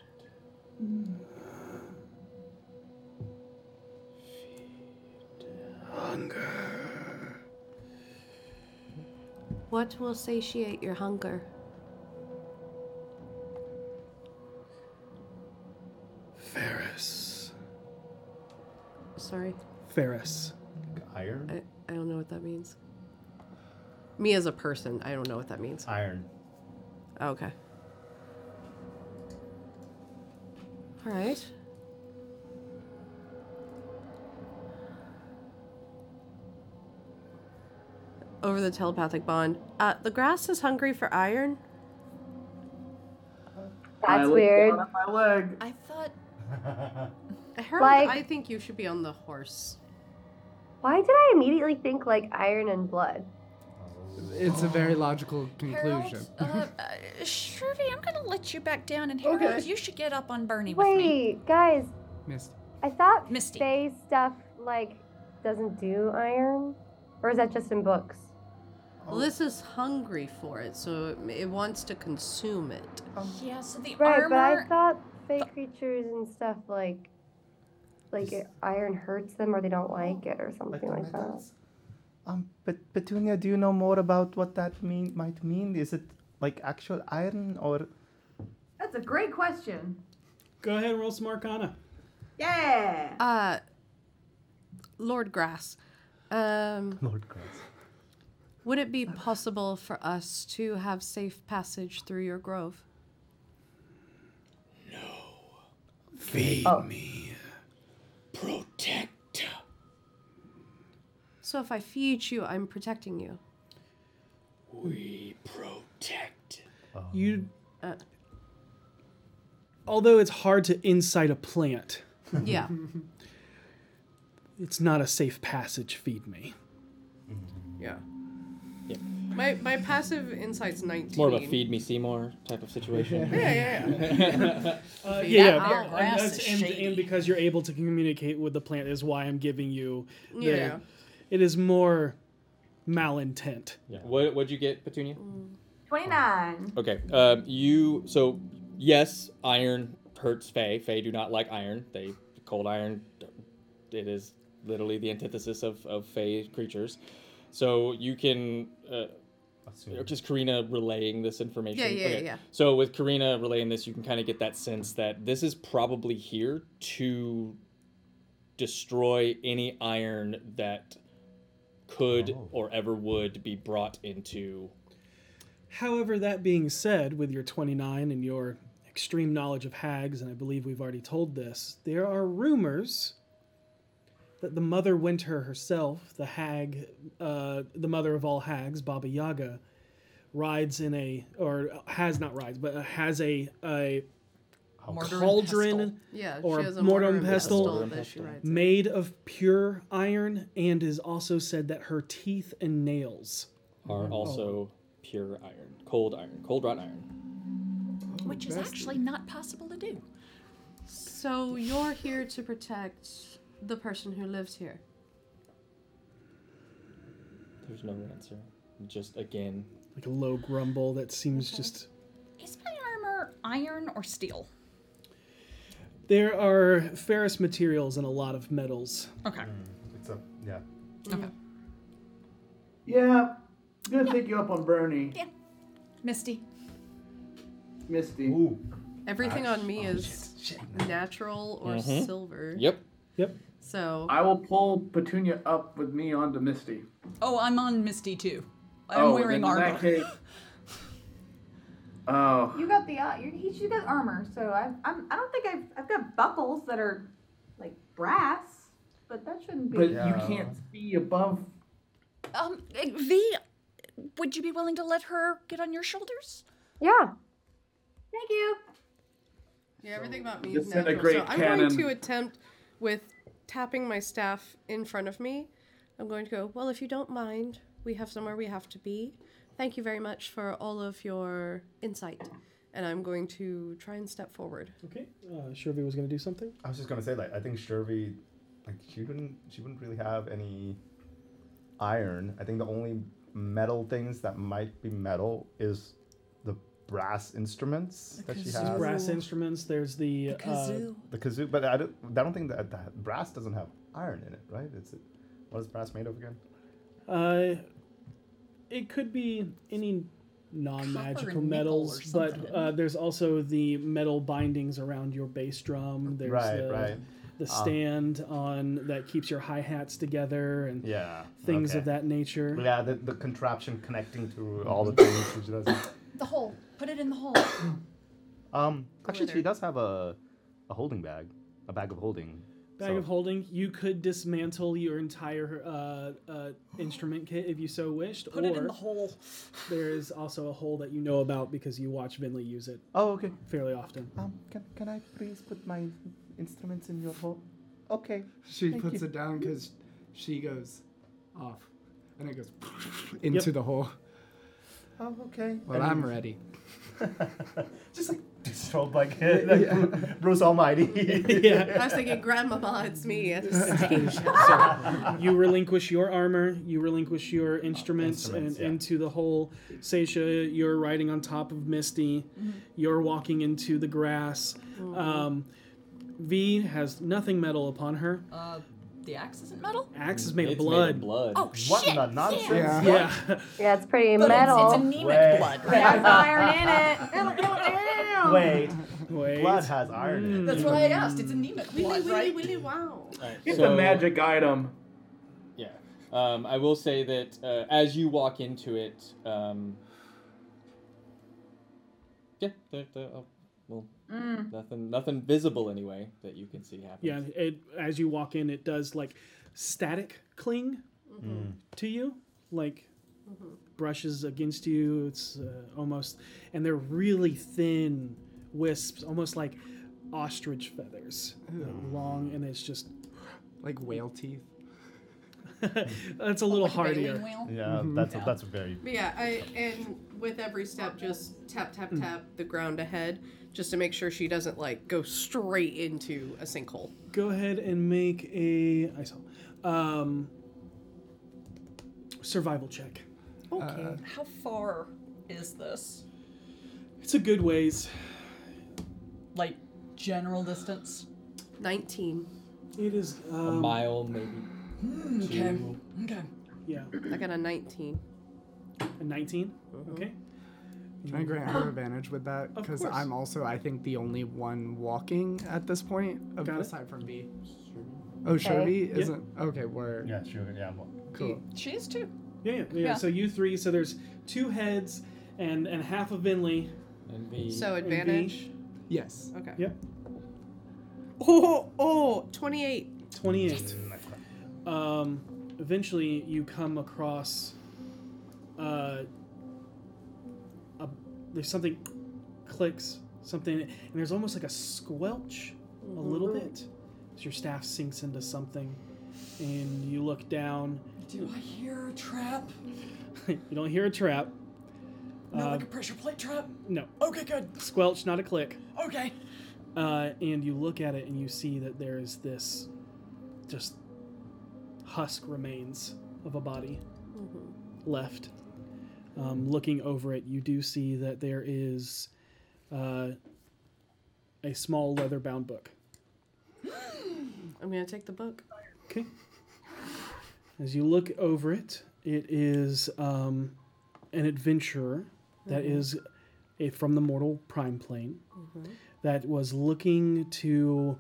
Speaker 44: What will satiate your hunger?
Speaker 45: Ferris.
Speaker 6: Sorry.
Speaker 45: Ferris.
Speaker 9: Iron?
Speaker 6: I, I don't know what that means. Me as a person, I don't know what that means. Oh,
Speaker 9: Iron.
Speaker 6: Okay. All right. Over the telepathic bond. Uh, the grass is hungry for iron.
Speaker 1: That's weird.
Speaker 11: My leg.
Speaker 6: I thought. I heard.
Speaker 1: Like-
Speaker 6: I think you should be on the horse.
Speaker 1: Why did I immediately think like iron and blood?
Speaker 4: It's a very logical conclusion.
Speaker 5: Uh, uh, Shirley, I'm gonna let you back down, and Harold,
Speaker 1: Okay.
Speaker 5: you should get up on Bernie with me.
Speaker 1: Wait, guys,
Speaker 4: Missed.
Speaker 1: I thought space stuff like doesn't do iron, or is that just in books?
Speaker 6: Well, this is hungry for it, so it, it wants to consume it.
Speaker 5: Yeah, so the
Speaker 1: Right, but I
Speaker 5: armor-
Speaker 1: thought fake creatures and stuff like like it, iron hurts them or they don't like it or something like that.
Speaker 15: Um, but Petunia, do you know more about what that mean might mean? Is it like actual iron or?
Speaker 10: That's a great question.
Speaker 3: Go ahead and roll some Arcana.
Speaker 10: Yeah.
Speaker 6: Uh, Lord Grass. Um,
Speaker 15: Lord Grass.
Speaker 6: Would it be possible for us to have safe passage through your grove?
Speaker 45: Feed
Speaker 1: Oh.
Speaker 45: me.
Speaker 6: Protect. So if I feed you, I'm protecting you.
Speaker 2: We protect.
Speaker 45: You.
Speaker 6: Uh,
Speaker 45: Although it's hard to incite a plant,
Speaker 6: yeah.
Speaker 45: it's not a safe passage. Feed me.
Speaker 6: Yeah. My my passive insight's 19.
Speaker 2: More of a feed me Seymour type of situation.
Speaker 6: Yeah,
Speaker 3: yeah, Uh,
Speaker 6: Feed
Speaker 3: yeah,
Speaker 6: that
Speaker 3: yeah.
Speaker 6: owl.
Speaker 3: and,
Speaker 6: Grass
Speaker 3: that's-
Speaker 6: is
Speaker 3: and-
Speaker 6: shady.
Speaker 3: and because you're able to communicate with the plant is why I'm giving you. the-
Speaker 6: Yeah.
Speaker 3: It is more malintent.
Speaker 2: Yeah. What what'd you get, Petunia?
Speaker 10: 29.
Speaker 6: Mm-hmm.
Speaker 2: Okay. Um, you so yes, iron hurts Fey. Fey do not like iron. They cold iron. It is literally the antithesis of of Fey creatures. So you can. Uh, just Karina relaying this information.
Speaker 6: Yeah, yeah, yeah.
Speaker 2: So with Karina relaying this, you can kind of get that sense that this is probably here to destroy any iron that could or ever would be brought into
Speaker 3: However, that being said, with your 29 and your extreme knowledge of hags, and I believe we've already told this, there are rumors that the Mother Winter herself, the hag, uh, the mother of all hags, Baba Yaga, rides in a, or has not rides, but has a, a
Speaker 46: Mortar and
Speaker 3: cauldron
Speaker 6: Yeah,
Speaker 3: or
Speaker 6: she has a
Speaker 3: mortar
Speaker 6: mortar
Speaker 3: and
Speaker 6: and
Speaker 3: pestle,
Speaker 6: pestle that she rides in.
Speaker 3: made of pure iron, and is also said that her teeth and nails Oh,
Speaker 2: are also pure iron, cold iron, cold wrought iron.
Speaker 5: which is actually not possible to do.
Speaker 6: So you're here to protect the person who lives here.
Speaker 2: There's no answer. Just again,
Speaker 3: like a low grumble that seems just
Speaker 5: Is my armor iron or steel?
Speaker 3: There are ferrous materials and a lot of metals.
Speaker 5: Okay.
Speaker 9: It's a yeah.
Speaker 5: Okay.
Speaker 11: Yeah, I'm gonna take you up on Bernie,
Speaker 5: Misty.
Speaker 11: Misty.
Speaker 6: Everything
Speaker 11: Nice.
Speaker 6: on
Speaker 15: Oh,
Speaker 6: me is natural or
Speaker 2: Mm-hmm.
Speaker 11: Mhm.
Speaker 6: silver.
Speaker 3: Yep.
Speaker 6: So
Speaker 11: I will pull Petunia up with me onto Misty.
Speaker 46: Oh, I'm on Misty too. I'm
Speaker 11: Oh,
Speaker 46: wearing
Speaker 11: then in that
Speaker 46: armor.
Speaker 11: case- Oh,
Speaker 10: You got the uh, you, he, she got armor, so I I'm I don't think I've I've got buckles that are like brass, but that shouldn't be.
Speaker 11: but you can't see above.
Speaker 5: Um, eh, V, would you be willing to let her get on your shoulders?
Speaker 1: Yeah.
Speaker 10: Thank you.
Speaker 6: Yeah, everything about me is natural.
Speaker 11: Disintegrate
Speaker 6: So I'm
Speaker 11: cannon.
Speaker 6: going to attempt with tapping my staff in front of me. I'm going to go, well, if you don't mind, we have somewhere we have to be. Thank you very much for all of your insight. And I'm going to try and step forward.
Speaker 3: Okay. Uh, Shirvi was going to do something.
Speaker 9: I was just gonna say like I think Shervy, like she wouldn't she wouldn't really have any iron. I think the only metal things that might be metal is the brass instruments that she
Speaker 3: There's
Speaker 9: has.
Speaker 3: brass instruments. There's the, uh,
Speaker 9: The kazoo, but I don't, I don't think that, that brass doesn't have iron in it, right? It's what is brass made of again?
Speaker 3: Uh, it could be any non-magical
Speaker 36: and nickel or
Speaker 3: metals, but
Speaker 36: something.
Speaker 3: uh, there's also the metal bindings around your bass drum. There's
Speaker 9: Mm-hmm. Right,
Speaker 3: the,
Speaker 9: right.
Speaker 3: the
Speaker 9: Ah.
Speaker 3: stand on that keeps your hi hats together and
Speaker 9: Yeah,
Speaker 3: things of
Speaker 9: okay.
Speaker 3: that nature.
Speaker 9: Yeah, the, the contraption connecting to all the things. she does.
Speaker 33: The hole. Put it in the hole.
Speaker 9: Um, actually, she
Speaker 33: Glitter.
Speaker 9: does have a a holding bag, a bag of holding.
Speaker 3: Bag of holding. You could dismantle your entire uh, uh, instrument kit if you so wished.
Speaker 5: Put
Speaker 3: or
Speaker 5: it in the hole.
Speaker 3: There is also a hole that you know about because you watch Vinley use it.
Speaker 15: Oh, okay.
Speaker 3: Fairly often.
Speaker 15: Um, can, can I please put my uh, instruments in your hole? Okay.
Speaker 4: She
Speaker 15: thank
Speaker 4: puts
Speaker 15: you.
Speaker 4: it down because she goes off, and it goes into the hole.
Speaker 15: Oh, okay.
Speaker 4: Well,
Speaker 15: And-
Speaker 4: I'm ready.
Speaker 15: Just like strobe like, like Bruce Almighty.
Speaker 6: I was thinking, Grandmama, it's me at the
Speaker 3: So you relinquish your armor, you relinquish
Speaker 15: Oh,
Speaker 3: your instruments,
Speaker 9: instruments,
Speaker 3: and
Speaker 9: yeah.
Speaker 3: into the hole. Seisha, you're riding on top of Misty.
Speaker 5: Mm-hmm.
Speaker 9: Mhm.
Speaker 3: You're walking into the grass.
Speaker 5: Mhm.
Speaker 3: Um, v has nothing metal upon her.
Speaker 5: Uh, the axe isn't metal.
Speaker 3: Axe is made of
Speaker 5: It's made
Speaker 3: blood.
Speaker 5: of blood. Oh,
Speaker 3: what
Speaker 5: shit!
Speaker 3: the
Speaker 5: nonsense?
Speaker 3: Yeah.
Speaker 5: Yeah.
Speaker 1: Yeah, it's pretty
Speaker 5: But it's- it's
Speaker 1: metal.
Speaker 5: anemic Wait. blood, right?
Speaker 1: Yeah.
Speaker 5: There's iron in it.
Speaker 9: Wait,
Speaker 3: Wait.
Speaker 9: blood has iron.
Speaker 5: That's
Speaker 6: Hmm.
Speaker 5: what I asked. It's anemic blood, right?
Speaker 6: wow.
Speaker 11: It's a magic item.
Speaker 32: Yeah. Um, I will say that uh, as you walk into it, um, yeah, there, there, oh, well,
Speaker 3: Mm.
Speaker 32: nothing, nothing visible anyway that you can see happen.
Speaker 3: Yeah, it, as you walk in, it does like static cling to you, like
Speaker 6: Mm-hmm.
Speaker 3: brushes against you. It's uh, almost, and they're really thin wisps, almost like ostrich feathers. They're long, and it's just
Speaker 4: like whale teeth.
Speaker 3: That's a little
Speaker 6: like a
Speaker 3: hardier. Mm-hmm.
Speaker 6: baleen whale?
Speaker 9: Yeah, that's
Speaker 6: Yeah.
Speaker 9: that's very.
Speaker 6: But yeah, I and with every step, just tap tap
Speaker 9: Hmm.
Speaker 3: Mm.
Speaker 6: tap the ground ahead, just to make sure she doesn't like go straight into a sinkhole.
Speaker 3: Go ahead and make a I saw, um, survival check.
Speaker 5: Okay. How far is this?
Speaker 3: It's a good ways.
Speaker 5: Like general distance?
Speaker 6: Nineteen.
Speaker 3: It is
Speaker 32: a
Speaker 3: um,
Speaker 32: mile maybe.
Speaker 6: Okay.
Speaker 32: Two.
Speaker 6: Okay.
Speaker 3: Yeah.
Speaker 6: I got a nineteen. Mm-hmm.
Speaker 3: A 19 Okay.
Speaker 4: Can I grant her advantage with that?
Speaker 3: Of
Speaker 4: Because
Speaker 3: course.
Speaker 4: I'm also, I think, the only one walking at this point, of,
Speaker 3: Got it.
Speaker 4: aside from B. Oh, Sherby
Speaker 3: Yeah.
Speaker 4: isn't. Okay, word.
Speaker 9: Yeah, sure. Yeah, I'm
Speaker 4: Cool.
Speaker 5: She is too.
Speaker 3: Yeah, yeah, yeah,
Speaker 5: Yeah.
Speaker 3: So you three. So there's two heads and and half of Vinley.
Speaker 32: And
Speaker 6: So advantage.
Speaker 4: Yes.
Speaker 6: Okay.
Speaker 3: Yep.
Speaker 6: Oh, oh, 28.
Speaker 3: 28. Um, eventually, you come across. Uh, a, there's something clicks something, and there's almost like a squelch, a
Speaker 6: Mm-hmm.
Speaker 3: little
Speaker 5: Mhm.
Speaker 3: bit, as your staff sinks into something, and you look down.
Speaker 5: Do I hear a trap?
Speaker 3: you don't hear a trap.
Speaker 5: No,
Speaker 3: Uh,
Speaker 5: like a pressure plate trap?
Speaker 3: no.
Speaker 5: Okay, good.
Speaker 3: Squelch, not a click.
Speaker 5: Okay.
Speaker 3: Uh, and you look at it and you see that there is this just husk remains of a body
Speaker 5: Mm-hmm.
Speaker 3: left. Um, looking over it, you do see that there is uh, a small leather bound book.
Speaker 6: I'm gonna take the book.
Speaker 3: Okay. As you look over it, it is um, an adventurer that
Speaker 6: Mhm.
Speaker 3: is a, from the mortal prime plane that was looking to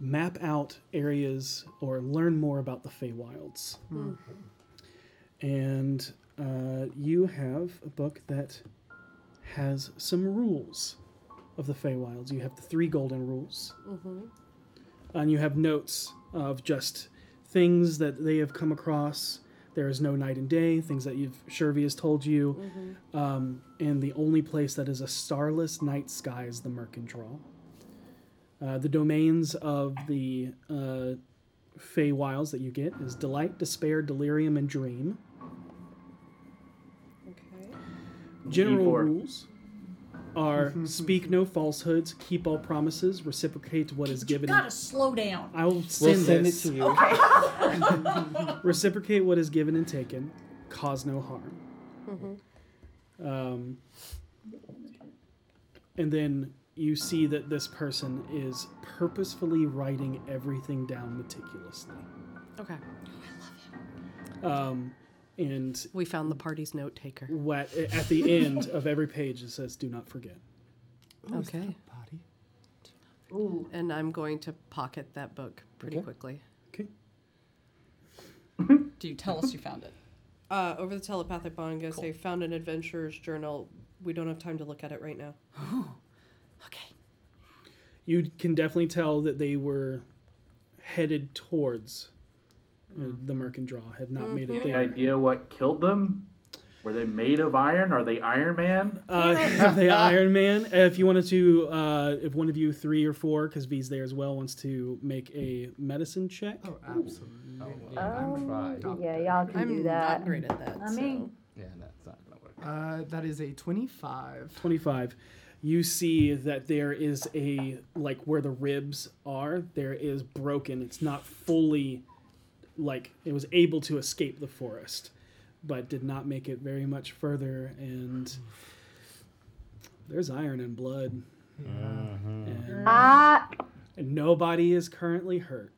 Speaker 3: map out areas or learn more about the Feywilds.
Speaker 6: Mm.
Speaker 3: And uh, you have a book that has some rules of the Feywilds. You have the three golden rules
Speaker 6: Mm-hmm.
Speaker 3: and you have notes of just things that they have come across. There is no night and day, things that you've Shervy has told you. Um, and the only place that is a starless night sky is the Mercantral. Uh, the domains of the uh, Fey Wiles that you get is delight, despair, delirium, and dream. General
Speaker 11: D4.
Speaker 3: rules are speak no falsehoods, keep all promises, reciprocate what is given.
Speaker 5: Gotta slow down.
Speaker 3: I will send,
Speaker 32: send it
Speaker 3: this.
Speaker 32: to you.
Speaker 3: Reciprocate what is given and taken. Cause no harm.
Speaker 6: Mm-hmm.
Speaker 3: Um, and then you see that this person is purposefully writing everything down meticulously.
Speaker 6: Okay.
Speaker 3: Um, and
Speaker 6: we found the party's note taker.
Speaker 3: What at the end of every page it says, "Do not forget."
Speaker 6: Okay. Ooh. And I'm going to pocket that book pretty quickly.
Speaker 3: Okay.
Speaker 5: Do you tell us you found it?
Speaker 6: Uh, over the telepathic bond, I'm going to say, found an adventurer's journal. We don't have time to look at it right now.
Speaker 3: You can definitely tell that they were headed towards uh, the Mercandraw, had not made it
Speaker 11: Any
Speaker 3: there.
Speaker 11: idea what killed them? Were they made of iron? Are they Iron Man?
Speaker 3: Uh, the Iron Man. If you wanted to, uh, if one of you three or four, because V's there as well, wants to make a medicine check. Oh, absolutely.
Speaker 1: Um, yeah, y'all can do that.
Speaker 6: not great at that.
Speaker 1: I mean,
Speaker 3: Yeah, that's not
Speaker 4: Uh, that is a 25.
Speaker 3: 25 you see that there is a like where the ribs are there is broken it's not fully like it was able to escape the forest but did not make it very much further and there's iron and blood and,
Speaker 1: Ah.
Speaker 3: and nobody is currently hurt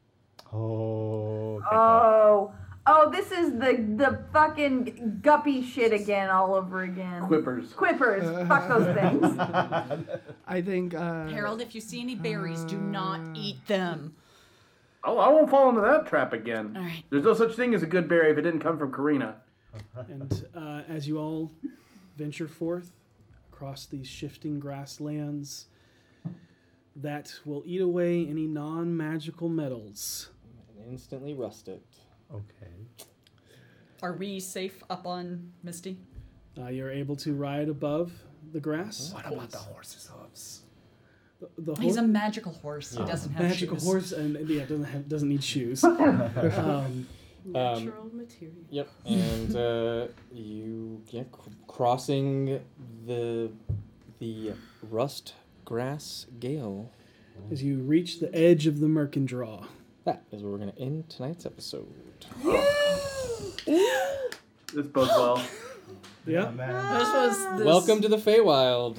Speaker 9: oh
Speaker 10: Oh. Oh, this is the the fucking guppy shit again, all over again.
Speaker 11: Quippers.
Speaker 10: Quippers. Fuck those things.
Speaker 4: I think. Uh,
Speaker 5: Harold, if you see any berries, do not eat them.
Speaker 11: Oh, I won't fall into that trap again.
Speaker 5: All right.
Speaker 11: There's no such thing as a good berry if it didn't come from Karina.
Speaker 3: And uh, as you all venture forth across these shifting grasslands that will eat away any non magical metals.
Speaker 32: And instantly rust it.
Speaker 9: Okay.
Speaker 5: Are we safe up on Misty?
Speaker 3: Uh, you're able to ride above the grass.
Speaker 5: What about the
Speaker 3: horse's hooves? The, the
Speaker 5: He's a
Speaker 3: hor-
Speaker 5: magical horse. He doesn't have
Speaker 3: magical
Speaker 5: shoes.
Speaker 3: horse, and yeah, doesn't have, doesn't need shoes. um,
Speaker 6: Natural material.
Speaker 32: Yep. And uh, you yeah, c- crossing the the rust grass gale.
Speaker 3: as you reach the edge of the Mercandraw.
Speaker 32: That is where we're gonna end tonight's episode.
Speaker 11: This bodes well.
Speaker 3: Yeah.
Speaker 5: Ah. This was this-
Speaker 32: Welcome to the Feywild.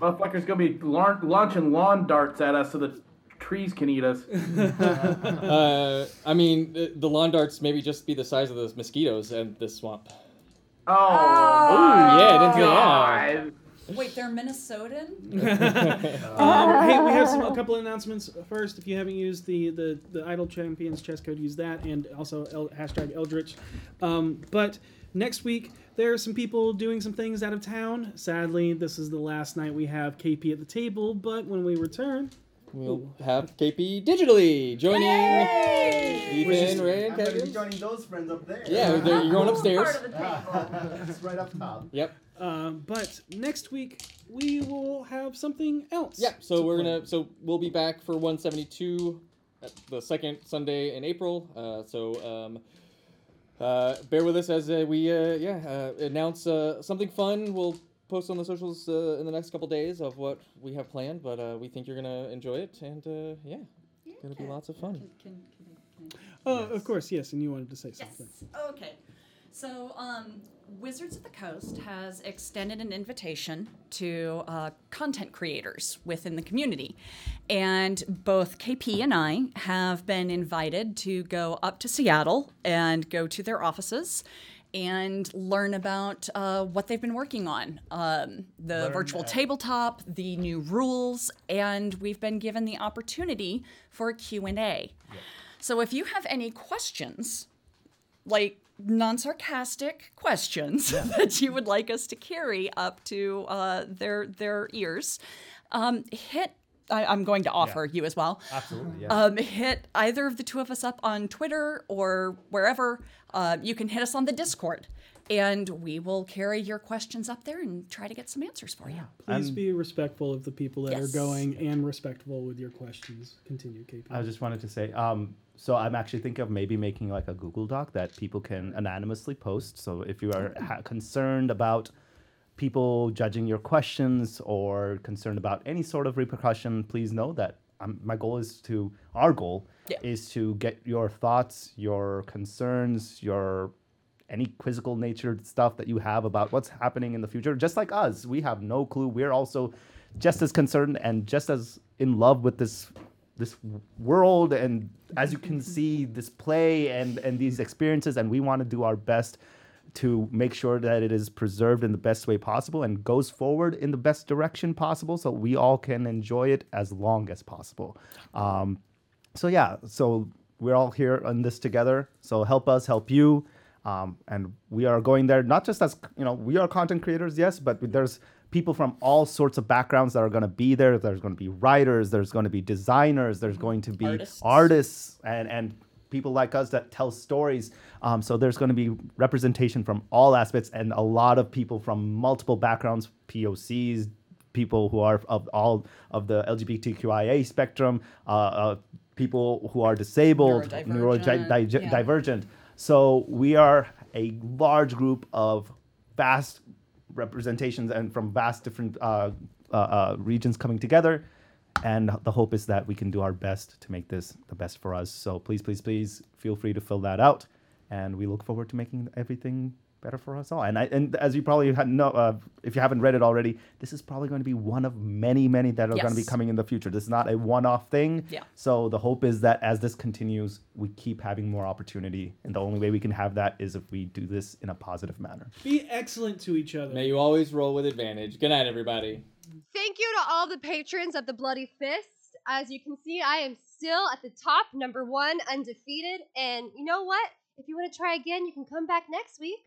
Speaker 11: Motherfucker's gonna be lar- launching lawn darts at us so the trees can eat us.
Speaker 32: uh, I mean, the, the lawn darts maybe just be the size of those mosquitoes and this swamp.
Speaker 11: Oh,
Speaker 32: Ooh, yeah, didn't feel that.
Speaker 5: Wait, they're Minnesotan?
Speaker 3: Um, hey, we have some, a couple announcements. First, if you haven't used the the, the Idle Champions chess code, use that, and also el- hashtag Eldritch. Um, but next week there are some people doing some things out of town. Sadly, this is the last night we have KP at the table. But when we return,
Speaker 32: We'll have KP digitally joining Ethan, Ray, and
Speaker 15: I'm gonna be
Speaker 32: Kevin.
Speaker 15: joining those friends up there.
Speaker 32: Yeah, they're- you're going upstairs.
Speaker 15: It's right up top.
Speaker 32: Yep.
Speaker 3: Um, but next week we will have something else.
Speaker 32: Yep. So we're gonna. So we'll be back for 172, at the second Sunday in April. Uh, so um, uh, bear with us as uh, we uh, yeah uh, announce uh, something fun. We'll post on the socials uh, in the next couple days of what we have planned. But uh, we think you're gonna enjoy it, and uh, yeah, gonna be lots of fun.
Speaker 3: Oh, of course, yes. And you wanted to say something.
Speaker 5: Yes. Okay. So, um, Wizards of the Coast has extended an invitation to uh, content creators within the community. And both KP and I have been invited to go up to Seattle and go to their offices and learn about uh, what they've been working on um, the
Speaker 33: Learn
Speaker 5: virtual
Speaker 33: at-
Speaker 5: tabletop the new rules and we've been given the opportunity for a q&a so if you have any questions like non-sarcastic questions that you would like us to carry up to uh, their their ears, um, hit. I, I'm going to offer you as well.
Speaker 9: Absolutely, yeah.
Speaker 5: Um, hit either of the two of us up on Twitter or wherever. Uh, you can hit us on the Discord, and we will carry your questions up there and try to get some answers for you.
Speaker 3: Please
Speaker 9: I'm-
Speaker 3: be respectful of the people that
Speaker 5: Yes.
Speaker 3: are going and respectful with your questions. Continue, KP.
Speaker 9: I just wanted to say, um, so I'm actually thinking of maybe making like a Google Doc that people can anonymously post. So if you are ha- concerned about people judging your questions or concerned about any sort of repercussion, please know that um, my goal is to, our goal is to get your thoughts, your concerns, your any quizzical natured stuff that you have about what's happening in the future. Just like us, we have no clue. We're also just as concerned and just as in love with this this w- world and as you can see this play and and these experiences and we want to do our best to make sure that it is preserved in the best way possible and goes forward in the best direction possible so we all can enjoy it as long as possible. Um, so, yeah, so we're all here on this together. So, help us, help you. Um, and we are going there not just as, you know, we are content creators, yes, but there's people from all sorts of backgrounds that are going to be there. There's going to be writers, there's going to be designers, there's going to be artists, and, and people like us that tell stories. Um, so there's going to be representation from all aspects and a lot of people from multiple backgrounds, POCs, people who are of all of the LGBTQIA spectrum, uh, uh, people who are disabled, neurodivergent.
Speaker 5: yeah.
Speaker 9: divergent. So we are a large group of vast representations and from vast different uh, uh, uh, regions coming together. And the hope is that we can do our best to make this the best for us. So please, please, please feel free to fill that out. And we look forward to making everything better for us all. And I, and as you probably had know, uh, if you haven't read it already, this is probably going to be one of many, many that are going to be
Speaker 5: Yes.
Speaker 9: coming in the future. This is not a one-off thing.
Speaker 5: Yeah.
Speaker 9: So the hope is that as this continues, we keep having more opportunity. And the only way we can have that is if we do this in a positive manner.
Speaker 3: Be excellent to each other.
Speaker 32: May you always roll with advantage. Good night, everybody.
Speaker 35: Thank you to all the patrons of the Bloody Fist. As you can see, I am still at the top, number one, undefeated. And you know what? If you want to try again, you can come back next week.